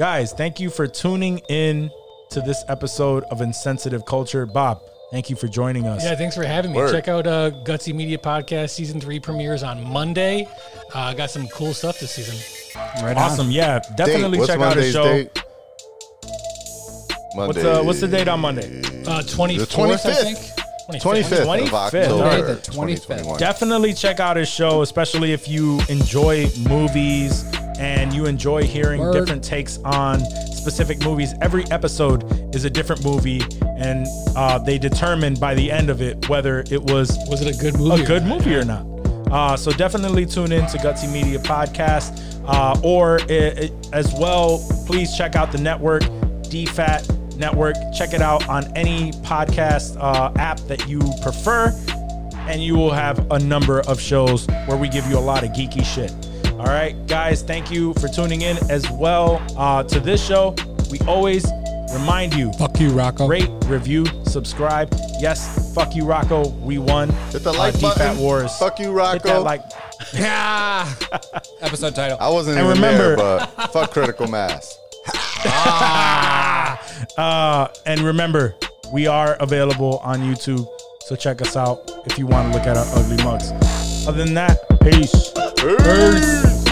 Speaker 1: guys, thank you for tuning in to this episode of Insensitive Culture. Bob, thank you for joining us.
Speaker 4: Yeah, thanks for having me.
Speaker 6: Word.
Speaker 4: Check out uh, Gutsy Media Podcast season three premieres on Monday. Uh, got some cool stuff this season.
Speaker 5: Right on.
Speaker 1: Awesome. Yeah,
Speaker 6: Date.
Speaker 1: definitely
Speaker 6: What's
Speaker 1: check out the
Speaker 6: Monday's
Speaker 1: show.
Speaker 6: date?
Speaker 1: What's
Speaker 6: Monday.
Speaker 1: the What's the date on Monday?
Speaker 4: Uh, 24th, I
Speaker 6: 25th.
Speaker 4: think. 25th.
Speaker 6: 25th,
Speaker 1: 25th.
Speaker 6: of October.
Speaker 5: Monday the 25th.
Speaker 6: 2021.
Speaker 1: Definitely check out his show, especially if you enjoy movies and you enjoy hearing
Speaker 5: Word.
Speaker 1: different takes on specific movies. Every episode is a different movie, and uh, they determine by the end of it whether it was
Speaker 4: Was it a good movie?
Speaker 1: a
Speaker 4: or
Speaker 1: good
Speaker 4: not?
Speaker 1: movie or not. Uh, so definitely tune in to Gutsy Media Podcast, uh, or it, it- as well, please check out the network DFAT Network. Check it out on any podcast uh, app that you prefer, and you will have a number of shows where we give you a lot of geeky shit. All right, guys, thank you for tuning in as well uh, to this show. We always remind you
Speaker 5: Fuck you, Rocco.
Speaker 1: rate, review, subscribe. Yes, fuck you, Rocco. We won.
Speaker 6: Hit the like button.
Speaker 1: DFAT Wars.
Speaker 6: Fuck you,
Speaker 1: Hit that
Speaker 6: Rocco.
Speaker 1: like.
Speaker 5: Yeah. Episode title.
Speaker 6: I wasn't
Speaker 1: And
Speaker 6: even
Speaker 1: remember-
Speaker 6: there, but fuck critical mass.
Speaker 1: Uh, and remember, we are available on YouTube, so check us out if you want to look at our ugly mugs. Other than that, peace.
Speaker 6: Peace.